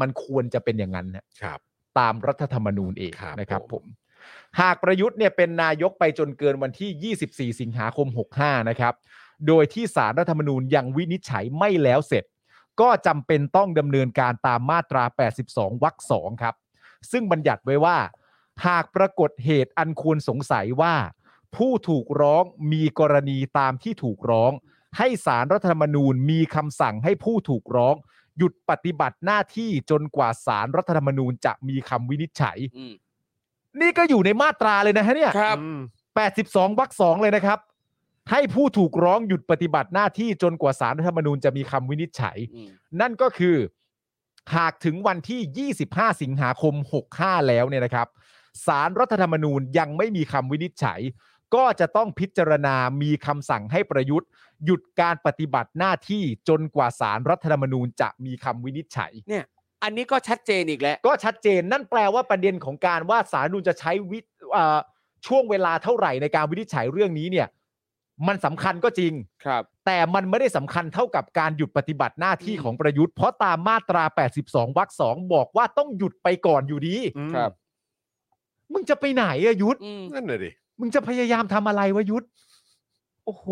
[SPEAKER 4] มันควรจะเป็นอย่างนั้นนะครับ ตามรัฐธรรมนูญเอง
[SPEAKER 3] ครับ
[SPEAKER 4] นะครับ
[SPEAKER 3] ผ
[SPEAKER 4] ผม ม หากประยุทธ์เนี่ยเป็นนายกไปจนเกินวันที่ 24 สิงหาคม 65 นะครับ โดยที่สารรัฐธรรมนูญยังวินิจฉัยไม่แล้วเสร็จ ก็จำเป็นต้องดำเนินการตามมาตรา 82 วรรคสองครับ ซึ่งบัญญัติไว้ว่า หากปรากฏเหตุอันควรสงสัยว่า ผู้ถูกร้องมีกรณีตามที่ถูกร้อง ให้สารรัฐธรรมนูญมีคำสั่งให้ผู้ถูกร้อง หยุดปฏิบัติหน้าที่จนกว่าสารรัฐธรรมนูญจะมีคำวินิจฉัย
[SPEAKER 5] อืม
[SPEAKER 4] นี่ก็อยู่ในมาตราเลยนะฮะเนี่ย
[SPEAKER 5] ครับ
[SPEAKER 3] อืม
[SPEAKER 4] 82วรรคสองเลยนะครับ ให้ผู้ถูกร้องหยุดปฏิบัติหน้าที่จนกว่าสารรัฐธรรมนูญจะมีคำวินิจฉัย
[SPEAKER 5] อืม
[SPEAKER 4] นั่นก็คือหากถึงวันที่ 25 สิงหาคม 65 แล้วเนี่ยนะครับสารรัฐธรรมนูญยังไม่มีคำวินิจฉัย ก็จะต้องพิจารณามีคำสั่งให้ประยุทธ์ หยุดการปฏิบัติหน้าที่จนกว่าสารรัฐธรรมนูญจะมีคำวินิจฉัย
[SPEAKER 5] อันนี้ก็ชัดเจนอีกแล้ว
[SPEAKER 4] ก็ชัดเจนนั่นแปลว่าประเด็นของการว่าสารรัฐธรรมนูญจะใช้วิเอ่อช่วงเวลาเท่าไหร่ในการวินิจฉัยเรื่องนี้เนี่ย มันสำคัญก็จริง
[SPEAKER 5] ครับ
[SPEAKER 4] แต่มันไม่ได้สำคัญเท่ากับการหยุดปฏิบัติหน้าที่
[SPEAKER 5] อืม
[SPEAKER 4] ของประยุทธ์ เพราะตามมาตรา 82 วรรคสองบอกว่าต้องหยุดไปก่อนอยู่ดี
[SPEAKER 3] อืม
[SPEAKER 5] ครับ
[SPEAKER 4] มึงจะไปไหนอะยุทธ
[SPEAKER 5] อืม
[SPEAKER 3] นั่นน่ะดิ
[SPEAKER 4] มึงจะพยายามทำอะไรวะยุทธ โอ้โห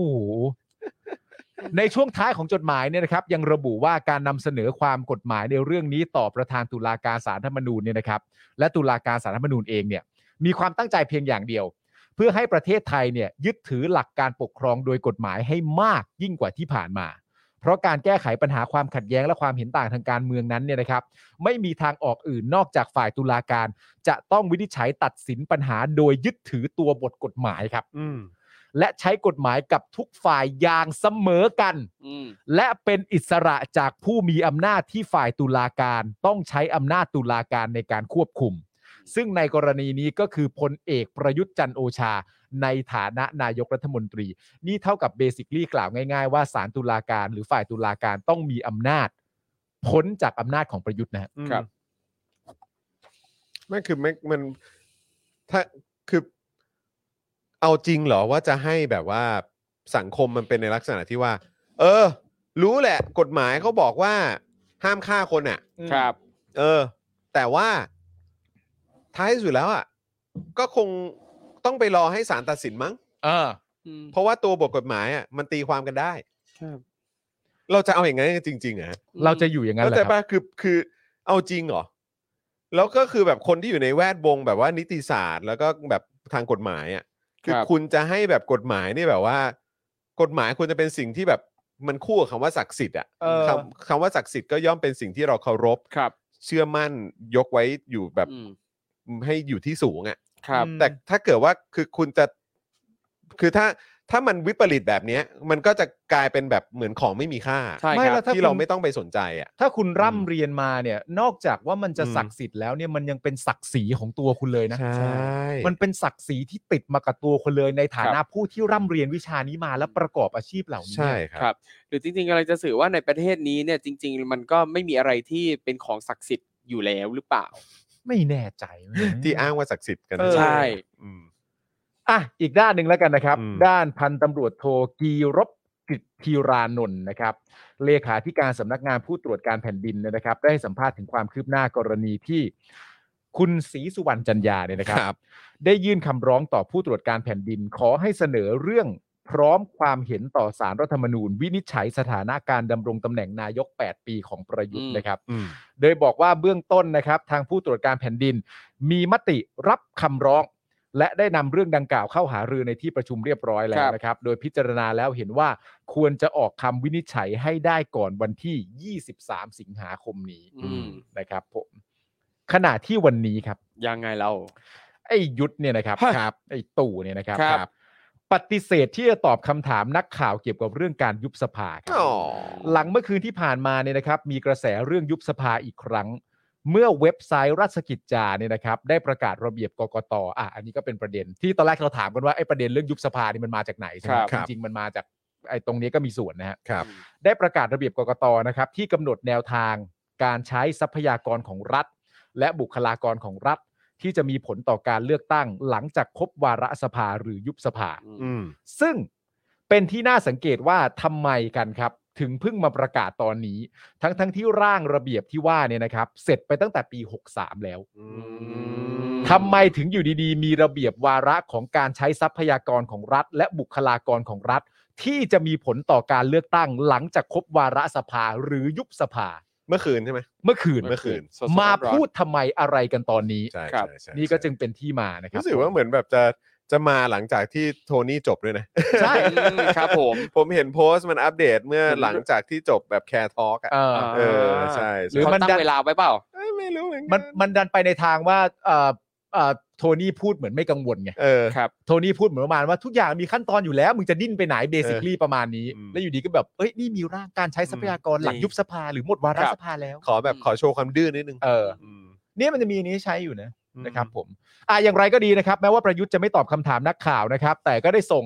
[SPEAKER 4] ในช่วงท้ายของจดหมายเนี่ยนะครับยังระบุว่าการนำเสนอความกฎหมายในเรื่องนี้ต่อประธานตุลาการสารรัฐธรรมนูญเนี่ยนะครับและตุลาการสารรัฐธรรมนูญเองเนี่ยมีความตั้งใจเพียงอย่างเดียว เพื่อให้ประเทศไทยเนี่ยยึดถือหลักการปกครองโดยกฎหมายให้มากยิ่งกว่าที่ผ่านมา เพราะการแก้ไขปัญหาความขัดแย้งและความเห็นต่างทางการเมืองนั้นเนี่ยนะครับ ไม่มีทางออกอื่นนอกจากฝ่ายตุลาการ จะต้องวินิจฉัยตัดสินปัญหาโดยยึดถือตัวบทกฎหมายครับ
[SPEAKER 3] อืม
[SPEAKER 4] และใช้กฎหมายกับทุกฝ่ายอย่างเสมอกัน
[SPEAKER 5] อืม
[SPEAKER 4] และเป็นอิสระจากผู้มีอำนาจที่ฝ่ายตุลาการต้องใช้อำนาจตุลาการในการควบคุม ซึ่งในกรณีนี้ก็คือพลเอกประยุทธ์จันทร์โอชา ในฐานะนายกรัฐมนตรี นี่เท่ากับเบสิคลี่กล่าวง่ายๆว่าสารตุลาการหรือฝ่ายตุลาการต้องมีอำนาจ พ้นจากอำนาจของประยุทธ์นะฮะ
[SPEAKER 3] อืมไม่คือไม่มันถ้าคือเอาจริงเหรอว่าจะให้แบบว่าสังคมมันเป็นในลักษณะที่ว่า เออ รู้แหละ กฎหมายเขาบอกว่า ห้ามฆ่าคนอ่ะ
[SPEAKER 5] ครับ
[SPEAKER 3] เออ แต่ว่าท้ายสุดแล้วอ่ะก็คงต้องไปรอให้ศาลตัดสินมั้ง
[SPEAKER 4] เออ
[SPEAKER 5] อืม
[SPEAKER 3] เพราะว่าตัวบทกฎหมายอ่ะมันตีความกันได้
[SPEAKER 6] ครับ
[SPEAKER 3] เราจะเอาอย่างนั้นจริงๆเหรอ่ะ
[SPEAKER 4] เราจะอยู่อย่างนั้น
[SPEAKER 3] เข้า
[SPEAKER 4] เหรอ
[SPEAKER 3] ใจ
[SPEAKER 4] ครับ
[SPEAKER 3] ป่ะคือคือเอาจริงเหรอแล้วก็คือแบบคนที่อยู่ในแวดวงแบบว่านิติศาสตร์ แล้วก็แบบทางกฎหมายอ่ะคือ
[SPEAKER 5] รับ
[SPEAKER 3] คุณจะให้แบบกฎหมายนี่แบบว่า กฎหมายควรจะเป็นสิ่งที่แบบมันคู่กับคำว่าศักดิ์สิทธิ์อ่ะ
[SPEAKER 4] เออ
[SPEAKER 3] คำคำว่าศักดิ์สิทธิ์ก็ย่อมเป็นสิ่งที่เราเคารพ
[SPEAKER 5] ครับ
[SPEAKER 3] เชื่อมั่นยกไว้อยู่แบบ
[SPEAKER 5] อืม
[SPEAKER 3] ให้อยู่ที่สูงอะ่ะ
[SPEAKER 5] ครับ
[SPEAKER 3] แต่ถ้าเกิดว่าคือคุณจะคือถ้าถ้ามันวิปริตแบบเนี้ย มันก็จะกลายเป็นแบบเหมือนของไม่มีค่า
[SPEAKER 5] ใช่
[SPEAKER 4] ไม่
[SPEAKER 5] ค
[SPEAKER 4] แล้
[SPEAKER 5] รับ
[SPEAKER 4] วถ้า
[SPEAKER 3] ที่เรา
[SPEAKER 4] คุณ
[SPEAKER 3] ไม่ต้องไปสนใจอ่ะ
[SPEAKER 4] ถ้าคุณ
[SPEAKER 3] อืม
[SPEAKER 4] ร่ำเรียนมาเนี่ย นอกจากว่ามันจะ
[SPEAKER 3] อืม
[SPEAKER 4] ศักดิ์สิทธิ์แล้วเนี่ยมันยังเป็นศักดิ์ศรีของตัวคุณเลยนะ
[SPEAKER 3] ใช่
[SPEAKER 4] มันเป็นศักดิ์ศรีที่ติดมากับตัวคนเลยในฐา
[SPEAKER 5] ครั
[SPEAKER 4] นะ
[SPEAKER 5] บ
[SPEAKER 4] ผู้ที่ร่ำเรียนวิชานี้มาและประกอบอาชีพเหล่านี้
[SPEAKER 3] ใช่ค
[SPEAKER 5] ค
[SPEAKER 3] รั
[SPEAKER 5] รับ บ หรือจริงๆกำลังจะสื่อว่าในประเทศนี้เนี่ยจริง ๆ มันก็ไม่มีอะไรที่เป็นของศักดิ์สิทธิ์อยู่แล้วหรือเปล่า
[SPEAKER 4] ไม่แน่ใจเหมือนกันนะ
[SPEAKER 3] ที่อ้างว่าศักดิ์สิทธิ์กัน
[SPEAKER 5] เออใช่
[SPEAKER 3] อืม
[SPEAKER 4] อ่ะอีกด้านหนึ่งแล้วกันนะครับ
[SPEAKER 3] อืม
[SPEAKER 4] ด้านพันตำรวจโทกีรบกิจธีรานนท์นะครับ เลขาธิการสำนักงานผู้ตรวจการแผ่นดินเนี่ยนะครับ ได้ให้สัมภาษณ์ถึงความคืบหน้ากรณีที่คุณศรีสุวรรณจันยาเนี่ยนะครับ
[SPEAKER 3] ครับ
[SPEAKER 4] ได้ยื่นคำร้องต่อผู้ตรวจการแผ่นดิน ขอให้เสนอเรื่องพร้อมความเห็นต่อสารรัฐธรรมนูญ วินิจฉัยสถานะการดำรงตำแหน่งนายก 8 ปีของประยุทธ์
[SPEAKER 5] อืม
[SPEAKER 4] นะครับ
[SPEAKER 3] อืม
[SPEAKER 4] โดยบอกว่าเบื้องต้นนะครับ ทางผู้ตรวจการแผ่นดิน มีมติรับคำร้อง และได้นำเรื่องดังกล่าวเข้าหารือในที่ประชุมเรียบร้อยแล้วนะครับ โดยพิจารณาแล้วเห็นว่าควรจะออกคำวินิจฉัยให้ได้ก่อนวันที่ 23 สิงหาคมนี้
[SPEAKER 5] อืม
[SPEAKER 4] นะครับผมขณะที่วันนี้ครับ
[SPEAKER 5] ยังไงเรา
[SPEAKER 4] ไอ้ยุทธเนี่ยนะครับ
[SPEAKER 5] ฮะ
[SPEAKER 4] ครับไอ้ตู่เนี่ยนะครับ
[SPEAKER 5] ครับ
[SPEAKER 4] ปฏิเสธที่จะตอบคำถามนักข่าวเกี่ยวกับเรื่องการยุบสภาครับ
[SPEAKER 3] อ๋อ
[SPEAKER 4] หลังเมื่อคืนที่ผ่านมาเนี่ยนะครับ มีกระแสเรื่องยุบสภาอีกครั้ง เมื่อเว็บไซต์ราชกิจจาเนี่ยนะครับ ได้ประกาศระเบียบกกตอ่ะอันนี้ก็เป็นประเด็น ที่ตอนแรกเราถามกันว่าไอ้ประเด็นเรื่องยุบสภานี่มันมาจากไหนใช่ไหม
[SPEAKER 5] ครับ
[SPEAKER 4] จริงๆมันมาจากไอ้ตรงนี้ก็มีส่วนนะฮะ
[SPEAKER 3] ครับ
[SPEAKER 4] ได้ประกาศระเบียบกกตนะครับ ที่กำหนดแนวทางการใช้ทรัพยากรของรัฐ และบุคลากรของรัฐ ที่จะมีผลต่อการเลือกตั้ง หลังจากครบวาระสภาหรือยุบสภา
[SPEAKER 5] อื
[SPEAKER 3] อื
[SPEAKER 5] ม
[SPEAKER 3] ม
[SPEAKER 4] ซึ่งเป็นที่น่าสังเกตว่าทำไมกันครับ ถึงเพิ่งมาประกาศตอนนี้ ทั้งทั้งๆที่ร่างระเบียบที่ว่าเนี่ยนะครับ เสร็จไปตั้งแต่ปี 63 แล้วทำไมถึงอยู่ดีๆ มีระเบียบวาระของการใช้ทรัพยากรของรัฐ และบุคลากรของรัฐ ที่จะมีผลต่อการเลือกตั้ง หลังจากครบวาระสภาหรือยุบสภา
[SPEAKER 3] เมื่อคืนใช่ไหม
[SPEAKER 4] เมื่อคืน
[SPEAKER 3] เมื่อคืน
[SPEAKER 5] สดๆ
[SPEAKER 4] มา
[SPEAKER 5] ร้อนๆ
[SPEAKER 4] พูดทำไมอะไรกันตอนนี้
[SPEAKER 3] ใช่
[SPEAKER 5] ครับ
[SPEAKER 3] ใช่ใช่
[SPEAKER 4] นี่ก็จึงเป็นที่มานะครับ
[SPEAKER 3] รู้สึกว่าเหมือนแบบจะจะมาหลังจากที่โทนี่จบด้วยนะ
[SPEAKER 4] ใช่
[SPEAKER 5] อืมครับผม
[SPEAKER 3] ผมเห็นโพสต์มันอัปเดตเมื่อหลังจากที่จบแบบแคร์ทอล์กอ่ะ
[SPEAKER 4] เออ
[SPEAKER 3] เออ ใช่
[SPEAKER 4] ห
[SPEAKER 3] ใช่
[SPEAKER 4] รือ
[SPEAKER 5] เขา
[SPEAKER 4] มัน
[SPEAKER 5] ตั้
[SPEAKER 4] ดัน
[SPEAKER 5] งเวลาไว้เปล่า
[SPEAKER 3] เอ้ยไม่รู้เหมือนกั
[SPEAKER 4] มันมันดันไปในทางว่าเอ่อเอ่อโทนี่พูดเหมือนไม่กังวลไง
[SPEAKER 3] เออ
[SPEAKER 5] ครับ
[SPEAKER 4] โทนี่พูดเหมือนประมาณว่าทุกอย่างมีขั้นตอนอยู่แล้ว มึงจะดิ้นไปไหนเบสิคลีประมาณนี้
[SPEAKER 3] อืม
[SPEAKER 4] แล้วอยู่ดีก็แบบเอ้ยนี่มีร่างการใช้ทรัพยากรหลังยุบสภาหรือหมดวาระ
[SPEAKER 5] ครับ
[SPEAKER 4] สภาแล้ว
[SPEAKER 3] ขอแบบขอโชว์ความดื้อนิดนึง
[SPEAKER 4] เออ
[SPEAKER 3] ม
[SPEAKER 4] เนี่ยมันจะมีอันนี้ใช้อยู่นะ นะครับผมอ่ะอย่างไรก็ดีนะครับ แม้ว่าประยุทธ์จะไม่ตอบคำถามนักข่าวนะครับ แต่ก็ได้ส่ง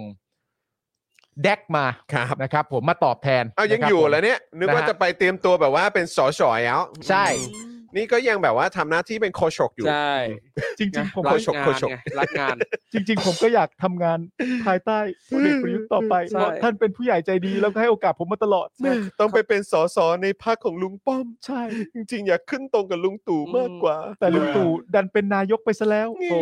[SPEAKER 4] แดกมา
[SPEAKER 3] ครับ
[SPEAKER 4] นะครับ ผมมาตอบแทน
[SPEAKER 3] เอายัง
[SPEAKER 4] นะครับ
[SPEAKER 3] อยู่
[SPEAKER 4] ผม
[SPEAKER 3] แล้วเนี่ย นึกว่า
[SPEAKER 4] นะฮะ
[SPEAKER 3] จะไปเตรียมตัวแบบว่าเป็นสอสอยแล้ว
[SPEAKER 4] ใช่
[SPEAKER 3] นี่ก็ยังแบบว่าทำหน้าที่เป็นโคชกอยู่
[SPEAKER 5] ใช่
[SPEAKER 4] จริง ๆ ผม
[SPEAKER 3] รั
[SPEAKER 4] ก็
[SPEAKER 3] ก โชคโคชก
[SPEAKER 5] ไงรักงาน
[SPEAKER 4] จริง ๆ ผมก็อยากทำงานภายใต้พลเอกประยุทธ์ต่อไป
[SPEAKER 6] ใช่
[SPEAKER 4] เพราะท่านเป็นผู้ใหญ่ใจดีแล้วก็ให้โอกาสผมมาตลอด
[SPEAKER 3] แม่ต้องไปเป็นสสในพรรคของลุงป้อม
[SPEAKER 4] ใช่
[SPEAKER 3] จริงๆ อยากขึ้นตรงกับลุงตู่มากกว่า
[SPEAKER 4] แต่ลุงตู่ดันเป็นนายกไปซะแล้ว
[SPEAKER 5] โอ้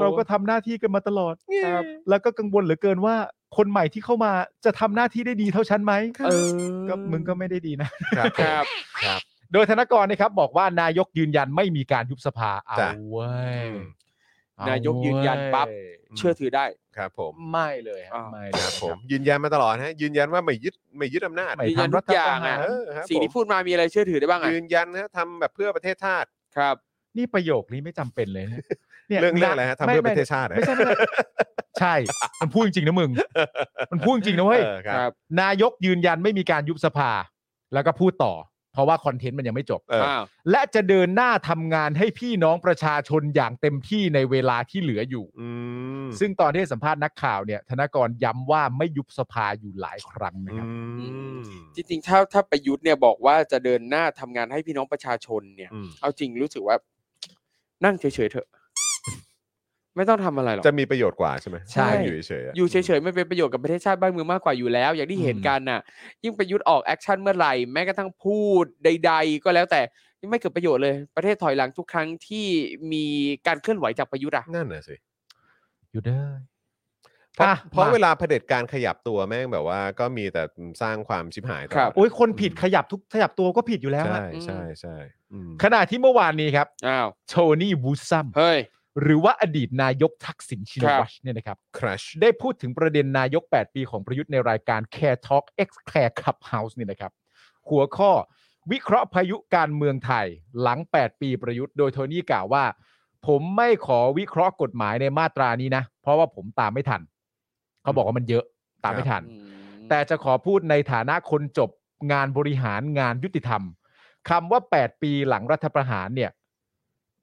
[SPEAKER 4] เราก็ทำหน้าที่กันมาตลอดครับ แล้วก็กังวลเหลือเกินว่า คนใหม่ที่เข้ามาจะทำหน้าที่ได้ดีเท่าฉันไหม
[SPEAKER 5] เออ
[SPEAKER 4] ก็มึงก็ไม่ได้ดีนะ
[SPEAKER 5] ครับ
[SPEAKER 4] โดยธนกรนะครับบอกว่านายกยืนยันไม่มีการยุบสภาเอา
[SPEAKER 3] จ้ะ
[SPEAKER 4] เว้ยเอเว้
[SPEAKER 5] นายกยืนยันปั๊บ เชื่อถือได้
[SPEAKER 3] ครับผม
[SPEAKER 4] ไม่เลยฮะ
[SPEAKER 5] อ่า
[SPEAKER 4] ไม่เลย
[SPEAKER 3] ครับผม
[SPEAKER 4] บ
[SPEAKER 3] ยืนยันมาตลอดฮะยืนยันว่าไม่ยึดไม่ยึดอำนาจ
[SPEAKER 4] ไม่
[SPEAKER 5] ยืนยันทุกอย่างอ่ะ
[SPEAKER 3] เออครับ
[SPEAKER 5] สิ่ง
[SPEAKER 3] ผม
[SPEAKER 5] ที่พูดมามีอะไรเชื่อถือได้บ้างอ่ะ
[SPEAKER 3] ยืนยันนะทำแบบเพื่อประเทศชาติ
[SPEAKER 5] ครับ
[SPEAKER 4] นี่ประโยคนี้ไม่จำเป็นเลยนะนี่ย
[SPEAKER 3] เรื่องเรื่องอะไรฮะทำ
[SPEAKER 4] ม่
[SPEAKER 3] เพื่อป
[SPEAKER 4] ม่
[SPEAKER 3] ระเทศชาติเหรอ
[SPEAKER 4] ไม่ใช่ไม่ใช่ใช่ มันพูดจริงนะมึง มันพูดจริงนะเว้ย
[SPEAKER 3] ออค
[SPEAKER 5] ครั
[SPEAKER 3] รับบ
[SPEAKER 4] นายกยืนยันไม่มีการยุบสภา แล้วก็พูดต่อ เพราะว่าคอนเทนต์มันยังไม่จบ
[SPEAKER 3] เอออ
[SPEAKER 5] อ้าว
[SPEAKER 4] และจะเดินหน้าทำงานให้พี่น้องประชาชนอย่างเต็มที่ในเวลาที่เหลืออยู่
[SPEAKER 3] อืม
[SPEAKER 4] ซึ่งตอนที่ให้สัมภาษณ์นักข่าวเนี่ย ธนกรย้ำว่าไม่ยุบสภาอยู่หลายครั้งนะครับ
[SPEAKER 3] อืม
[SPEAKER 5] จริงๆถ้าถ้าประยุทธ์เนี่ยบอกว่าจะเดินหน้าทำงานให้พี่น้องประชาชนเนี่ย
[SPEAKER 3] อืม
[SPEAKER 5] เอาจริงรู้สึกว่า นั่งเฉยๆเถอะ ไม่ต้องทำอะไรหรอก
[SPEAKER 3] จะมีประโยชน์กว่าใช่ไหม
[SPEAKER 4] ใช่
[SPEAKER 3] นั่งอยู่เฉยๆะ
[SPEAKER 5] อยู่เฉยๆไม่เป็นประโยชน์กับประเทศชาติบ้านเมืองมากกว่าอยู่แล้ว อย่างที่เห็น
[SPEAKER 4] อืม
[SPEAKER 5] กันน่ะ ยิ่งประยุทธ์ออกแอคชั่นเมื่อไหร่แม้กระทั่งพูดใด ๆ ก็แล้วแต่ยังไม่เกิดประโยชน์เลย ประเทศถอยหลังทุกครั้งที่มีการเคลื่อนไหวจากประยุทธ์อ่ะ
[SPEAKER 3] นั่นน่ะสิ
[SPEAKER 4] อยู่ได้อ
[SPEAKER 3] เพราะ
[SPEAKER 4] อ่
[SPEAKER 3] เพราะ
[SPEAKER 4] ม
[SPEAKER 3] เวลาเผด็จการขยับตัวแม่งแบบว่าก็มีแต่สร้างความชิบหายตลอด
[SPEAKER 5] ครับ
[SPEAKER 4] โอ้ยคนผิดขยับทุกขยับตัวก็ผิดอยู่แล้ว
[SPEAKER 3] ใช่
[SPEAKER 4] ฮะ
[SPEAKER 3] ใช่ใช่อืม
[SPEAKER 4] ขณะที่เมื่อวานนี้ครับ
[SPEAKER 5] อ้าว
[SPEAKER 4] โทนี่วูดซัม
[SPEAKER 5] เฮ้ย
[SPEAKER 4] หรือว่าอดีตนายกทักษิณชินวัตรเนี่ยนะครับ
[SPEAKER 3] ครัช
[SPEAKER 4] ได้พูดถึงประเด็นนายก 8 ปีของประยุทธ์ในรายการ Care Talk X Care Clubhouse เนี่ยนะครับ หัวข้อวิเคราะห์พายุการเมืองไทยหลัง 8 ปีประยุทธ์โดยโทนี่กล่าวว่า ผมไม่ขอวิเคราะห์กฎหมายในมาตรานี้นะ เพราะว่าผมตามไม่ทัน เขาบอกว่ามันเยอะตามไม่ทัน แต่จะขอพูดในฐานะคนจบงานบริหารงานยุติธรรมคำว่า 8 ปีหลังรัฐประหารเนี่ย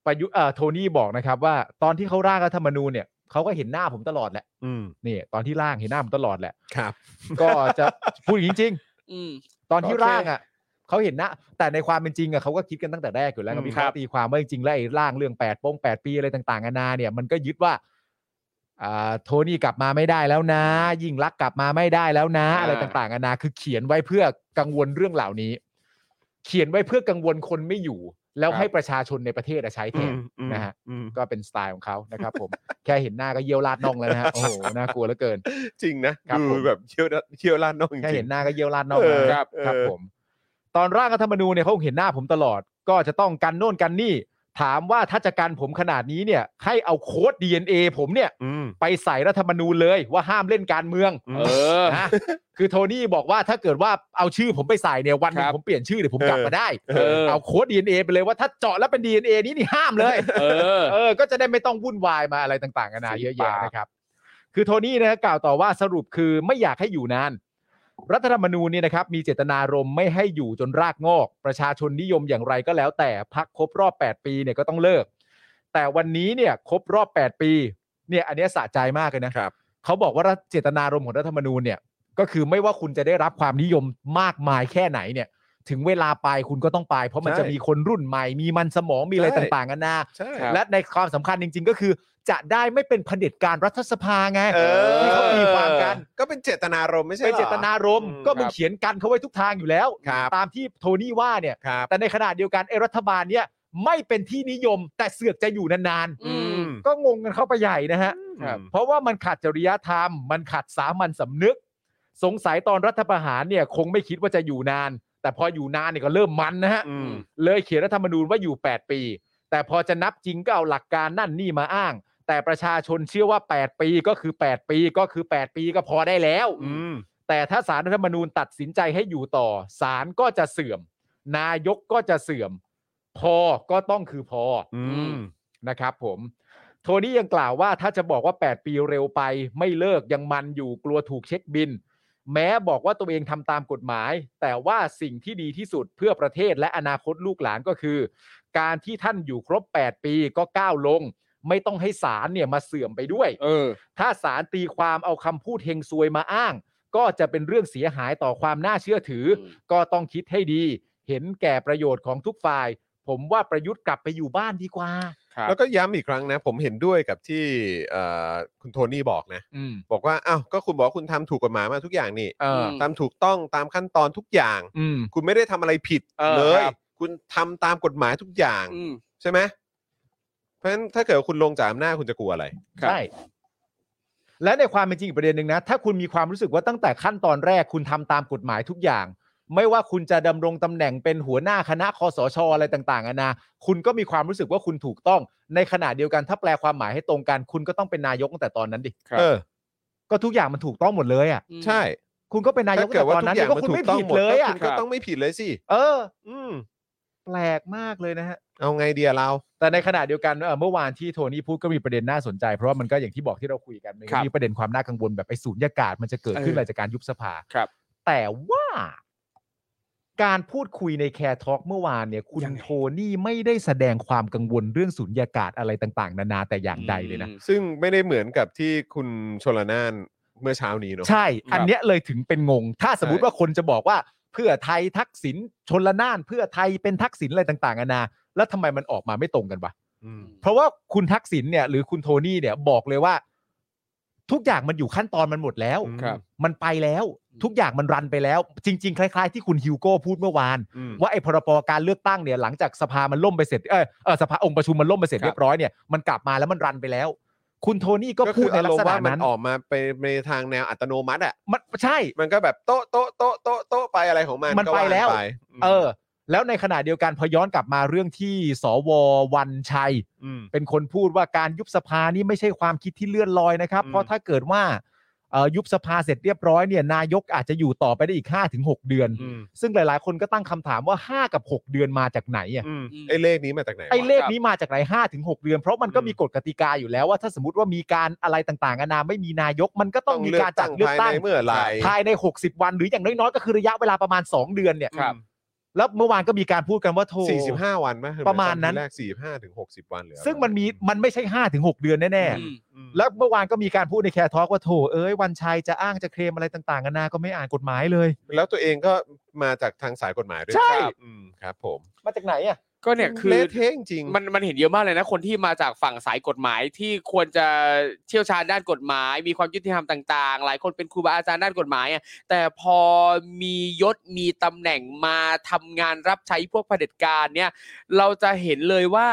[SPEAKER 4] ประยุทธ์เอ่อโทนี่บอกนะครับว่า ตอนที่เขาร่างรัฐธรรมนูญเนี่ยเขาก็เห็นหน้าผมตลอดแหละ
[SPEAKER 3] อืม
[SPEAKER 4] นี่ตอนที่ร่างเห็นหน้าผมตลอดแหละ
[SPEAKER 3] ครับ
[SPEAKER 4] ก็จะพูดจริง
[SPEAKER 5] อืม
[SPEAKER 4] ๆ ตอนที่
[SPEAKER 5] โอเค
[SPEAKER 4] ร่างอ่ะเขาเห็นหน้าแต่ในความเป็นจริงอ่ะเขาก็คิดกันตั้งแต่แรกอยู่แล้ว
[SPEAKER 3] อืม
[SPEAKER 4] ก็มีข้อตีความว่าจริงๆแล้วไอ้ร่างเรื่อง8ปดปงแปดปีอะไรต่างๆนานาเนี่ย มันก็ยึดว่าอ่าโทนี่กลับมาไม่ได้แล้วนะ ยิ่งลักษณ์กลับมาไม่ได้แล้วนะ อะไร
[SPEAKER 5] อ่า
[SPEAKER 4] ต่างๆนานาคือเขียนไว้เพื่อกังวลเรื่องเหล่านี้ เขียนไว้เพื่อกังวลคนไม่อยู่ แล้วให้ประชาชนในประเทศอะใช้แทน
[SPEAKER 3] อืม
[SPEAKER 4] นะฮะ
[SPEAKER 3] อืม
[SPEAKER 4] ก็เป็นสไตล์ของเขานะครับผม แค่เห็นหน้าก็เยี่ยวราดน่องแล้วนะฮะโอ้โหน่ากลัวเหลือเกิน
[SPEAKER 3] จริงนะครับ ดู
[SPEAKER 4] ผม
[SPEAKER 3] แบบเที่ยวด้านเที่ยวล้านนอกจ
[SPEAKER 4] แค่
[SPEAKER 3] ริ
[SPEAKER 4] เห็
[SPEAKER 3] ง
[SPEAKER 4] นหน้าก็เยี่ยวราดนอก
[SPEAKER 3] เออ
[SPEAKER 4] แล้ว
[SPEAKER 3] ครับ
[SPEAKER 4] ครับ
[SPEAKER 3] เออ
[SPEAKER 4] ผม ตอนร่างรัฐธรรมนูญเนี่ยเขาเห็นหน้าผมตลอด ก็จะต้องกันโน่นกันนี่ ถามว่าถ้าจะกันผมขนาดนี้เนี่ย ให้เอาโค้ด DNA ผมเนี่ย
[SPEAKER 3] ๆอืม
[SPEAKER 4] ไปใส่รัฐธรรมนูญเลยว่าห้ามเล่นการเมือง
[SPEAKER 3] อืม
[SPEAKER 5] เออ
[SPEAKER 4] นะคือโทนี่บอกว่าถ้าเกิดว่าเอาชื่อผมไปใส่เนี่ยวันหนึ
[SPEAKER 5] ค
[SPEAKER 4] ง
[SPEAKER 5] รับ
[SPEAKER 4] ผมเปลี่ยนชื่อเดี๋ยวผมกลับมาได้
[SPEAKER 5] เออ
[SPEAKER 4] เอาโค้ด DNA ไปเลยว่าถ้าเจาะแล้วเป็น DNA นี้นี่ห้ามเลย
[SPEAKER 5] เออ
[SPEAKER 4] เออ ก็จะได้ไม่ต้องวุ่นวายมาอะไรต่างๆกันานา
[SPEAKER 5] สี
[SPEAKER 4] เยอะ
[SPEAKER 5] ปา
[SPEAKER 4] แยะ
[SPEAKER 5] ก
[SPEAKER 4] นะครับ คือโทนี่นะกล่าวต่อว่าสรุปคือไม่อยากให้อยู่นาน รัฐธรรมนูญเนี่ยนะครับ มีเจตนารมณ์ไม่ให้อยู่จนรากงอก ประชาชนนิยมอย่างไรก็แล้วแต่พักครบรอบ 8 ปีเนี่ยก็ต้องเลิก แต่วันนี้เนี่ยครบรอบ 8 ปี เนี่ยอันเนี้ยสะใจมากเลยนะครับ เขาบอกว่ารัฐเจตนารมณ์ของรัฐธรรมนูญเนี่ย ก็คือไม่ว่าคุณจะได้รับความนิยมมากมายแค่ไหนเนี่ย ถึงเวลาไปคุณก็ต้องไป เพราะมัน
[SPEAKER 3] ใช่
[SPEAKER 4] จะมีคนรุ่นใหม่ มีมันสมองมีอะไร
[SPEAKER 3] ใช่
[SPEAKER 4] ต่างๆกันานา
[SPEAKER 3] ใช่
[SPEAKER 5] ครับ
[SPEAKER 4] และในความสำคัญจริง ๆ ก็คือ จะได้ไม่เป็นเผด็จการรัฐสภาไง
[SPEAKER 3] เออ
[SPEAKER 4] ที่เขาตีความกัน
[SPEAKER 3] ก็เป็นเจตนารมณ์ไม่ใช่หร
[SPEAKER 4] เป็
[SPEAKER 3] อ
[SPEAKER 4] นเจตนารมณ์
[SPEAKER 3] อืม
[SPEAKER 4] ก็มึงเขียนกันเขาไว้ทุกทางอยู่แล้ว
[SPEAKER 3] ครับ
[SPEAKER 4] ตามที่โทนี่ว่าเนี่ย
[SPEAKER 3] ครับ
[SPEAKER 4] แต่ในขณะเดียวกันไอ้รัฐบาลเนี่ยไม่เป็นที่นิยมแต่เสือกจะอยู่นาน
[SPEAKER 5] อืม
[SPEAKER 4] ๆ ก็งงกันเข้าไปใหญ่นะฮะ
[SPEAKER 3] ค
[SPEAKER 5] ครั
[SPEAKER 3] รับ
[SPEAKER 5] บ
[SPEAKER 4] เพราะว่ามันขาดจริยธรรม มันขาดสามัญสำนึก สงสัยตอนรัฐประหารเนี่ยคงไม่คิดว่าจะอยู่นาน แต่พออยู่นานเนี่ยก็เริ่มมันนะฮะ
[SPEAKER 3] อืม
[SPEAKER 4] เลยเขียนรัฐธรรมนูญว่าอยู่ 8 ปี แต่พอจะนับจริงก็เอาหลักการนั่นนี่มาอ้าง แต่ประชาชนเชื่อว่า 8 ปีก็คือ 8 ปีก็คือ 8 ปีก็พอได้แล้ว
[SPEAKER 3] อืม
[SPEAKER 4] แต่ถ้าสารรัฐธรรมนูญตัดสินใจให้อยู่ต่อศาลก็จะเสื่อม นายกก็จะเสื่อม พอก็ต้องคือพออ
[SPEAKER 3] อืม
[SPEAKER 4] นะครับผม โทนี่ยังกล่าวว่าถ้าจะบอกว่า 8 ปีเร็วไป ไม่เลิกยังมันอยู่กลัวถูกเช็คบิน แม้บอกว่าตัวเองทำตามกฎหมาย แต่ว่าสิ่งที่ดีที่สุดเพื่อประเทศและอนาคตลูกหลานก็คือ การที่ท่านอยู่ครบ 8 ปีก็ก้าวลง ไม่ต้องให้ศาลเนี่ยมาเสื่อมไปด้วย
[SPEAKER 5] เออ
[SPEAKER 4] ถ้าศาลตีความเอาคำพูดเฮงซวยมาอ้าง ก็จะเป็นเรื่องเสียหายต่อความน่าเชื่อถืออ
[SPEAKER 5] ม
[SPEAKER 4] ก็ต้องคิดให้ดี เห็นแก่ประโยชน์ของทุกฝ่าย ผมว่าประยุทธ์กลับไปอยู่บ้านดีกว่า
[SPEAKER 5] ครับ
[SPEAKER 3] แล้วก็ย้ำอีกครั้งนะ ผมเห็นด้วยกับที่เอ่อคุณโทนี่บอกนะ
[SPEAKER 4] อืม
[SPEAKER 3] บอกว่าอ้าวก็คุณบอกว่าคุณทำถูกกฎหมายมาทุกอย่างนี่
[SPEAKER 4] เออ
[SPEAKER 5] ม
[SPEAKER 3] ตามถูกต้องตามขั้นตอนทุกอย่าง
[SPEAKER 4] อืม
[SPEAKER 3] คุณไม่ได้ทำอะไรผิด
[SPEAKER 5] เออ
[SPEAKER 3] เลย
[SPEAKER 5] ครับ
[SPEAKER 3] คุณทำตามกฎหมายทุกอย่าง
[SPEAKER 5] อืม
[SPEAKER 3] ใช่ไหมเพราะฉะนั้นถ้าเกิดคุณลงจากอำนาจคุณจะกลัวอะไร
[SPEAKER 5] ครับ
[SPEAKER 4] ใช่ และในความเป็นจริงอีกประเด็นหนึ่งนะ ถ้าคุณมีความรู้สึกว่าตั้งแต่ขั้นตอนแรกคุณทำตามกฎหมายทุกอย่าง ไม่ว่าคุณจะดำรงตำแหน่งเป็นหัวหน้าคณะคอสชอะไรต่างๆนานาคุณก็มีความรู้สึกว่าคุณถูกต้อง ในขณะเดียวกันถ้าแปลความหมายให้ตรงกัน คุณก็ต้องเป็นนายกตั้งแต่ตอนนั้นดิ
[SPEAKER 5] ครับ
[SPEAKER 3] เออ
[SPEAKER 4] ก็ทุกอย่างมันถูกต้องหมดเลยอ่ะ
[SPEAKER 3] ใช่
[SPEAKER 4] คุณก็เป็นนายกตั้ง
[SPEAKER 3] ถ้าเกิด
[SPEAKER 4] แต่
[SPEAKER 3] ว่า
[SPEAKER 4] ตอน
[SPEAKER 3] ทุ
[SPEAKER 4] นั้
[SPEAKER 3] ก
[SPEAKER 4] น
[SPEAKER 3] อย่า
[SPEAKER 4] ดิก็
[SPEAKER 3] งมัน
[SPEAKER 4] คุณ
[SPEAKER 3] ถูก
[SPEAKER 4] ไม่
[SPEAKER 3] ต้อง
[SPEAKER 4] ผิด
[SPEAKER 3] หมด
[SPEAKER 4] เลย
[SPEAKER 3] ก็
[SPEAKER 4] อ่ะ
[SPEAKER 3] คุณก็ต้องไม่ผิดเลยสิ
[SPEAKER 4] เออ
[SPEAKER 3] อืม
[SPEAKER 4] แปลกมากเลยนะฮะ
[SPEAKER 3] เอาไงเดียเรา
[SPEAKER 4] แต่ในขณะเดียวกันเอ่อเมื่อวานที่โทนี่พูดก็มีประเด็นน่าสนใจ เพราะว่ามันก็อย่างที่บอกที่เราคุยกันมัน
[SPEAKER 5] ครับ
[SPEAKER 4] มีประเด็นความน่ากังวลแบบไอ้สูญญากาศมันจะเกิดขึ้น
[SPEAKER 5] เออ
[SPEAKER 4] อะไรจากการยุบสภา
[SPEAKER 5] ครับ
[SPEAKER 4] แต่ว่าการพูดคุยในแคร์ทอ k เมื่อวานเนี่ยคุณ
[SPEAKER 5] ยังไง
[SPEAKER 4] โทนี่ไม่ได้แสดงความกังวลเรื่องสูญญากาศอะไรต่าง ๆ นานาแต่อย่างใดเลยนะ
[SPEAKER 5] อืม
[SPEAKER 3] ซึ่งไม่ได้เหมือนกับที่คุณชลนานเมื่อเช้านี้เนอะ
[SPEAKER 4] ใช่
[SPEAKER 5] ครับ
[SPEAKER 4] อันเนี้ยเลยถึงเป็นงง ถ้าสมมติว่าคนจะบอกว่าเพื่อไทยทักษิณชนละนาน เพื่อไทยเป็นทักษิณอะไรต่างๆนานา แล้วทำไมมันออกมาไม่ตรงกันวะ
[SPEAKER 3] อืม
[SPEAKER 4] เพราะว่าคุณทักษิณเนี่ย หรือคุณโทนี่เนี่ยบอกเลยว่า ทุกอย่างมันอยู่ขั้นตอนมันหมดแล้ว
[SPEAKER 5] ครับ
[SPEAKER 4] มันไปแล้ว ทุกอย่างมันรันไปแล้ว จริง ๆ คล้าย ๆ ที่คุณฮิวโก้พูดเมื่อวาน
[SPEAKER 3] อืม
[SPEAKER 4] ว่าไอ้พรบการเลือกตั้งเนี่ยหลังจากสภามันล่มไปเสร็จเออเออสภาองค์ประชุมมันล่มไปเสร็จ
[SPEAKER 5] ครับ
[SPEAKER 4] เรียบร้อยเนี่ยมันกลับมาแล้วมันรันไปแล้ว คุณโทนี่ก็พูดในลักษณะ
[SPEAKER 3] ก็คืออารมณ์ว่ามั
[SPEAKER 4] นั้น น
[SPEAKER 3] ออกมาไปในทางแนวอัตโนมัติอ่ะ
[SPEAKER 4] มันใช่
[SPEAKER 3] มันก็แบบโต๊ะโต๊ะโต๊ะโต๊ะโต๊ะไปอะไรของมัน
[SPEAKER 4] มัน
[SPEAKER 3] ก็า
[SPEAKER 4] ไปแล้ว
[SPEAKER 3] ไป
[SPEAKER 4] เออ แล้วในขณะเดียวกันพอย้อนกลับมาเรื่องที่สววันชัย
[SPEAKER 3] ม
[SPEAKER 4] เป็นคนพูดว่าการยุบสภานี่ไม่ใช่ความคิดที่เลื่อนลอยนะครับ
[SPEAKER 3] อืม
[SPEAKER 4] เพราะถ้าเกิดว่าเอ่อยุบสภาเสร็จเรียบร้อยเนี่ยนายกอาจจะอยู่ต่อไปได้อีก 5-6 เดือน
[SPEAKER 3] อืม
[SPEAKER 4] ซึ่งหลาย ๆ คนก็ตั้งคำถามว่า 5 กับ 6 เดือนมาจากไหนอ่ะ
[SPEAKER 3] อืมไอ้เลขนี้มาจากไหนวะ
[SPEAKER 4] ไอ้เลขนี้มาจากไหน5ถึง6เดือน เพราะมันก็
[SPEAKER 3] อืม
[SPEAKER 4] มีกฎกติกาอยู่แล้วว่าถ้าสมมติว่ามีการอะไรต่างๆนานาไม่มีนายกมันก็ต้องมีการจัดเลือกตั้ง
[SPEAKER 3] ภายในเมื่อไหร
[SPEAKER 4] ภายใน 60 วันหรืออย่างน้อยๆก็คือระยะเวลาประมาณ 2 เดือนเนี่ย
[SPEAKER 5] ครับ
[SPEAKER 4] แล้วเมื่อวานก็มีการพูดกันว่าโท
[SPEAKER 3] สี่สิบห้าวันไหม
[SPEAKER 4] ประมาณนั้น
[SPEAKER 3] ตอแรกสี่ห้าถึงหกสิบวันเหลย
[SPEAKER 4] ซึ่งมันมีมันไม่ใช่5ถึง6เดือนแน่ๆ
[SPEAKER 5] อืม
[SPEAKER 4] แล้วเมื่อวานก็มีการพูดในแคร์ทอล์กว่าโถเอ้ยวันชัยจะอ้างจะเคลมอะไรต่างๆกันานาก็ไม่อ่านกฎหมายเลย
[SPEAKER 3] แล้วตัวเองก็มาจากทางสายกฎหมายด้วย
[SPEAKER 4] ใช่
[SPEAKER 3] ครับอืมครับ ผม
[SPEAKER 4] มาจากไหนอ่ะ
[SPEAKER 5] ก็เนี่ยคือ
[SPEAKER 3] เละเทะจริงๆ
[SPEAKER 5] มันมันเห็นเยอะมากเลยนะ คนที่มาจากฝั่งสายกฎหมายที่ควรจะเชี่ยวชาญด้านกฎหมาย มีความยุติธรรมต่างๆ หลายคนเป็นครูบาอาจารย์ด้านกฎหมายอะแต่พอมียศมีตำแหน่งมาทำงานรับใช้พวกเผด็จการเนี่ย เราจะเห็นเลยว่า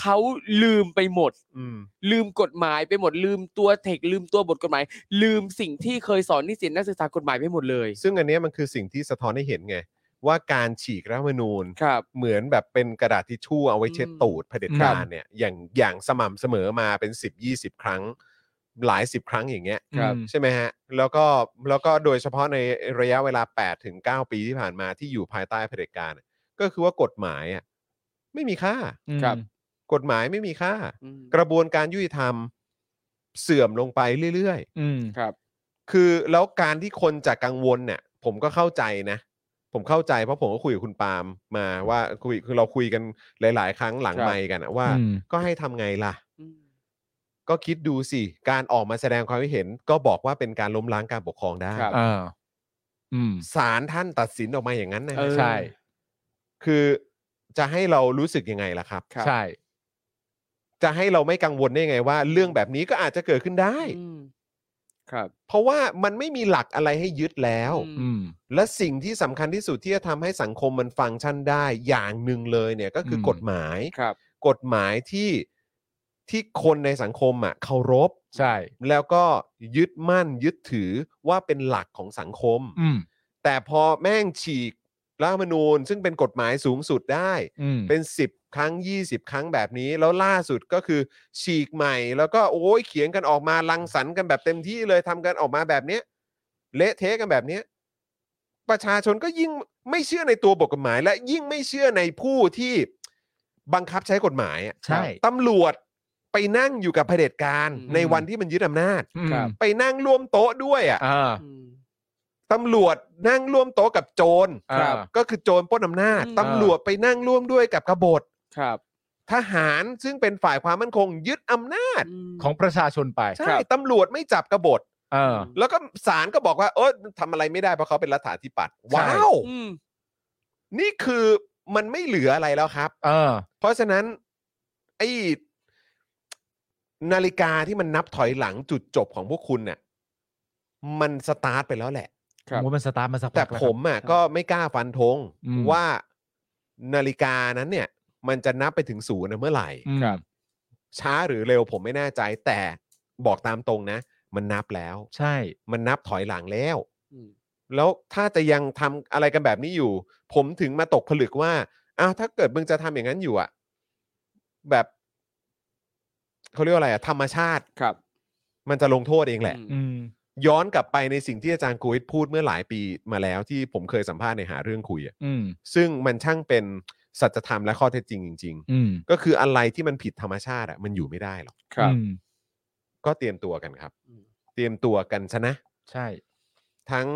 [SPEAKER 5] เขาลืมไปหมด
[SPEAKER 3] อืม
[SPEAKER 5] ลืมกฎหมายไปหมด ลืมตัวเทคลืมตัวบทกฎหมาย ลืมสิ่งที่เคยสอนนิสิตนักศึกษากฎหมายไปหมดเลย
[SPEAKER 3] ซึ่งอันเนี้ยมันคือสิ่งที่สะท้อนให้เห็นไง ว่าการฉีกรัฐธรรมนูญ
[SPEAKER 5] ครับ
[SPEAKER 3] เหมือนแบบเป็นกระดาษทิชชู่เอาไว้เช็ด
[SPEAKER 5] อืม
[SPEAKER 3] ตูดเผด็จการเนี่ยอย่างอย่างสม่ำเสมอมาเป็น 10 20 ครั้ง หลาย 10 ครั้งอย่างเงี้ย
[SPEAKER 4] ครับ
[SPEAKER 3] ใช่ไหมฮะ แล้วก็แล้วก็โดยเฉพาะในระยะเวลา8ถึง9ปีที่ผ่านมาที่อยู่ภายใต้เผด็จการอะก็คือว่ากฎหมายอ่ะไม่มีค่า
[SPEAKER 5] ครับ
[SPEAKER 3] กฎหมายไม่มีค่า
[SPEAKER 5] อืม
[SPEAKER 3] กระบวนการยุติธรรมเสื่อมลงไปเรื่อยๆ
[SPEAKER 4] อืม
[SPEAKER 3] คือแล้วการที่คนจะกังวลเนี่ย ผมก็เข้าใจนะ ผมเข้าใจเพราะผมก็คุยกับคุณปาล์มมาว่าคุยคือเราคุยกันหลาย ๆ ครั้งหลัง
[SPEAKER 5] ครับ
[SPEAKER 3] ไมค์กันอะว่า
[SPEAKER 4] อืม
[SPEAKER 3] ก็ให้ทำไงล่ะ
[SPEAKER 5] อืม
[SPEAKER 3] ก็คิดดูสิ การออกมาแสดงความคิดเห็น ก็บอกว่าเป็นการล้มล้างการปกครองได้
[SPEAKER 5] ครับ
[SPEAKER 4] อ่าอืม
[SPEAKER 3] ศาลท่านตัดสินออกมาอย่างนั้นนะ
[SPEAKER 5] เออ
[SPEAKER 4] ใช่
[SPEAKER 3] คือจะให้เรารู้สึกยังไงล่ะครับ
[SPEAKER 5] ครับ
[SPEAKER 4] ใช่
[SPEAKER 3] จะให้เราไม่กังวลได้ยังไงว่า เรื่องแบบนี้ก็อาจจะเกิดขึ้นได้
[SPEAKER 5] อืมครับ
[SPEAKER 3] เพราะว่ามันไม่มีหลักอะไรให้ยึดแล้ว
[SPEAKER 5] อื
[SPEAKER 4] อื
[SPEAKER 5] ม
[SPEAKER 4] ม
[SPEAKER 3] และสิ่งที่สำคัญที่สุดที่จะทำให้สังคมมันฟังก์ชันได้อย่างหนึ่งเลยเนี่ยก็คืออ
[SPEAKER 4] ม
[SPEAKER 3] กฎหมาย
[SPEAKER 5] ครับ
[SPEAKER 3] กฎหมายที่ที่คนในสังคมอ่ะเคารพ
[SPEAKER 4] ใช่
[SPEAKER 3] แล้วก็ยึดมั่นยึดถือว่าเป็นหลักของสังคม
[SPEAKER 4] อืม
[SPEAKER 3] แต่พอแม่งฉีกรัฐธรรมนูญ ซึ่งเป็นกฎหมายสูงสุดได้
[SPEAKER 4] อืม
[SPEAKER 3] เป็น 10 ครั้ง 20 ครั้งแบบนี้ แล้วล่าสุดก็คือฉีกใหม่ แล้วก็โอ้ยเขียนกันออกมาลังสรรค์กันแบบเต็มที่เลยทำกันออกมาแบบเนี้ยเละเทะกันแบบเนี้ยประชาชนก็ยิ่งไม่เชื่อในตัวบทกฎหมาย และยิ่งไม่เชื่อในผู้ที่บังคับใช้กฎหมายอะ
[SPEAKER 4] ใช่
[SPEAKER 3] ตำรวจไปนั่งอยู่กับเผด็จการ
[SPEAKER 5] อืม
[SPEAKER 3] ในวันที่มันยึดอำนาจ
[SPEAKER 4] อืม
[SPEAKER 5] ครับ
[SPEAKER 3] ไปนั่งร่วมโต๊ะด้วยอ่ะ
[SPEAKER 4] อ่า
[SPEAKER 5] อืม
[SPEAKER 3] ตำรวจนั่งร่วมโต๊ะกับโจร
[SPEAKER 4] ครับ
[SPEAKER 3] ก็คือโจรปล้นอำนาจ
[SPEAKER 5] อืม
[SPEAKER 3] ตำรวจไปนั่งร่วมด้วยกับกบฏ
[SPEAKER 5] ครับ
[SPEAKER 3] ทหารซึ่งเป็นฝ่ายความมั่นคงยึดอำนาจ
[SPEAKER 5] ม
[SPEAKER 4] ของประชาชนไป
[SPEAKER 3] ใช่
[SPEAKER 5] ครับ
[SPEAKER 3] ตำรวจไม่จับกบฏ
[SPEAKER 4] เออ
[SPEAKER 3] แล้วก็ศาลก็บอกว่า เออทำอะไรไม่ได้เพราะเขาเป็นรัฐาธิปัตย์
[SPEAKER 4] ใช่
[SPEAKER 3] ว้าว
[SPEAKER 5] อืม
[SPEAKER 3] นี่คือ มันไม่เหลืออะไรแล้วครับ
[SPEAKER 4] เออ
[SPEAKER 3] เพราะฉะนั้นไอ้นาฬิกาที่มันนับถอยหลังจุดจบของพวกคุณเนี่ยมันสตาร์ทไปแล้วแหละ
[SPEAKER 5] ครับ
[SPEAKER 4] ผมว่ามันสตาร์ทมาสักพัก
[SPEAKER 3] แต่
[SPEAKER 4] ล้วครับ
[SPEAKER 3] ผมอ่ะก็ไม่กล้าฟันธง
[SPEAKER 4] อืม
[SPEAKER 3] ว่านาฬิกานั้นเนี่ย มันจะนับไปถึงศูนย์น่ะเมื่อไหร่
[SPEAKER 4] อืม
[SPEAKER 3] ช้าหรือเร็วผมไม่แน่ใจ แต่บอกตามตรงนะ มันนับแล้ว
[SPEAKER 4] ใช่
[SPEAKER 3] มันนับถอยหลังแล้ว
[SPEAKER 5] อืม
[SPEAKER 3] แล้วถ้าจะยังทำอะไรกันแบบนี้อยู่ ผมถึงมาตกผลึกว่าอ้าวถ้าเกิดมึงจะทำอย่างนั้นอยู่อะแบบเขาเรียกว่าอะไรอะธรรมชาติ
[SPEAKER 5] ครับ
[SPEAKER 3] มันจะลงโทษเองแหละ
[SPEAKER 5] อืม
[SPEAKER 4] อืม
[SPEAKER 3] ย้อนกลับไปในสิ่งที่อาจารย์กูวิทพูดเมื่อหลายปีมาแล้วที่ผมเคยสัมภาษณ์ในหาเรื่องคุยอะ
[SPEAKER 4] อืม
[SPEAKER 3] ซึ่งมันช่างเป็นสัจธรรมและข้อเท็จจริงจริง
[SPEAKER 4] อืม
[SPEAKER 3] ๆก็คืออะไรที่มันผิดธรรมชาติอะมันอยู่ไม่ได้หรอก
[SPEAKER 5] ครับ
[SPEAKER 4] อืม
[SPEAKER 3] ก็เตรียมตัวกันครับ
[SPEAKER 5] อืม
[SPEAKER 3] เตรียมตัวกันชนะ
[SPEAKER 4] ใช่
[SPEAKER 3] ทั้ง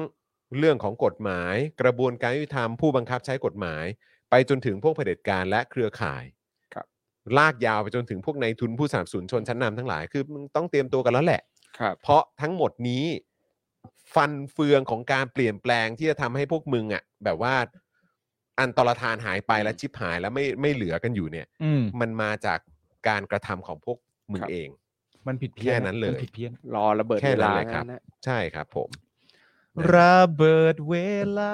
[SPEAKER 3] เรื่องของกฎหมาย กระบวนการยุติธรรมผู้บังคับใช้กฎหมาย ไปจนถึงพวกเผด็จการและเครือข่าย
[SPEAKER 5] ครับ
[SPEAKER 3] ลากยาวไปจนถึงพวกนายทุนผู้สนับสนุนชนชั้นนำทั้งหลายคือมึงต้องเตรียมตัวกันแล้วแหละ
[SPEAKER 5] ครับ
[SPEAKER 3] เพราะทั้งหมดนี้ ฟันเฟืองของการเปลี่ยนแปลงที่จะทำให้พวกมึงอะ่ะ แบบว่าอันตรธานหายไปและชิบหายแล้วไม่ไม่เหลือกันอยู่เนี่ย
[SPEAKER 4] อืม
[SPEAKER 3] มันมาจากการกระทำของพวกมึง
[SPEAKER 5] ครับ
[SPEAKER 3] เอง
[SPEAKER 4] มันผิดเพี้ยน
[SPEAKER 3] แค่นั้นเลย
[SPEAKER 4] มัผิดเพี้ยน
[SPEAKER 5] รอระเบิด
[SPEAKER 3] แค่
[SPEAKER 5] เว
[SPEAKER 3] นั้
[SPEAKER 5] ลาน
[SPEAKER 3] เลยครับ
[SPEAKER 5] นะ
[SPEAKER 3] ใช่ครับ ผม
[SPEAKER 4] ระเบิดเวลา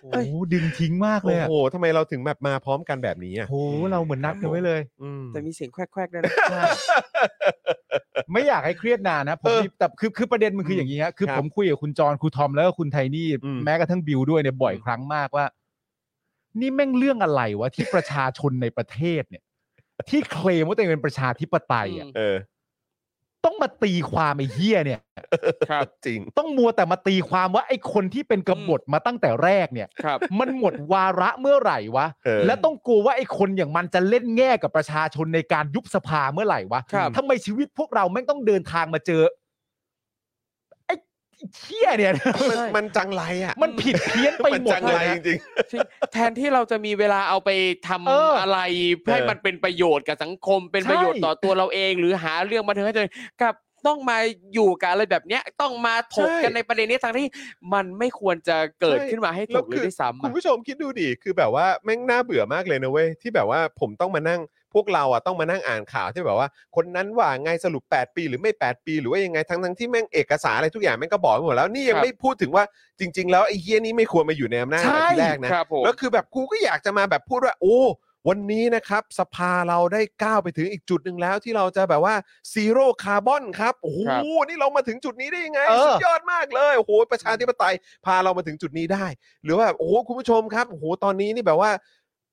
[SPEAKER 4] โอ้โหดึงทิ้งมากเล
[SPEAKER 3] โอ้
[SPEAKER 4] ยอะ
[SPEAKER 3] โหทำไมเราถึงแบบมาพร้อมกันแบบนี้
[SPEAKER 4] โอ้
[SPEAKER 3] อ่ะ
[SPEAKER 4] โห เราเหมือนนัดกันไว้เลย
[SPEAKER 3] อืม
[SPEAKER 6] แต่มีเสียงแควกๆด้วยนะ
[SPEAKER 4] ไม่อยากให้เครียดนานนะผม
[SPEAKER 3] เออ
[SPEAKER 4] มีแต่คือคือประเด็นมันคืออย่างนี้ฮะคือ
[SPEAKER 3] ครับ
[SPEAKER 4] ผมคุยกับคุณจรครูทอมแล้วก็คุณไทนี่
[SPEAKER 3] อืม
[SPEAKER 4] แม้กระทั่งบิวด้วยเนี่ยบ่อยครั้งมากว่า นี่แม่งเรื่องอะไรวะที่ประชาชนในประเทศเนี่ย ที่เคลมว่าตัวเองเป็นประชาธิปไตยอ่ะ
[SPEAKER 5] อืม
[SPEAKER 3] เออ
[SPEAKER 4] ต้องมาตีความไอ้เหี้ยเนี่ย
[SPEAKER 5] ครับ
[SPEAKER 3] จริง
[SPEAKER 4] ต้องมัวแต่มาตีความว่าไอ้คนที่เป็นกบฏมาตั้งแต่แรกเนี่ย
[SPEAKER 5] ครับ
[SPEAKER 4] มันหมดวาระเมื่อไหร่วะ
[SPEAKER 3] เออ
[SPEAKER 4] แล้วต้องกลัวว่าไอ้คนอย่างมันจะเล่นแง่กับประชาชนในการยุบสภาเมื่อไหร่วะ
[SPEAKER 5] ครับ
[SPEAKER 4] ทำไมชีวิตพวกเราแม่งต้องเดินทางมาเจอ ไอ้ไอ้เชี่ยเนี่ย
[SPEAKER 3] มันมันจังไรอ่ะ
[SPEAKER 4] มันผิดเพี้ยนไป
[SPEAKER 3] มัน
[SPEAKER 4] หมด
[SPEAKER 3] จัง
[SPEAKER 4] เล
[SPEAKER 3] ไร
[SPEAKER 4] ย
[SPEAKER 3] จ
[SPEAKER 4] นะ
[SPEAKER 3] ริง
[SPEAKER 5] จริงแทนที่เราจะมีเวลาเอาไปทำ
[SPEAKER 4] เอออ
[SPEAKER 5] อะไรเพื่อให้
[SPEAKER 3] เออ
[SPEAKER 5] มันเป็นประโยชน์กับสังคม เป็น
[SPEAKER 4] ใช่
[SPEAKER 5] ประโยชน์ต่อตัวเราเอง หรือหาเรื่องมาเถอะให้ตัวเองกลับต้องมาอยู่กับอะไรแบบเนี้ย ต้องมาถกกันในประเด็นนี้ทั้งที่มันไม่ควรจะเกิดขึ้นมาให้ถกเลยด้วย
[SPEAKER 3] ๆ
[SPEAKER 5] ซ้ำ
[SPEAKER 3] คุณ
[SPEAKER 5] อะ
[SPEAKER 3] ผู้ชมคิดดูดิคือแบบว่าแม่งน่าเบื่อมากเลยนะเว้ยที่แบบว่าผมต้องมานั่งพวกเราอ่ะต้องมานั่งอ่านข่าวที่แบบว่า คนนั้นว่าไงสรุป 8 ปีหรือไม่ 8 ปีหรือว่ายังไงทั้งทั้งๆที่แม่งเอกสารอะไรทุกอย่างแม่งก็บอกไปหมดแล้วนี่ยัง
[SPEAKER 5] ครับ
[SPEAKER 3] ไม่พูดถึงว่าจริง ๆ แล้วไอ้เฮียนี่ไม่ควรมาอยู่ในอำนาจ
[SPEAKER 4] ใช่
[SPEAKER 3] ตั้งแต่ที่แรกนะครับ
[SPEAKER 5] ผม
[SPEAKER 3] แล้วคือแบบกูก็อยากจะมาแบบพูดว่า โอ้ วันนี้นะครับสภาเราได้ก้าวไปถึงอีกจุดหนึ่งแล้วที่เราจะแบบว่าซีโร่คาร์บอนครับโอ้โห
[SPEAKER 5] ครับ
[SPEAKER 3] นี่เรามาถึงจุดนี้ได้ยังไง
[SPEAKER 4] เออ
[SPEAKER 3] สุดยอดมากเลยโอ้โหประชาธิปไตย พาเรามาถึงจุดนี้ได้ หรือว่าโอ้โหคุณผู้ชมครับโอ้โหตอนนี้นี่แบบว่า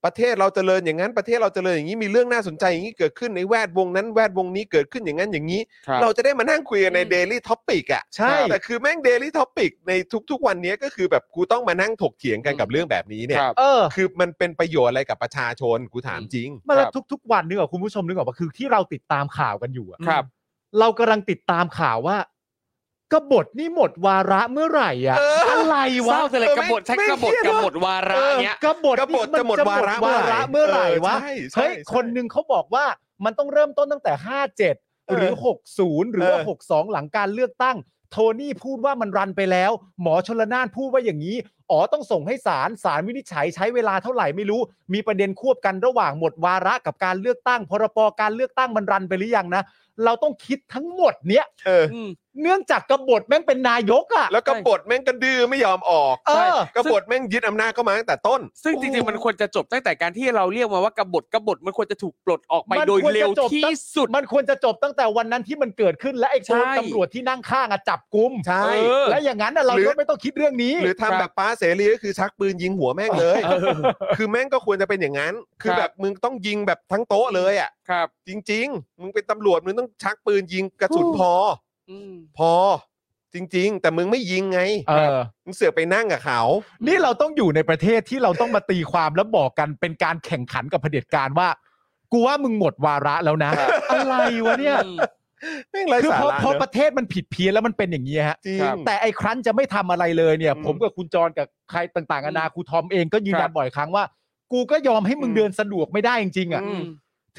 [SPEAKER 3] ประเทศเราเจริญอย่างนั้นประเทศเราเจริญอย่างนี้มีเรื่องน่าสนใจอย่างนี้เกิดขึ้นในแวดวงนั้นแวดวงนี้เกิดขึ้นอย่างนั้นอย่างนี้
[SPEAKER 5] ครับ
[SPEAKER 3] เราจะได้มานั่งคุยกันใน
[SPEAKER 5] อืม
[SPEAKER 3] Daily To อปิกอ่ะ
[SPEAKER 4] ใช่
[SPEAKER 3] แต่คือแม่ง Daily To อปิกในทุก ๆ วันนี้ก็คือแบบกูต้องมานั่งถกเถียงกันกับเรื่องแบบนี้เนี่ย
[SPEAKER 5] ครับ
[SPEAKER 4] เออ
[SPEAKER 3] คือมันเป็นประโยชน์อะไรกับประชาชนกูถามจริง
[SPEAKER 4] มาแล้ว
[SPEAKER 5] ครับ
[SPEAKER 4] ทุก ๆ วันนึกออกคุณผู้ชมนึกออกปะคือที่เราติดตามข่าวกันอยู่อะ
[SPEAKER 5] ครับ
[SPEAKER 4] เรากำลังติดตามข่าวว่า กบฏนี่หมดวาระเมื่อไหร่อ่ะ
[SPEAKER 3] เอออ
[SPEAKER 4] อะไร
[SPEAKER 5] เศ
[SPEAKER 4] วะ
[SPEAKER 5] ร้าจังเลย
[SPEAKER 3] เออก ไม่
[SPEAKER 5] บฏใช้
[SPEAKER 3] ไม่
[SPEAKER 5] กบฏ
[SPEAKER 3] เครียด
[SPEAKER 5] ก
[SPEAKER 3] เนอะ
[SPEAKER 5] บฏวาระเนี้ย
[SPEAKER 4] กบฏ
[SPEAKER 3] กบฏ
[SPEAKER 4] นี่น
[SPEAKER 3] จะหมดวาระ
[SPEAKER 4] จหมดวาระเมื่อไหร่
[SPEAKER 3] เออ
[SPEAKER 4] วะ
[SPEAKER 3] ใช่ใช่
[SPEAKER 4] เฮ้ย
[SPEAKER 3] ใช่
[SPEAKER 4] คนหนึ่งเขาบอกว่ามันต้องเริ่มต้นตั้งแต่ 57 หรือ 60 หรือว่า
[SPEAKER 3] เออ
[SPEAKER 4] 62 หลังการเลือกตั้ง โทนี่พูดว่ามันรันไปแล้ว หมอชลนานพูดว่าอย่างนี้ อ๋อต้องส่งให้ศาลศาลวินิจฉัยใช้เวลาเท่าไหร่ไม่รู้ มีประเด็นควบกันระหว่างหมดวาระกับการเลือกตั้งพรปการเลือกตั้งมันรันไปหรือยังนะ เราต้องคิดทั้งหมดเนี้ย
[SPEAKER 3] เออ
[SPEAKER 5] อืม
[SPEAKER 4] เนื่องจากกบฏแม่งเป็นนายกอะ
[SPEAKER 3] แล้วกบฏแม่งก็ดื้อไม่ยอมออก
[SPEAKER 4] เออ
[SPEAKER 3] กบฏแม่งยึดอำนาจก็มาตั้งแต่ต้น
[SPEAKER 5] ซึ่งจริงๆ มันควรจะจบตั้งแต่การที่เราเรียกมาว่ากบฏกบฏมันควรจะถูกปลดออกไป
[SPEAKER 4] มัน
[SPEAKER 5] โดย
[SPEAKER 4] ควร
[SPEAKER 5] เร็
[SPEAKER 4] จะ
[SPEAKER 5] ว
[SPEAKER 4] จบตั้
[SPEAKER 5] ที่
[SPEAKER 4] ง
[SPEAKER 5] สุด
[SPEAKER 4] มันควรจะจบตั้งแต่วันนั้นที่มันเกิดขึ้นและไอ้
[SPEAKER 5] ใช่
[SPEAKER 4] โนตำรวจที่นั่งข้างอะจับกุม
[SPEAKER 3] ใช่
[SPEAKER 5] เออ
[SPEAKER 4] และอย่างนั้นน่ะเรา
[SPEAKER 3] หรือ
[SPEAKER 4] ก็ไม่ต้องคิดเรื่องนี้
[SPEAKER 3] หรือทำ
[SPEAKER 5] ครับ
[SPEAKER 3] แบบป้าเสรีก็คือชักปืนยิงหัวแม่งเลย คือแม่งก็ควรจะเป็นอย่างนั้น คือ
[SPEAKER 5] ครับ
[SPEAKER 3] แบบมึงต้องยิงแบบทั้งโต๊ะเลยอ่ะ
[SPEAKER 5] ครับ
[SPEAKER 3] จริง ๆ มึงเป็นตำรวจมึงต้องชักปืนยิงกระสุนพอ
[SPEAKER 5] อืม
[SPEAKER 3] พอ จริง ๆ แต่มึงไม่ยิงไง
[SPEAKER 4] เออ
[SPEAKER 3] มึงเสือกไปนั่งกับเขา
[SPEAKER 4] นี่เราต้องอยู่ในประเทศที่เราต้องมาตีความแล้วบอกกันเป็นการแข่งขันกับเผด็จการว่า กูว่ามึงหมดวาระแล้วนะ อะไรวะเนี่ย
[SPEAKER 5] อืม
[SPEAKER 3] แม่งไร
[SPEAKER 4] คือ
[SPEAKER 3] สา
[SPEAKER 4] พอ
[SPEAKER 3] ระ
[SPEAKER 4] พอป
[SPEAKER 3] เนอะ
[SPEAKER 4] ระเทศมันผิดเพี้ยนแล้วมันเป็นอย่างนี้ยฮะ
[SPEAKER 3] จริง
[SPEAKER 5] ครับ
[SPEAKER 4] แต่ไอ้ครั้นจะไม่ทำอะไรเลยเนี่ย
[SPEAKER 3] อืม
[SPEAKER 4] ผมกับคุณจรกับใครต่างๆนานาครูทอมเองก็ยืนยั
[SPEAKER 5] ครั
[SPEAKER 4] น
[SPEAKER 5] บ
[SPEAKER 4] บ่อยครั้งว่า กูก็ยอมให้มึง
[SPEAKER 3] อืม
[SPEAKER 4] เดินสะดวกไม่ได้จริงๆอ่ะ
[SPEAKER 5] อืม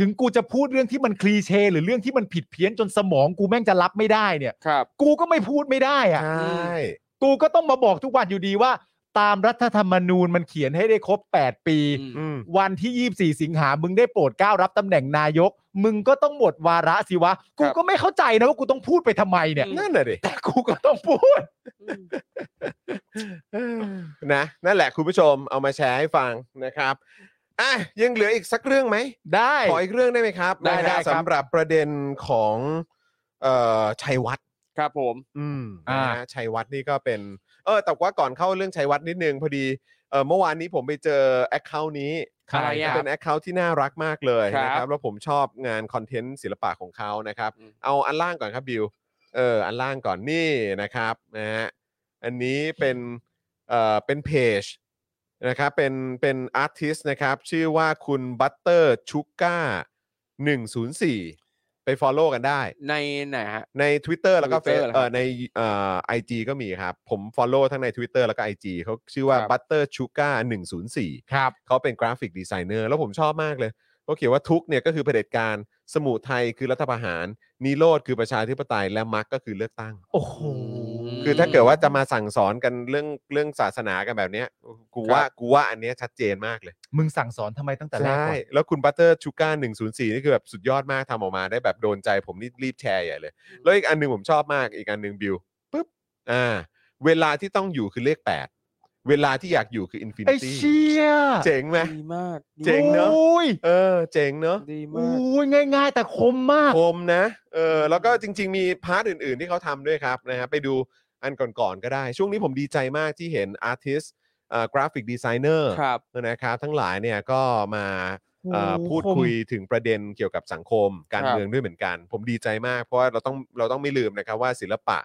[SPEAKER 4] ถึงกูจะพูดเรื่องที่มันคลีเช่หรือเรื่องที่มันผิดเพี้ยนจนสมองกูแม่งจะรับไม่ได้เนี่ย
[SPEAKER 5] ครับ
[SPEAKER 4] กูก็ไม่พูดไม่ได้
[SPEAKER 3] ใช
[SPEAKER 4] อะ
[SPEAKER 3] ่
[SPEAKER 4] กูก็ต้องมาบอกทุกวันอยู่ดีว่า ตามรัฐธรรมนูญมันเขียนให้ได้ครบ 8 ปี
[SPEAKER 5] อืม
[SPEAKER 7] อืม
[SPEAKER 4] วันที่ 24 สิงหา มึงได้โปรดเกล้ารับตำแหน่งนายก มึงก็ต้องหมดวาระสิวะ กูก็ไม่เข้าใจนะว่ากูต้องพูดไปทำไมเนี่ย
[SPEAKER 5] อืม
[SPEAKER 3] นั่นแหละดิ
[SPEAKER 4] แต่กูก็ต้องพูด
[SPEAKER 3] นะนั่นแหละคุณผู้ชมเอามาแชร์ให้ฟังนะครับอ่ะยังเหลืออีกสักเรื่องไหม
[SPEAKER 4] ได้
[SPEAKER 3] ขออีกเรื่องได้ไหมครับ
[SPEAKER 4] ได้
[SPEAKER 3] นะครับ
[SPEAKER 4] ได้ครับ
[SPEAKER 3] สำหรับประเด็นของเอ่อชัยวัฒน์
[SPEAKER 5] ครับผม
[SPEAKER 7] อืม
[SPEAKER 4] อ่า
[SPEAKER 3] นะฮะชัยวัฒน์นี่ก็เป็นเออแต่ว่าก่อนเข้าเรื่องชัยวัฒน์นิดนึงพอดีเออเมื่อวานนี้ผมไปเจอ Account นี้
[SPEAKER 5] อะไรอ่ะ
[SPEAKER 3] เป็น Account ที่น่ารักมากเลย
[SPEAKER 5] ครับ
[SPEAKER 3] นะครับแล้วผมชอบงานคอนเทนต์ศิลปะของเขานะครับ
[SPEAKER 5] อืม
[SPEAKER 3] เอาอันล่างก่อนครับบิวเอออันล่างก่อนนี่นะครับนะฮะอันนี้เป็น เอ่อเป็นเพจนะครับเป็นเป็นอาร์ติสนะครับ ชื่อว่าคุณบัตเตอร์ชูก้า104 ไป Follow กันได้
[SPEAKER 5] ในไหนฮะ
[SPEAKER 3] ใน Twitter แล้วก็เฟ
[SPEAKER 5] Twitter
[SPEAKER 3] ซ
[SPEAKER 5] เหรอครับ
[SPEAKER 3] เอ่อในเอ่อไอจก็มีครับ ผม Follow ทั้งใน Twitter แล้วก็ IG เขาชื่อว่า
[SPEAKER 5] ครับ
[SPEAKER 3] บัตเตอร์ชูก้า104
[SPEAKER 4] ครับ
[SPEAKER 3] เขาเป็นกราฟิกดีไซเนอร์แล้วผมชอบมากเลยเขาเขียนว่าทุกข์เนี่ยก็คือเผด็จการสมุทัยคือรัฐประหารนิโรธคือประชาธิปไตยและมรรคก็คือเลือกตั้ง
[SPEAKER 4] โอ้โห
[SPEAKER 5] ม
[SPEAKER 3] คือถ้าเกิดว่าจะมาสั่งสอนกันเรื่องเรื่องศาสนากันแบบเนี้ยกูว่ากูว่าอันเนี้ยชัดเจนมากเลย
[SPEAKER 4] มึงสั่งสอนทำไมตั้งแต่แรก
[SPEAKER 3] ใช่
[SPEAKER 4] ก่อน
[SPEAKER 3] แล้วคุณบัตเตอร์ชูการ์104 นี่คือแบบสุดยอดมากทำออกมาได้แบบโดนใจผมนี่รีบแชร์ใหญ่เลย แล้วอีกอันหนึงผมชอบมากอีกอันหนึงบิวปุ๊บอ่า เวลาที่ต้องอยู่คือเลข 8 เวลาที่อยากอยู่คืออินฟินิ
[SPEAKER 4] ไอ้
[SPEAKER 3] ตี้
[SPEAKER 4] เชี่ย
[SPEAKER 3] เจ๋งไหม
[SPEAKER 6] ดีมากดี
[SPEAKER 3] เจ๋งเนอะ
[SPEAKER 4] โอ้ย
[SPEAKER 3] เออ เจ๋งเนอะ
[SPEAKER 6] ดี
[SPEAKER 4] โอ
[SPEAKER 6] มาก
[SPEAKER 4] ้ยง่าย ๆ แต่คมมาก
[SPEAKER 3] คมนะเออแล้วก็จริง ๆ มีพาร์ทอื่น ๆ ที่เขาทำด้วยครับนะฮะไปดูอันก่อนๆก็ได้ ช่วงนี้ผมดีใจมากที่เห็นอาร์ติสกราฟิกดีไซเนอร์
[SPEAKER 6] ครับ
[SPEAKER 3] นะครับทั้งหลายเนี่ยก็มาเอ่อ
[SPEAKER 4] โอ้โห
[SPEAKER 3] พูด
[SPEAKER 4] คม
[SPEAKER 3] คุยถึงประเด็นเกี่ยวกับสังคมการ
[SPEAKER 5] ครับ
[SPEAKER 3] เมืองด้วยเหมือนกัน ผมดีใจมากเพราะว่าเราต้องเราต้องไม่ลืมนะครับว่าศิลปะ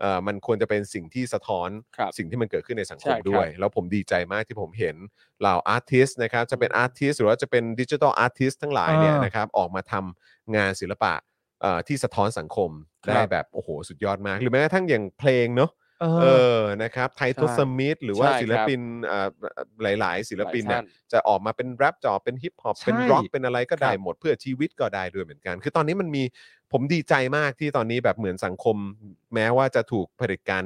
[SPEAKER 3] เอ่อมันควรจะเป็นสิ่งที่สะท้อน
[SPEAKER 5] ครับ
[SPEAKER 3] สิ่งที่มันเกิดขึ้นในสังคม
[SPEAKER 5] ใช่ครับ
[SPEAKER 3] ด้วย แล้วผมดีใจมากที่ผมเห็นเหล่าอาร์ติสนะครับจะเป็นอาร์ติสหรือว่าจะเป็นดิจิทัลอาร์ติสทั้งหลายเนี่ย
[SPEAKER 4] อ่าน
[SPEAKER 3] นะครับออกมาทำงานศิลปะเอ่อที่สะท้อนสังคม
[SPEAKER 5] ครับ
[SPEAKER 3] ได้แบบโอ้โหสุดยอดมาก หรือแม้กระทั่งอย่างเพลงเนาะ
[SPEAKER 4] เอ
[SPEAKER 3] เอ
[SPEAKER 4] อ
[SPEAKER 3] อ นะครับ ไทท
[SPEAKER 5] ใช่
[SPEAKER 3] อสมิธหรือว่า
[SPEAKER 5] ใช่ครับ
[SPEAKER 3] ศิลปินเอ่อหลาย ๆ ศิลปินเนี่ย
[SPEAKER 5] หลายท่าน
[SPEAKER 3] จะออกมาเป็นแรปจออกเป็นฮิปฮอป
[SPEAKER 4] ใช่
[SPEAKER 3] เป็นร็อก เป็นอะไรก็ได้
[SPEAKER 5] ครับ
[SPEAKER 3] หมดเพื่อชีวิตก็ได้ด้วยเหมือนกัน คือตอนนี้มันมี ผมดีใจมากที่ตอนนี้แบบเหมือนสังคม แม้ว่าจะถูกเผด็จการ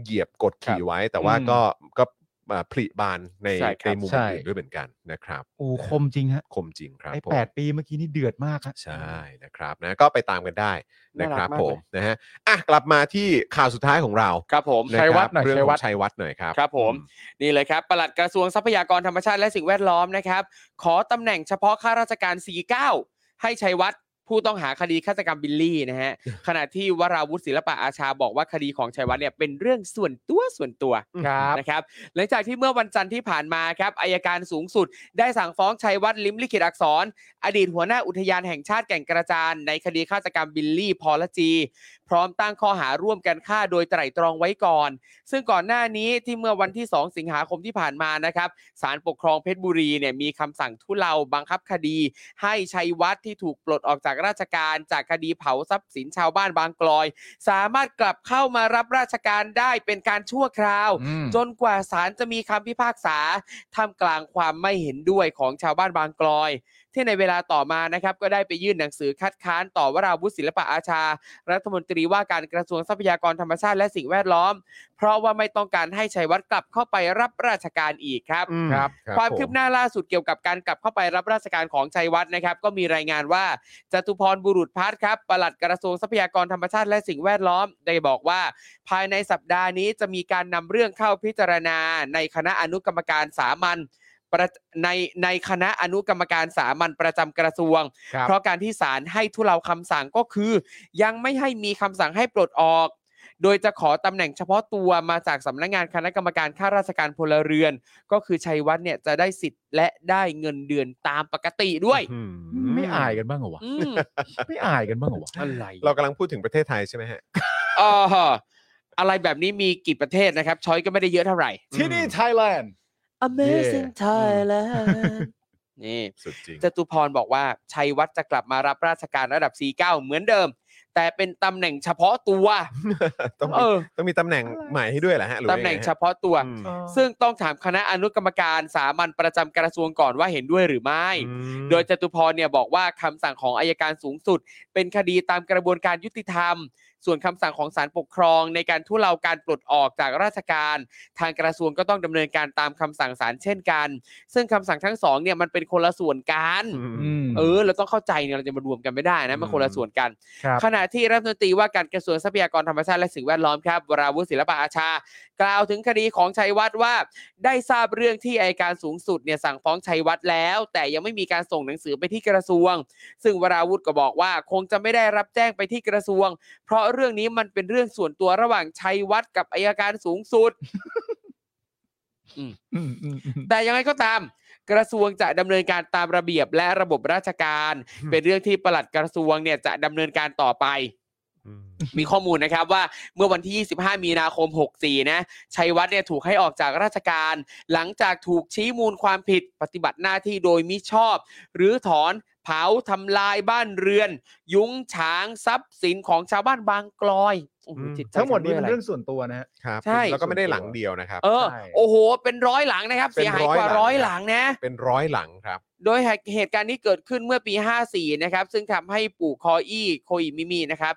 [SPEAKER 3] เหยียบกดขี่ไว้ แต่ว่าก็ ก็เอ่อผลิบานใน
[SPEAKER 5] ใช่ครับ
[SPEAKER 3] ในมุมอื่นด้วยเหมือนกันนะครับ
[SPEAKER 4] โอ้คมจริงฮะ
[SPEAKER 3] คมจริงครับ
[SPEAKER 4] ไอ้
[SPEAKER 3] ผม
[SPEAKER 4] แปดปีเมื่อกี้นี่เดือดมากฮะ
[SPEAKER 3] ใช่นะครับนะก็ไปตามกันได้นะครับ
[SPEAKER 5] น่ารักมากเลย
[SPEAKER 3] ผมนะฮะอ่ะกลับมาที่ข่าวสุดท้ายของเรา
[SPEAKER 5] ครับผม
[SPEAKER 3] นะ
[SPEAKER 4] ชัย
[SPEAKER 3] ค
[SPEAKER 4] วั
[SPEAKER 3] รั
[SPEAKER 4] ฒ
[SPEAKER 3] บ
[SPEAKER 4] น์หน่อย
[SPEAKER 3] เรื่อง
[SPEAKER 4] ชัย
[SPEAKER 3] ข
[SPEAKER 4] วั
[SPEAKER 3] อ
[SPEAKER 4] ฒน์
[SPEAKER 3] งชัยวัฒน์หน่อยครับ
[SPEAKER 5] ครับผม นี่เลยครับปลัดกระทรวงทรัพยากรธรรมชาติและสิ่งแวดล้อมนะครับ ขอตำแหน่งเฉพาะข้าราชการ 49 ให้ชัยวัฒน์ผู้ต้องหาคดีฆาตกรรมบิลลี่นะ ฮะ ขณะที่วราวุฒิศิลปะอาชาบอกว่าคดีของชัยวัฒน์เนี่ยเป็นเรื่องส่วนตัวส่วนตัว
[SPEAKER 4] ครับ
[SPEAKER 5] นะครับหลังจากที่เมื่อวันจันทร์ที่ผ่านมาครับอายการสูงสุด ได้สั่งฟ้องชัยวัฒน์ลิมลิขิตอักษร อดีตหัวหน้าอุทยานแห่งชาติแก่งกระจานในคดีฆาตกรรมบิลลี่พอลจี พร้อมตั้งข้อหาร่วมกันฆ่าโดยไตร่ตรองไว้ก่อน ซึ่งก่อนหน้านี้ที่เมื่อวันที่ 2 สิงหาคมที่ผ่านมานะครับศาลปกครองเพชรบุรีเนี่ยมีคำสั่งทุเลาบังคับคดี ให้ชัยวัฒน์ที่ถูกปลดออกจากราชการ จากคดีเผาทรัพย์สินชาวบ้านบางกลอย สามารถกลับเข้ามารับราชการได้เป็นการชั่วคราว
[SPEAKER 4] อืม
[SPEAKER 5] จนกว่าศาลจะมีคำพิพากษาท่ามกลางความไม่เห็นด้วยของชาวบ้านบางกลอย ที่ในเวลาต่อมานะครับ ก็ได้ไปยื่นหนังสือคัดค้านต่อวราวุฒิศิลปะอาชา รัฐมนตรีว่าการกระทรวงทรัพยากรธรรมชาติและสิ่งแวดล้อม เพราะว่าไม่ต้องการให้ชัยวัฒน์กลับเข้าไปรับราชการอีกครับ
[SPEAKER 4] ครับ
[SPEAKER 5] ความคืบหน้าล่าสุดเกี่ยวกับการกลับเข้าไปรับราชการของชัยวัฒน์นะครับ ก็มีรายงานว่าจตุพรบุรุษพัฒน์ครับปลัดกระทรวงทรัพยากรธรรมชาติและสิ่งแวดล้อม ได้บอกว่า ภายในสัปดาห์นี้จะมีการนำเรื่องเข้าพิจารณา ในคณะอนุกรรมการสามัญประในในคณะอนุกรรมการสามัญประจำกระทรวง
[SPEAKER 4] ครับ
[SPEAKER 5] เพราะการที่ศาลให้ทุเลาคำสั่งก็คือ ยังไม่ให้มีคำสั่งให้ปลดออก โดยจะขอตำแหน่งเฉพาะตัวมาจากสำนักงานคณะกรรมการข้าราชการพลเรือน ก็คือชัยวัฒน์เนี่ยจะได้สิทธิ์และได้เงินเดือนตามปกติด้วย
[SPEAKER 4] ไม่อายกันบ้างเหรอวะ
[SPEAKER 5] อืม
[SPEAKER 4] ไม่อายกันบ้างเหรอวะ
[SPEAKER 5] อะไร
[SPEAKER 3] เรากำลังพูดถึงประเทศไทยใช่ไหมฮะ
[SPEAKER 5] เอออะไรแบบนี้มีกี่ประเทศนะครับ ช้อยก็ไม่ได้เยอะเท่าไหร่
[SPEAKER 4] ที่นี่ไทยแลนด์
[SPEAKER 6] Amazing
[SPEAKER 4] อืม
[SPEAKER 6] Thailand
[SPEAKER 5] นี่
[SPEAKER 3] สุดจริง
[SPEAKER 5] จตุพรบอกว่า ชัยวัฒน์จะกลับมารับราชการระดับ 49 เหมือนเดิม แต่เป็นตำแหน่งเฉพาะตัว
[SPEAKER 3] ต้อง
[SPEAKER 5] เอ
[SPEAKER 3] มี
[SPEAKER 5] อ
[SPEAKER 3] ต้องมีตำแหน่งใหม่ให้ด้วยเหรอฮะรือว่า
[SPEAKER 5] ตำแหน่ง
[SPEAKER 3] ยัไฮะ
[SPEAKER 5] เฉพาะตัว
[SPEAKER 3] อืม
[SPEAKER 5] ซึ่งต้องถามคณะอนุกรรมการสามัญประจำกระทรวงก่อนว่าเห็นด้วยหรือไม่
[SPEAKER 3] อืม
[SPEAKER 5] โดยจตุพรเนี่ยบอกว่าคำสั่งของอายการสูงสุด เป็นคดีตามกระบวนการยุติธรรม ส่วนคำสั่งของศาลปกครองในการทุเลาการปลดออกจากราชการ ทางกระทรวงก็ต้องดำเนินการตามคำสั่งศาลเช่นกัน ซึ่งคำสั่งทั้งสองเนี่ยมันเป็นคนละส่วนกัน
[SPEAKER 4] ม
[SPEAKER 5] เออเราต้องเข้าใจเนี่ยเราจะมารวมกันไม่ได้นะมันคนละส่วนกัน
[SPEAKER 4] ครับ
[SPEAKER 5] ขณะที่รัฐมนตรีว่าการกระทรวงทรัพยากรธรรมชาติและสิ่งแวดล้อมครับวราวุฒิศิลปะอาชา กล่าวถึงคดีของชัยวัฒน์ว่า ได้ทราบเรื่องที่อัยการสูงสุดเนี่ยสั่งฟ้องชัยวัฒน์แล้ว แต่ยังไม่มีการส่งหนังสือไปที่กระทรวง ซึ่งวราวุฒิก็บอกว่าคงจะไม่ได้รับแจ้งไปที่กระทรวง เพราะเรื่องนี้มันเป็นเรื่องส่วนตัวระหว่างชัยวัฒน์กับอัยการสูงสุด
[SPEAKER 4] อืมอืมอืม
[SPEAKER 5] แต่ยังไงก็ตาม กระทรวงจะดำเนินการตามระเบียบและระบบราชการ เป็นเรื่องที่ปลัดกระทรวงเนี่ยจะดำเนินการต่อไป มีข้อมูลนะครับว่าเมื่อวันที่ 25 มีนาคม 64 นะ ชัยวัฒน์เนี่ยถูกให้ออกจากราชการ หลังจากถูกชี้มูลความผิดปฏิบัติหน้าที่โดยมิชอบ หรือถอนเผาทำลายบ้านเรือน ยุ้งฉางทรัพย์สินของชาวบ้านบางกลอยโอ้โห
[SPEAKER 3] อืม
[SPEAKER 5] จิตใจ
[SPEAKER 4] ทั้งหมดนี้
[SPEAKER 5] ฉั
[SPEAKER 4] เป็น
[SPEAKER 5] วยะไ
[SPEAKER 4] เรื่องส่วนตัวนะฮะ
[SPEAKER 3] ครับ
[SPEAKER 5] ใช่
[SPEAKER 3] แล้วก็ไม่ได้หลังเดียวนะครับ
[SPEAKER 5] เออ
[SPEAKER 4] ใช่
[SPEAKER 5] โอ้โห เป็นร้อยหลังนะครับ
[SPEAKER 3] เป็น
[SPEAKER 5] เสียหายกว่า
[SPEAKER 3] ร้
[SPEAKER 5] ร้
[SPEAKER 3] อ
[SPEAKER 5] อย ย
[SPEAKER 3] ห
[SPEAKER 5] ห
[SPEAKER 3] ลั
[SPEAKER 5] ลั
[SPEAKER 3] ง
[SPEAKER 5] งนะ
[SPEAKER 3] เป็นร้อยหลังครับ
[SPEAKER 5] โดยเหตุการณ์นี้เกิดขึ้นเมื่อปี 54 นะครับ ซึ่งทำให้ปู่คออี้โคอิมิมินะครับ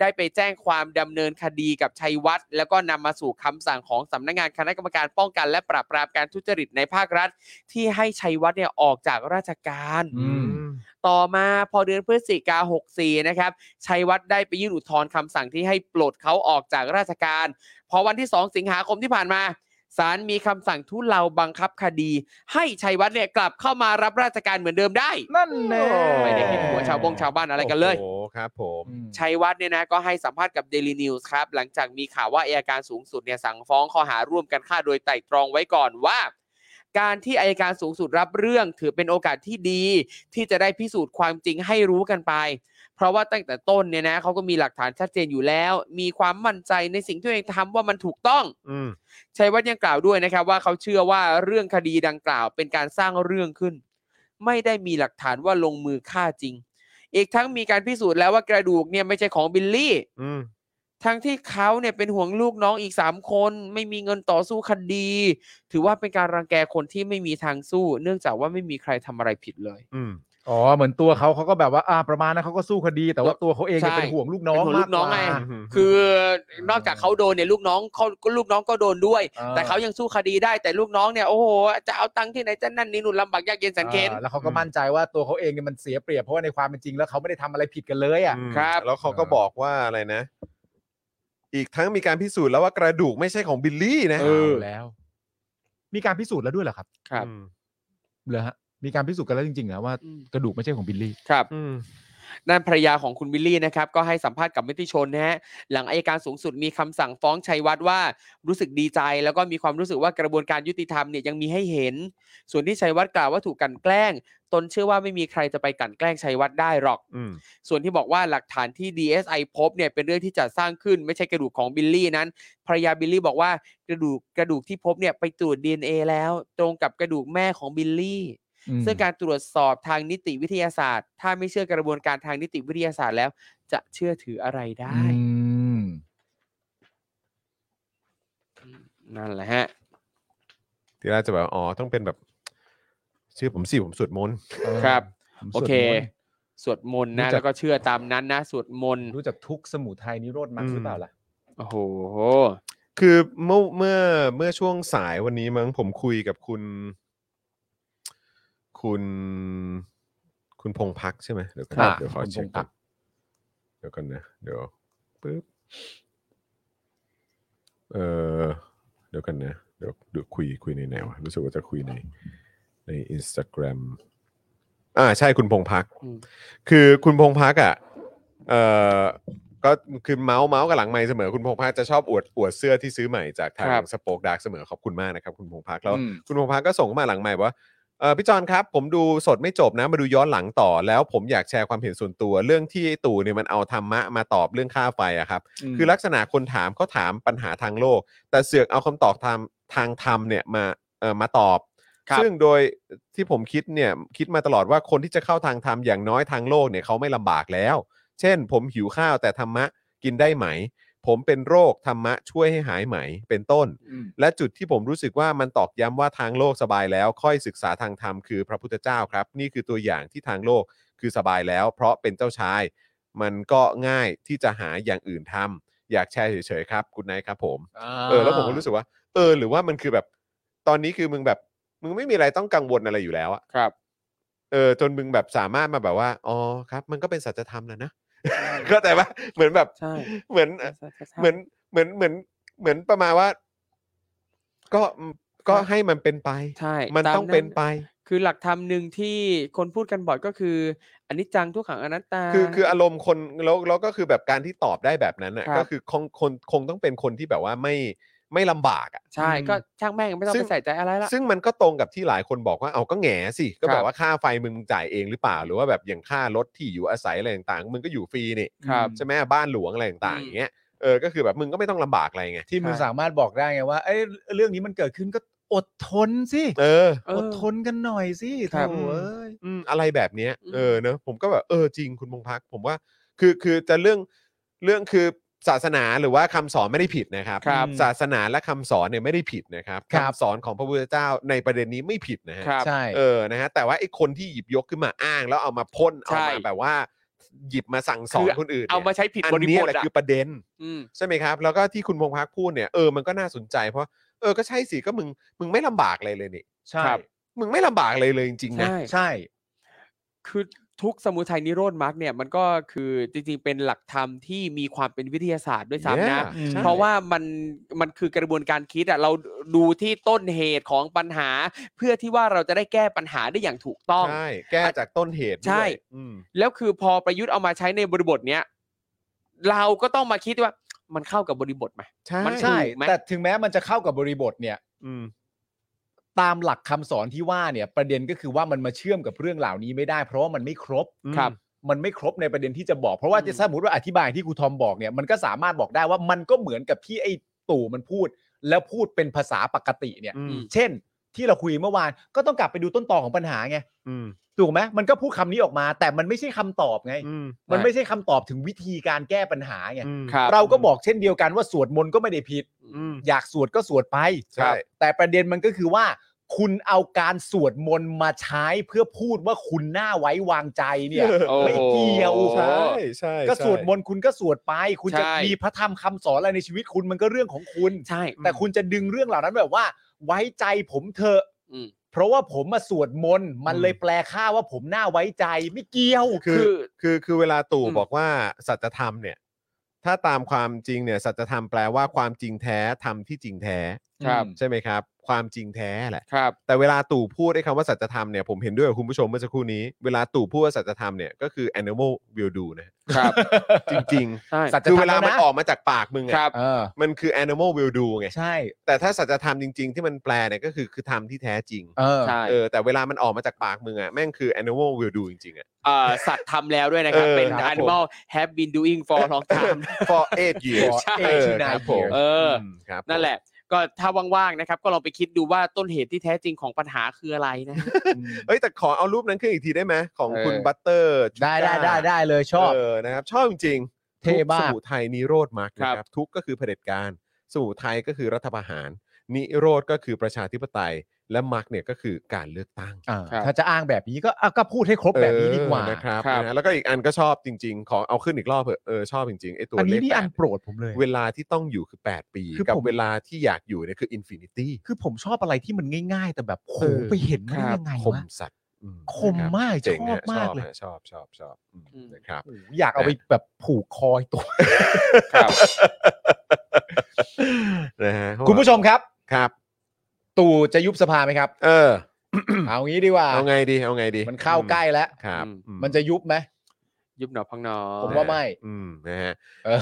[SPEAKER 5] ได้ไปแจ้งความดำเนินคดีกับชัยวัฒน์แล้วก็นำมาสู่คำสั่งของสำนักงานคณะกรรมการป้องกันและปราบปรามการทุจริตในภาครัฐ ที่ให้ชัยวัฒน์เนี่ยออกจากราชการ
[SPEAKER 4] อืม
[SPEAKER 5] ต่อมาพอเดือนพฤศจิกา 64 นะครับ ชัยวัฒน์ได้ไปยื่นอุทธรณ์คำสั่งที่ให้ปลดเขาออกจากราชการ พอวันที่ 2 สิงหาคมที่ผ่านมา ศาลมีคำสั่งทุเลาบังคับคดี ให้ชัยวัฒน์เนี่ยกลับเข้ามารับราชการเหมือนเดิมได้
[SPEAKER 4] นั่นแน่
[SPEAKER 5] ไม่ได้คิดหัวชาวบงชาวบ้านอะไรกันเลย
[SPEAKER 3] โอ้โหครับผม
[SPEAKER 4] อืม
[SPEAKER 5] ชัยวัฒน์เนี่ยนะก็ให้สัมภาษณ์กับ Daily News ครับ หลังจากมีข่าวว่าอายการสูงสุดเนี่ยสั่งฟ้องข้อหาร่วมกันฆ่าโดยไตร่ตรองไว้ก่อนว่า การที่อายการสูงสุดรับเรื่องถือเป็นโอกาสที่ดี ที่จะได้พิสูจน์ความจริงให้รู้กันไป เพราะว่าตั้งแต่ต้นเนี่ยนะเขาก็มีหลักฐานชัดเจนอยู่แล้ว มีความมั่นใจในสิ่งที่ตัวเองทำว่ามันถูกต้อง
[SPEAKER 3] อืม
[SPEAKER 5] ชัยวัฒน์ยังกล่าวด้วยนะครับว่าเขาเชื่อว่าเรื่องคดีดังกล่าวเป็นการสร้างเรื่องขึ้น ไม่ได้มีหลักฐานว่าลงมือฆ่าจริง อีกทั้งมีการพิสูจน์แล้วว่ากระดูกเนี่ยไม่ใช่ของบิลลี่
[SPEAKER 3] อืม
[SPEAKER 5] ทั้งที่เขาเนี่ยเป็นห่วงลูกน้องอีกสามคน ไม่มีเงินต่อสู้คดี ถือว่าเป็นการรังแกคนที่ไม่มีทางสู้ เนื่องจากว่าไม่มีใครทำอะไรผิดเลย
[SPEAKER 3] อืม
[SPEAKER 4] อ๋อเหมือนตัวเขาเขาก็แบบว่าอ่าประมาณนั้นเขาก็สู้คดี แต่ว่า
[SPEAKER 5] ก็
[SPEAKER 4] ตัวเขาเองเนี่ย
[SPEAKER 5] ใช่
[SPEAKER 4] เป็นห่วงลูกน้อง
[SPEAKER 5] เป็นห่วงลู
[SPEAKER 4] มาก ก
[SPEAKER 5] น้
[SPEAKER 4] ก
[SPEAKER 5] อง
[SPEAKER 4] ว่า
[SPEAKER 5] ไง
[SPEAKER 3] อืม
[SPEAKER 5] คือนอกจากเขาโดนเนี่ยลูกน้องเขาก็ลูกน้องก็โดนด้วย
[SPEAKER 4] อ่า
[SPEAKER 5] แต่เขายังสู้คดีได้แต่ลูกน้องเนี่ยโอ้โหจะเอาตังค์ที่ไหนจะนั่นนี่นู่นลำบากยากเย็นแสันเข็น
[SPEAKER 4] อ่าแล้วเขาก็มั่นใจว่าตัวเขาเองเนี่ยมันเสียเปรียบเพราะว่าในความเป็นจริงแล้วเขาไม่ได้ทำอะไรผิดกันเลยอ่ะ
[SPEAKER 3] อืม
[SPEAKER 5] ครับ
[SPEAKER 3] แล้วเขาก็บอกว่าอะไรนะ อีกทั้งมีการพิสูจน์แล้วว่ากระดูกไม่ใช่ของบิลลี่นะ
[SPEAKER 4] เออแล้ว มีการพิสูจน์แล้วด้วยเหรอครับ
[SPEAKER 5] ครับ
[SPEAKER 3] อืม
[SPEAKER 4] เหรอฮะมีการพิสูจน์กันแล้วจริงๆนะว่า
[SPEAKER 5] อืม
[SPEAKER 4] กระดูกไม่ใช่ของบิลลี่
[SPEAKER 5] ครับ
[SPEAKER 3] อืม
[SPEAKER 5] ด้านภรรยาของคุณวิลลี่นะครับ ก็ให้สัมภาษณ์กับมติชนนะฮะหลังอายการสูงสุดมีคำสั่งฟ้องชัยวัฒน์ว่ารู้สึกดีใจ แล้วก็มีความรู้สึกว่ากระบวนการยุติธรรมเนี่ยยังมีให้เห็น ส่วนที่ชัยวัฒน์กล่าวว่าถูกกลันแกล้ง ตนเชื่อว่าไม่มีใครจะไปกลันแกล้งชัยวัฒน์ได้หรอก
[SPEAKER 3] อืม
[SPEAKER 5] ส่วนที่บอกว่าหลักฐานที่ DSI พบเนี่ยเป็นเรื่องที่จัดสร้างขึ้นไม่ใช่กระดูกของบิลลี่นั้นภรรยาบิลลี่บอกว่ากระดูกกระดูกที่พบเนี่ยไปตรวจ DNA แล้ว ตรงกับกระดูกแม่ของบิลลี่ ซึ่งการตรวจสอบทางนิติวิทยาศาสตร์ ถ้าไม่เชื่อกระบวนการทางนิติวิทยาศาสตร์แล้ว จะเชื่อถืออะไรได้
[SPEAKER 4] อืม
[SPEAKER 5] นั่นแหละฮะ
[SPEAKER 3] ทีแรกจะแบบ อ๋อ ต้องเป็นแบบ ชื่อผมสิผมสวดมนต์
[SPEAKER 5] ครับ
[SPEAKER 4] ผมส
[SPEAKER 5] โอ
[SPEAKER 4] วดมนต์
[SPEAKER 5] เค สวดมนต์
[SPEAKER 4] รู้
[SPEAKER 5] นะ
[SPEAKER 4] จัก
[SPEAKER 5] แล้วก็เชื่อตามนั้นนะ สวดมนต์
[SPEAKER 4] รู้จักทุกข์สมุทัยนิโรธมรรคหรือเปล่าล่ะ
[SPEAKER 5] โอ้โห
[SPEAKER 3] คือเมื่อเมื่อเมื่อช่วงสายวันนี้มั้งผมคุยกับคุณ คุณ คุณพงพักใช่ไหมเดี๋ยวก่อนนะ
[SPEAKER 4] อ่า
[SPEAKER 3] เดี๋ยวขอ
[SPEAKER 4] คุณ
[SPEAKER 3] เช็ค
[SPEAKER 4] พงพั
[SPEAKER 3] ก่อก นเดี๋ยวก่อนนะ เดี๋ยวปึ๊บเออเดี๋ยวกันนะ เดี๋ยวเดี๋ยวคุยคุยในไหนวะรู้สึกว่าจะคุยในใน Instagram อ่าใช่คุณพงพัก
[SPEAKER 5] อืม
[SPEAKER 3] คือคุณพงพักอ่ะเออ ก็คือเมาส์เมาส์กับหลังไม้เสมอคุณพงษ์พักจะชอบอวดอวดเสื้อที่ซื้อใหม่จากทา
[SPEAKER 5] ครั
[SPEAKER 3] ง
[SPEAKER 5] บ
[SPEAKER 3] สป o อ e ดาร์กเสมอขอบคุณมากนะครับ คุณพงษ์พักแล้ว
[SPEAKER 4] อืม
[SPEAKER 3] คุณพงษ์พักก็ส่งเข้ามาหลังไม้ว่าเออพี่จอนครับ ผมดูสดไม่จบนะ มาดูย้อนหลังต่อ แล้วผมอยากแชร์ความเห็นส่วนตัว เรื่องที่ไอ้ตู่เนี่ยมันเอาธรรมะมาตอบเรื่องค่าไฟอะครับ คือลักษณะคนถามเขาถามปัญหาทางโลก แต่เสือกเอาคำตอบทางทางธรรมเนี่ยมาเอ่อมาตอบ
[SPEAKER 5] ครับ
[SPEAKER 3] ซึ่งโดยที่ผมคิดเนี่ยคิดมาตลอดว่าคนที่จะเข้าทางธรรมอย่างน้อยทางโลกเนี่ยเขาไม่ลำบากแล้ว เช่น ผมหิวข้าวแต่ธรรมะกินได้ไหม ผมเป็นโรคธรรมะช่วยให้หายไหมเป็นต้น
[SPEAKER 4] อืม
[SPEAKER 3] และจุดที่ผมรู้สึกว่ามันตอกย้ำว่าทางโลกสบายแล้ว ค่อยศึกษาทางธรรมคือพระพุทธเจ้าครับ นี่คือตัวอย่างที่ทางโลกคือสบายแล้ว เพราะเป็นเจ้าชาย มันก็ง่ายที่จะหาอย่างอื่นทำอยากแชร์เฉยๆครับคุณนายครับผม เออแล้วผมก็รู้สึกว่า เออ หรือว่ามันคือแบบ ตอนนี้คือมึงแบบ มึงไม่มีอะไรต้องกังวลอะไรอยู่แล้วอะ
[SPEAKER 5] ครับ
[SPEAKER 3] เออ จนมึงแบบสามารถมาแบบว่าอ๋อครับ มันก็เป็นสัจธรรมนะนะ เข้าใจปะเหมือนแบบ
[SPEAKER 6] ใช่
[SPEAKER 3] เหมือน เหมือนเหมือนเหมือนเหมือนประมาณว่า ก็ก็ให้มันเป็นไป
[SPEAKER 6] ใช่
[SPEAKER 3] มัน
[SPEAKER 6] าม
[SPEAKER 3] ต้องเป็นไป
[SPEAKER 6] คือหลักธรรมหนึ่งที่คนพูดกันบ่อยก็คืออันนี้จังทุกขังอนัตตา
[SPEAKER 3] คือคืออารมณ์คนแล้วแล้วก็คือแบบการที่ตอบได้แบบนั้นน่ะ
[SPEAKER 6] ครับ
[SPEAKER 3] ก็คือคงคนคงต้องเป็นคนที่แบบว่าไม่ไม่ลำบากอ่ะ
[SPEAKER 6] ใช่ก็ช่างแม่งไม่ต้อง
[SPEAKER 3] ซึ่
[SPEAKER 6] ไป
[SPEAKER 3] ง
[SPEAKER 6] ใส่ใจอะไรละ
[SPEAKER 3] ซึ่งมันก็ตรงกับที่หลายคนบอกว่าเอาก็แหง่สิ ก็แบ
[SPEAKER 5] ครับ บ
[SPEAKER 3] ว่าค่าไฟมึงจ่ายเองหรือเปล่า หรือว่าแบบอย่างค่ารถที่อยู่อาศัยอะไรต่างๆมึงก็อยู่ฟรีนี่
[SPEAKER 5] ครับ
[SPEAKER 3] ใช่ไหมบ้านหลวงอะไรต่างๆอย่างเงี้ยเออก็คือแบบมึงก็ไม่ต้องลำบากอะไรไง
[SPEAKER 4] ที่มึง
[SPEAKER 6] ใช่
[SPEAKER 4] สามารถบอกได้ไงว่าเอ้ยเรื่องนี้มันเกิดขึ้นก็อดทนสิ
[SPEAKER 3] เออ
[SPEAKER 6] เออ
[SPEAKER 4] อดทนกันหน่อยสิ
[SPEAKER 6] ครับ
[SPEAKER 4] โถ่เอ้ย
[SPEAKER 3] อืมอะไรแบบเนี้ย
[SPEAKER 6] อืม
[SPEAKER 3] เออเนอะผมก็แบบเออจริงคุณพงพัก ผมว่าคือคือจะเรื่องเรื่องคือศาสนาหรือว่าคำสอนไม่ได้ผิดนะครับ
[SPEAKER 5] ครับ
[SPEAKER 3] ศาสนาและคำสอนเนี่ยไม่ได้ผิดนะครับ
[SPEAKER 4] ครับ
[SPEAKER 3] คำสอนของพระพุทธเจ้าในประเด็นนี้ไม่ผิดนะฮะ
[SPEAKER 5] ครับ
[SPEAKER 4] ใช่
[SPEAKER 3] เออนะฮะแต่ว่าไอ้คนที่หยิบยกขึ้นมาอ้าง แล้วเอามาพ่น
[SPEAKER 5] ใช่
[SPEAKER 3] เอามาแบบว่า หยิบมาสั่งสอนคนอื่นนี่ย
[SPEAKER 5] เอามาใช้ผิดบริบท
[SPEAKER 3] อันเนี้ยแหละ
[SPEAKER 5] อะ
[SPEAKER 3] คือประเด็น
[SPEAKER 5] อืม
[SPEAKER 3] ใช่ไหมครับ แล้วก็ที่คุณพงพักพูดเนี่ยเออมันก็น่าสนใจเพราะเออก็ใช่สิก็มึงมึงไม่ลำบากอะไรเลยนี่
[SPEAKER 4] ใช่
[SPEAKER 5] ครับ
[SPEAKER 3] มึงไม่ลำบากอะไรเลยจริงๆนะ
[SPEAKER 6] ใช่
[SPEAKER 4] ใช่
[SPEAKER 6] คือทุกข์สมุทัยนิโรธมรรคเนี่ยมันก็คือจริงๆเป็นหลักธรรมที่มีความเป็นวิทยาศาสตร์ด้วยซ้ำนะ
[SPEAKER 3] ใช่
[SPEAKER 6] ใช่
[SPEAKER 5] เพราะว่ามันมันคือกระบวนการคิดอะเราดูที่ต้นเหตุของปัญหา เพื่อที่ว่าเราจะได้แก้ปัญหาได้อย่างถูกต้อง
[SPEAKER 3] ใช่ แก้จากต้นเหตุด้วย
[SPEAKER 5] ใช่
[SPEAKER 3] อืม
[SPEAKER 5] แล้วคือพอประยุทธ์เอามาใช้ในบริบทเนี้ยเราก็ต้องมาคิดว่ามันเข้ากับบริบทไหม
[SPEAKER 3] ใช่
[SPEAKER 5] มัน
[SPEAKER 4] ใช่
[SPEAKER 5] ถูกไหม
[SPEAKER 4] แต่ถึงแม้มันจะเข้ากับบริบทเนี่ย
[SPEAKER 3] อืม
[SPEAKER 4] ตามหลักคำสอนที่ว่าเนี่ยประเด็นก็คือว่ามันมาเชื่อมกับเรื่องเหล่านี้ไม่ได้ เพราะว่ามันไม่ครบ
[SPEAKER 3] ครับ
[SPEAKER 4] มันไม่ครบในประเด็นที่จะบอก เพราะว่าถ้าสมมติว่าอธิบายที่ครูทอมบอกเนี่ยมันก็สามารถบอกได้ว่ามันก็เหมือนกับที่ไอ้ตู่มันพูด แล้วพูดเป็นภาษาปกติเนี่ย
[SPEAKER 3] อืม
[SPEAKER 4] เช่น ที่เราคุยเมื่อวานก็ต้องกลับไปดูต้นตอของปัญหาไง
[SPEAKER 3] อืม
[SPEAKER 4] ถูกไหมมันก็พูดคำนี้ออกมา แต่มันไม่ใช่คำตอบไง
[SPEAKER 3] อืม
[SPEAKER 4] มันไม่ใช่คำตอบถึงวิธีการแก้ปัญหาไง
[SPEAKER 3] อืม
[SPEAKER 5] ครับ
[SPEAKER 4] เราก็บอกเช่นเดียวกันว่าสวดมนต์ก็ไม่ได้ผิด
[SPEAKER 3] อืม
[SPEAKER 4] อยากสวดก็สวดไป
[SPEAKER 3] ใช่
[SPEAKER 4] ครับแต่ประเด็นมันก็คือว่า คุณเอาการสวดมนต์มาใช้เพื่อพูดว่าคุณน่าไว้วางใจเนี่ย
[SPEAKER 5] โอ้
[SPEAKER 4] ไม่
[SPEAKER 5] โห
[SPEAKER 4] เกี่ยว
[SPEAKER 3] ใช่ใช่
[SPEAKER 4] ก็
[SPEAKER 3] ใช่
[SPEAKER 4] สวดมนต์คุณก็สวดไป คุณจะ
[SPEAKER 5] ใช่
[SPEAKER 4] มีพระธรรมคำสอนอะไรในชีวิตคุณมันก็เรื่องของคุณ
[SPEAKER 5] ใช่
[SPEAKER 4] แต่คุณจะดึงเรื่องเหล่านั้นแบบว่า ไว้ใจผมเถอะ
[SPEAKER 5] อืม
[SPEAKER 4] เพราะว่าผมมาสวดมนต์มันเลยแปลค่าว่าผมน่าไว้ใจไม่เกี่ยว
[SPEAKER 3] คือ
[SPEAKER 5] คือ
[SPEAKER 3] คือคือเวลาตู่
[SPEAKER 5] อืม
[SPEAKER 3] บอกว่าสัจธรรมเนี่ย ถ้าตามความจริงเนี่ยสัจธรรมแปลว่าความจริงแท้ทำที่จริงแท้
[SPEAKER 5] ครับ
[SPEAKER 3] ใช่ไหมครับ ความจริงแท้แหละ
[SPEAKER 5] ครับ
[SPEAKER 3] แต่เวลาตู่พูดไอ้คำว่าสัจธรรมเนี่ยผมเห็นด้วยกับคุณผู้ชมเมื่อสักครู่นี้ เวลาตู่พูดว่าสัจธรรมเนี่ยก็คือ animal will do นะ
[SPEAKER 5] ครับ
[SPEAKER 3] จริง
[SPEAKER 6] ใช่
[SPEAKER 4] สัจ
[SPEAKER 3] ๆคือเวลามัน
[SPEAKER 4] แล้วนะ
[SPEAKER 3] ออกมาจากปากมึง
[SPEAKER 5] ค
[SPEAKER 3] อะ
[SPEAKER 5] รับ
[SPEAKER 4] เออ
[SPEAKER 3] มันคือ animal will do ไง
[SPEAKER 4] ใช่
[SPEAKER 3] แต่ถ้าสัจธรรมจริง ๆ ที่มันแปลเนี่ยก็คือคือธรรมที่แท้จริง
[SPEAKER 4] เออ
[SPEAKER 5] ใช่
[SPEAKER 3] เออแต่เวลามันออกมาจากปากมึงอ่ะแม่งคือ animal will do จริ งๆอ่ะ
[SPEAKER 5] เอ่อสัตว์ทำแล้วด้วยนะครับ
[SPEAKER 3] เออ
[SPEAKER 5] เป็น
[SPEAKER 3] ครับผม
[SPEAKER 5] animal have been doing for long time
[SPEAKER 3] for eight years
[SPEAKER 4] For eight
[SPEAKER 3] เอ
[SPEAKER 4] to
[SPEAKER 3] อครับ
[SPEAKER 4] nine
[SPEAKER 3] ผม
[SPEAKER 5] เออ
[SPEAKER 3] มครับ
[SPEAKER 5] นั่นแหละ ก็ถ้าว่างๆนะครับ ก็ลองไปคิดดูว่าต้นเหตุที่แท้จริงของปัญหาคืออะไรนะ
[SPEAKER 3] เอ้ยแต่ขอเอารูปนั้นขึ้นอีกทีได้ไหมของคุณ
[SPEAKER 5] เออ
[SPEAKER 3] บัตเตอร์
[SPEAKER 4] ได้ได้ได้ได้เลยชอบ
[SPEAKER 3] เออนะครับชอบจริงๆ
[SPEAKER 4] เท่มาก
[SPEAKER 3] ทุสมุทัยนิโรธมากนะครับ ทุกข์ก็คือเผด็จการสมุทัยก็คือรัฐประหาร นิโรธก็คือประชาธิปไตย และมรรคเนี่ยก็คือการเลือกตั้ง
[SPEAKER 4] อ่า
[SPEAKER 5] ครับ
[SPEAKER 4] ถ้าจะอ้างแบบนี้ก็อ่ะก็พูดให้ครบแบบนี้ดีกว่า
[SPEAKER 3] เออนะครับ
[SPEAKER 5] ครับ
[SPEAKER 3] นะฮะแล้วก็อีกอันก็ชอบจริง ๆ ของเอาขึ้นอีกรอบเถอะเออชอบจริงๆไอ้ตัว
[SPEAKER 4] อัน
[SPEAKER 3] เล
[SPEAKER 4] นี้
[SPEAKER 3] ข
[SPEAKER 4] นี่
[SPEAKER 3] แป
[SPEAKER 4] อัน
[SPEAKER 3] ด
[SPEAKER 4] โปรดผมเลย
[SPEAKER 3] เวลาที่ต้องอยู่คือ 8 ปี
[SPEAKER 4] คือ
[SPEAKER 3] กับ
[SPEAKER 4] ผม
[SPEAKER 3] เวลาที่อยากอยู่เนี่ยคืออินฟินิตี้
[SPEAKER 4] คือผมชอบอะไรที่มันง่าย ๆ แต่แบบโห
[SPEAKER 6] เออ
[SPEAKER 4] ไปเห็นมันได้ยังไง
[SPEAKER 3] คว
[SPEAKER 4] ะ
[SPEAKER 3] มสัตว์อื
[SPEAKER 4] คม
[SPEAKER 3] นะครับ
[SPEAKER 4] มาก
[SPEAKER 3] เจ๋งฮะ
[SPEAKER 4] ชอบมากเลย
[SPEAKER 3] ฮะชอบชอบชอบอืมนะครับ
[SPEAKER 4] โอ้โหอยากเอาไปแบบผูกคอยตัว
[SPEAKER 5] ครับ
[SPEAKER 3] นะฮะ
[SPEAKER 4] คุณผู้ชมครับ
[SPEAKER 3] ครับ
[SPEAKER 4] ตู่จะยุบสภาไหมครับ
[SPEAKER 3] เออ
[SPEAKER 4] เอางี้ดีกว่า
[SPEAKER 3] เอาไงดีเอาไงดี
[SPEAKER 4] มันเข้าใกล้แล้ว
[SPEAKER 3] ครับ
[SPEAKER 5] อืม
[SPEAKER 3] อื
[SPEAKER 4] มันจะยุบไหม
[SPEAKER 5] ยุบหนอพังหนอ
[SPEAKER 4] ผมว่าไม่
[SPEAKER 3] อืมนะฮะ
[SPEAKER 4] เออ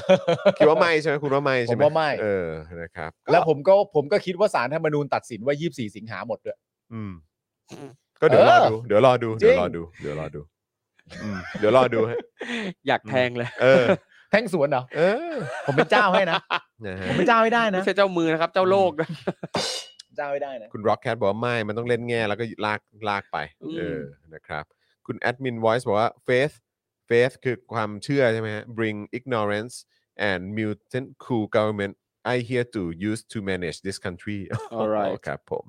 [SPEAKER 3] คิดว่าไม่ใช่ไหมคุณว่าไม่ใช่ไหม
[SPEAKER 4] ผมว่าไม่
[SPEAKER 3] เออนะครับ
[SPEAKER 4] แล้วผมก็ผมก็คิดว่าสารธรรมนูญตัดสินว่า 24 สิงหาหมดด้วย
[SPEAKER 3] อืมก็เดี๋ยวรอ
[SPEAKER 4] เออ
[SPEAKER 3] ดูเดี๋ยวรอดู
[SPEAKER 4] จริ
[SPEAKER 3] เดี๋ยว
[SPEAKER 4] ง
[SPEAKER 3] รอดูเดี๋ยวรอดูอืมเดี๋ยวรอดูฮะ
[SPEAKER 5] อยากแทงเลย
[SPEAKER 3] เออ
[SPEAKER 4] แท่งสวนเหรอ
[SPEAKER 3] เออ
[SPEAKER 4] ผมเป็นเจ้าให้นะ
[SPEAKER 3] นะ
[SPEAKER 4] ผม
[SPEAKER 3] ฮะ
[SPEAKER 4] เป็นเจ้าให้ได้
[SPEAKER 5] ไม่
[SPEAKER 4] นะ
[SPEAKER 5] ใช่เจ้ามือนะครับ เจ้าโลกนะ
[SPEAKER 4] เจ้าให้ได้นะ
[SPEAKER 3] คุณ Rock Cat บอกว่าไม่ มันต้องเล่นแง่แล้วก็ลากลากไป
[SPEAKER 5] อืม
[SPEAKER 3] เออ นะครับ คุณแอดมิน Voice บอกว่า faith faith คือความเชื่อใช่ไหมฮะ bring ignorance and mutant cool government I here to use to manage this country
[SPEAKER 5] Alright
[SPEAKER 3] ครับผม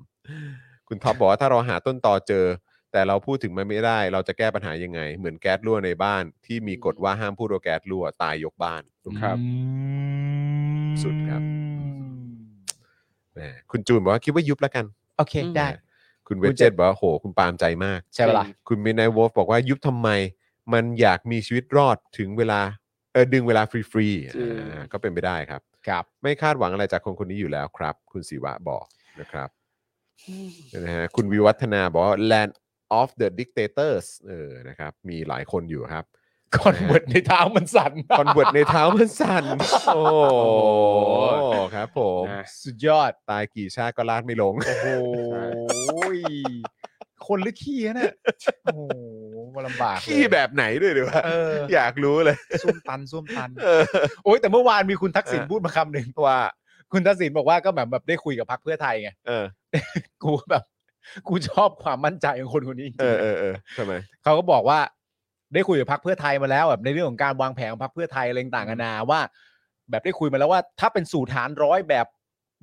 [SPEAKER 3] คุณท็อปบอกว่าถ้าเราหาต้นต่อเจอ แต่เราพูดถึงมันไม่ได้ เราจะแก้ปัญหายังไง เหมือนแก๊สรั่วในบ้าน ที่มีกฎว่าห้ามพูดว่าแก๊สรั่วตายยกบ้าน
[SPEAKER 6] ครับ
[SPEAKER 3] สุดครับ แหมคุณจูนบอกว่าคิดว่ายุบแล้วกัน
[SPEAKER 4] โอเค
[SPEAKER 6] อืม
[SPEAKER 4] ได้
[SPEAKER 3] คุณเว
[SPEAKER 4] คุณ
[SPEAKER 3] จเจ
[SPEAKER 4] เจ
[SPEAKER 3] ต
[SPEAKER 4] ษ
[SPEAKER 3] บอกว่าโห คุณปาล์มใจมาก
[SPEAKER 4] ใช่เวลา
[SPEAKER 3] คุณมินาย w ว l ฟบอกว่ายุบทำไม มันอยากมีชีวิตรอดถึงเวลาเออดึงเวลาฟรีๆ
[SPEAKER 6] จริง
[SPEAKER 3] อ่าก็เป็นไปได้ครับ
[SPEAKER 4] ครับ
[SPEAKER 3] ไม่คาดหวังอะไรจากคนคนนี้อยู่แล้วครับ คุณศิวะบอกนะครับนะฮะคุณวิวัฒนาบอกว่า land of the dictators เออนะครับ มีหลายคนอยู่ครับ
[SPEAKER 4] คอนเวิร์ตในเท้ามันสั่น
[SPEAKER 3] คอนเวิร์ตในเท้ามันสั่น โอ้โหครับผม
[SPEAKER 6] นะ
[SPEAKER 4] สุดยอด
[SPEAKER 3] ตายกี่ชาติก็ลาดไม่ลง
[SPEAKER 4] โอ้โหย คนหรือขี้อะเนี่ยโอ้โหลำบากเลย
[SPEAKER 3] ขี้แบบไหนด้วยหรือวะ
[SPEAKER 4] เออ
[SPEAKER 3] อยากรู้เลย
[SPEAKER 4] ส้วมตันส้วมตัน โอ้ยแต่เมื่อวานมีคุณทักษิณ
[SPEAKER 3] เออ
[SPEAKER 4] พูดมาคำหนึ่ง
[SPEAKER 3] ว่า
[SPEAKER 4] คุณทักษิณบอกว่าก็แบบแบบได้คุยกับพรรคเพื่อไทยไง
[SPEAKER 3] เออ
[SPEAKER 4] กูแบบ กูชอบความมั่นใจของคนคนนี้จริงๆ
[SPEAKER 3] เออเออเออทำไม
[SPEAKER 4] เขาก็บอกว่า ได้คุยกับพรรคเพื่อไทยมาแล้วแบบในเรื่องของการวางแผนของพรรคเพื่อไทยอะไรต่างๆนานาว่า แบบได้คุยมาแล้วว่า ถ้าเป็นสูตรฐานร้อยแบบ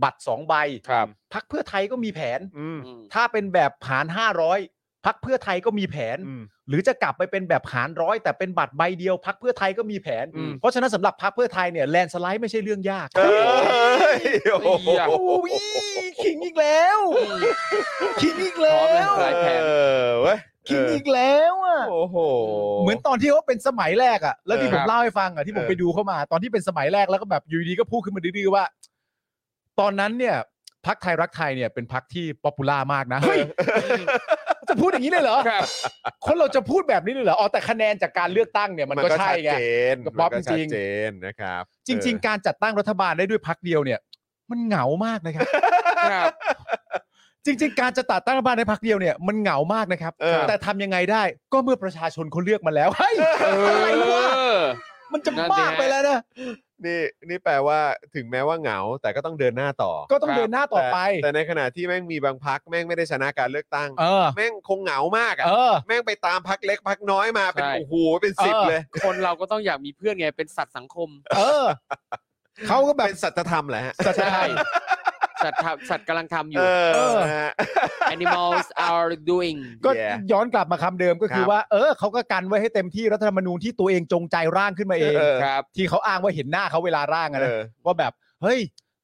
[SPEAKER 4] บัตรสองใบ
[SPEAKER 6] ครับ
[SPEAKER 4] พรรคเพื่อไทยก็มีแผน
[SPEAKER 3] อืม
[SPEAKER 6] อืม
[SPEAKER 4] ถ้าเป็นแบบหารห้าร้อยพักเพื่อไทยก็มีแผน
[SPEAKER 3] อืม
[SPEAKER 4] หรือจะกลับไปเป็นแบบหารร้อยแต่เป็นบัตรใบเดียวพักเพื่อไทยก็มีแผน
[SPEAKER 6] อืม
[SPEAKER 4] เพราะฉะนั้นสำหรับพักเพื่อไทยเนี่ยแลนสไลด์ไม่ใช่เรื่องยาก
[SPEAKER 3] เอ้ยโอ้โห
[SPEAKER 4] โอ้ยขิงอีกแล้วขิงอีกแล้
[SPEAKER 6] พร้อมเลยว สไลด์แผน
[SPEAKER 3] เออเว้ย
[SPEAKER 4] ขิงอีกแล้วอ่ะ
[SPEAKER 3] โอ้โห
[SPEAKER 4] เหมือนตอนที่เขาเป็นสมัยแรกอ่ะแล้วที่
[SPEAKER 3] เออ
[SPEAKER 4] ผมเล่าให้ฟังอ่ะที่ผม
[SPEAKER 3] เออ
[SPEAKER 4] ไปดูเข้ามา ตอนที่เป็นสมัยแรกแล้วก็แบบอยู่ดีๆก็พูดขึ้นมาดื้อๆว่า ตอนนั้นเนี่ยพักไทยรักไทยเนี่ยเป็นพักที่ป๊อปปูล่ามากนะเฮ้ยจะพูดอย่างนี้เลยเหรอ
[SPEAKER 6] ครับ
[SPEAKER 4] คนเราจะพูดแบบนี้เลยเหรอ อ๋อแต่คะแนนจากการเลือกตั้งเนี่ยมันก็ใช่ไง
[SPEAKER 3] ชัดเจน
[SPEAKER 4] ก็ป๊อป
[SPEAKER 3] มัน
[SPEAKER 4] จริ
[SPEAKER 3] ชั
[SPEAKER 4] ง
[SPEAKER 3] ดเจนนะครับ
[SPEAKER 4] จริง ๆ การจัดตั้งรัฐบาลได้ด้วยพักเดียวเนี่ย มันเหงามากนะครับ
[SPEAKER 6] ครับ
[SPEAKER 4] จริง ๆ การจะตัดตั้งรัฐบาลในพักเดียวเนี่ยมันเหงามากนะครับ
[SPEAKER 3] เออ
[SPEAKER 4] แต่ทำยังไงได้ก็เมื่อประชาชนเขาเลือกมาแล้วเฮ้ย
[SPEAKER 6] เอ
[SPEAKER 4] อะไรวะ
[SPEAKER 6] อ
[SPEAKER 4] มันจะ
[SPEAKER 6] นั่นสิ
[SPEAKER 4] บ้า
[SPEAKER 6] ฮะ
[SPEAKER 4] ไปแล้วนะ
[SPEAKER 3] นี่นี่แปลว่าถึงแม้ว่าเหงาแต่ก็ต้องเดินหน้าต่อ
[SPEAKER 4] ก็ต้องเดินหน้าต่อไป
[SPEAKER 3] แต่แต่ในขณะที่แม่งมีบางพักแม่งไม่ได้ชนะการเลือกตั้ง
[SPEAKER 4] เออ
[SPEAKER 3] แม่งคงเหงามากอะ
[SPEAKER 4] เออ
[SPEAKER 3] แม่งไปตามพักเล็กพักน้อยมาเป็น
[SPEAKER 6] ใช่
[SPEAKER 3] โอ้โหเป็นสิบ
[SPEAKER 4] เออ
[SPEAKER 3] เลย
[SPEAKER 6] คนเราก็ต้องอยากมีเพื่อนไง เป็นสัตว์สังคม
[SPEAKER 4] เออเขาก็แบบ
[SPEAKER 3] เป็นสัจธรรมแหละฮะ
[SPEAKER 4] สัจธร
[SPEAKER 6] ใช่
[SPEAKER 4] รม
[SPEAKER 6] สัตว์ทำสัตว์กำลังทำอ
[SPEAKER 3] เอยู่ อ
[SPEAKER 4] เออ
[SPEAKER 3] นะฮะ
[SPEAKER 6] animals are doing
[SPEAKER 4] ก็
[SPEAKER 3] Yeah
[SPEAKER 4] ย้อนกลับมาคำเดิมก็คือ
[SPEAKER 3] ครับ
[SPEAKER 4] ว่า เออเขาก็กันไว้ให้เต็มที่รัฐธรรมนูญที่ตัวเองจงใจร่างขึ้นมาเอง
[SPEAKER 3] เออ
[SPEAKER 6] ครับ
[SPEAKER 4] ที่เขาอ้างว่าเห็นหน้าเขาเวลาร่างอะ
[SPEAKER 3] เอ
[SPEAKER 4] นะ
[SPEAKER 3] อ
[SPEAKER 4] ว่าแบบเฮ้ย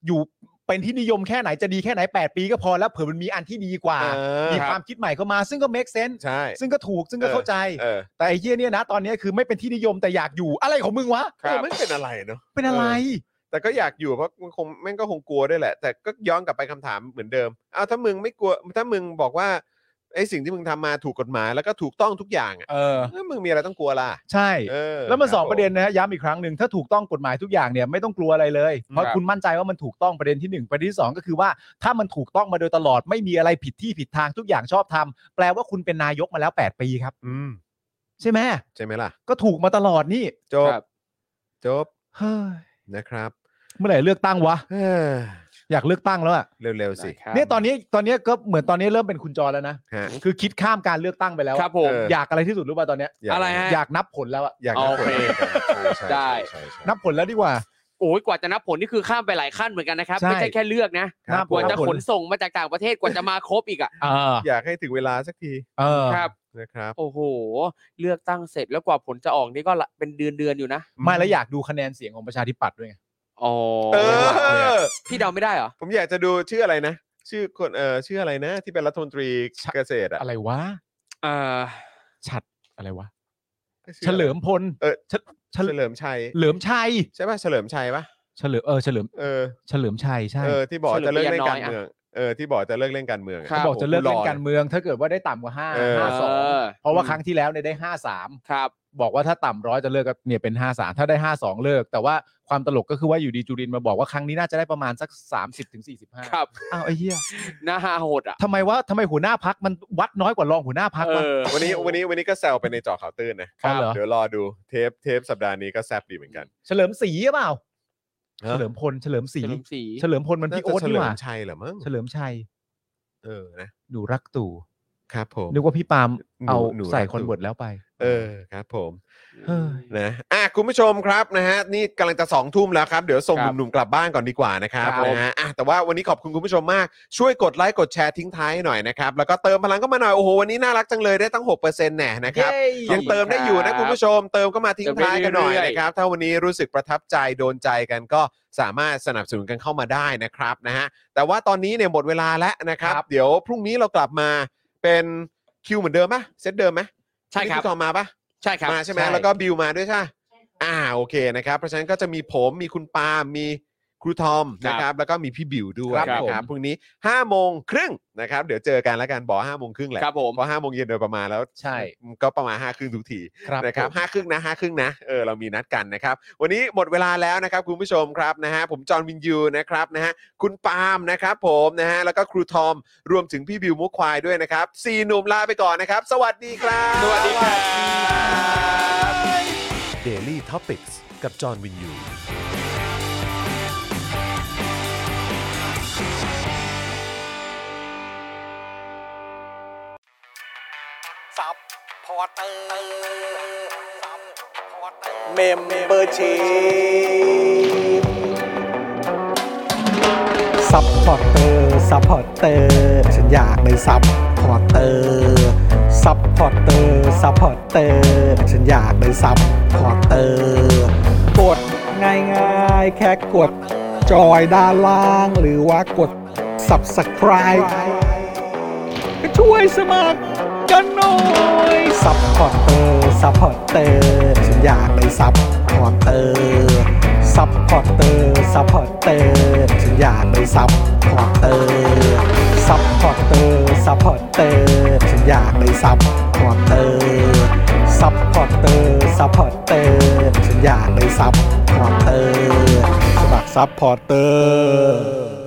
[SPEAKER 4] อยู่เป็นที่นิยมแค่ไหนจะดีแค่ไหน 8 ปีก็พอแล้วเผื่อมันมีอันที่ดีกว่า
[SPEAKER 3] เออ
[SPEAKER 4] มีความคิดใหม่เข้ามา ซึ่งก็ make sense
[SPEAKER 3] ใช่
[SPEAKER 4] ซึ่งก็ถูกซึ่งก็เข้าใจ
[SPEAKER 3] เออ
[SPEAKER 4] แต่ไอ้เหี้ยเนี่ยนะ ตอนเนี้ยคือไม่เป็นที่นิยมแต่อยากอยู่อะไรของมึงวะ
[SPEAKER 3] เออมันเป็นอะไรเนาะ
[SPEAKER 4] เป็นอะไร
[SPEAKER 3] แต่ก็อยากอยู่เพราะมันคงแม่งก็คงกลัวด้วยแหละ แต่ก็ย้อนกลับไปคำถามเหมือนเดิมอ้าวถ้ามึงไม่กลัวถ้ามึงบอกว่าไอ้สิ่งที่มึงทำมาถูกกฎหมายแล้วก็ถูกต้องทุกอย่างอ่ะ
[SPEAKER 4] เออ
[SPEAKER 3] เอ้ยมึงมีอะไรต้องกลัวล่ะ
[SPEAKER 4] ใช่
[SPEAKER 3] เออ
[SPEAKER 4] แล้วมันสอง
[SPEAKER 3] คบ
[SPEAKER 4] ประเด็น
[SPEAKER 3] ผม
[SPEAKER 4] นะฮะย้ำอีกครั้งหนึ่งถ้าถูกต้องกฎหมายทุกอย่างเนี่ยไม่ต้องกลัวอะไรเลย เพราะคุณมั่นใจว่ามันถูกต้องประเด็นที่หนึ่งประเด็นที่สองก็คือว่าถ้ามันถูกต้องมาโดยตลอดไม่มีอะไรผิดที่ผิดทางทุกอย่างชอบทำแปลว่าคุณเป็นนายกมาแล้วแปดปีครับ
[SPEAKER 3] อืม
[SPEAKER 4] ใช่ไหม
[SPEAKER 3] ใช่ไหมล่ะ
[SPEAKER 4] ก็ถูกมาตลอดนี่
[SPEAKER 3] จบ
[SPEAKER 6] ครับ
[SPEAKER 3] จบ
[SPEAKER 4] เฮ้ย
[SPEAKER 3] นะครับ
[SPEAKER 4] เมื่อไหร่เลือกตั้งวะ
[SPEAKER 3] เอ้อ
[SPEAKER 4] อยากเลือกตั้งแล้วอ่ะ
[SPEAKER 3] เร็วๆสิ
[SPEAKER 6] ครับ
[SPEAKER 4] เนี่ยตอนนี้ตอนนี้ก็เหมือนตอนนี้เริ่มเป็นคุณจรแล้วนะ
[SPEAKER 3] ฮะ
[SPEAKER 4] คือคิดข้ามการเลือกตั้งไปแล้วอะ
[SPEAKER 6] ครับผม
[SPEAKER 3] เอ
[SPEAKER 4] อยากอะไรที่สุดรู้ป่ะตอนเนี้ย
[SPEAKER 3] อยาก
[SPEAKER 6] อะไรฮะ
[SPEAKER 4] อยากนับผลแล้วอะ
[SPEAKER 3] อยากนับ
[SPEAKER 6] โอเค
[SPEAKER 3] ผลใช่ใช่
[SPEAKER 6] ได้
[SPEAKER 3] ใช่ใช่
[SPEAKER 4] นับผลแล้วดีกว่า
[SPEAKER 6] โอ้ยกว่าจะนับผลนี่คือข้ามไปหลายขั้นเหมือนกันนะครับ
[SPEAKER 4] ใช่
[SPEAKER 6] ไม่ใช่แค่เลือกนะ
[SPEAKER 3] ครั
[SPEAKER 4] นั
[SPEAKER 3] บบ
[SPEAKER 6] กว่าจะ
[SPEAKER 4] ผล
[SPEAKER 6] ขนส่งมาจากต่างประเทศกว่าจะมาครบอีกอ่ะ
[SPEAKER 4] เออ
[SPEAKER 3] อยากให้ถึงเวลาสักที
[SPEAKER 4] เออ
[SPEAKER 6] ครับ
[SPEAKER 3] นะครับ
[SPEAKER 6] โอ้โห เลือกตั้งเสร็จแล้วกว่าผลจะออกนี่ก็ละเป็นเดือนเดือนๆอยู่นะ
[SPEAKER 4] ไม่แล้วอยากดูคะแนนเสียงของประชาธิปัตย์ด้วยไง
[SPEAKER 6] อ๋อ
[SPEAKER 3] เออ
[SPEAKER 6] พี่เดาไม่ได้เหรอ
[SPEAKER 3] ผมอยากจะดูชื่ออะไรนะ ชื่อคนเออชื่ออะไรนะ ที่เป็นรัฐมนตรีเกษตรอะ
[SPEAKER 4] อะไรวะ
[SPEAKER 6] เออ
[SPEAKER 4] ฉัดอะไรวะ
[SPEAKER 3] ชื่อ
[SPEAKER 4] เฉ
[SPEAKER 3] อะไร
[SPEAKER 4] ลิมพล
[SPEAKER 3] เออ
[SPEAKER 4] ฉะฉะ
[SPEAKER 3] เฉลิมชัย
[SPEAKER 4] เฉลิมชัย
[SPEAKER 3] ใช่ป่ะเฉลิมชัยป่ะ
[SPEAKER 4] เฉลิมเออเฉลิม
[SPEAKER 3] เออ
[SPEAKER 4] เฉลิมชัยใช่
[SPEAKER 3] เออที่บอกจะเลิกเล่น
[SPEAKER 6] เฉลิมชัย
[SPEAKER 3] การ
[SPEAKER 6] น้อยอะ
[SPEAKER 3] เมืองเออที่บอกจะเลิกเล่นการเมืองะ
[SPEAKER 6] ครับ
[SPEAKER 4] บอกจะเลิกเล่น
[SPEAKER 3] ผม
[SPEAKER 4] การเมือง ถ้าเกิดว่าได้ต่ำกว่าห้า
[SPEAKER 3] เออ
[SPEAKER 4] ห้าสอง
[SPEAKER 6] อ
[SPEAKER 4] เพราะว่าครั้งที่แล้วเนี่ยได้ห้าสาม
[SPEAKER 6] ครับ
[SPEAKER 4] บอกว่าถ้าต่ำร้อยจะเลิกก็เนี่ยเป็น 5 3 ถ้าได้ 5 2 เลิก แต่ว่าความตลกก็คือว่าอยู่ดีจุรินทร์มาบอกว่าครั้งนี้น่าจะได้ประมาณสัก 30ถึง
[SPEAKER 6] ค
[SPEAKER 4] 45
[SPEAKER 6] รับ
[SPEAKER 4] อ้าวไอ้เหี้ย
[SPEAKER 6] หน้าโหดอ่ะ
[SPEAKER 4] ทำไมว่าทำไมหัวหน้าพักมันวัดน้อยกว่ารองหัวหน้าพัก
[SPEAKER 6] เออ
[SPEAKER 4] วะ
[SPEAKER 3] วันนี้วันนี้วันนี้ก็แซวไปในเจอข่าวตื้นนะ
[SPEAKER 4] อ๋อเหรอ
[SPEAKER 3] เดี๋ยวรอดูเทปเทปสัปดาห์นี้ก็แซบดีเหมือนกัน
[SPEAKER 4] เฉลิมศรีหรือเปล่า
[SPEAKER 3] ฮะ
[SPEAKER 4] เฉลิมพล เฉลิมศรี
[SPEAKER 6] เฉลิมศรี
[SPEAKER 4] เฉลิมพลมันพี่โอ๊ต
[SPEAKER 3] น่าจะเฉ
[SPEAKER 4] นี่
[SPEAKER 3] ลิ
[SPEAKER 4] หว่าม
[SPEAKER 3] ชัยเหรอมั้ง
[SPEAKER 4] เฉลิมชัย
[SPEAKER 3] เออนะ
[SPEAKER 4] หนูรักตู่
[SPEAKER 3] ครับผม
[SPEAKER 4] นึกว่าพี่ปาล์ม
[SPEAKER 3] หนู
[SPEAKER 4] เอา
[SPEAKER 3] หนูรักตู่
[SPEAKER 4] ใส่คอนเวิร์ตแล้วไป
[SPEAKER 3] เออครับผม นะอ่ะคุณผู้ชมครับนะฮะนี่กำลังจะสองทุ่มแล้วครับ เดี๋ยวส่ง
[SPEAKER 5] ครับ
[SPEAKER 3] หนุ่มๆกลับบ้านก่อนดีกว่านะครับ
[SPEAKER 5] ครับ
[SPEAKER 3] นะฮะอ่ะแต่ว่าวันนี้ขอบคุณคุณผู้ชมมาก ช่วยกดไลค์กดแชร์ทิ้งท้ายให้หน่อยนะครับแล้วก็เติมพลังเข้ามาหน่อย โอ้โห วันนี้น่ารักจังเลยได้ตั้ง 6%แน่นะครับ ยังเติมได้อยู่นะคุณผู้ชม เติมก็มาทิ้งท้ายกันหน่อยนะครับ ถ้าวันนี้รู้สึกประทับใจโดนใจกันก็สามารถสนับสนุนกันเข้ามาได้นะครับนะฮะแต่ว่าตอนนี้เนี่ยหมดเวลาแล้วนะครับ เดี๋ยวพรุ่งนี้เรากลับมาเป็นคิวเหมือนเดิมปะเซตเดิมไหม
[SPEAKER 5] ใช่ครับ
[SPEAKER 3] พิธีกมาปะ
[SPEAKER 5] ใช่ครับ
[SPEAKER 3] มาใช่ไหม
[SPEAKER 4] ใช่
[SPEAKER 3] แล้วก็บิวมาด้วยใช่ปะอ่าโอเคนะครับ เพราะฉะนั้นก็จะมีผมมีคุณปาล์มมีครูทอมนะครับ แล้วก็มีพี่บิวด้วย
[SPEAKER 4] ครับ
[SPEAKER 3] นะครั
[SPEAKER 4] ผม
[SPEAKER 3] พรุ่งนี้5้าโมงครึ่งนะครับเดี๋ยวเจอกันแล้วกันบอกห้าโมงครึ่งแหละ
[SPEAKER 5] ครับผม
[SPEAKER 3] เพราะห้าโมงเย็นโดยประมาณแล้ว
[SPEAKER 4] ใช่
[SPEAKER 3] ก็ประมาณห้าครึ่งทุกที
[SPEAKER 4] ครับ
[SPEAKER 3] นะครับ
[SPEAKER 4] ผม
[SPEAKER 3] ห้าครึ่งนะห้าครึ่งนะเออเรามีนัดกันนะครับ วันนี้หมดเวลาแล้วนะครับคุณผู้ชมครับนะฮะผมจอห์นวินยูนะครับนะฮะคุณปาล์มนะครับผมนะฮะแล้วก็ครูทอมรวมถึงพี่บิวมุกควายด้วยนะครับสี่หนุ่มลาไปก่อนนะครับ สวัสดีครับ
[SPEAKER 5] สวัสดีครับ
[SPEAKER 2] Daily Topics กับจอห์นวินยู
[SPEAKER 8] ซับพอร์เตอร์ซับพอร์เตอร์
[SPEAKER 1] เมมเบอร์ชีซัพพอร์เตอร์ซัพพอร์เตอร์ฉันอยากเป็นซัพพอร์เตอร์ซัพพอร์เตอร์ซัพพอร์เตอร์ฉันอยากเป็นซัพพอร์เตอร์กดง่ายๆ แค่กดจอยด้านล่าง หรือว่ากด subscribe ก็ช่วยสมัครกันหน่อยซัพพอร์เตอร์ซัพพอร์เตอร์ฉันอยากเป็นซัพพอร์เตอร์ซัพพอร์เตอร์ซัพพอร์เตอร์ฉันอยากเป็นซัพพอร์เตอร์ซัพพอร์เตอร์ซัพพอร์เตอร์ฉันอยากเป็นซัพพอร์เตอร์ซัพพอร์เตอร์ซัพพอร์เตอร์ฉันอยากเป็นซัพพอร์เตอร์สมัครซัพพอร์เตอร์